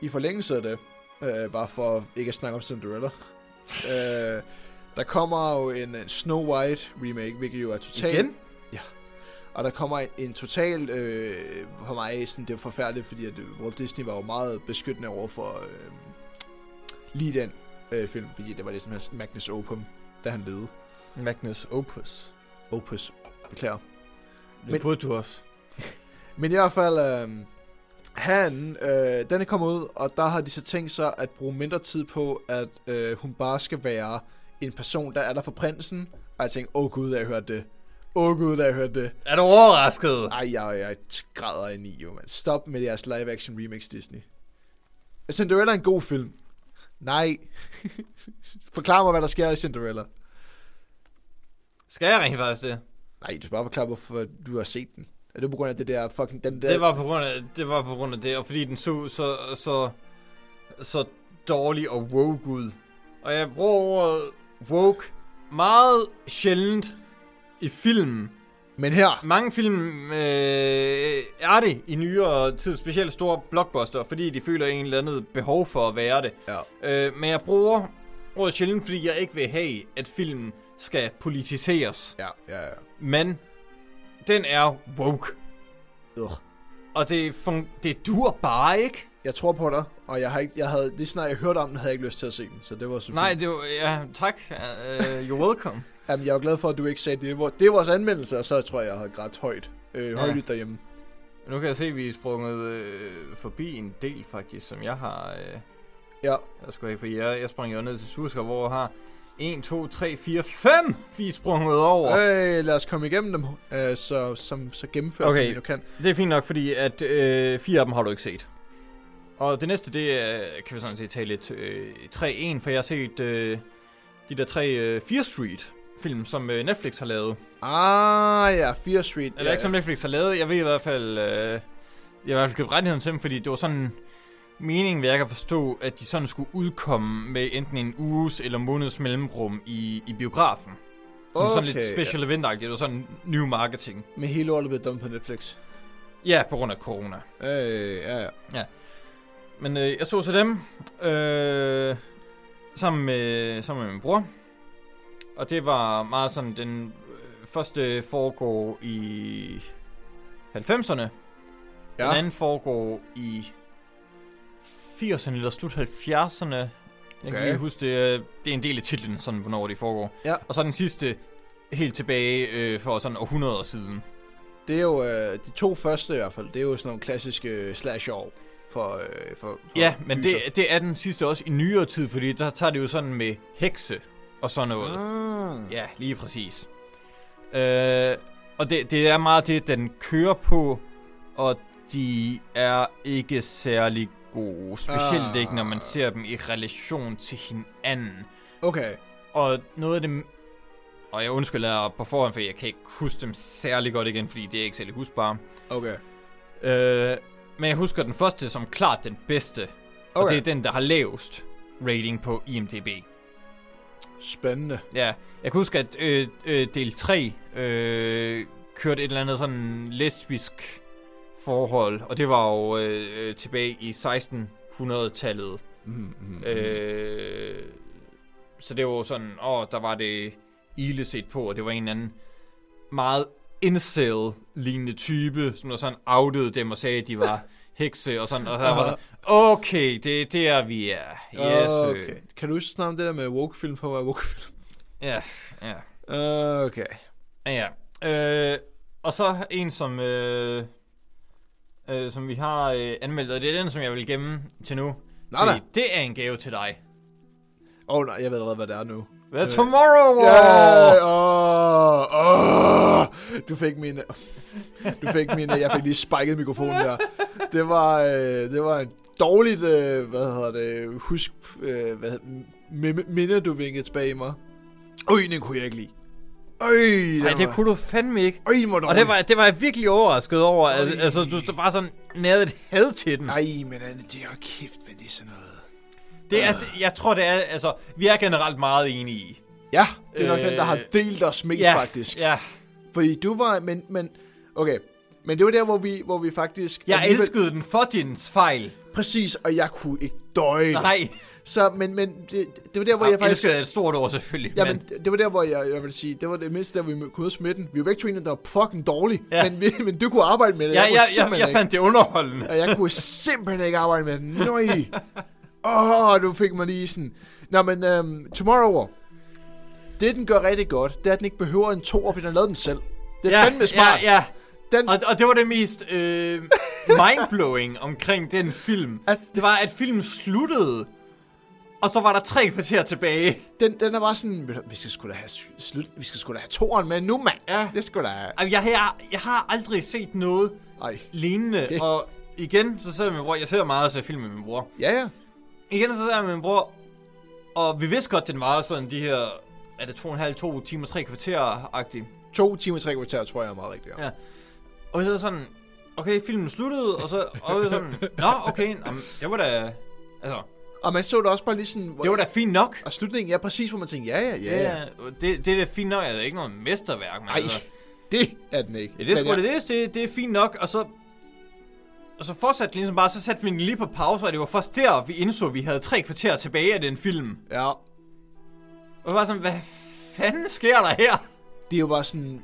Speaker 2: I forlængelse af det, øh, bare for ikke at snakke om Cinderella, øh, der kommer jo en, en Snow White remake, hvilket jo er totalt...
Speaker 1: Igen?
Speaker 2: Og der kommer en, en total, øh, for mig, sådan, det er forfærdeligt, fordi at Walt Disney var jo meget beskyttende over for øh, lige den øh, film, fordi det var ligesom hans Magnus Opum, da han levede.
Speaker 1: Magnus Opus.
Speaker 2: Opus, beklager.
Speaker 1: Det
Speaker 2: Men-
Speaker 1: Men... burde du også.
Speaker 2: Men i hvert fald, øh, han, øh, den er kommet ud, og der har de så tænkt sig at bruge mindre tid på, at øh, hun bare skal være en person, der er der for prinsen. Og jeg tænkte, åh oh, gud, da jeg hørte det. Åh oh, gud, da jeg hørte det.
Speaker 1: Er du overrasket?
Speaker 2: Ej, jeg, jeg græder ind i, jo, mand. Stop med jeres live-action remix, Disney. Cinderella er en god film. Nej. Forklar mig, hvad der sker i Cinderella.
Speaker 1: Skal jeg rent faktisk det?
Speaker 2: Nej, du skal bare forklare, hvorfor du har set den. Er det på grund af det der fucking... Den der...
Speaker 1: Det var på grund af det, var på grund af det og fordi den så så, så, så dårlig og woke ud. Og jeg bruger ordet woke meget sjældent i film.
Speaker 2: Men her...
Speaker 1: Mange film øh, er det i nyere tid, specielt store blockbuster, fordi de føler en eller anden behov for at være det.
Speaker 2: Ja.
Speaker 1: Øh, men jeg bruger ordet sjældent, fordi jeg ikke vil have, at filmen skal politiseres.
Speaker 2: Ja, ja, ja.
Speaker 1: Men den er woke.
Speaker 2: Ugh.
Speaker 1: Og det, fun- det dur bare ikke.
Speaker 2: Jeg tror på dig, og jeg har ikke, jeg havde, lige snart jeg hørte om den, havde jeg ikke lyst til at se den, så det var så
Speaker 1: Nej,
Speaker 2: fint.
Speaker 1: det var, ja, tak. Uh, you're welcome.
Speaker 2: Jamen, jeg var glad for, at du ikke sagde det. Hvor- Det er vores anmeldelse, og så tror jeg, jeg havde grædt højt. Øh,
Speaker 1: Ja.
Speaker 2: højt derhjemme.
Speaker 1: nu kan jeg se, at vi er sprunget øh, forbi en del faktisk, som jeg har... Øh,
Speaker 2: Ja,
Speaker 1: jeg skulle ikke, fordi jeg, jeg sprang jo ned til Sursker, hvor jeg har 1, 2, 3, 4, 5 vi er sprunget over. Øh.
Speaker 2: øh, lad os komme igennem dem, øh, så, som, så gennemføres
Speaker 1: Okay.
Speaker 2: okay. som vi nu kan.
Speaker 1: Det er fint nok, fordi at øh, fire af dem har du ikke set. Og det næste, det er, kan vi sådan set tage lidt øh, 3-1, for jeg har set øh, de der tre øh, Fear Street. film, som øh, Netflix har lavet.
Speaker 2: Ah, ja, Fear Street.
Speaker 1: Eller
Speaker 2: ja,
Speaker 1: ikke som Netflix har lavet. Jeg ved i hvert fald... Øh, jeg har i hvert fald købt rettigheden til dem, fordi det var sådan... Meningen ved, jeg kan forstå, at de sådan skulle udkomme med enten en uges eller måneds mellemrum i, i biografen. Som okay, sådan lidt
Speaker 2: Okay, ja.
Speaker 1: special ja. event Det var sådan new marketing.
Speaker 2: ja. Men hele lortet blev dumt på Netflix.
Speaker 1: Ja, på grund af corona.
Speaker 2: Øh, ja, ja.
Speaker 1: Men øh, jeg så så dem øh, sammen, med, sammen med min bror. Og det var meget sådan, den øh, første foregår i 90'erne. Ja. Den
Speaker 2: Ja,
Speaker 1: anden foregår i 80'erne eller slut 70'erne. Jeg okay. kan
Speaker 2: Okay.
Speaker 1: lige huske, det er, det er en del af titlen, sådan, hvornår det foregår.
Speaker 2: Ja.
Speaker 1: Og så den sidste helt tilbage øh, for sådan århundreder siden.
Speaker 2: det er jo øh, de to første i hvert fald. Det er jo sådan nogle klassiske øh, slasher for, øh, for, for
Speaker 1: Ja, men
Speaker 2: gyser.
Speaker 1: det, det er den sidste også i nyere tid, fordi der tager det jo sådan med hekse og sådan noget.
Speaker 2: Ah.
Speaker 1: Ja, lige præcis. Øh, og det, det er meget det, den kører på, og de er ikke særlig gode. Specielt
Speaker 2: Ah.
Speaker 1: ah. ikke, når man ser dem i relation til hinanden.
Speaker 2: Okay.
Speaker 1: Og noget af det... Og jeg undskylder på forhånd, for jeg kan ikke huske dem særlig godt igen, fordi det er ikke særlig husbare.
Speaker 2: Okay.
Speaker 1: Øh, men jeg husker den første som klart den bedste, okay. og
Speaker 2: Okay.
Speaker 1: det er den, der har lavest rating på IMDb.
Speaker 2: Spændende.
Speaker 1: Ja, jeg kan huske, at øh, øh, del 3 øh, kørte et eller andet sådan lesbisk forhold, og det var jo øh, øh, tilbage i 1600-tallet.
Speaker 2: Mm, mm,
Speaker 1: Øh, så det var jo sådan, åh, der var det ile set på, og det var en eller anden meget incel-lignende type, som der sådan outede dem og sagde, at de var hekse og sådan, og så var der, okay, det er der, vi er. Yes, øh. okay.
Speaker 2: okay. Kan du huske snart om det der med woke-film på, hvad woke-film?
Speaker 1: Ja, ja.
Speaker 2: Okay.
Speaker 1: Ja. Øh, og så en, som, øh, øh, som vi har øh, anmeldt, og det er den, som jeg vil gemme til nu.
Speaker 2: Nej, nej.
Speaker 1: Fordi det er en gave til dig.
Speaker 2: Åh, oh, nej, jeg ved allerede, hvad det er nu.
Speaker 1: The
Speaker 2: Øh,
Speaker 1: Tomorrow War!
Speaker 2: Ja, åh, åh. Du fik min... Du fik min... Jeg fik lige spiket mikrofonen der. Det var, øh, det var en dårligt, øh, hvad hedder det, husk, øh, hvad hedder, mi- minde, du vinkede tilbage i mig. Øj, den kunne jeg ikke lide. Øj, den
Speaker 1: Nej, det
Speaker 2: var-
Speaker 1: kunne du fandme ikke.
Speaker 2: Øj, den var
Speaker 1: Og
Speaker 2: dårlig.
Speaker 1: det var, det var jeg virkelig overrasket over. Al,
Speaker 2: Oj.
Speaker 1: altså, du du bare sådan nærede et had til den.
Speaker 2: Nej, men Anne, det er jo kæft, men det er sådan noget.
Speaker 1: Det er, det- jeg tror, det er... Altså, vi er generelt meget enige i.
Speaker 2: Ja, det er nok
Speaker 1: Øh,
Speaker 2: den, der har delt os mest
Speaker 1: Ja,
Speaker 2: faktisk.
Speaker 1: Ja.
Speaker 2: Fordi du var, men, men, okay. Men det var der, hvor vi, hvor vi faktisk...
Speaker 1: Jeg
Speaker 2: alligevel-
Speaker 1: elskede den for dins fejl.
Speaker 2: Præcis, og jeg kunne ikke døje. det.
Speaker 1: Nej,
Speaker 2: Så, men, men det, det var der, hvor jeg,
Speaker 1: jeg
Speaker 2: faktisk...
Speaker 1: elskede er et stort ord selvfølgelig.
Speaker 2: Ja,
Speaker 1: men,
Speaker 2: men det var der, hvor jeg, jeg vil sige, det var det mindste, der vi kunne møde smitten. Vi var begge to enige, der var fucking dårlige,
Speaker 1: Ja.
Speaker 2: men, vi, men du kunne arbejde med det.
Speaker 1: ja,
Speaker 2: kunne
Speaker 1: jeg, jeg,
Speaker 2: simpelthen
Speaker 1: jeg
Speaker 2: ikke.
Speaker 1: fandt det underholdende.
Speaker 2: Og jeg kunne simpelthen ikke arbejde med den. Nøj. Åh, oh, du fik mig lige sådan. Nå, men um, Tomorrow War. Det, den gør rigtig godt, det er, at den ikke behøver en toer, fordi den har lavet den selv. Det er ja, fandme smart. Ja,
Speaker 1: Ja, ja.
Speaker 2: ja. Den,
Speaker 1: Og, og det var det mest øh, mindblowing omkring den film. At...
Speaker 2: At-
Speaker 1: Det var, at filmen sluttede, og så var der tre kvarter tilbage.
Speaker 2: den, den er bare sådan, ved du, vi skal sgu da have, sy- slut, vi skal sgu da have toeren med nu, mand.
Speaker 1: Ja.
Speaker 2: Det skulle da have.
Speaker 1: Ej, Jeg, jeg, jeg har aldrig set noget
Speaker 2: Ej.
Speaker 1: lignende. Okay.
Speaker 2: Okay.
Speaker 1: Og igen, så sidder jeg med min bror. Jeg ser meget så film med min bror.
Speaker 2: Ja, ja.
Speaker 1: Igen, så sidder jeg med min bror. Og vi vidste godt, den var sådan de her... Er det to og en halv, to timer, tre kvarter-agtigt?
Speaker 2: To timer, tre kvarter, tror jeg er meget rigtigt. Ja.
Speaker 1: Ja. Og så sådan, okay, filmen sluttede, og så og så sådan, nå, okay, jamen, det var da, altså,
Speaker 2: Og man så det også bare lige sådan... Hvor,
Speaker 1: det var da fint nok.
Speaker 2: Og slutningen er præcis, hvor man tænkte, ja, ja, ja, ja.
Speaker 1: Ja, det, det er da fint nok, altså ikke noget mesterværk, men
Speaker 2: Ej,
Speaker 1: altså,
Speaker 2: det er den ikke.
Speaker 1: ja, det er sgu
Speaker 2: Men
Speaker 1: det, det, det, det er fint nok, og så, og så fortsatte den ligesom bare, så satte vi den lige på pause, og det var først der, vi indså, at vi havde tre kvarter tilbage af den film.
Speaker 2: ja. ja.
Speaker 1: Og var sådan, hvad fanden sker der her?
Speaker 2: Det er jo bare sådan...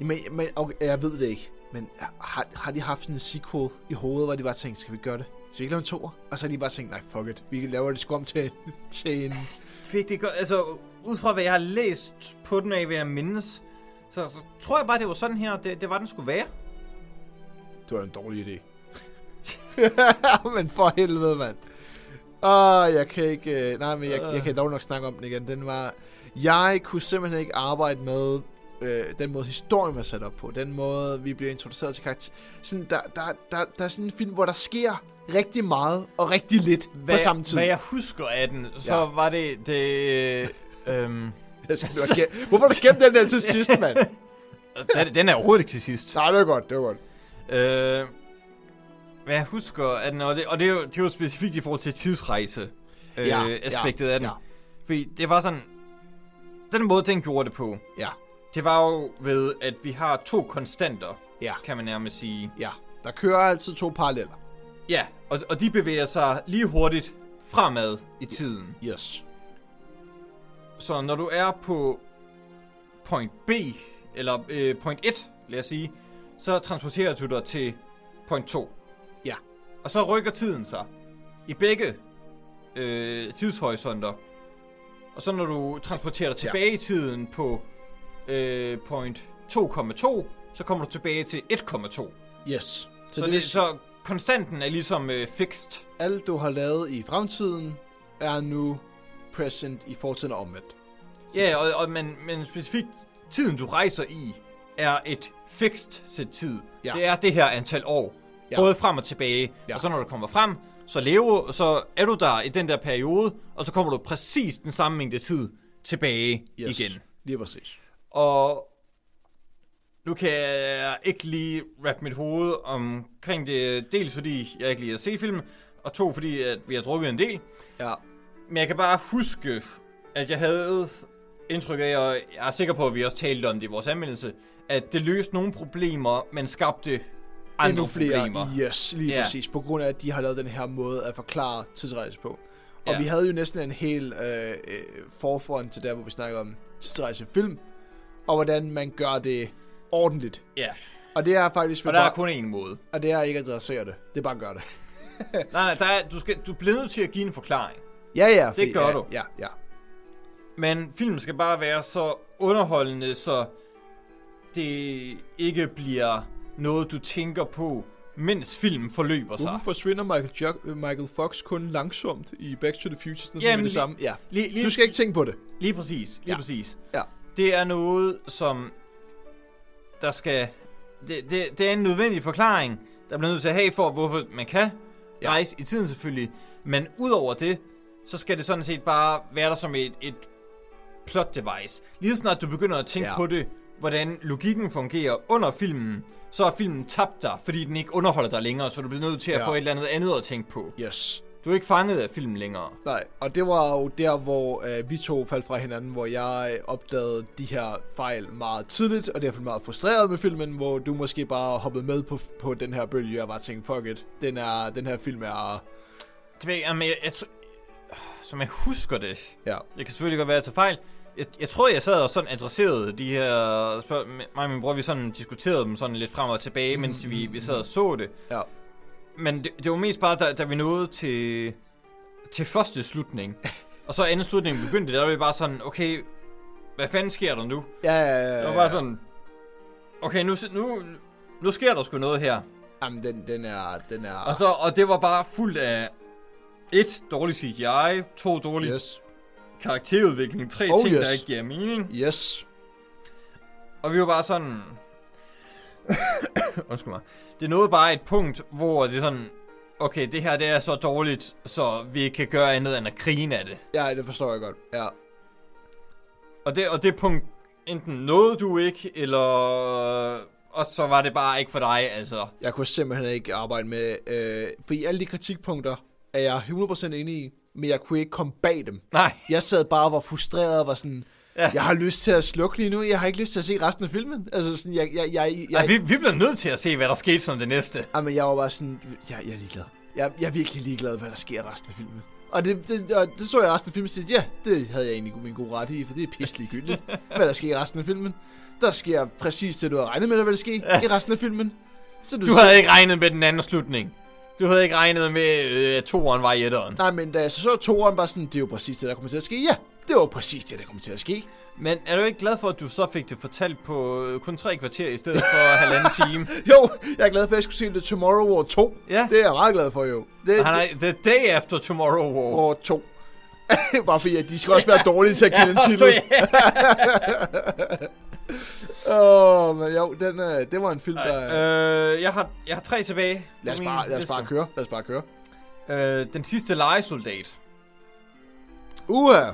Speaker 2: Jamen, men, okay, jeg ved det ikke. Men har, har de haft sådan en sequel i hovedet, hvor de bare tænkte, skal vi gøre det? Skal vi ikke lave en toer? Og så har de bare tænkt, nej, fuck it. Vi laver det sgu om til, til en...
Speaker 1: Fik det godt, altså, ud fra hvad jeg har læst på den af, hvad jeg mindes, så, så tror jeg bare, det var sådan her, det, det var, den skulle være.
Speaker 2: Det var da en dårlig idé. men for helvede, mand. Åh, jeg kan ikke... øh, Nej, men jeg, jeg kan dog nok snakke om den igen. Den var... Jeg kunne simpelthen ikke arbejde med øh, den måde, historien var sat op på. Den måde, vi bliver introduceret til karakter. Sådan, der, der, der, der er sådan en film, hvor der sker rigtig meget og rigtig lidt
Speaker 1: hvad,
Speaker 2: på samme tid.
Speaker 1: Hvad jeg husker af den, så ja.
Speaker 2: Ja.
Speaker 1: var det... det øh, øhm,
Speaker 2: Jeg skal, du har gem- Hvorfor har du gemt den der til sidst, mand?
Speaker 1: Den, den er overhovedet ikke til sidst.
Speaker 2: Nej, det var godt, det var godt.
Speaker 1: Øh, hvad jeg husker, at den, og, det, og det, er jo, det er jo specifikt i forhold til tidsrejse øh,
Speaker 2: Ja,
Speaker 1: ja,
Speaker 2: ja,
Speaker 1: aspektet af den.
Speaker 2: ja.
Speaker 1: Ja. Fordi det var sådan, den måde, den gjorde det på,
Speaker 2: Ja,
Speaker 1: det var jo ved, at vi har to konstanter,
Speaker 2: ja,
Speaker 1: kan man nærmest sige.
Speaker 2: ja. Der kører altid to paralleller.
Speaker 1: Ja, og, og de bevæger sig lige hurtigt fremad i tiden.
Speaker 2: Yes.
Speaker 1: Så når du er på point B, eller øh, point 1, lad os sige, så transporterer du dig til point 2.
Speaker 2: Ja.
Speaker 1: Og så rykker tiden sig i begge øh, tidshorisonter. Og så når du transporterer dig
Speaker 2: Ja.
Speaker 1: tilbage i tiden på øh, point 2,2, så kommer du tilbage til 1,2. Så,
Speaker 2: Yes. Så,
Speaker 1: så, det,
Speaker 2: vil
Speaker 1: det,
Speaker 2: sige-
Speaker 1: så konstanten er ligesom øh, fixed.
Speaker 2: alt du har lavet i fremtiden, er nu present i fortiden og omvendt.
Speaker 1: Ja, og, og men, men specifikt tiden, du rejser i, er et fikst sæt tid.
Speaker 2: Ja.
Speaker 1: Ja. Det er det her antal år.
Speaker 2: Ja.
Speaker 1: Ja. Både frem og tilbage.
Speaker 2: Ja.
Speaker 1: Ja. Og så når du kommer frem, så lever, så er du der i den der periode, og så kommer du præcis den samme mængde tid tilbage yes. igen.
Speaker 2: Lige præcis.
Speaker 1: Og nu kan jeg ikke lige rappe mit hoved omkring det, dels fordi jeg ikke lige at se film, og to fordi at vi har drukket en del.
Speaker 2: Ja,
Speaker 1: Men jeg kan bare huske, at jeg havde indtryk af, og jeg er sikker på, at vi også talte om det i vores anmeldelse, at det løste nogle problemer, men skabte andre
Speaker 2: endnu flere.
Speaker 1: problemer.
Speaker 2: Yes, lige
Speaker 1: Ja.
Speaker 2: yeah. præcis. På grund af, at de har lavet den her måde at forklare tidsrejse på. Og
Speaker 1: Ja.
Speaker 2: vi havde jo næsten en hel øh, øh, forfront til der, hvor vi snakker om tidsrejsefilm, og hvordan man gør det ordentligt.
Speaker 1: Ja,
Speaker 2: Og det er faktisk, ved
Speaker 1: og der er
Speaker 2: bare,
Speaker 1: kun én måde.
Speaker 2: og det er ikke at adressere det. Det er bare at gøre det.
Speaker 1: Nej, nej, der er, du, skal, du bliver nødt til at give en forklaring.
Speaker 2: Ja, ja. fordi-
Speaker 1: gør
Speaker 2: ja,
Speaker 1: du.
Speaker 2: Ja, ja.
Speaker 1: Men filmen skal bare være så underholdende, så det ikke bliver noget, du tænker på, mens filmen forløber sig.
Speaker 2: Hvorfor forsvinder Michael, jo- Michael Fox kun langsomt i Back to the Future? Sådan noget
Speaker 1: Jamen,
Speaker 2: med det
Speaker 1: lige-
Speaker 2: samme. Ja.
Speaker 1: Lige, lige,
Speaker 2: Du skal ikke tænke på det.
Speaker 1: Lige præcis, lige
Speaker 2: Ja.
Speaker 1: ja. præcis.
Speaker 2: Ja.
Speaker 1: Det er noget, som der skal... Det, det, det er en nødvendig forklaring, der bliver nødt til at have for, hvorfor man kan
Speaker 2: Ja.
Speaker 1: ja. rejse i tiden selvfølgelig. Men udover det, så skal det sådan set bare være der som et, et plot device. Lige så snart du begynder at tænke
Speaker 2: Ja.
Speaker 1: ja. på det, hvordan logikken fungerer under filmen, så er filmen tabt dig, fordi den ikke underholder dig længere, så du bliver nødt til at
Speaker 2: Ja.
Speaker 1: ja. få et eller andet andet at tænke på.
Speaker 2: Yes.
Speaker 1: Du er ikke fanget af filmen længere.
Speaker 2: Nej, og det var jo der, hvor øh, vi to faldt fra hinanden, hvor jeg øh, opdagede de her fejl meget tidligt, og derfor meget frustreret med filmen, hvor du måske bare hoppede med på, på den her bølge, og bare tænkte, fuck it, den, er, den her film er...
Speaker 1: Det ved jeg, men jeg, jeg, som jeg husker det,
Speaker 2: Ja,
Speaker 1: Det kan selvfølgelig godt være, at jeg tager fejl. Jeg, jeg tror, jeg sad og sådan adresserede de her spørg... Mig og min bror, vi sådan diskuterede dem sådan lidt frem og tilbage, mens vi, vi sad og så det.
Speaker 2: Mm. ja,
Speaker 1: Men det, det var mest bare, da, da vi nåede til, til første slutning. Og så anden slutning begyndte, der var vi bare sådan, okay, hvad fanden sker der nu?
Speaker 2: ja, ja, ja,
Speaker 1: Det
Speaker 2: ja,
Speaker 1: var
Speaker 2: ja.
Speaker 1: bare sådan, okay, nu, nu, nu sker der sgu noget her.
Speaker 2: Jamen, den, den er... Den er
Speaker 1: Og, så, og det var bare fuldt af et dårligt CGI, to dårlige yes.
Speaker 2: yes,
Speaker 1: karakterudvikling, tre
Speaker 2: Oh,
Speaker 1: ting,
Speaker 2: yes.
Speaker 1: der ikke giver mening.
Speaker 2: yes,
Speaker 1: Og vi var bare sådan... Undskyld mig. Det nåede bare et punkt, hvor det er sådan... Okay, det her det er så dårligt, så vi ikke kan gøre andet end at grine af det.
Speaker 2: ja, det forstår jeg godt, ja.
Speaker 1: Og det, og det punkt, enten nåede du ikke, eller... Og så var det bare ikke for dig, altså.
Speaker 2: Jeg kunne simpelthen ikke arbejde med, øh, fordi alle de kritikpunkter er jeg 100% enig i, men jeg kunne ikke komme bag dem.
Speaker 1: Nej.
Speaker 2: Jeg sad bare og var frustreret og var sådan, ja.
Speaker 1: Ja.
Speaker 2: jeg har lyst til at slukke lige nu, jeg har ikke lyst til at se resten af filmen. Altså sådan, jeg, jeg, jeg,
Speaker 1: Ej,
Speaker 2: jeg,
Speaker 1: vi, vi bliver nødt til at se, hvad der skete som det næste.
Speaker 2: jamen, jeg var bare sådan, jeg, jeg er ligeglad. Jeg, jeg er virkelig ligeglad, hvad der sker i resten af filmen. Og det, det, og det så jeg i resten af filmen og sagde, ja, det havde jeg egentlig min gode ret i, for det er pisselig gyldigt, hvad der sker i resten af filmen. Der sker præcis det, du havde regnet med, der ville ske i resten af filmen. Så
Speaker 1: Du havde ikke regnet med den anden slutning. Du havde ikke regnet med, øh, at toeren var i etteren.
Speaker 2: Nej, men da jeg så så toeren, var sådan, det er jo præcis det, der kommer til at ske. Ja, det var præcis det, der kommer til at ske.
Speaker 1: Men er du ikke glad for, at du så fik det fortalt på øh, kun tre kvarter i stedet for halvanden time?
Speaker 2: Jo, jeg er glad for, at jeg skulle se The Tomorrow War 2.
Speaker 1: Ja.
Speaker 2: Det er jeg meget glad for, jo. Det,
Speaker 1: Han er The Day After Tomorrow War.
Speaker 2: War 2. Bare fordi, at de skal også være dårlige til at give den titel. Åh, oh, men jo, den, øh, det var en film, der...
Speaker 1: Øh, jeg, har, jeg har tre tilbage. på
Speaker 2: lad, os
Speaker 1: min
Speaker 2: bare, lad os
Speaker 1: liste.
Speaker 2: bare køre, lad os bare køre.
Speaker 1: Øh, den sidste legesoldat.
Speaker 2: Uha!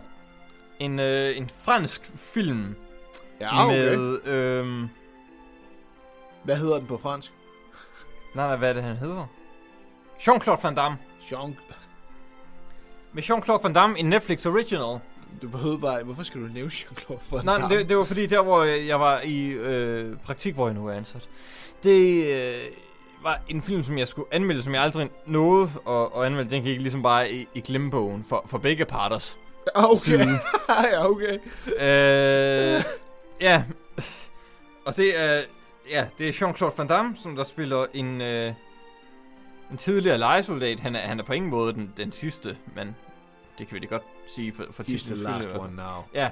Speaker 1: en, øh, en fransk film
Speaker 2: Ja, okay. Med...
Speaker 1: med... Øhm,
Speaker 2: Hvad hedder den på fransk?
Speaker 1: nej, nej, hvad er det, han hedder? Jean-Claude Van Damme.
Speaker 2: Jean...
Speaker 1: Med Jean-Claude Van Damme, en Netflix original.
Speaker 2: Du behøver bare... Hvorfor skal du nævne Jean-Claude Van
Speaker 1: Nej, men
Speaker 2: Damme?
Speaker 1: det, det var fordi der, hvor jeg var i øh, praktik, hvor jeg nu er ansat. Det øh, var en film, som jeg skulle anmelde, som jeg aldrig nåede at, at anmelde. Den gik ligesom bare i, i glemmebogen for, for begge parters
Speaker 2: Ah, okay.
Speaker 1: siden.
Speaker 2: ja, okay.
Speaker 1: øh, ja. Og det er, ja, det er Jean-Claude Van Damme, som der spiller en, øh, en tidligere legesoldat. Han er, han er på ingen måde den, den sidste, men det kan vi da godt sige for, for
Speaker 2: He's
Speaker 1: titlens
Speaker 2: the
Speaker 1: skyld i hvert
Speaker 2: last
Speaker 1: fald.
Speaker 2: one now.
Speaker 1: Ja.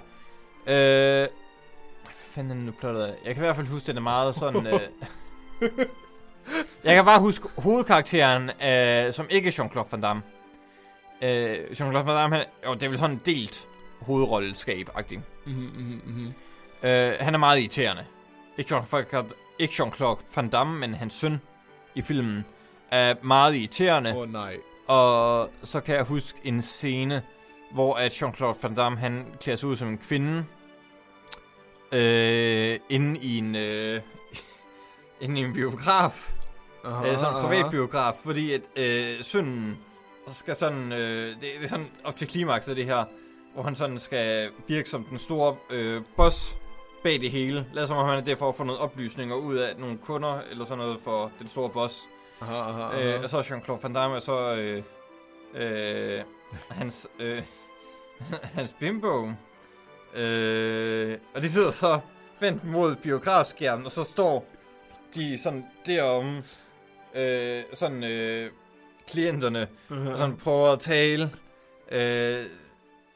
Speaker 1: Øh, hvad fanden er det nu plottet af? Jeg kan i hvert fald huske, den er meget sådan... øh, jeg kan bare huske hovedkarakteren, øh, som ikke er Jean-Claude Van Damme. Øh, Jean-Claude Van Damme, han, jo, det er vel sådan en delt hovedrolleskab agtig
Speaker 2: Mm-hmm, mm-hmm.
Speaker 1: øh, Han er meget irriterende. Ikke Jean-Claude, ikke Jean-Claude Van Damme, men hans søn i filmen er meget irriterende.
Speaker 2: Åh, oh, nej.
Speaker 1: Og så kan jeg huske en scene, hvor at Jean-Claude Van Damme, han klæder sig ud som en kvinde. Øh, inde i en... Øh, inde i en biograf.
Speaker 2: Aha,
Speaker 1: Øh, sådan en privat
Speaker 2: aha.
Speaker 1: biograf. Fordi at øh, sønnen skal sådan... Øh, det, det, er sådan op til klimakset, det her. Hvor han sådan skal virke som den store øh, boss bag det hele. Lad os som om han er der for at få noget oplysninger ud af nogle kunder, eller sådan noget for den store boss.
Speaker 2: Aha, aha, aha.
Speaker 1: Øh, og så er Jean-Claude Van Damme, og så øh, øh, hans, øh, hans bimbo. Øh, og de sidder så vendt mod biografskærmen, og så står de sådan derom, øh, sådan øh, klienterne, og sådan prøver at tale øh,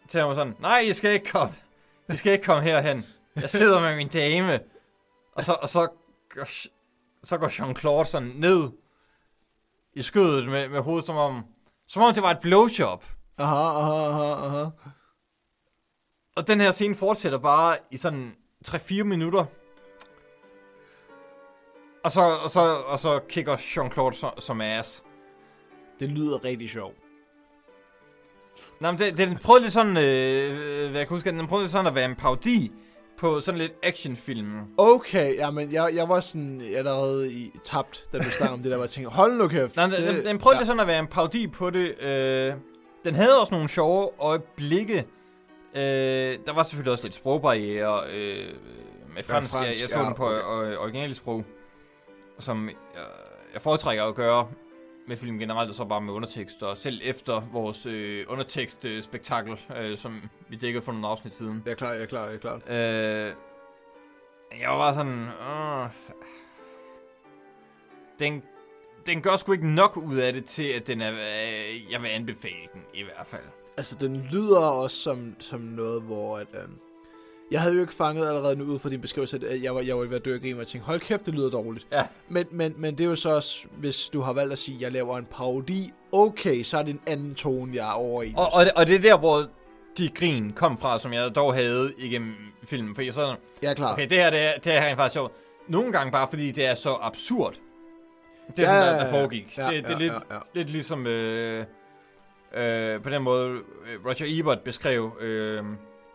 Speaker 1: til ham og sådan, nej, I skal ikke komme, I skal ikke komme herhen. Jeg sidder med min dame. Og så, og så, går, så går Jean-Claude sådan ned i skødet med, med hovedet, som om, som om det var et blowjob.
Speaker 2: aha, aha, aha, aha.
Speaker 1: Og den her scene fortsætter bare i sådan 3-4 minutter. Og så, og så, og så kigger Jean-Claude som, som ass.
Speaker 2: Det lyder rigtig sjovt.
Speaker 1: Nej, men det, den prøvede lidt sådan, øh, hvad jeg kan huske, den prøvede lidt sådan at være en parodi på sådan lidt actionfilm.
Speaker 2: Okay, ja, men jeg, jeg var sådan allerede i, tabt, da du snakkede om det der, hvor jeg tænkte, hold nu kæft. Øh,
Speaker 1: Nej, den, den, den prøvede ja. lidt sådan at være en parodi på det. Øh, den havde også nogle sjove øjeblikke. Øh, der var selvfølgelig også lidt sprogbarriere øh, med fransk. Ja, jeg,
Speaker 2: fransk,
Speaker 1: jeg så
Speaker 2: ja,
Speaker 1: den på okay. originale sprog, som jeg, jeg foretrækker at gøre med film generelt, og så bare med undertekst. Og selv efter vores øh, undertekstspektakel, øh, som vi dækkede for nogle afsnit siden.
Speaker 2: Jeg er klar, jeg er klar, jeg er klar.
Speaker 1: Øh, jeg var bare sådan... Øh, den, den gør sgu ikke nok ud af det til, at den er... Øh, jeg vil anbefale den, i hvert fald.
Speaker 2: Altså, den lyder også som, som noget, hvor at, øhm, jeg havde jo ikke fanget allerede nu ud fra din beskrivelse, at jeg var, jeg var ved at dø af grin, og jeg tænkte, hold kæft, det lyder dårligt.
Speaker 1: Ja.
Speaker 2: Men, men, men det er jo så også, hvis du har valgt at sige, at jeg laver en parodi, okay, så er det en anden tone, jeg er over i.
Speaker 1: Og, og, det, og det er der, hvor de grin kom fra, som jeg dog havde igennem filmen. For jeg sådan,
Speaker 2: jeg er klar.
Speaker 1: okay, det her, det, er, det her er faktisk sjovt. Nogle gange bare, fordi det er så absurd. Det er
Speaker 2: Ja,
Speaker 1: ja, sådan, der,
Speaker 2: ja, ja,
Speaker 1: der foregik.
Speaker 2: ja,
Speaker 1: Ja, det, det er
Speaker 2: ja,
Speaker 1: lidt,
Speaker 2: ja, ja.
Speaker 1: lidt ligesom... Øh, øh, på den måde, øh, Roger Ebert beskrev øh,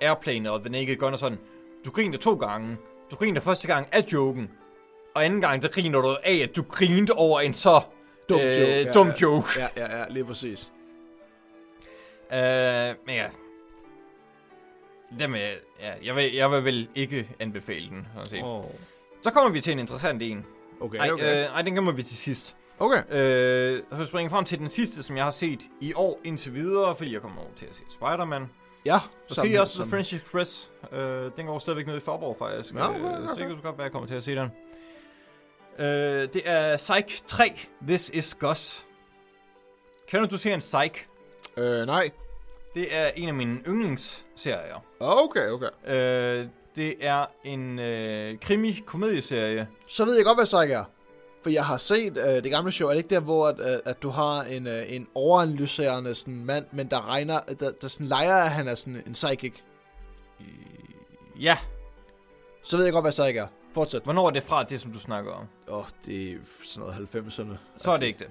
Speaker 1: Airplane og The Naked Gun og sådan. Du griner to gange. Du griner første gang af joken. Og anden gang, der griner du af, at du grinede over en så øh,
Speaker 2: Dum joke, ja,
Speaker 1: dum
Speaker 2: ja.
Speaker 1: joke.
Speaker 2: Ja, ja, ja, lige præcis.
Speaker 1: Øh, men ja. Dem, er- ja, jeg, vil, jeg vil vel ikke anbefale den. sådan set.
Speaker 2: Oh.
Speaker 1: Så kommer vi til en interessant en.
Speaker 2: Okay,
Speaker 1: Nej,
Speaker 2: okay.
Speaker 1: okay. øh, ej, den kommer vi til sidst.
Speaker 2: Okay.
Speaker 1: Øh, så vi springer frem til den sidste, som jeg har set i år indtil videre, fordi jeg kommer over til at se Spider-Man.
Speaker 2: Ja,
Speaker 1: Måske også The
Speaker 2: sammen.
Speaker 1: French Express. Øh, den går stadigvæk ned i Forborg, faktisk.
Speaker 2: Nå, okay,
Speaker 1: Øh,
Speaker 2: okay.
Speaker 1: Så det kan så godt være, jeg kommer til at se den. Øh, det er Psych 3, This is Gus. Kender du serien Psych?
Speaker 2: Øh, nej.
Speaker 1: Det er en af mine yndlingsserier.
Speaker 2: Okay, okay.
Speaker 1: Øh, det er en øh, krimi-komedieserie.
Speaker 2: Så ved jeg godt, hvad Psych er. For jeg har set øh, det gamle show. Er det ikke der, hvor at, øh, at du har en, øh, en overanalyserende sådan, mand, men der regner, der, der sådan leger, at han er sådan en psychic?
Speaker 1: Øh, Ja,
Speaker 2: Så ved jeg godt, hvad Psych er. Fortsæt.
Speaker 1: hvornår er det fra, det som du snakker om?
Speaker 2: Åh, oh, det er sådan noget 90'erne.
Speaker 1: Så er det ikke det.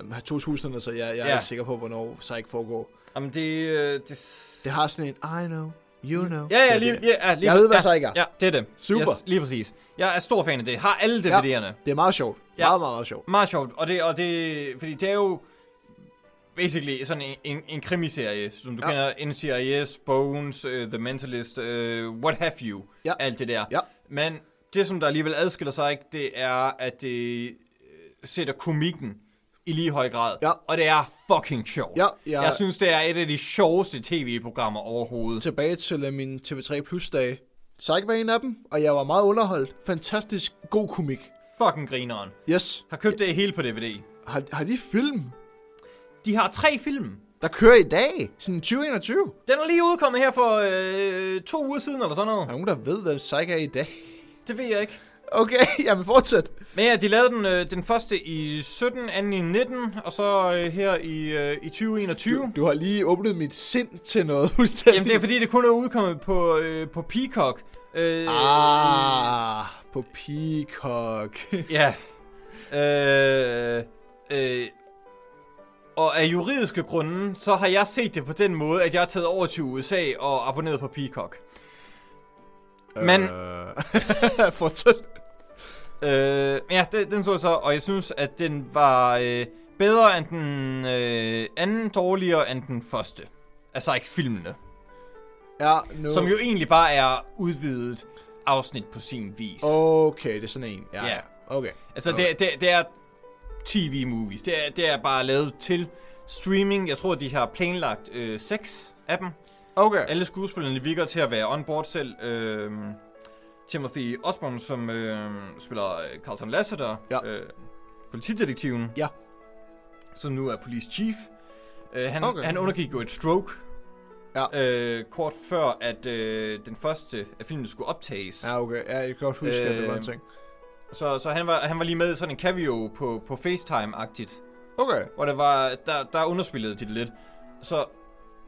Speaker 2: Jamen, 2000'erne, så jeg, jeg er
Speaker 1: Ja.
Speaker 2: ikke sikker på, hvornår Psych foregår.
Speaker 1: Jamen, det... Øh, det,
Speaker 2: Det har sådan en, I know, You know.
Speaker 1: Ja, ja,
Speaker 2: Det er
Speaker 1: lige,
Speaker 2: det.
Speaker 1: ja, ja, lige
Speaker 2: Jeg ved, hvad
Speaker 1: ja,
Speaker 2: så ikke er.
Speaker 1: Ja, det er det.
Speaker 2: Super.
Speaker 1: Yes, lige præcis. Jeg er stor fan af det. Har alle
Speaker 2: Ja.
Speaker 1: DVD'erne. Ja.
Speaker 2: Det er meget sjovt.
Speaker 1: Ja.
Speaker 2: Meget, meget, meget sjovt.
Speaker 1: Meget sjovt. Og det, og det, fordi det er jo basically sådan en, en, en krimiserie, som du
Speaker 2: Ja.
Speaker 1: ja. kender. NCIS, Bones, uh, The Mentalist, uh, What Have You.
Speaker 2: Ja.
Speaker 1: Alt det der.
Speaker 2: Ja.
Speaker 1: Men det, som der alligevel adskiller sig ikke, det er, at det øh, sætter komikken i lige høj grad.
Speaker 2: Ja.
Speaker 1: Og det er fucking sjovt.
Speaker 2: Ja,
Speaker 1: Jeg,
Speaker 2: jeg,
Speaker 1: jeg synes, det er et af de sjoveste tv-programmer overhovedet.
Speaker 2: tilbage til øh, min TV3 Plus-dage. Psych var en af dem, og jeg var meget underholdt. Fantastisk god komik.
Speaker 1: Fucking grineren.
Speaker 2: Yes.
Speaker 1: Har købt det hele på DVD.
Speaker 2: Har, har de film,
Speaker 1: De har tre film.
Speaker 2: der kører i dag? Sådan 2021?
Speaker 1: Den er lige udkommet her for øh, to uger siden, eller sådan
Speaker 2: Er
Speaker 1: noget.
Speaker 2: der nogen, der ved, hvad Psych er i dag?
Speaker 1: Det ved jeg ikke.
Speaker 2: Okay, jamen fortsæt.
Speaker 1: Men ja, de lavede den, øh, den første i 17, anden i 19, og så øh, her i, øh, i 2021.
Speaker 2: Du, du har lige åbnet mit sind til noget,
Speaker 1: Jamen, det er fordi, det kun er udkommet på, øh, på Peacock. Øh,
Speaker 2: Ah, på Peacock.
Speaker 1: Ja. Øh, øh, og af juridiske grunde, så har jeg set det på den måde, at jeg har taget over til USA og abonneret på Peacock. Men-
Speaker 2: Øh, fortsæt.
Speaker 1: Øh, men ja, det, den så jeg så, og jeg synes, at den var øh, bedre end den øh, anden, dårligere end den første. Altså ikke filmene,
Speaker 2: Ja, nu.
Speaker 1: som jo egentlig bare er udvidet afsnit på sin vis.
Speaker 2: Okay, det er sådan en. Ja,
Speaker 1: Ja.
Speaker 2: ja. okay.
Speaker 1: Altså,
Speaker 2: Okay.
Speaker 1: det, det, det er tv-movies. Det er, det er bare lavet til streaming. Jeg tror, de har planlagt øh, seks af dem.
Speaker 2: Okay.
Speaker 1: Alle skuespillerne virker til at være on board selv. Øh, Timothy Osborne, som øh, spiller øh, Carlton Lasseter,
Speaker 2: Ja.
Speaker 1: øh, politidetektiven,
Speaker 2: Ja.
Speaker 1: som nu er police chief. Øh, han,
Speaker 2: Okay.
Speaker 1: okay. han undergik jo et stroke,
Speaker 2: Ja.
Speaker 1: øh, kort før, at øh, den første af filmen skulle optages.
Speaker 2: Ja, okay. Ja, jeg kan godt huske, øh, at det var en ting.
Speaker 1: Så, så han, var, han var lige med i sådan en cameo på, på FaceTime-agtigt.
Speaker 2: Okay.
Speaker 1: hvor det var, der, der underspillede de det lidt. Så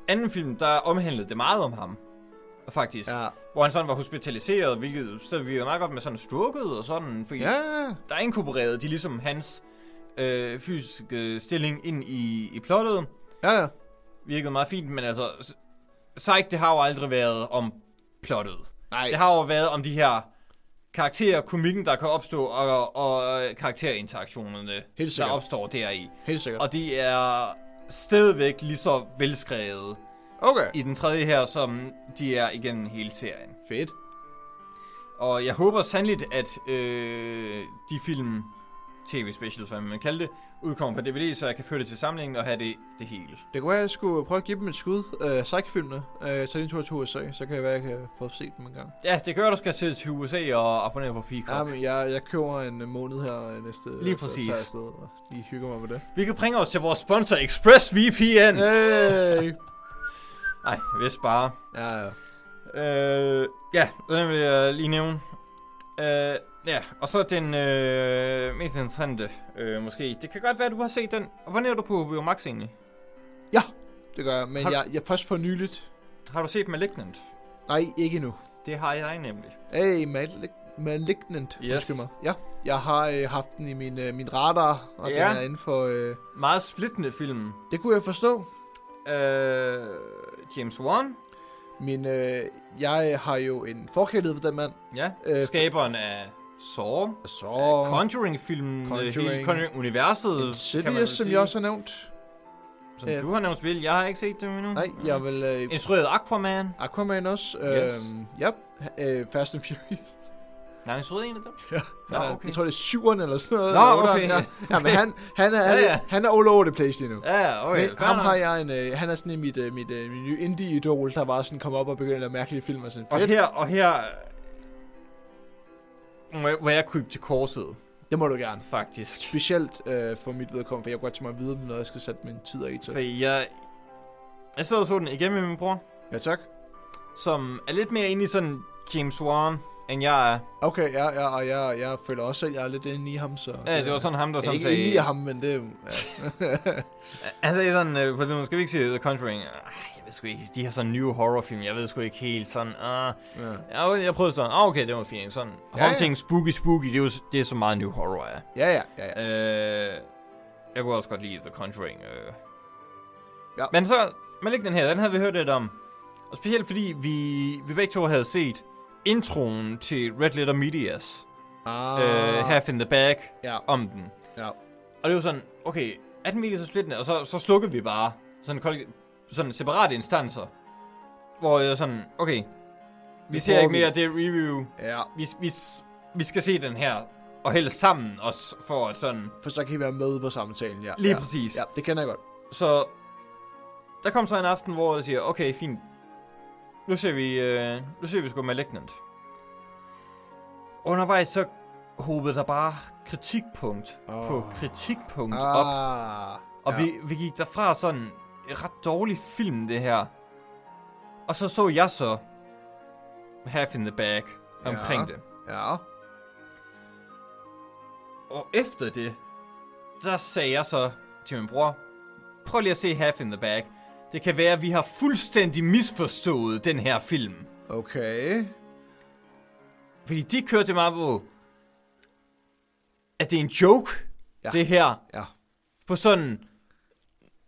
Speaker 1: anden film, der omhandlede det meget om ham, faktisk. Ja.
Speaker 2: Ja,
Speaker 1: Hvor han sådan var hospitaliseret, hvilket så vi jo meget godt med sådan strukket og sådan, fordi
Speaker 2: ja,
Speaker 1: ja. der inkorporerede de ligesom hans øh, fysiske stilling ind i, i plottet.
Speaker 2: ja, ja.
Speaker 1: Virkede meget fint, men altså, s- Psych, det har jo aldrig været om plottet.
Speaker 2: Nej,
Speaker 1: Det har jo været om de her karakterer, komikken, der kan opstå, og, og øh, karakterinteraktionerne,
Speaker 2: Helt
Speaker 1: der
Speaker 2: sikkert.
Speaker 1: opstår deri.
Speaker 2: helt sikkert.
Speaker 1: Og de er stadigvæk lige så velskrevet
Speaker 2: Okay,
Speaker 1: i den tredje her, som de er igennem hele serien.
Speaker 2: fedt.
Speaker 1: Og jeg håber sandeligt, at øh, de film, tv specials, hvad man kalder det, udkommer på DVD, så jeg kan føre det til samlingen og have det, det hele.
Speaker 2: Det kunne være, at jeg skulle prøve at give dem et skud. Øh, Psych-filmene. Øh, så er det en tur til USA, så kan jeg være, at jeg kan få set dem en gang.
Speaker 1: Ja, det gør, du skal til, til USA og abonnere på Peacock.
Speaker 2: Ja, men jeg, jeg køber en øh, måned her øh, næste.
Speaker 1: Lige
Speaker 2: så
Speaker 1: præcis.
Speaker 2: tager jeg afsted og lige hygger mig med det.
Speaker 1: Vi kan bringe os til vores sponsor, ExpressVPN. Nej,
Speaker 2: Hey!
Speaker 1: hvis bare.
Speaker 2: ja, ja.
Speaker 1: Øh, ja, den vil jeg lige nævne. Øh, ja, og så den øh, mest interessante, øh, måske. Det kan godt være, du har set den. Og Abonnerer du på HBO Max egentlig?
Speaker 2: Det gør jeg, men
Speaker 1: Har du-
Speaker 2: jeg, jeg er først for nyligt.
Speaker 1: Har du set Malignant?
Speaker 2: Nej, ikke endnu.
Speaker 1: Det har jeg nemlig.
Speaker 2: Hey, Malig- Malignant.
Speaker 1: Yes.
Speaker 2: Undskyld mig. Ja, jeg har øh, haft den i min, øh, min radar, og
Speaker 1: Ja.
Speaker 2: den er inden for... Øh,
Speaker 1: Meget splittende film.
Speaker 2: det kunne jeg forstå.
Speaker 1: Øh, James Wan?
Speaker 2: Men øh, jeg har jo en forkærlighed for den mand.
Speaker 1: Ja,
Speaker 2: Øh,
Speaker 1: øh, skaberen af Saw.
Speaker 2: Og så...
Speaker 1: Oh. Conjuring-filmen, Conjuring. hele
Speaker 2: Conjuring.
Speaker 1: Conjuring-universet, kan man
Speaker 2: Insidious,
Speaker 1: vel
Speaker 2: som
Speaker 1: sige.
Speaker 2: jeg også har nævnt.
Speaker 1: som
Speaker 2: øh,
Speaker 1: du har nævnt spil. Jeg har ikke set dem endnu.
Speaker 2: Nej, jeg vil... Øh,
Speaker 1: Instrueret Aquaman.
Speaker 2: Aquaman også.
Speaker 1: Yes.
Speaker 2: Øhm, yep. øh, Fast and Furious.
Speaker 1: Nej, instrueret en af dem?
Speaker 2: Ja.
Speaker 1: Nå,
Speaker 2: Han er-
Speaker 1: okay.
Speaker 2: Jeg tror, det er syveren eller sådan noget.
Speaker 1: Nå,
Speaker 2: eller otteren,
Speaker 1: okay.
Speaker 2: Ja. ja, men han, han, er,
Speaker 1: Ja, ja.
Speaker 2: han er all over the place lige nu.
Speaker 1: Ja, okay.
Speaker 2: Men
Speaker 1: fair
Speaker 2: ham
Speaker 1: nok.
Speaker 2: har jeg en, øh, han er sådan en mit, øh, mit, øh, mit nye indie-idol, der bare sådan kom op og begyndte at lave mærkelige film og sådan,
Speaker 1: Og
Speaker 2: fedt,
Speaker 1: her, og her øh, må jeg, må jeg krybe til korset,
Speaker 2: det må du gerne.
Speaker 1: faktisk.
Speaker 2: Specielt øh, for mit vedkommende, for jeg kunne godt tænke mig at vide, om noget jeg skal sætte min tid af til.
Speaker 1: For jeg, jeg sad og så den igen med min bror,
Speaker 2: Ja, tak.
Speaker 1: som er lidt mere inde i sådan James Wan, end jeg er.
Speaker 2: Okay, ja, ja, og jeg, jeg føler også, at jeg er lidt inde i ham, så...
Speaker 1: Ja, det var sådan ham, der
Speaker 2: jeg er
Speaker 1: som
Speaker 2: ikke inde i
Speaker 1: sagde...
Speaker 2: ham, men det... Ja.
Speaker 1: Han sagde sådan, øh, for nu skal vi ikke sige The Conjuring. Ah, jeg ved sgu ikke, de her sådan nye horrorfilm, jeg ved sgu ikke helt sådan... Uh,
Speaker 2: ja.
Speaker 1: jeg, jeg prøvede sådan, ah, okay, det var fint. Sådan,
Speaker 2: Ja, ja.
Speaker 1: ja, Haunting, spooky, spooky, det er jo s- det er så meget new horror er.
Speaker 2: ja, ja, ja, ja.
Speaker 1: Øh, jeg kunne også godt lide The Conjuring. Øh.
Speaker 2: Ja.
Speaker 1: Men så, man ikke den her, den havde vi hørt lidt om. Og specielt fordi vi, vi begge to havde set introen til Red Letter Medias,
Speaker 2: Ah,
Speaker 1: ah. øh, Half in the Bag,
Speaker 2: Ja,
Speaker 1: om den.
Speaker 2: ja.
Speaker 1: Og det var sådan, okay, 18 medier så splittende, og så, så slukkede vi bare sådan, kollektiv- sådan separate instanser. Hvor jeg sådan, okay, vi
Speaker 2: Det
Speaker 1: ser
Speaker 2: prøver
Speaker 1: ikke mere
Speaker 2: vi.
Speaker 1: af det review.
Speaker 2: Ja,
Speaker 1: Vi, vi, vi skal se den her, og helst sammen også, for at sådan...
Speaker 2: for så kan I være med på samtalen, ja.
Speaker 1: Lige
Speaker 2: ja.
Speaker 1: præcis.
Speaker 2: Ja, det kender jeg godt.
Speaker 1: Så der kom så en aften, hvor jeg siger, okay, fint. Nu ser vi, øh, nu ser vi sgu Malignant. Undervejs så hobede der bare kritikpunkt oh. på
Speaker 2: Åh.
Speaker 1: kritikpunkt op.
Speaker 2: Ah,
Speaker 1: Og
Speaker 2: ja.
Speaker 1: ja. vi, vi gik derfra sådan, en ret dårlig film, det her. Og så så jeg så Half in the Bag omkring
Speaker 2: Ja.
Speaker 1: det.
Speaker 2: Ja.
Speaker 1: Og efter det, der sagde jeg så til min bror, prøv lige at se Half in the Bag. Det kan være, at vi har fuldstændig misforstået den her film.
Speaker 2: Okay.
Speaker 1: Fordi de kørte mig på, at det er en joke,
Speaker 2: Ja.
Speaker 1: ja. det her.
Speaker 2: Ja.
Speaker 1: På sådan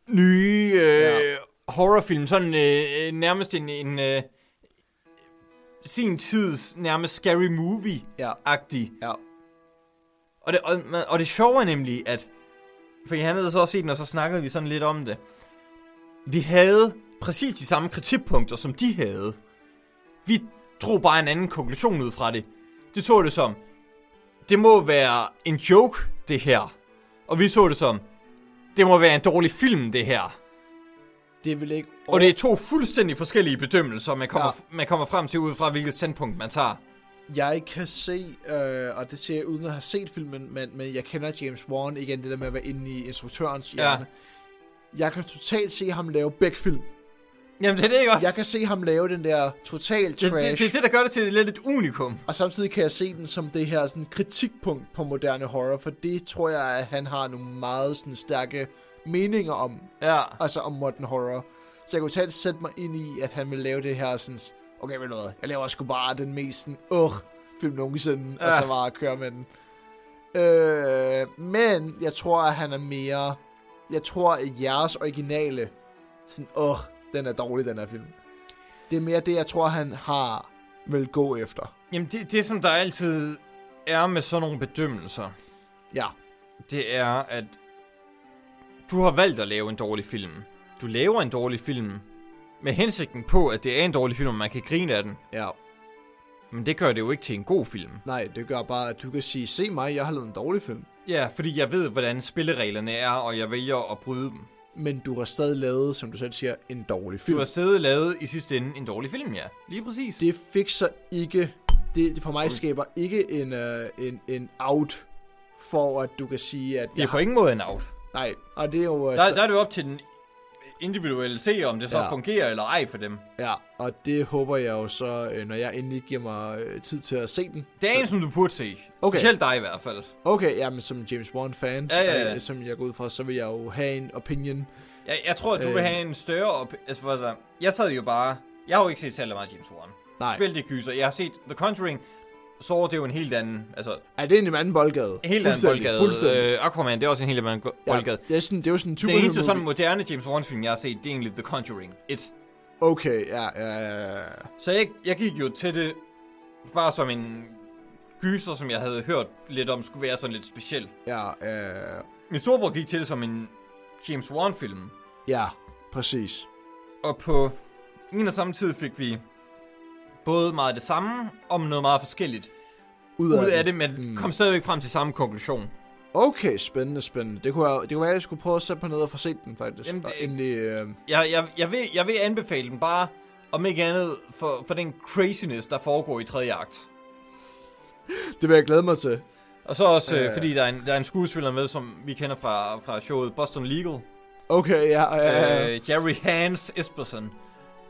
Speaker 1: nye øh,
Speaker 2: Ja.
Speaker 1: ja. horrorfilm. Sådan øh, øh, nærmest en, en øh, sin tids nærmest scary movie-agtig.
Speaker 2: Ja. Ja.
Speaker 1: Og det, og, man- og det sjove er nemlig, at... For jeg havde så også set den, og så snakkede vi sådan lidt om det. Vi havde præcis de samme kritikpunkter, som de havde. Vi drog bare en anden konklusion ud fra det. Det så det som, det må være en joke, det her. Og vi så det som, det må være en dårlig film, det her.
Speaker 2: Det vil ikke...
Speaker 1: Og det er to fuldstændig forskellige bedømmelser, man kommer,
Speaker 2: Ja.
Speaker 1: ja. man kommer frem til ud fra, hvilket standpunkt man tager.
Speaker 2: Jeg kan se, øh, og det ser jeg uden at have set filmen, men, men jeg kender James Wan, igen det der med at være inde i instruktørens
Speaker 1: Ja.
Speaker 2: hjerne. Ja. Jeg kan totalt se ham lave begge film.
Speaker 1: Jamen, det er det ikke også?
Speaker 2: Jeg kan se ham lave den der total
Speaker 1: det,
Speaker 2: trash,
Speaker 1: det, det, er det, der gør det til lidt et unikum.
Speaker 2: og samtidig kan jeg se den som det her sådan, kritikpunkt på moderne horror, for det tror jeg, at han har nogle meget sådan, stærke meninger om,
Speaker 1: Ja.
Speaker 2: altså om modern horror. Så jeg kunne totalt sætte mig ind i, at han ville lave det her sådan, okay, ved du hvad, jeg laver sgu bare den mest sådan, åh, film nogensinde, ja. og
Speaker 1: Ja.
Speaker 2: så bare køre med den. Øh, men jeg tror, at han er mere, jeg tror, at jeres originale, sådan, åh, den er dårlig, den her film. Det er mere det, jeg tror, han har vil gå efter.
Speaker 1: Jamen, det, det som der altid er med sådan nogle bedømmelser,
Speaker 2: Ja,
Speaker 1: det er, at du har valgt at lave en dårlig film. Du laver en dårlig film med hensigten på, at det er en dårlig film, og man kan grine af den.
Speaker 2: ja.
Speaker 1: Men det gør det jo ikke til en god film.
Speaker 2: Nej, det gør bare, at du kan sige, se mig, jeg har lavet en dårlig film.
Speaker 1: Ja, fordi jeg ved, hvordan spillereglerne er, og jeg vælger at bryde dem.
Speaker 2: Men du har stadig lavet, som du selv siger, en dårlig film.
Speaker 1: Du har siddet og lavet i sidste ende en dårlig film, ja. Lige præcis.
Speaker 2: det fik så ikke, det, det for mig skaber ikke en, uh, en, en out, for at du kan sige, at...
Speaker 1: det er
Speaker 2: jeg
Speaker 1: på
Speaker 2: har-
Speaker 1: ingen måde en out.
Speaker 2: Nej, og det er jo... øh,
Speaker 1: Der,
Speaker 2: så,
Speaker 1: der er det jo op til den individuelle se, om det så
Speaker 2: Ja.
Speaker 1: Altså- ja. fungerer eller ej for dem.
Speaker 2: Ja, og det håber jeg jo så, øh, når jeg endelig giver mig øh, tid til at se den.
Speaker 1: Det er en,
Speaker 2: så,
Speaker 1: som du burde se.
Speaker 2: Okay.
Speaker 1: Specielt dig i hvert fald.
Speaker 2: Okay, ja, men som James Bond-fan,
Speaker 1: Ja, ja, ja.
Speaker 2: øh, som jeg går ud fra, så vil jeg jo have en opinion.
Speaker 1: Jeg, jeg tror, at du øh. vil
Speaker 2: Øh.
Speaker 1: have en større op... Altså, for altså, jeg sad jo bare... Jeg har jo ikke set særlig meget James Wan.
Speaker 2: Nej,
Speaker 1: Spil det gyser. Jeg har set The Conjuring. Så er det jo en helt anden... Altså,
Speaker 2: er det er en anden boldgade?
Speaker 1: en helt anden
Speaker 2: Fuldstændig,
Speaker 1: boldgade.
Speaker 2: Fuldstændig.
Speaker 1: Øh, Aquaman, det er også en helt anden go-
Speaker 2: Ja,
Speaker 1: boldgade.
Speaker 2: det, er sådan, det er jo sådan en
Speaker 1: Den eneste sådan
Speaker 2: movie.
Speaker 1: moderne James Wan-film, jeg har set, det er egentlig The Conjuring 1.
Speaker 2: Okay, ja, ja, ja, ja.
Speaker 1: Så jeg, jeg gik jo til det bare som en gyser, som jeg havde hørt lidt om, skulle være sådan lidt speciel.
Speaker 2: Ja, øh,
Speaker 1: Min storebror gik til det som en James Wan-film.
Speaker 2: ja, præcis.
Speaker 1: Og på en og samme tid fik vi både meget af det samme, om noget meget forskelligt.
Speaker 2: Ud
Speaker 1: ud af
Speaker 2: den.
Speaker 1: det, men
Speaker 2: Mm.
Speaker 1: mm. kom stadigvæk frem til samme konklusion.
Speaker 2: Okay, spændende, spændende. Det kunne, jeg, det kunne være, at jeg skulle prøve at sætte mig ned og få set den, faktisk. Jamen,
Speaker 1: Jamen,
Speaker 2: det...
Speaker 1: det-
Speaker 2: Og endelig, øh,
Speaker 1: Jeg, jeg, jeg, vil, jeg vil anbefale den bare, om ikke andet, for, for den craziness, der foregår i tredje akt.
Speaker 2: det vil jeg glæde mig til.
Speaker 1: Og så også,
Speaker 2: Øh.
Speaker 1: øh. fordi der er, en, der er en skuespiller med, som vi kender fra, fra showet Boston Legal.
Speaker 2: Okay, ja, ja, ja.
Speaker 1: Øh, Jerry Hans Espersen.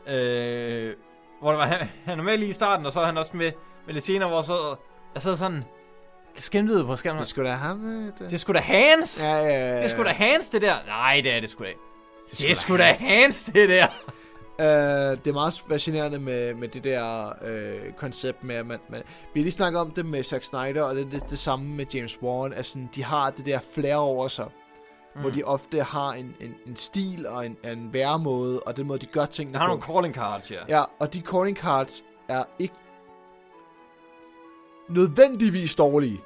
Speaker 1: Øh, hvor der var, han, han er med lige i starten, og så er han også med, med det senere, hvor så, jeg sad sådan skimtede på skærmen.
Speaker 2: Det skulle da ham, øh, det.
Speaker 1: Det er sgu da Hans! Ja.
Speaker 2: Ja, ja, ja.
Speaker 1: Det er sgu da Hans, det der. Nej, det er det sgu da ikke. Det er sgu
Speaker 2: ham.
Speaker 1: da Hans, det der.
Speaker 2: Øh, det er meget fascinerende med, med det der øh, koncept med, at man, man... Vi har lige snakket om det med Zack Snyder, og det er lidt det samme med James Warren. Altså, de har det der flere over sig. mm. hvor de ofte har en, en, en stil og en, en væremåde, og den måde, de gør tingene
Speaker 1: Jeg har
Speaker 2: på.
Speaker 1: nogle calling cards, ja.
Speaker 2: Ja, og de calling cards er ikke nødvendigvis dårlige.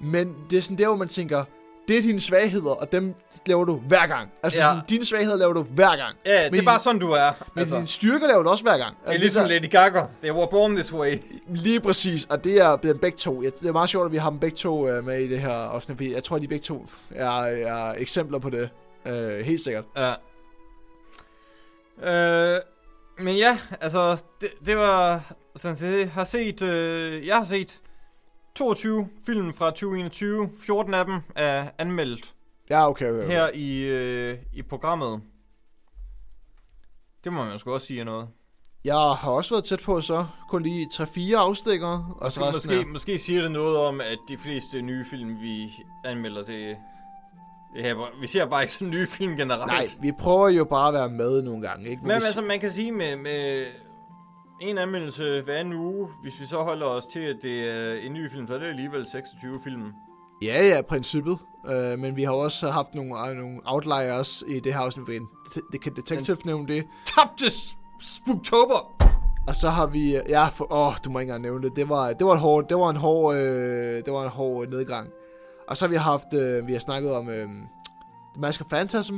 Speaker 2: Men det er sådan der, hvor man tænker, det er dine svagheder, og dem laver du hver gang. Altså
Speaker 1: Ja.
Speaker 2: ja. sådan, dine svagheder laver du hver gang.
Speaker 1: Ja, det
Speaker 2: Men-
Speaker 1: er bare sådan, du er.
Speaker 2: Men altså.
Speaker 1: Altså,
Speaker 2: dine styrker laver du også hver gang. Altså,
Speaker 1: det er ligesom
Speaker 2: der-
Speaker 1: Lady Gaga. They were born this way.
Speaker 2: Lige præcis, og det er dem begge to. Jeg- Det er meget sjovt, at vi har dem begge to øh, med i det her afsnit, fordi jeg tror, at de begge to er, er eksempler på det. Øh, helt sikkert.
Speaker 1: Ja. Øh, men ja, altså, det, det var sådan set, jeg har set, øh, jeg har set 22 film fra 2021, 14 af dem er anmeldt
Speaker 2: Ja, okay. okay, okay.
Speaker 1: her i, øh, i programmet. Det må man jo sgu også sige er noget.
Speaker 2: Jeg har også været tæt på så kun lige 3-4 afstikker, og så
Speaker 1: Så
Speaker 2: resten
Speaker 1: måske,
Speaker 2: er...
Speaker 1: måske siger det noget om, at de fleste nye film, vi anmelder, det, det her, vi ser bare ikke så nye film generelt.
Speaker 2: Nej, vi prøver jo bare at være med nogle gange, ikke?
Speaker 1: Men
Speaker 2: hvis-
Speaker 1: altså, man kan sige med, med en anmeldelse hver anden uge, hvis vi så holder os til, at det er en ny film, så er det alligevel 26 film.
Speaker 2: Ja, ja, princippet. Øh, men vi har også haft nogle, øh, nogle outliers i det her afsnit, fordi det- det kan Detective nævne det.
Speaker 1: Tabte s- Spooktober!
Speaker 2: Og så har vi... øh, Ja, for, åh, du må ikke engang nævne det. Det var, det var, et hård, det var en hård, øh, det var en hård nedgang. Og så har vi haft... Øh, vi har snakket om øh, Mask of Phantasm,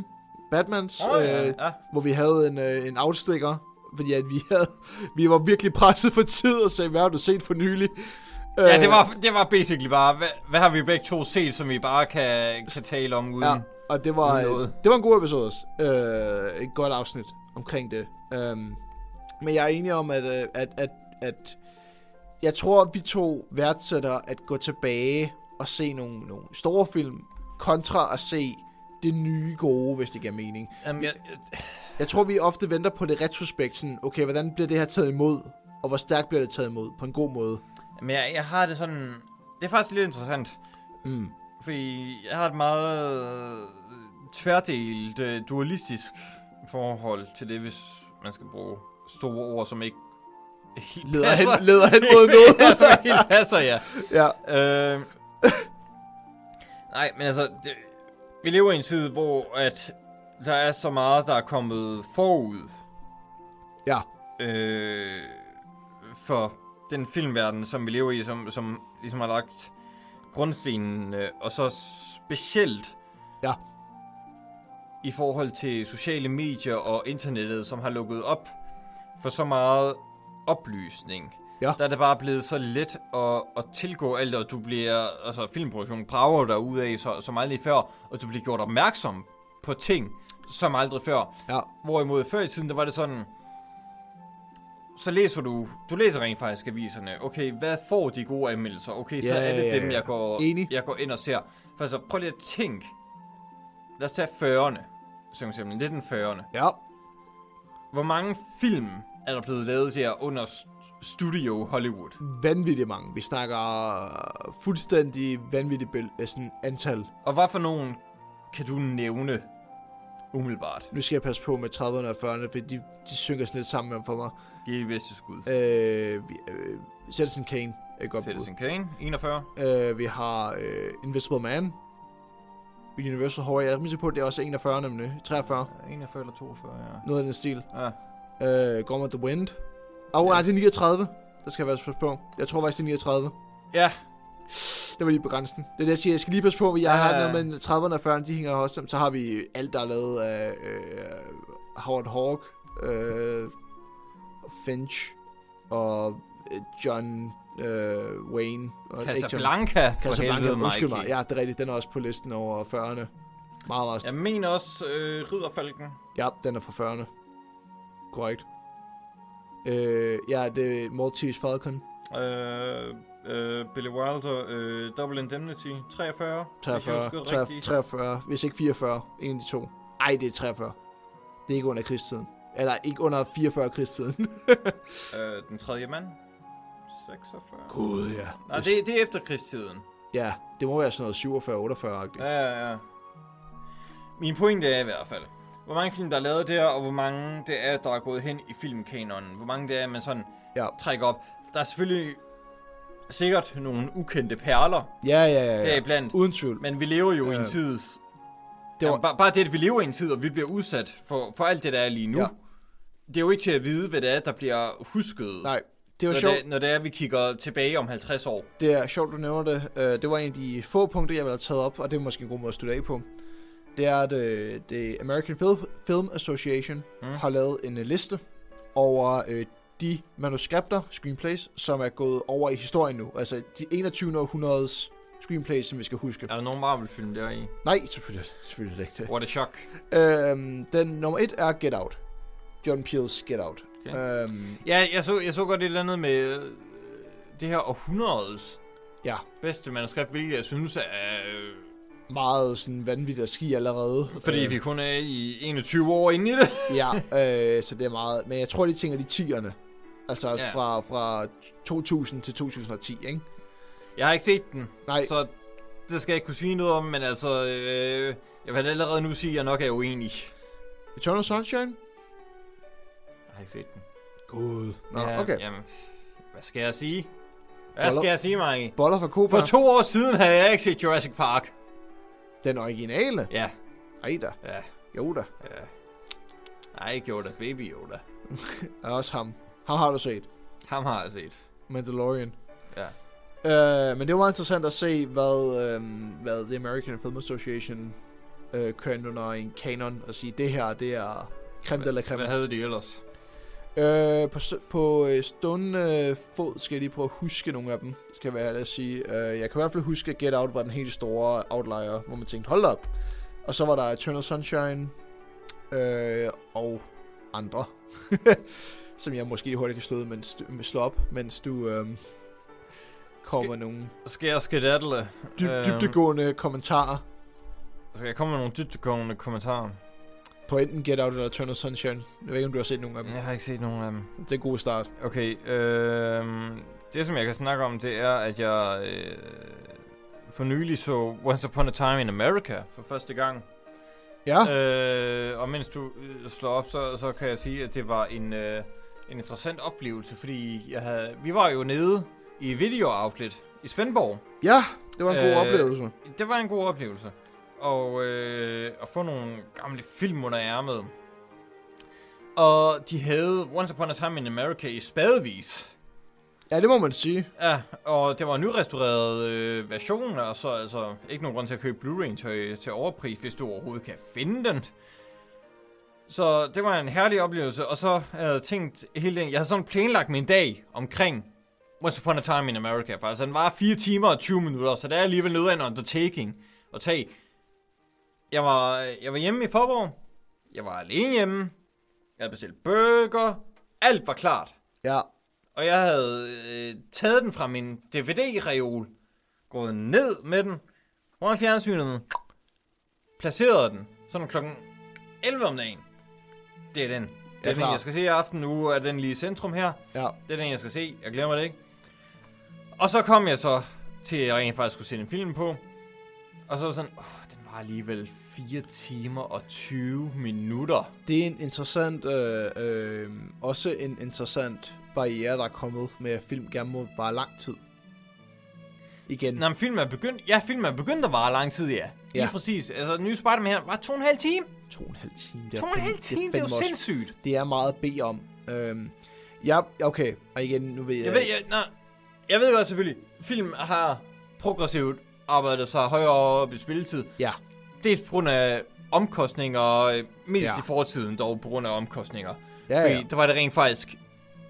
Speaker 2: Batmans,
Speaker 1: Oh, ja,
Speaker 2: øh,
Speaker 1: ja.
Speaker 2: hvor vi havde en, øh, en outstikker, fordi at vi, havde, vi var virkelig presset for tid og sagde, hvad har du set for nylig?
Speaker 1: ja det, var, det var basically bare, hvad, hvad har vi begge to set, som vi bare kan, kan tale om uden?
Speaker 2: Ja,
Speaker 1: Ja.
Speaker 2: og det var, øh,
Speaker 1: uden noget.
Speaker 2: det var en god episode også. Øh, et godt afsnit omkring det. Øhm, men jeg er enig om, at, øh, at, at, at jeg tror, at vi to værdsætter at gå tilbage og se nogle, nogle store film, kontra at se det nye gode, hvis det giver mening.
Speaker 1: Jamen, jeg,
Speaker 2: Jeg tror, vi ofte venter på det retrospekt, sådan, okay, hvordan bliver det her taget imod, og hvor stærkt bliver det taget imod på en god måde.
Speaker 1: men jeg, jeg har det sådan... Det er faktisk lidt interessant,
Speaker 2: Mm.
Speaker 1: fordi jeg har et meget øh, tværdelt, øh, dualistisk forhold til det, hvis man skal bruge store ord, som ikke helt
Speaker 2: Leder,
Speaker 1: passer.
Speaker 2: hen, leder hen mod noget.
Speaker 1: ja, som ikke helt passer, ja.
Speaker 2: ja.
Speaker 1: Øh, nej, men altså, det, vi lever i en tid, hvor at der er så meget, der er kommet forud.
Speaker 2: Ja.
Speaker 1: Øh, for den filmverden, som vi lever i, som, som ligesom har lagt grundstenen, øh, og så specielt
Speaker 2: Ja.
Speaker 1: i forhold til sociale medier og internettet, som har lukket op for så meget oplysning.
Speaker 2: Ja.
Speaker 1: Der er det bare blevet så let at, at tilgå alt, og du bliver, altså filmproduktionen brager dig ud af så, som aldrig før, og du bliver gjort opmærksom på ting, som aldrig før.
Speaker 2: Ja.
Speaker 1: Hvorimod før i tiden, der var det sådan, så læser du, du læser rent faktisk aviserne, okay, hvad får de gode anmeldelser? Okay, så
Speaker 2: Ja,
Speaker 1: er det
Speaker 2: ja,
Speaker 1: dem,
Speaker 2: ja.
Speaker 1: jeg går,
Speaker 2: Enig.
Speaker 1: jeg går ind og ser. For altså, prøv lige at tænke. Lad os tage 40'erne, som eksempel, 1940'erne.
Speaker 2: ja.
Speaker 1: Hvor mange film er der blevet lavet der under st- Studio Hollywood?
Speaker 2: vanvittigt mange. Vi snakker fuldstændig vanvittigt bæl- øh, sådan antal.
Speaker 1: Og hvad for nogen kan du nævne umiddelbart?
Speaker 2: Nu skal jeg passe på med 30'erne og 40'erne, for de, de synker sådan lidt sammen for mig.
Speaker 1: Det er det bedste skud.
Speaker 2: Øh, vi, øh, Citizen Kane er et godt bud.
Speaker 1: Citizen Kane, 41.
Speaker 2: Øh, vi har øh, Invisible Man. Universal Horror. Jeg er rimelig sikker på, at det er også 41 nemlig. 43.
Speaker 1: 41 eller 42, ja.
Speaker 2: Noget af den stil.
Speaker 1: ja.
Speaker 2: Øh, Gone with the Wind. Åh, oh,
Speaker 1: Ja.
Speaker 2: nej, det er 39. Der skal jeg være passe på. Jeg tror faktisk, det er 39.
Speaker 1: Ja.
Speaker 2: Det var lige på grænsen. Det er det, jeg siger. Jeg skal lige passe på, at jeg har
Speaker 1: Ja.
Speaker 2: noget med 30'erne og 40'erne, de hænger også sammen. Så har vi alt, der er lavet af øh, Howard Hawk, øh, Finch og øh, John øh, Wayne. Og ikke John-
Speaker 1: Casablanca, for helvede,
Speaker 2: undskyld mig.
Speaker 1: Mikey.
Speaker 2: Ja, det er rigtigt. Den er også på listen over 40'erne. Meget, meget
Speaker 1: Jeg mener også øh, Ridderfalken.
Speaker 2: Ja, den er fra 40'erne. Korrekt. Øh, ja, det er Maltese Falcon.
Speaker 1: Øh, øh, Billy Wilder, øh, Double Indemnity, 43. Hvis jeg
Speaker 2: 43,
Speaker 1: husker
Speaker 2: 43,
Speaker 1: rigtigt.
Speaker 2: 43, hvis ikke 44. En af de to. Ej, det er 43. Det er ikke under krigstiden. Eller ikke under 44 krigstiden.
Speaker 1: Øh, den tredje mand, 46.
Speaker 2: Gud, ja.
Speaker 1: Nej, det, det er efter krigstiden.
Speaker 2: Ja, det må være sådan noget 47-48-agtigt.
Speaker 1: Ja, ja, ja. Min pointe er i hvert fald, hvor mange film, der er lavet der, og hvor mange det er, der er gået hen i filmkanonen. Hvor mange det er, man sådan
Speaker 2: Ja.
Speaker 1: trækker op. Der er selvfølgelig sikkert nogle ukendte perler
Speaker 2: Ja, ja, ja,
Speaker 1: ja.
Speaker 2: ja.
Speaker 1: deriblandt,
Speaker 2: Uden tvivl.
Speaker 1: men vi lever jo ja. i
Speaker 2: Ja.
Speaker 1: en tid, Det var... Jamen, bare, bare det, at vi lever i en tid, og vi bliver udsat for, for alt det, der er lige nu.
Speaker 2: Ja.
Speaker 1: Ja. Det er jo ikke til at vide, hvad det er, der bliver husket,
Speaker 2: Nej, det var
Speaker 1: når,
Speaker 2: sjovt.
Speaker 1: det, når det er, vi kigger tilbage om 50 år.
Speaker 2: Det er sjovt, du nævner det. Øh, Det var en af de få punkter, jeg ville have taget op, og det er måske en god måde at slutte af på. Det er, at øh, det American Fil- Film Association mm.
Speaker 1: Mm.
Speaker 2: har lavet en øh, liste over øh, de manuskripter, screenplays, som er gået over i historien nu. Altså de 21. århundredes screenplays, som vi skal huske. Ja.
Speaker 1: Er der nogen Marvel-film der i?
Speaker 2: Nej, selvfølgelig, selvfølgelig er det ikke det.
Speaker 1: What a shock.
Speaker 2: Øhm, den nummer et er Get Out. John Peele's Get Out. Okay. Øhm,
Speaker 1: Ja, jeg så, jeg så godt et eller andet med øh, det her århundredes
Speaker 2: ja,
Speaker 1: bedste manuskript, hvilket jeg synes er... Øh,
Speaker 2: meget sådan vanvittigt at ski allerede.
Speaker 1: fordi
Speaker 2: Øh,
Speaker 1: vi kun er i 21 år inde i det.
Speaker 2: ja, øh, så det er meget. Men jeg tror, de tænker de 10'erne. Altså ja.
Speaker 1: Ja.
Speaker 2: fra, fra 2000 til 2010, ikke?
Speaker 1: Jeg har ikke set den,
Speaker 2: Nej, så...
Speaker 1: så det skal jeg ikke kunne sige noget om, men altså... Øh, jeg vil allerede nu sige, at jeg nok er uenig.
Speaker 2: Eternal Sunshine?
Speaker 1: Jeg har ikke set den.
Speaker 2: God. Nå, ja, okay. Ja.
Speaker 1: Jamen, hvad skal jeg sige? Hvad
Speaker 2: Boller-
Speaker 1: skal jeg sige, Mange?
Speaker 2: Boller fra Cooper?
Speaker 1: For to år siden havde jeg ikke set Jurassic Park.
Speaker 2: Den originale?
Speaker 1: Ja,
Speaker 2: Ej da.
Speaker 1: ja,
Speaker 2: Jo da.
Speaker 1: ja. Nej, ikke Yoda. Baby Yoda.
Speaker 2: Er også ham. Ham har du set.
Speaker 1: Ham har jeg set.
Speaker 2: Mandalorian.
Speaker 1: Ja.
Speaker 2: Øh, men det var meget interessant at se, hvad, øh, hvad The American Film Association øh, kører under en kanon og sige, det her, det er creme de la creme.
Speaker 1: Hvad havde de ellers?
Speaker 2: Øh, på, stå- på øh, stående øh, fod skal jeg lige prøve at huske nogle af dem, skal jeg være ærlig at sige. Øh, jeg kan i hvert fald huske, at Get Out var den helt store outlier, hvor man tænkte, hold da op. Og så var der Eternal Sunshine øh, og andre, som jeg måske hurtigt kan slå, mens du, slå op, mens du øh, kommer med nogle
Speaker 1: Skal jeg skedaddle?
Speaker 2: dyb,
Speaker 1: Øhm.
Speaker 2: dybdegående kommentarer
Speaker 1: Skal jeg komme med nogle dybtegående kommentarer?
Speaker 2: på enten Get Out eller Eternal Sunshine. Jeg ved ikke, om du har set nogen af dem.
Speaker 1: Jeg har ikke set nogen af dem.
Speaker 2: Det er en god start.
Speaker 1: Okay, øh, det som jeg kan snakke om, det er, at jeg øh, for nylig så Once Upon a Time in America for første gang.
Speaker 2: Ja, øh.
Speaker 1: Øh, og mens du øh, slår op, så, så kan jeg sige, at det var en, øh, en interessant oplevelse, fordi jeg havde, vi var jo nede i Video Outlet i Svendborg.
Speaker 2: ja det var en god
Speaker 1: Øh.
Speaker 2: oplevelse.
Speaker 1: Det var en god oplevelse. Og øh, at få nogle gamle film under ærmet. Og de havde Once Upon a Time in America i spadevis.
Speaker 2: Ja, det må man sige.
Speaker 1: Ja, og det var en nyrestaureret øh, version, og så altså ikke nogen grund til at købe Blu-ray til, til overpris, hvis du overhovedet kan finde den. Så det var en herlig oplevelse, og så havde jeg tænkt hele den, jeg havde sådan planlagt min dag omkring Once Upon a Time in America, for altså den var 4 timer og 20 minutter, så det er alligevel noget af en undertaking at tage. Jeg var, jeg var hjemme i Forborg, jeg var alene hjemme, jeg havde bestilt burger, alt var klart.
Speaker 2: Ja,
Speaker 1: Og jeg havde øh, taget den fra min DVD-reol, gået ned med den, foran fjernsynet, placeret den, sådan klokken 11 om dagen. Det er den. Det
Speaker 2: Det
Speaker 1: er,
Speaker 2: er
Speaker 1: den,
Speaker 2: klar.
Speaker 1: jeg skal se i aften. Nu er den lige i centrum her.
Speaker 2: ja.
Speaker 1: Det er den, jeg skal se. Jeg glemmer det ikke. Og så kom jeg så til, at jeg rent faktisk skulle sætte en film på. Og så var det sådan, åh, den var alligevel 4 timer og 20 minutter.
Speaker 2: Det er en interessant, øh, øh, også en interessant barriere, der er kommet med, at film gerne må vare lang tid. Igen.
Speaker 1: Nå, men filmen er begyndt, ja, filmen er begyndt at vare lang tid, ja. Lige
Speaker 2: Ja.
Speaker 1: præcis. Altså, den nye Spider-Man her var to og en halv time.
Speaker 2: To og en halv time.
Speaker 1: To og en
Speaker 2: fandme-
Speaker 1: halv time, det er
Speaker 2: fandme
Speaker 1: jo
Speaker 2: også-
Speaker 1: sindssygt.
Speaker 2: Det er meget at bede om. Øhm, ja, okay. Og igen, nu ved jeg...
Speaker 1: Jeg ved, jeg, nej, jeg ved godt selvfølgelig, film har progressivt arbejdet sig højere op i spilletid.
Speaker 2: Ja,
Speaker 1: Dels på grund af omkostninger, øh, mest
Speaker 2: Ja.
Speaker 1: ja. i fortiden dog på grund af omkostninger.
Speaker 2: ja,
Speaker 1: Fordi
Speaker 2: ja.
Speaker 1: der var det rent faktisk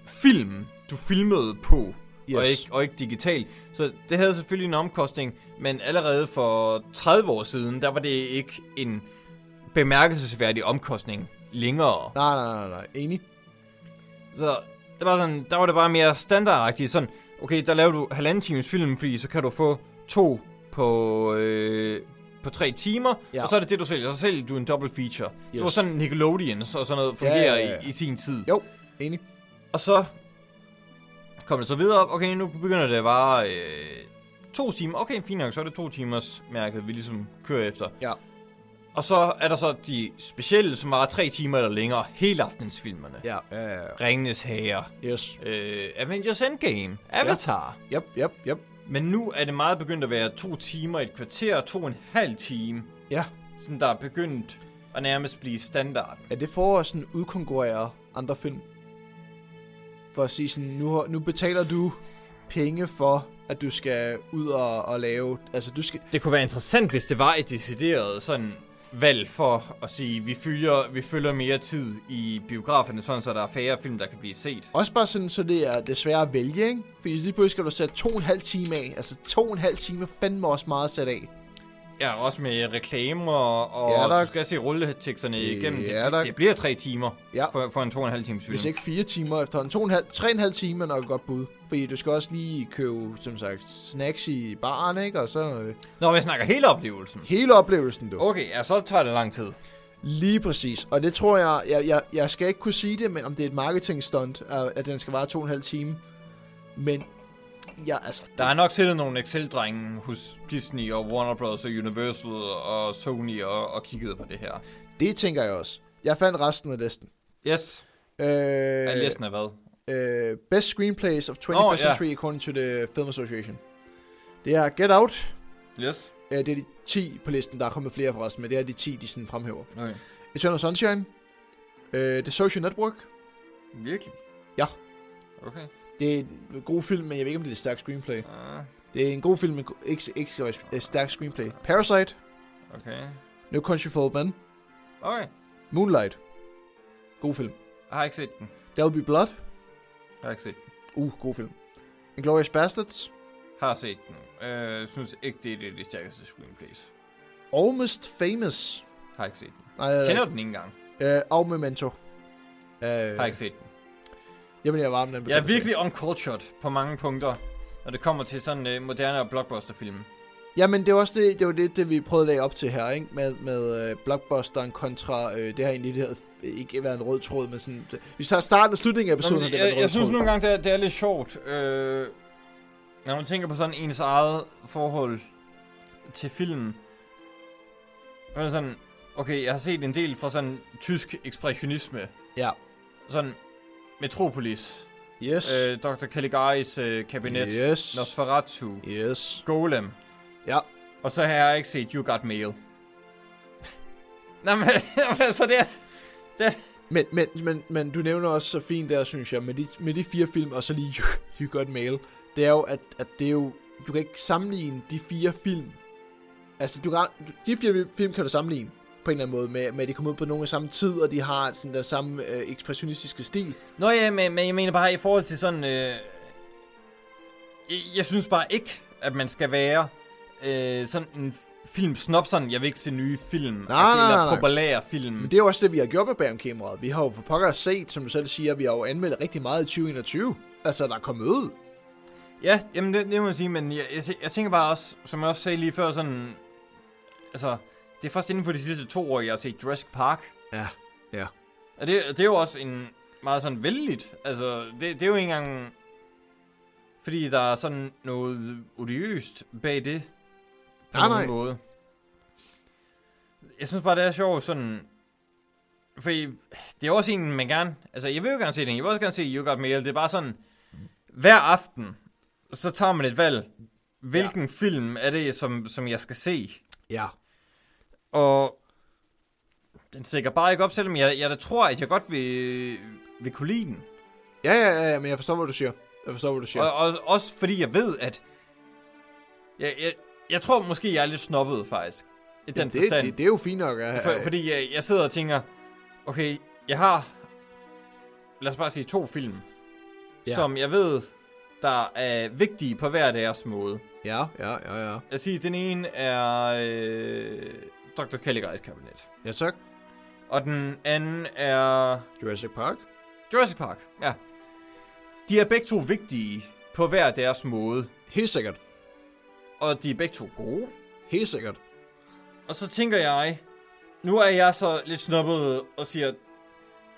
Speaker 1: film, du filmede på, yes. og,
Speaker 2: Yes.
Speaker 1: ikke, og ikke digitalt. Så det havde selvfølgelig en omkostning, men allerede for 30 år siden, der var det ikke en bemærkelsesværdig omkostning længere.
Speaker 2: Nej, nej, nej, nej. Enig?
Speaker 1: Så det var sådan, der var det bare mere standardagtigt. Sådan, okay, der laver du halvanden times film, fordi så kan du få to på, øh, på tre timer,
Speaker 2: Ja.
Speaker 1: ja. og så er det det, du sælger. Så sælger du en double feature. Yes. Det
Speaker 2: Yes.
Speaker 1: var sådan Nickelodeons og sådan noget fungerer
Speaker 2: Ja, ja, ja.
Speaker 1: I, i sin tid.
Speaker 2: Jo, enig.
Speaker 1: Og så kom det så videre op. Okay, nu begynder det bare øh, to timer. Okay, fint nok, så er det to timers mærket, vi ligesom kører efter.
Speaker 2: Ja.
Speaker 1: Og så er der så de specielle, som var tre timer eller længere, hele aftensfilmerne. Ja.
Speaker 2: Ja, ja, ja, ja.
Speaker 1: Ringenes Herre,
Speaker 2: Yes.
Speaker 1: øh, Avengers Endgame, Avatar. Ja.
Speaker 2: Yep, yep, yep.
Speaker 1: Men nu er det meget begyndt at være to timer, et kvarter og to og en halv time.
Speaker 2: Ja,
Speaker 1: som der er begyndt at nærmest blive standarden.
Speaker 2: Er det for at sådan udkonkurrere andre film? For at sige sådan, nu, har- nu betaler du penge for, at du skal ud og, og lave... Altså, du skal...
Speaker 1: Det kunne være interessant, hvis det var et decideret sådan valg for at sige, vi følger, vi følger mere tid i biograferne, sådan så der er færre film, der kan blive set.
Speaker 2: Også bare sådan, så det er desværre at vælge, ikke? Fordi lige pludselig skal du sætte to og en halv time af. Altså, to og en halv time er fandme også meget at sætte af.
Speaker 1: Ja, også med reklamer, og
Speaker 2: Ja,
Speaker 1: ja,
Speaker 2: der-
Speaker 1: du skal se rulleteksterne
Speaker 2: Ja,
Speaker 1: igennem. Det,
Speaker 2: der-
Speaker 1: det, det bliver tre timer
Speaker 2: Ja.
Speaker 1: for, for en to og en halv times film.
Speaker 2: Hvis ikke fire timer efterhånden. To og en halv, tre og en halv time er nok et godt bud. Fordi du skal også lige købe, som sagt, snacks i baren, ikke? Og så øh,
Speaker 1: Nå, jeg snakker hele oplevelsen.
Speaker 2: hele oplevelsen, du.
Speaker 1: Okay, ja, så tager det lang tid.
Speaker 2: Lige præcis. Og det tror jeg, jeg, jeg, jeg skal ikke kunne sige det, men om det er et marketing stunt, at den skal vare to og en halv time. Men, ja, altså...
Speaker 1: Der er nok siddet nogle Excel-drenge hos Disney og Warner Bros. og Universal og Sony og, og kigget på det her.
Speaker 2: Det tænker jeg også. Jeg fandt resten af listen.
Speaker 1: Yes,
Speaker 2: Øh,
Speaker 1: øh, listen er hvad?
Speaker 2: øh, best screenplays of 21st
Speaker 1: Nå, ja.
Speaker 2: century according to the Film Association. Det er Get Out.
Speaker 1: Yes.
Speaker 2: Øh, det er de 10 på listen. Der er kommet flere forresten, men det er de 10, de sådan fremhæver.
Speaker 1: Okay.
Speaker 2: Eternal Sunshine. Øh, The Social Network.
Speaker 1: Virkelig?
Speaker 2: Ja.
Speaker 1: Okay.
Speaker 2: Det er en god film, men jeg ved ikke, om det er et stærkt screenplay.
Speaker 1: Uh,
Speaker 2: Det er en god film, men ko- ikke, ikke så et- et stærkt screenplay. Parasite.
Speaker 1: okay.
Speaker 2: No Country for Old Men.
Speaker 1: Okay.
Speaker 2: Moonlight. God film.
Speaker 1: Jeg har ikke set den.
Speaker 2: There Will Be Blood.
Speaker 1: Jeg har ikke set den.
Speaker 2: Uh, god film. Inglourious Bastards.
Speaker 1: Har set den. Jeg uh, synes ikke, det er det, det stærkeste screenplays.
Speaker 2: Almost Famous.
Speaker 1: Har ikke set den.
Speaker 2: Nej, nej, nej.
Speaker 1: Kender du den ikke engang?
Speaker 2: Øh, og Memento. Øh,
Speaker 1: Har ikke set den.
Speaker 2: Jamen, jeg er varm, den
Speaker 1: Jeg er
Speaker 2: begynder at
Speaker 1: virkelig uncultured på mange punkter, når det kommer til sådan uh, moderne og blockbusterfilm.
Speaker 2: se. Jamen, det er også det, det, var det, det vi prøvede at lægge op til her, ikke? Med, med øh, blockbusteren kontra... Øh, det har egentlig det havde ikke været en rød tråd, men sådan... Det, hvis vi tager starten og slutningen af episoden,
Speaker 1: Nå,
Speaker 2: har
Speaker 1: men
Speaker 2: det
Speaker 1: jeg,
Speaker 2: været
Speaker 1: jeg,
Speaker 2: en rød
Speaker 1: jeg
Speaker 2: tråd.
Speaker 1: synes nogle gange, det er, det er lidt sjovt, øh, når man tænker på sådan ens eget forhold til filmen. Man er sådan, okay, jeg har set en del fra sådan tysk ekspressionisme.
Speaker 2: Ja.
Speaker 1: Sådan Metropolis,
Speaker 2: Yes.
Speaker 1: øh, Dr. Caligaris øh, kabinet, yeah.
Speaker 2: Yes.
Speaker 1: Nosferatu,
Speaker 2: Yes.
Speaker 1: Golem.
Speaker 2: Ja.
Speaker 1: Og så har jeg ikke set You Got Mail. Nej, men altså det er...
Speaker 2: Men, men, men, men du nævner også så fint der, synes jeg, med de, med de fire film, og så lige You, you Got Mail, det er jo, at, at det er jo, du kan ikke sammenligne de fire film. Altså, du kan, de fire film kan du sammenligne på en eller anden måde, med, med at de kommer ud på nogle af samme tid, og de har sådan den samme øh, ekspressionistiske stil.
Speaker 1: Nå ja, men, men jeg mener bare i forhold til sådan... Øh, jeg, jeg synes bare ikke, at man skal være øh, sådan en film snop sådan, jeg vil ikke se nye film.
Speaker 2: nej, nej,
Speaker 1: eller
Speaker 2: nej.
Speaker 1: populære film.
Speaker 2: Men det er jo også det, vi har gjort med bag om kameraet. Vi har jo for pokker set, som du selv siger, vi har jo anmeldt rigtig meget i 2021. Altså, der er kommet ud.
Speaker 1: Ja, jamen det, det må man sige, men jeg, jeg, tæ- jeg tænker bare også, som jeg også sagde lige før, sådan... Altså, det er først inden for de sidste to år, jeg har set Jurassic Park.
Speaker 2: Ja, ja.
Speaker 1: Og det, det er jo også en meget sådan vældigt, altså det, det er jo ikke engang, fordi der er sådan noget odiøst bag det, på
Speaker 2: Nej,
Speaker 1: nogen
Speaker 2: nej.
Speaker 1: måde. Jeg synes bare, det er sjovt sådan, fordi det er også en, man gerne, altså jeg vil jo gerne se den, jeg vil også gerne se You Got Mail, det er bare sådan, hver aften, så tager man et valg, hvilken ja. film er det, som, som jeg skal se?
Speaker 2: Ja.
Speaker 1: Og den stikker bare ikke op, selvom jeg, jeg da tror, at jeg godt vil, vil kunne lide den.
Speaker 2: Ja, ja, ja, ja, men jeg forstår, hvad du siger. Jeg forstår, hvad du siger.
Speaker 1: Og, og også fordi jeg ved, at... Jeg, jeg, jeg tror måske, jeg er lidt snobbet, faktisk. I den
Speaker 2: det,
Speaker 1: forstand.
Speaker 2: det, det, er jo fint nok. At,
Speaker 1: For, fordi jeg, jeg sidder og tænker, okay, jeg har, lad os bare sige, to film,
Speaker 2: Ja.
Speaker 1: ja. som jeg ved, der er vigtige på hver deres måde.
Speaker 2: Ja, ja, ja, ja.
Speaker 1: Jeg siger, den ene er øh, Dr. Caligari's kabinet.
Speaker 2: Ja, tak.
Speaker 1: Og den anden er...
Speaker 2: Jurassic Park.
Speaker 1: Jurassic Park, ja. De er begge to vigtige på hver deres måde,
Speaker 2: Helt sikkert.
Speaker 1: og de er begge to gode.
Speaker 2: Helt sikkert.
Speaker 1: Og så tænker jeg, nu er jeg så lidt snobbet og siger,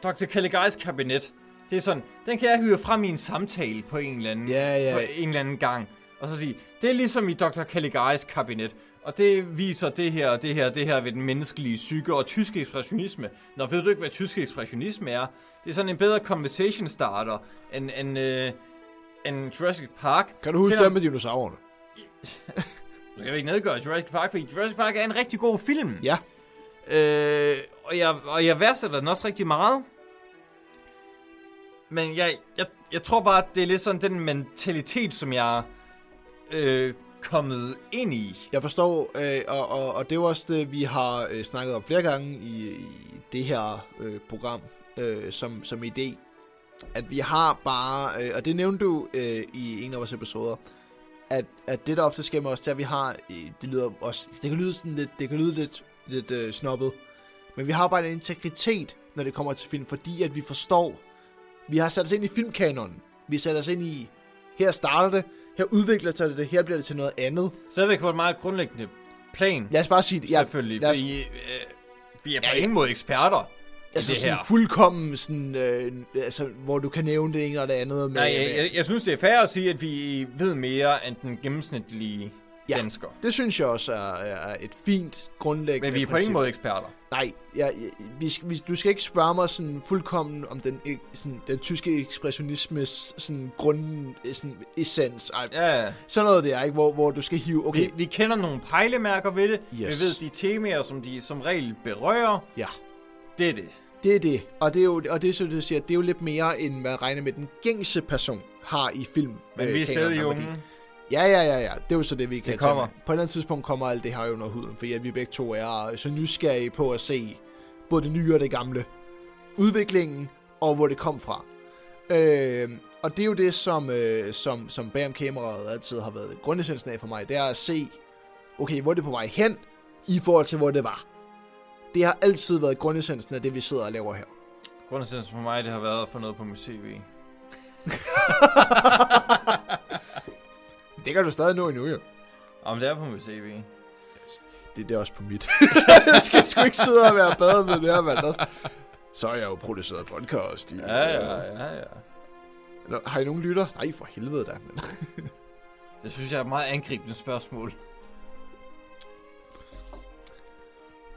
Speaker 1: Dr. Caligari's kabinet, det er sådan, den kan jeg hyre frem i en samtale på en eller anden,
Speaker 2: Ja, ja.
Speaker 1: på en eller anden gang. Og så sige, det er ligesom i Dr. Caligari's kabinet, og det viser det her og det her og det her ved den menneskelige psyke og tysk ekspressionisme. Nå, ved du ikke, hvad tysk ekspressionisme er? Det er sådan en bedre conversation starter end, end, øh, end Jurassic Park.
Speaker 2: Kan du huske
Speaker 1: Selvom-
Speaker 2: det med dinosaurerne?
Speaker 1: Nu kan vi ikke nedgøre Jurassic Park, fordi Jurassic Park er en rigtig god film.
Speaker 2: Ja.
Speaker 1: Øh, og, jeg, og jeg værdsætter den også rigtig meget. Men jeg, jeg, jeg tror bare, at det er lidt sådan den mentalitet, som jeg er øh, kommet ind i.
Speaker 2: Jeg forstår, øh, og, og, og det er jo også det, vi har øh, snakket om flere gange i, i det her øh, program øh, som, som idé. At vi har bare, øh, og det nævnte du øh, i en af vores episoder, at, at det, der ofte sker med os, det er, at vi har, øh, det lyder også, det kan lyde sådan lidt, det kan lyde lidt, lidt øh, snobbet, men vi har bare en integritet, når det kommer til film, fordi at vi forstår, vi har sat os ind i filmkanonen. Vi sætter os ind i, her starter det, her udvikler sig det, her bliver det til noget andet.
Speaker 1: Stadigvæk på et meget grundlæggende plan, ja,
Speaker 2: Lad os bare sige det. Jeg,
Speaker 1: selvfølgelig.
Speaker 2: lad os-
Speaker 1: Fordi, øh, vi er på
Speaker 2: Ja,
Speaker 1: ja,
Speaker 2: ja.
Speaker 1: ingen måde eksperter
Speaker 2: Altså
Speaker 1: i det
Speaker 2: sådan
Speaker 1: her.
Speaker 2: her. fuldkommen sådan, øh, altså, hvor du kan nævne det ene og det andet. Med,
Speaker 1: Nej, jeg,
Speaker 2: med-
Speaker 1: jeg, jeg synes, det er fair at sige, at vi ved mere end den gennemsnitlige
Speaker 2: Ja.
Speaker 1: ja. dansker.
Speaker 2: Det synes jeg også er, er et fint grundlæggende
Speaker 1: Men vi er på
Speaker 2: princip.
Speaker 1: ingen måde eksperter.
Speaker 2: Nej, jeg, jeg, vi, skal- vi, du skal ikke spørge mig sådan fuldkommen om den, ek- sådan, den tyske ekspressionismes sådan, grund, øh, sådan, essens. Ej, ja.
Speaker 1: Ja,
Speaker 2: Sådan noget der, ikke? Hvor, hvor du skal hive... Okay,
Speaker 1: vi, vi kender nogle pejlemærker ved det. Yes.
Speaker 2: Yes.
Speaker 1: Vi ved de temaer, som de som regel berører.
Speaker 2: ja.
Speaker 1: Det er det.
Speaker 2: Det er det. Og det er jo, og det, er, så, du siger, det er jo lidt mere, end hvad jeg regner med, den gængse person har i film.
Speaker 1: Men
Speaker 2: øh,
Speaker 1: vi er
Speaker 2: kanonen
Speaker 1: stadig
Speaker 2: og værdi.
Speaker 1: unge.
Speaker 2: Ja, ja, ja, ja. Det er jo så det, vi kan
Speaker 1: Det
Speaker 2: tage
Speaker 1: kommer.
Speaker 2: med. På et eller andet tidspunkt kommer alt det her jo under huden, fordi at vi begge to er så nysgerrige på at se både det nye og det gamle. Udviklingen og hvor det kom fra. Øh, og det er jo det, som, øh, som, som bag om kameraet altid har været grundessensen af for mig. Det er at se, okay, hvor er det på vej hen, i forhold til hvor det var. Det har altid været grundessensen af det, vi sidder og laver her.
Speaker 1: Grundessensen for mig, det har været at få noget på mit CV.
Speaker 2: Det kan du stadig nå endnu, jo.
Speaker 1: Om det er på mit CV.
Speaker 2: Det, det er også på mit. jeg skal sgu ikke sidde og være bedre med det her, mand. Der- Så er jeg jo produceret podcast. I, øh,
Speaker 1: Ja, ja, ja, ja.
Speaker 2: Nå, Har I nogen lytter? Nej, for helvede da. Men.
Speaker 1: Det synes jeg er et meget angribende spørgsmål.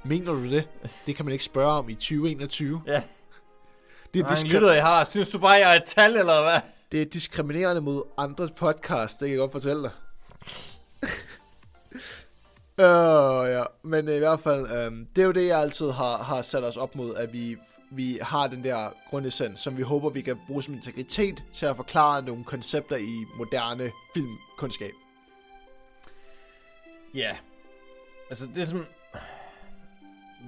Speaker 2: Mener du det? Det kan man ikke spørge om i 2021.
Speaker 1: Ja.
Speaker 2: Det er,
Speaker 1: Hvor mange
Speaker 2: diskri-
Speaker 1: lyttere jeg har. Synes du bare, jeg er et tal, eller hvad?
Speaker 2: det er diskriminerende mod andre podcast, det kan jeg godt fortælle dig. Øh, ja. Men øh, i hvert fald, øh, det er jo det, jeg altid har, har sat os op mod, at vi, vi har den der grundessens, som vi håber, vi kan bruge som integritet til at forklare nogle koncepter i moderne filmkundskab.
Speaker 1: Ja. Altså, det er sådan...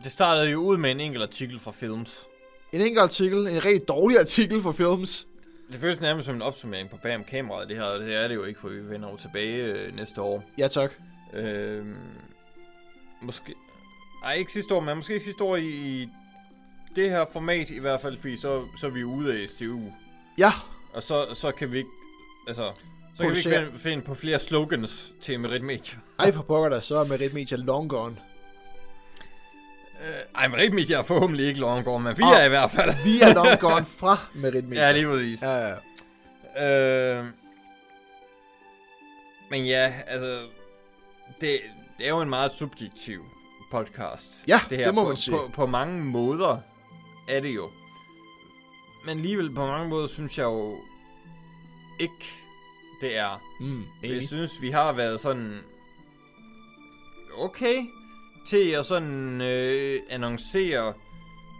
Speaker 1: Det startede jo ud med en enkelt artikel fra Films.
Speaker 2: En enkelt artikel, en rigtig dårlig artikel for films.
Speaker 1: Det føles nærmest som en opsummering på bag om kameraet, det her. og Det er det jo ikke, for vi vender jo tilbage øh, næste år.
Speaker 2: Ja tak.
Speaker 1: Øhm, måske... Ej, ikke sidste år, men måske sidste år i, i det her format i hvert fald, fordi så, så er vi ude af SDU.
Speaker 2: Ja,
Speaker 1: Og så, så kan vi ikke... Altså, så kan vi ikke
Speaker 2: Producere.
Speaker 1: finde, finde på flere slogans til Merit Media.
Speaker 2: ej for pokker der, så er Merit Media long gone.
Speaker 1: Øh, ej, Merit Media er forhåbentlig ikke Lovengård, men vi
Speaker 2: Ah.
Speaker 1: er i hvert fald...
Speaker 2: Vi er long gone fra Merit Media.
Speaker 1: Ja, lige præcis.
Speaker 2: Ja, ja.
Speaker 1: Øh, men ja, altså... Det, det er jo en meget subjektiv podcast.
Speaker 2: Ja,
Speaker 1: det, her.
Speaker 2: det må
Speaker 1: på,
Speaker 2: man sige.
Speaker 1: På, på mange måder er det jo. Men alligevel på mange måder synes jeg jo ikke, det er.
Speaker 2: Mm,
Speaker 1: Jeg
Speaker 2: enig.
Speaker 1: synes, vi har været sådan okay til at sådan øh, annoncere,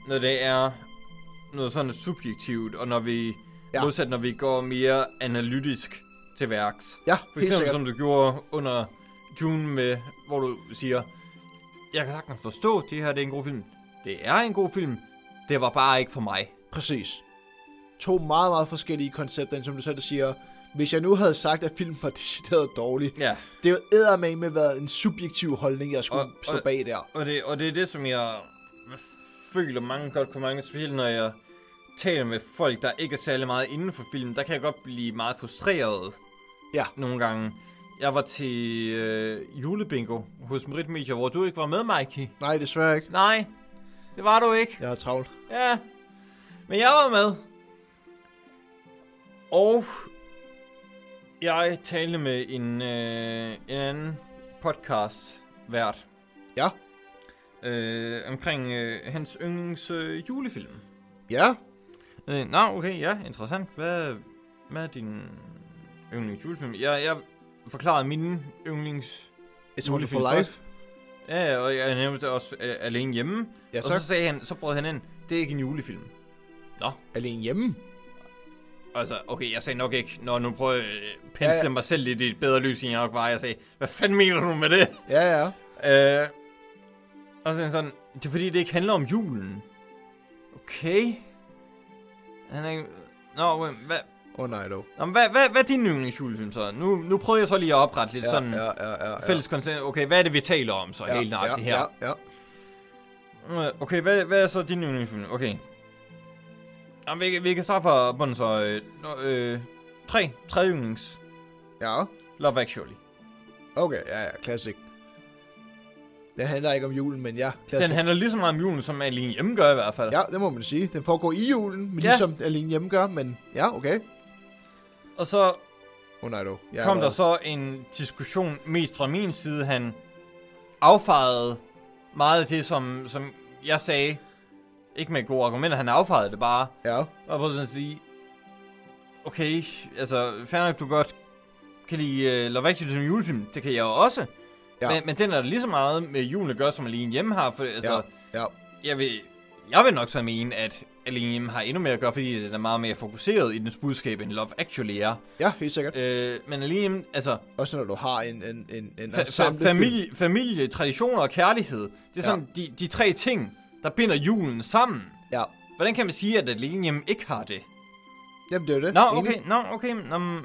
Speaker 1: når det er noget sådan subjektivt, og når vi
Speaker 2: Ja.
Speaker 1: ja. modsat, når vi går mere analytisk til værks.
Speaker 2: Ja,
Speaker 1: For
Speaker 2: helt
Speaker 1: eksempel
Speaker 2: sikkert.
Speaker 1: som du gjorde under June med, hvor du siger, jeg kan sagtens forstå, det her det er en god film. Det er en god film, det var bare ikke for mig.
Speaker 2: Præcis. To meget, meget forskellige koncepter, end som du selv siger. Hvis jeg nu havde sagt, at filmen var decideret dårlig,
Speaker 1: Ja.
Speaker 2: det er jo eddermame været en subjektiv holdning, jeg skulle
Speaker 1: Og-
Speaker 2: og, stå
Speaker 1: og-
Speaker 2: bag der.
Speaker 1: Og det, og det er det, som jeg føler mange godt kunne mange spille, når jeg taler med folk, der ikke er særlig meget inden for film. Der kan jeg godt blive meget frustreret
Speaker 2: Ja.
Speaker 1: nogle gange. Jeg var til øh, julebingo hos Merit Media, hvor du ikke var med, Mikey.
Speaker 2: Nej, desværre ikke.
Speaker 1: Nej, det var du ikke.
Speaker 2: Jeg har travlt.
Speaker 1: Ja, men jeg var med. Og jeg talte med en, øh, en anden podcast vært.
Speaker 2: Ja.
Speaker 1: Øh, omkring øh, hans yndlings øh, julefilm.
Speaker 2: Ja,
Speaker 1: Øh, Nå, okay, ja, interessant. Hvad, hvad er din yndlings julefilm? Jeg, jeg forklarede mine yndlings
Speaker 2: It's
Speaker 1: julefilm
Speaker 2: Wonderful Life.
Speaker 1: først. Ja, ja, og jeg nævnte det også øh, alene hjemme.
Speaker 2: Ja,
Speaker 1: Ja, så... Og så
Speaker 2: så
Speaker 1: sagde han, så brød han ind, det er ikke en julefilm.
Speaker 2: alene hjemme.
Speaker 1: Altså, okay, jeg sagde nok ikke, når nu prøver jeg øh, pensle
Speaker 2: Ja, ja.
Speaker 1: mig selv lidt i et bedre lys, end jeg nok var. Jeg sagde, hvad fanden mener du med det?
Speaker 2: Ja, ja.
Speaker 1: Øh, og så er han sådan, det er fordi, det ikke handler om julen. Okay. Han er ikke... Nå, men hvad,
Speaker 2: Åh oh, nej dog.
Speaker 1: nå, men hvad, hvad, hvad er din yndlingsjulefilm så? Nu, nu prøver jeg så lige at oprette lidt
Speaker 2: Ja,
Speaker 1: sådan
Speaker 2: ja, ja, ja, ja.
Speaker 1: fælles konsens. Okay, hvad er det, vi taler om så
Speaker 2: ja,
Speaker 1: helt nøjagtigt
Speaker 2: ja,
Speaker 1: her?
Speaker 2: Ja, ja.
Speaker 1: Øh, Okay, hvad, hvad er så din yndlingsfilm? Okay. Jamen, vi, kan- vi kan starte fra bunden så. Øh, nå, øh, tre. Tre yndlings.
Speaker 2: ja.
Speaker 1: Love Actually.
Speaker 2: Okay, ja, ja, classic. Den handler ikke om julen, men ja, classic.
Speaker 1: Den handler lige så meget om julen, som Alene Hjemme gør i hvert fald.
Speaker 2: Ja, det må man sige. Den foregår i julen, men
Speaker 1: Ja.
Speaker 2: ja. ligesom alene hjemme gør, men ja, okay.
Speaker 1: Og så
Speaker 2: Åh oh, nej dog. Jeg
Speaker 1: ja,
Speaker 2: er
Speaker 1: kom der
Speaker 2: allerede-
Speaker 1: så en diskussion, mest fra min side. Han affejede meget af det, som, som jeg sagde. Ikke med gode argumenter, han affejede det bare.
Speaker 2: Ja,
Speaker 1: Og prøvede sådan at sige, okay, altså, fair nok, du godt kan lide uh, Love Actually som julefilm. Det kan jeg jo også. Ja.
Speaker 2: Ja.
Speaker 1: Men, men den er der lige så meget med julen at gøre, som Alene Hjemme har. For, altså, ja.
Speaker 2: ja,
Speaker 1: jeg, vil, jeg vil nok så mene, at Alene Hjemme har endnu mere at gøre, fordi den er meget mere fokuseret i dens budskab, end Love Actually er.
Speaker 2: ja, helt sikkert.
Speaker 1: Øh, men Alene Hjemme, altså,
Speaker 2: Også når du har en, en, en, en
Speaker 1: fa- fa-
Speaker 2: ensemblefilm.
Speaker 1: familie, familie, traditioner og kærlighed, det er sådan de, de tre ting, der binder julen sammen.
Speaker 2: Ja,
Speaker 1: Hvordan kan man sige, at Alene Hjemme ikke har det?
Speaker 2: jamen det er jo det.
Speaker 1: Nå,
Speaker 2: Enig.
Speaker 1: okay, nå, okay. Nå, men,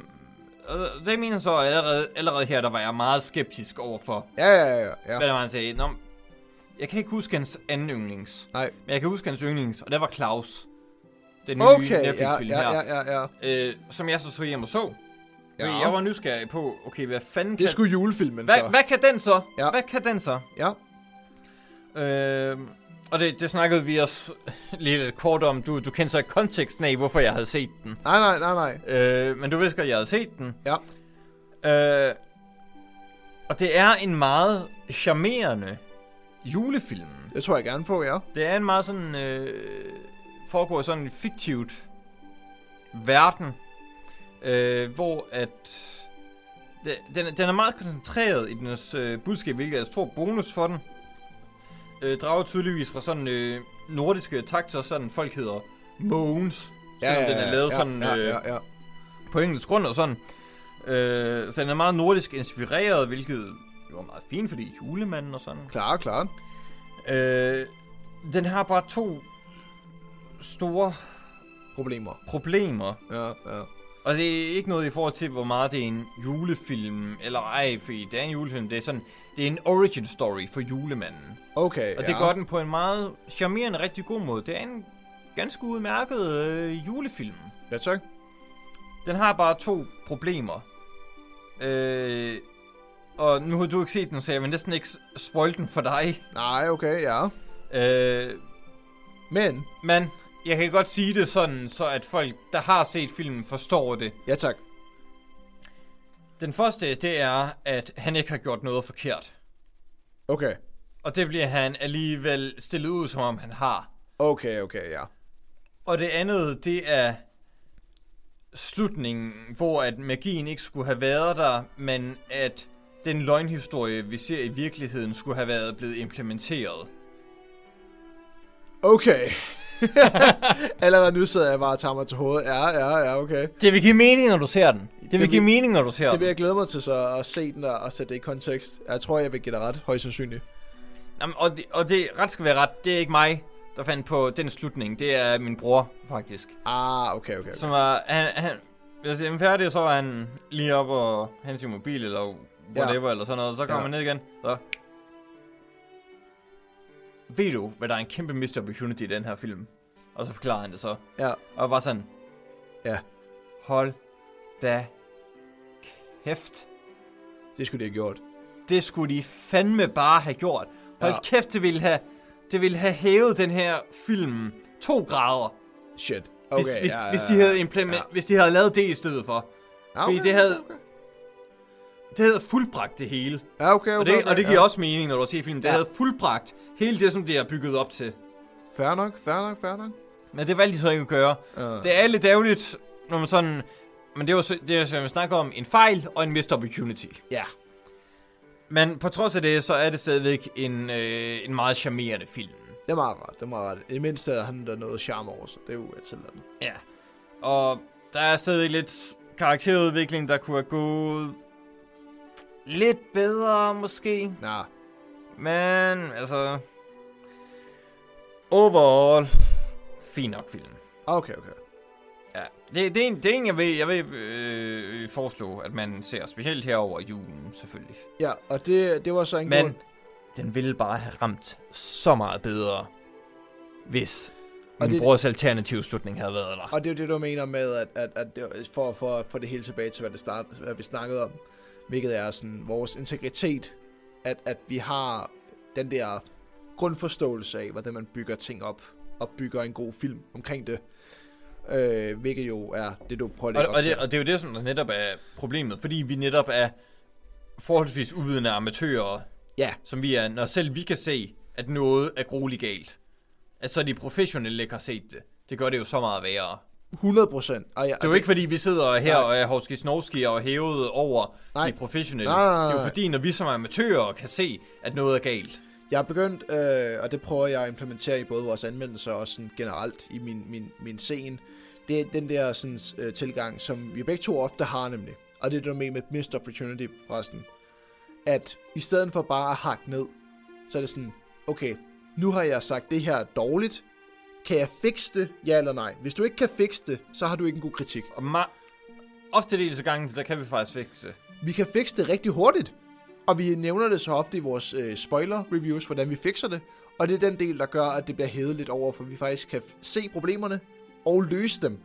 Speaker 1: øh, det mener jeg så allerede, allerede her, der var jeg meget skeptisk overfor, ja.
Speaker 2: Ja, ja, ja, ja.
Speaker 1: hvad
Speaker 2: ja.
Speaker 1: der var, han sagde. Nå, men jeg kan ikke huske hans anden yndlings,
Speaker 2: Nej.
Speaker 1: men jeg kan huske hans yndlings, og det var Claus. Den nye
Speaker 2: Okay, ja,
Speaker 1: Netflix-film
Speaker 2: ja,
Speaker 1: her,
Speaker 2: ja, ja, ja.
Speaker 1: Øh, som jeg så så hjem og så. Ja.
Speaker 2: Ja.
Speaker 1: Jeg var nysgerrig på, okay, hvad fanden
Speaker 2: Det
Speaker 1: kan...
Speaker 2: er sgu julefilmen,
Speaker 1: Hvad,
Speaker 2: så.
Speaker 1: hvad kan den så?
Speaker 2: Ja.
Speaker 1: Hvad kan den så?
Speaker 2: Ja,
Speaker 1: Øh, og det, det snakkede vi også lige lidt kort om. Du, du kendte så ikke konteksten af, hvorfor jeg havde set den.
Speaker 2: nej, nej, nej, nej.
Speaker 1: Øh, men du vidste godt, jeg havde set den.
Speaker 2: Ja.
Speaker 1: Øh, og det er en meget charmerende julefilm.
Speaker 2: Det tror jeg gerne på, ja.
Speaker 1: Det er en meget sådan... Øh, foregår i sådan en fiktivt verden, øh, hvor at... det- Den, er- den er meget koncentreret i dens øh, budskab, hvilket er et stort bonus for den. Øh, drager tydeligvis fra sådan øh, nordiske takter, sådan folk hedder Mogens,
Speaker 2: Ja,
Speaker 1: selvom
Speaker 2: ja,
Speaker 1: den er
Speaker 2: ja,
Speaker 1: lavet
Speaker 2: ja,
Speaker 1: sådan...
Speaker 2: Ja,
Speaker 1: øh,
Speaker 2: ja, ja.
Speaker 1: på engelsk grund og sådan. Øh, så den er meget nordisk inspireret, hvilket jo er meget fint, fordi julemanden og sådan.
Speaker 2: Klar, klar.
Speaker 1: Øh, den har bare to store
Speaker 2: Problemer.
Speaker 1: problemer.
Speaker 2: Ja, ja.
Speaker 1: Og det er ikke noget i forhold til, hvor meget det er en julefilm, eller ej, fordi det er en julefilm. Det er sådan, det er en origin story for julemanden.
Speaker 2: Okay,
Speaker 1: Og
Speaker 2: ja.
Speaker 1: det gør den på en meget charmerende, rigtig god måde. Det er en ganske udmærket øh, julefilm.
Speaker 2: Ja, tak.
Speaker 1: Den har bare to problemer. Øh, og nu har du ikke set den, så jeg vil næsten ikke s- spoil den for dig.
Speaker 2: Nej, okay, ja.
Speaker 1: Øh,
Speaker 2: Men,
Speaker 1: men jeg kan godt sige det sådan, så at folk, der har set filmen, forstår det.
Speaker 2: ja tak.
Speaker 1: Den første, det er, at han ikke har gjort noget forkert.
Speaker 2: Okay,
Speaker 1: Og det bliver han alligevel stillet ud, som om han har.
Speaker 2: okay, okay, ja.
Speaker 1: Og det andet, det er slutningen, hvor at magien ikke skulle have været der, men at den løgnhistorie, vi ser i virkeligheden, skulle have været blevet implementeret.
Speaker 2: Okay. Allerede nu sidder jeg bare og tager mig til hovedet. Ja, ja, ja, okay.
Speaker 1: Det vil give mening, når du ser den. Det vil
Speaker 2: vil-
Speaker 1: give mening, når du ser
Speaker 2: Det vil
Speaker 1: den.
Speaker 2: jeg glæde mig til så at se den og, og sætte det i kontekst. Jeg tror, jeg vil give dig ret, højst sandsynligt.
Speaker 1: Jamen, og, det, og det, ret skal være ret, det er ikke mig, der fandt på den slutning. Det er min bror, faktisk.
Speaker 2: Ah, okay, okay. okay.
Speaker 1: Som var, han, han, hvis jeg er færdig, så var han lige op og hente sin mobil, eller whatever, ja. eller sådan noget. Så kom
Speaker 2: Ja.
Speaker 1: han ned igen, så... Ved du, hvad der er en kæmpe missed opportunity i den her film? Og så forklarer han det så.
Speaker 2: Ja,
Speaker 1: Og var sådan...
Speaker 2: Ja.
Speaker 1: Hold da kæft.
Speaker 2: det skulle det have gjort.
Speaker 1: Det skulle de fandme bare have gjort. Hold ja.
Speaker 2: Ja.
Speaker 1: kæft, det ville have... Det ville have hævet den her film to grader,
Speaker 2: Shit. Okay,
Speaker 1: hvis, hvis,
Speaker 2: ja, ja,
Speaker 1: hvis, de
Speaker 2: ja.
Speaker 1: havde implement,
Speaker 2: Ja.
Speaker 1: hvis de havde lavet det i stedet for.
Speaker 2: Ja,
Speaker 1: fordi det havde- Det havde fuldbragt det hele.
Speaker 2: Ja, okay, okay,
Speaker 1: Og
Speaker 2: okay,
Speaker 1: det, og det
Speaker 2: ja.
Speaker 1: giver også mening, når du ser filmen. Det
Speaker 2: Ja.
Speaker 1: havde fuldbragt hele det, som det er bygget op til.
Speaker 2: Fair nok, fair nok, fair nok.
Speaker 1: Men det valgte de så ikke at gøre.
Speaker 2: Uh,
Speaker 1: Det er lidt ærgerligt, når man sådan... Men det var så- det, er, som jeg snakker om. En fejl og en missed opportunity.
Speaker 2: Ja.
Speaker 1: Men på trods af det, så er det stadigvæk en, øh, en meget charmerende film.
Speaker 2: Det er meget rart, det er meget rart. I det mindste er han der noget charme over sig. Det er jo altid noget.
Speaker 1: Ja. Og der er stadigvæk lidt karakterudvikling, der kunne have gået lidt bedre måske.
Speaker 2: Nej,
Speaker 1: Men altså... Overall, fin nok film.
Speaker 2: okay, okay.
Speaker 1: Ja, det, det, er en, det er en, jeg vil, jeg vil øh, foreslå, at man ser specielt herover i julen, selvfølgelig.
Speaker 2: Ja, og det, det var så en
Speaker 1: Men-
Speaker 2: grund.
Speaker 1: Den ville bare have ramt så meget bedre, hvis
Speaker 2: Og
Speaker 1: min
Speaker 2: det-
Speaker 1: brors alternative slutning havde været der.
Speaker 2: Og det er jo det, du mener med, at, at, at det- for, for, for det hele tilbage til, hvad, det start, hvad vi snakkede om, hvilket er sådan vores integritet, at, at vi har den der grundforståelse af, hvordan man bygger ting op, og bygger en god film omkring det. Øh, hvilket jo er det, du prøver at
Speaker 1: Og,
Speaker 2: lægge op
Speaker 1: og,
Speaker 2: til.
Speaker 1: det, og det er jo det, som der netop er problemet, fordi vi netop er forholdsvis uvidende amatører,
Speaker 2: Ja.
Speaker 1: som vi er, når selv vi kan se, at noget er grueligt galt. At så de professionelle ikke har set det. Det gør det jo så meget værre.
Speaker 2: 100 procent. Og jeg,
Speaker 1: Det er jo ikke, fordi vi sidder her
Speaker 2: Nej.
Speaker 1: og er hovski snovski og er hævet over
Speaker 2: Nej.
Speaker 1: de professionelle.
Speaker 2: Nej, nej, nej,
Speaker 1: Det er jo
Speaker 2: nej.
Speaker 1: fordi, når vi som amatører kan se, at noget er galt.
Speaker 2: Jeg er begyndt, øh, og det prøver jeg at implementere i både vores anmeldelser og sådan generelt i min, min, min scene, det er den der sådan, øh, tilgang, som vi begge to ofte har nemlig. Og det er det, du mener med missed opportunity fra sådan, at i stedet for bare at hakke ned, så er det sådan, okay, nu har jeg sagt, det her er dårligt. Kan jeg fikse det? Ja eller nej? Hvis du ikke kan fikse det, så har du ikke en god kritik.
Speaker 1: Og ma- ofte dels af gangen, der kan vi faktisk fikse. det.
Speaker 2: Vi kan fikse det rigtig hurtigt. Og vi nævner det så ofte i vores øh, spoiler-reviews, hvordan vi fikser det. Og det er den del, der gør, at det bliver hævet lidt over, for vi faktisk kan f- se problemerne og løse dem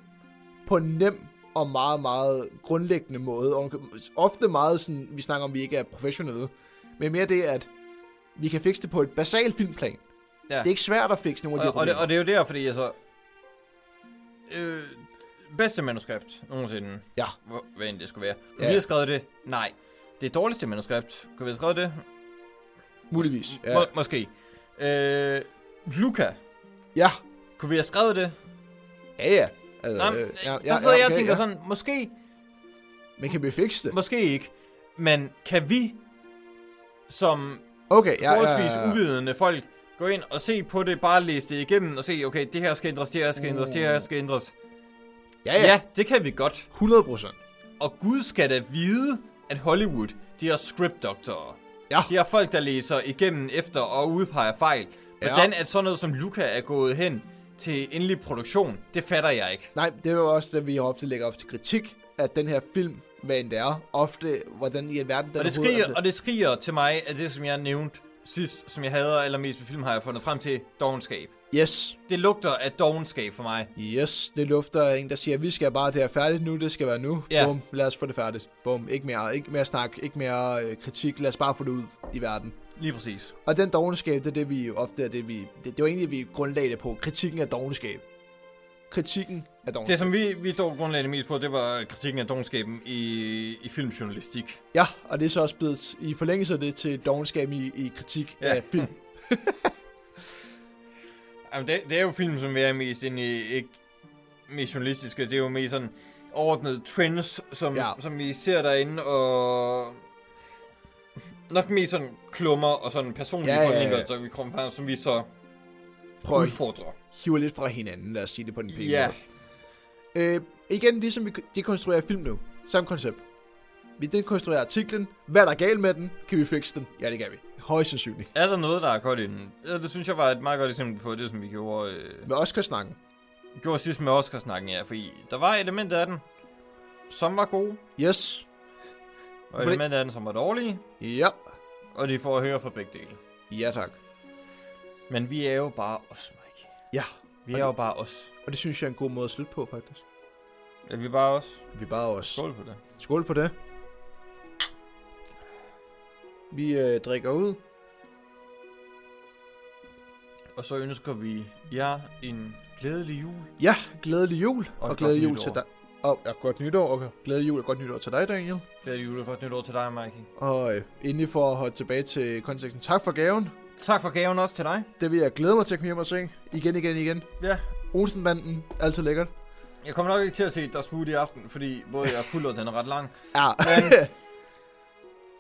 Speaker 2: på en nem og meget, meget grundlæggende måde. Og ofte meget sådan, vi snakker om, at vi ikke er professionelle. Men mere det, at vi kan fikse det på et basalt filmplan.
Speaker 1: Ja.
Speaker 2: Det er ikke svært at fikse nogle af de her
Speaker 1: Og, og,
Speaker 2: problemer.
Speaker 1: det, og det er jo der, fordi altså... Øh, bedste manuskript nogensinde.
Speaker 2: Ja.
Speaker 1: Hvor- Hvad end det skulle være. Kunne
Speaker 2: Ja.
Speaker 1: ja. vi have skrevet det? Nej. Det dårligste manuskript. Kunne vi have skrevet det?
Speaker 2: Muligvis.
Speaker 1: Ja.
Speaker 2: Ja.
Speaker 1: Må, måske. Øh, Luca.
Speaker 2: ja.
Speaker 1: Kunne vi have skrevet det?
Speaker 2: Ja, Øh, ja. Altså,
Speaker 1: Nej,
Speaker 2: øh,
Speaker 1: øh, der sidder jeg og tænker sådan, måske,
Speaker 2: Men kan vi fikse det?
Speaker 1: måske ikke. Men kan vi, som
Speaker 2: Okay,
Speaker 1: ja,
Speaker 2: ja, ja, ja,
Speaker 1: forholdsvis ja,
Speaker 2: ja.
Speaker 1: uvidende folk, gå ind og se på det, bare læse det igennem, og se, okay, det her skal ændres, det her skal ændres, det her skal ændres.
Speaker 2: Mm. Ja,
Speaker 1: Ja,
Speaker 2: ja.
Speaker 1: ja det kan vi godt.
Speaker 2: 100 procent.
Speaker 1: Og Gud skal da vide, at Hollywood, de har scriptdoktorer.
Speaker 2: Ja.
Speaker 1: De har folk, der læser igennem efter og udpeger fejl. Hvordan at sådan noget som Luca er gået hen til endelig produktion, det fatter jeg ikke.
Speaker 2: Nej, det er jo også det, vi ofte lægger op til kritik, at den her film, hvad end det er, ofte, hvordan i alverden den
Speaker 1: Og det,
Speaker 2: overhovedet altså- er
Speaker 1: skriger, og det skriger til mig, at det, som jeg nævnte sidst, som jeg hader allermest ved film, har jeg fundet frem til dogenskab.
Speaker 2: Yes,
Speaker 1: Det lugter af dogenskab for mig.
Speaker 2: yes, det lufter en, der siger, vi skal bare have det her færdigt nu, det skal være nu.
Speaker 1: Ja.
Speaker 2: Bum, lad os få det færdigt. Bum, ikke mere, ikke mere snak, ikke mere øh, kritik, lad os bare få det ud i verden.
Speaker 1: Lige præcis.
Speaker 2: Og den dogenskab, det er det, vi jo ofte er det, vi... Det, det var egentlig, vi grundlagde det på. Kritikken af dogenskab. Kritikken af dogenskab.
Speaker 1: Det, som vi, vi dog grundlagde mest på, det var kritikken af dogenskaben i, i filmjournalistik.
Speaker 2: Ja, og det er så også blevet i forlængelse af det til dogenskab i, i kritik ja.
Speaker 1: Ja.
Speaker 2: af film.
Speaker 1: Jamen, det, det er jo film, som vi er mest inde i, ikke mest journalistiske. Det er jo mest sådan overordnede trends, som,
Speaker 2: Ja.
Speaker 1: ja. som vi ser derinde, og nok mest sådan klummer og sådan personlige
Speaker 2: Ja, ja,
Speaker 1: ja,
Speaker 2: ja,
Speaker 1: holdninger,
Speaker 2: ja.
Speaker 1: så vi kommer frem, som vi så
Speaker 2: Prøv at
Speaker 1: udfordrer.
Speaker 2: hiver lidt fra hinanden, lad os sige det på den pæne
Speaker 1: Ja.
Speaker 2: måde. Øh, igen, ligesom vi dekonstruerer film nu. Samme koncept. Vi dekonstruerer artiklen. Hvad er der galt med den? Kan vi fikse den? Ja, det kan vi. Højst sandsynligt.
Speaker 1: Er der noget, der er godt inden? Ja, det synes jeg var et meget godt eksempel på det, som vi gjorde, øh,
Speaker 2: Med Oscar-snakken.
Speaker 1: gjorde sidst med Oscar-snakken, ja. Fordi der var elementer af den, som var gode,
Speaker 2: Yes.
Speaker 1: og
Speaker 2: det-
Speaker 1: elementer af den, som var dårlige.
Speaker 2: Ja.
Speaker 1: Og det får at høre fra begge dele.
Speaker 2: Ja, tak.
Speaker 1: Men vi er jo bare os, Mike.
Speaker 2: Ja.
Speaker 1: Vi
Speaker 2: Og
Speaker 1: er jo bare os.
Speaker 2: Og det synes jeg er en god måde at slutte på, faktisk.
Speaker 1: Er vi bare os?
Speaker 2: Vi bare også.
Speaker 1: Skål på det.
Speaker 2: Skål på det. Vi øh, drikker ud.
Speaker 1: Og så ønsker vi jer en glædelig jul.
Speaker 2: Ja, glædelig jul.
Speaker 1: Og
Speaker 2: Og, og
Speaker 1: godt
Speaker 2: glædelig jul
Speaker 1: nytår.
Speaker 2: til dig. Og ja, godt nytår. Og glædelig jul og godt nytår til dig, Daniel.
Speaker 1: Glædelig jul og godt nytår til dig, Mike.
Speaker 2: Og øh, endelig for at holde tilbage til konteksten, tak for gaven.
Speaker 1: Tak for gaven også til dig.
Speaker 2: Det vil jeg glæde mig til at komme hjem og se. Igen, igen, igen.
Speaker 1: Ja.
Speaker 2: Olsenbanden, altid lækkert.
Speaker 1: Jeg kommer nok ikke til at se Der Smooth i aften, fordi både jeg er fuld og den er ret lang.
Speaker 2: Ja,
Speaker 1: Men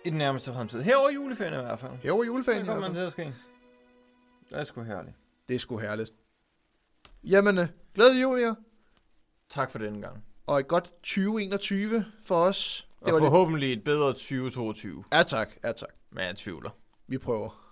Speaker 1: I den nærmeste fremtid. Herover juleferien i hvert fald.
Speaker 2: Her over juleferien.
Speaker 1: Det
Speaker 2: i
Speaker 1: kommer
Speaker 2: hvert
Speaker 1: man
Speaker 2: fald.
Speaker 1: til at ske. Det er sgu herligt.
Speaker 2: Det er sgu herligt. Jamen, øh, glædelig jul, jer.
Speaker 1: Tak for denne gang.
Speaker 2: Og et godt 2021 for os.
Speaker 1: Og
Speaker 2: det.
Speaker 1: forhåbentlig et bedre 2022.
Speaker 2: Ja tak, ja tak.
Speaker 1: Men jeg tvivler.
Speaker 2: Vi prøver.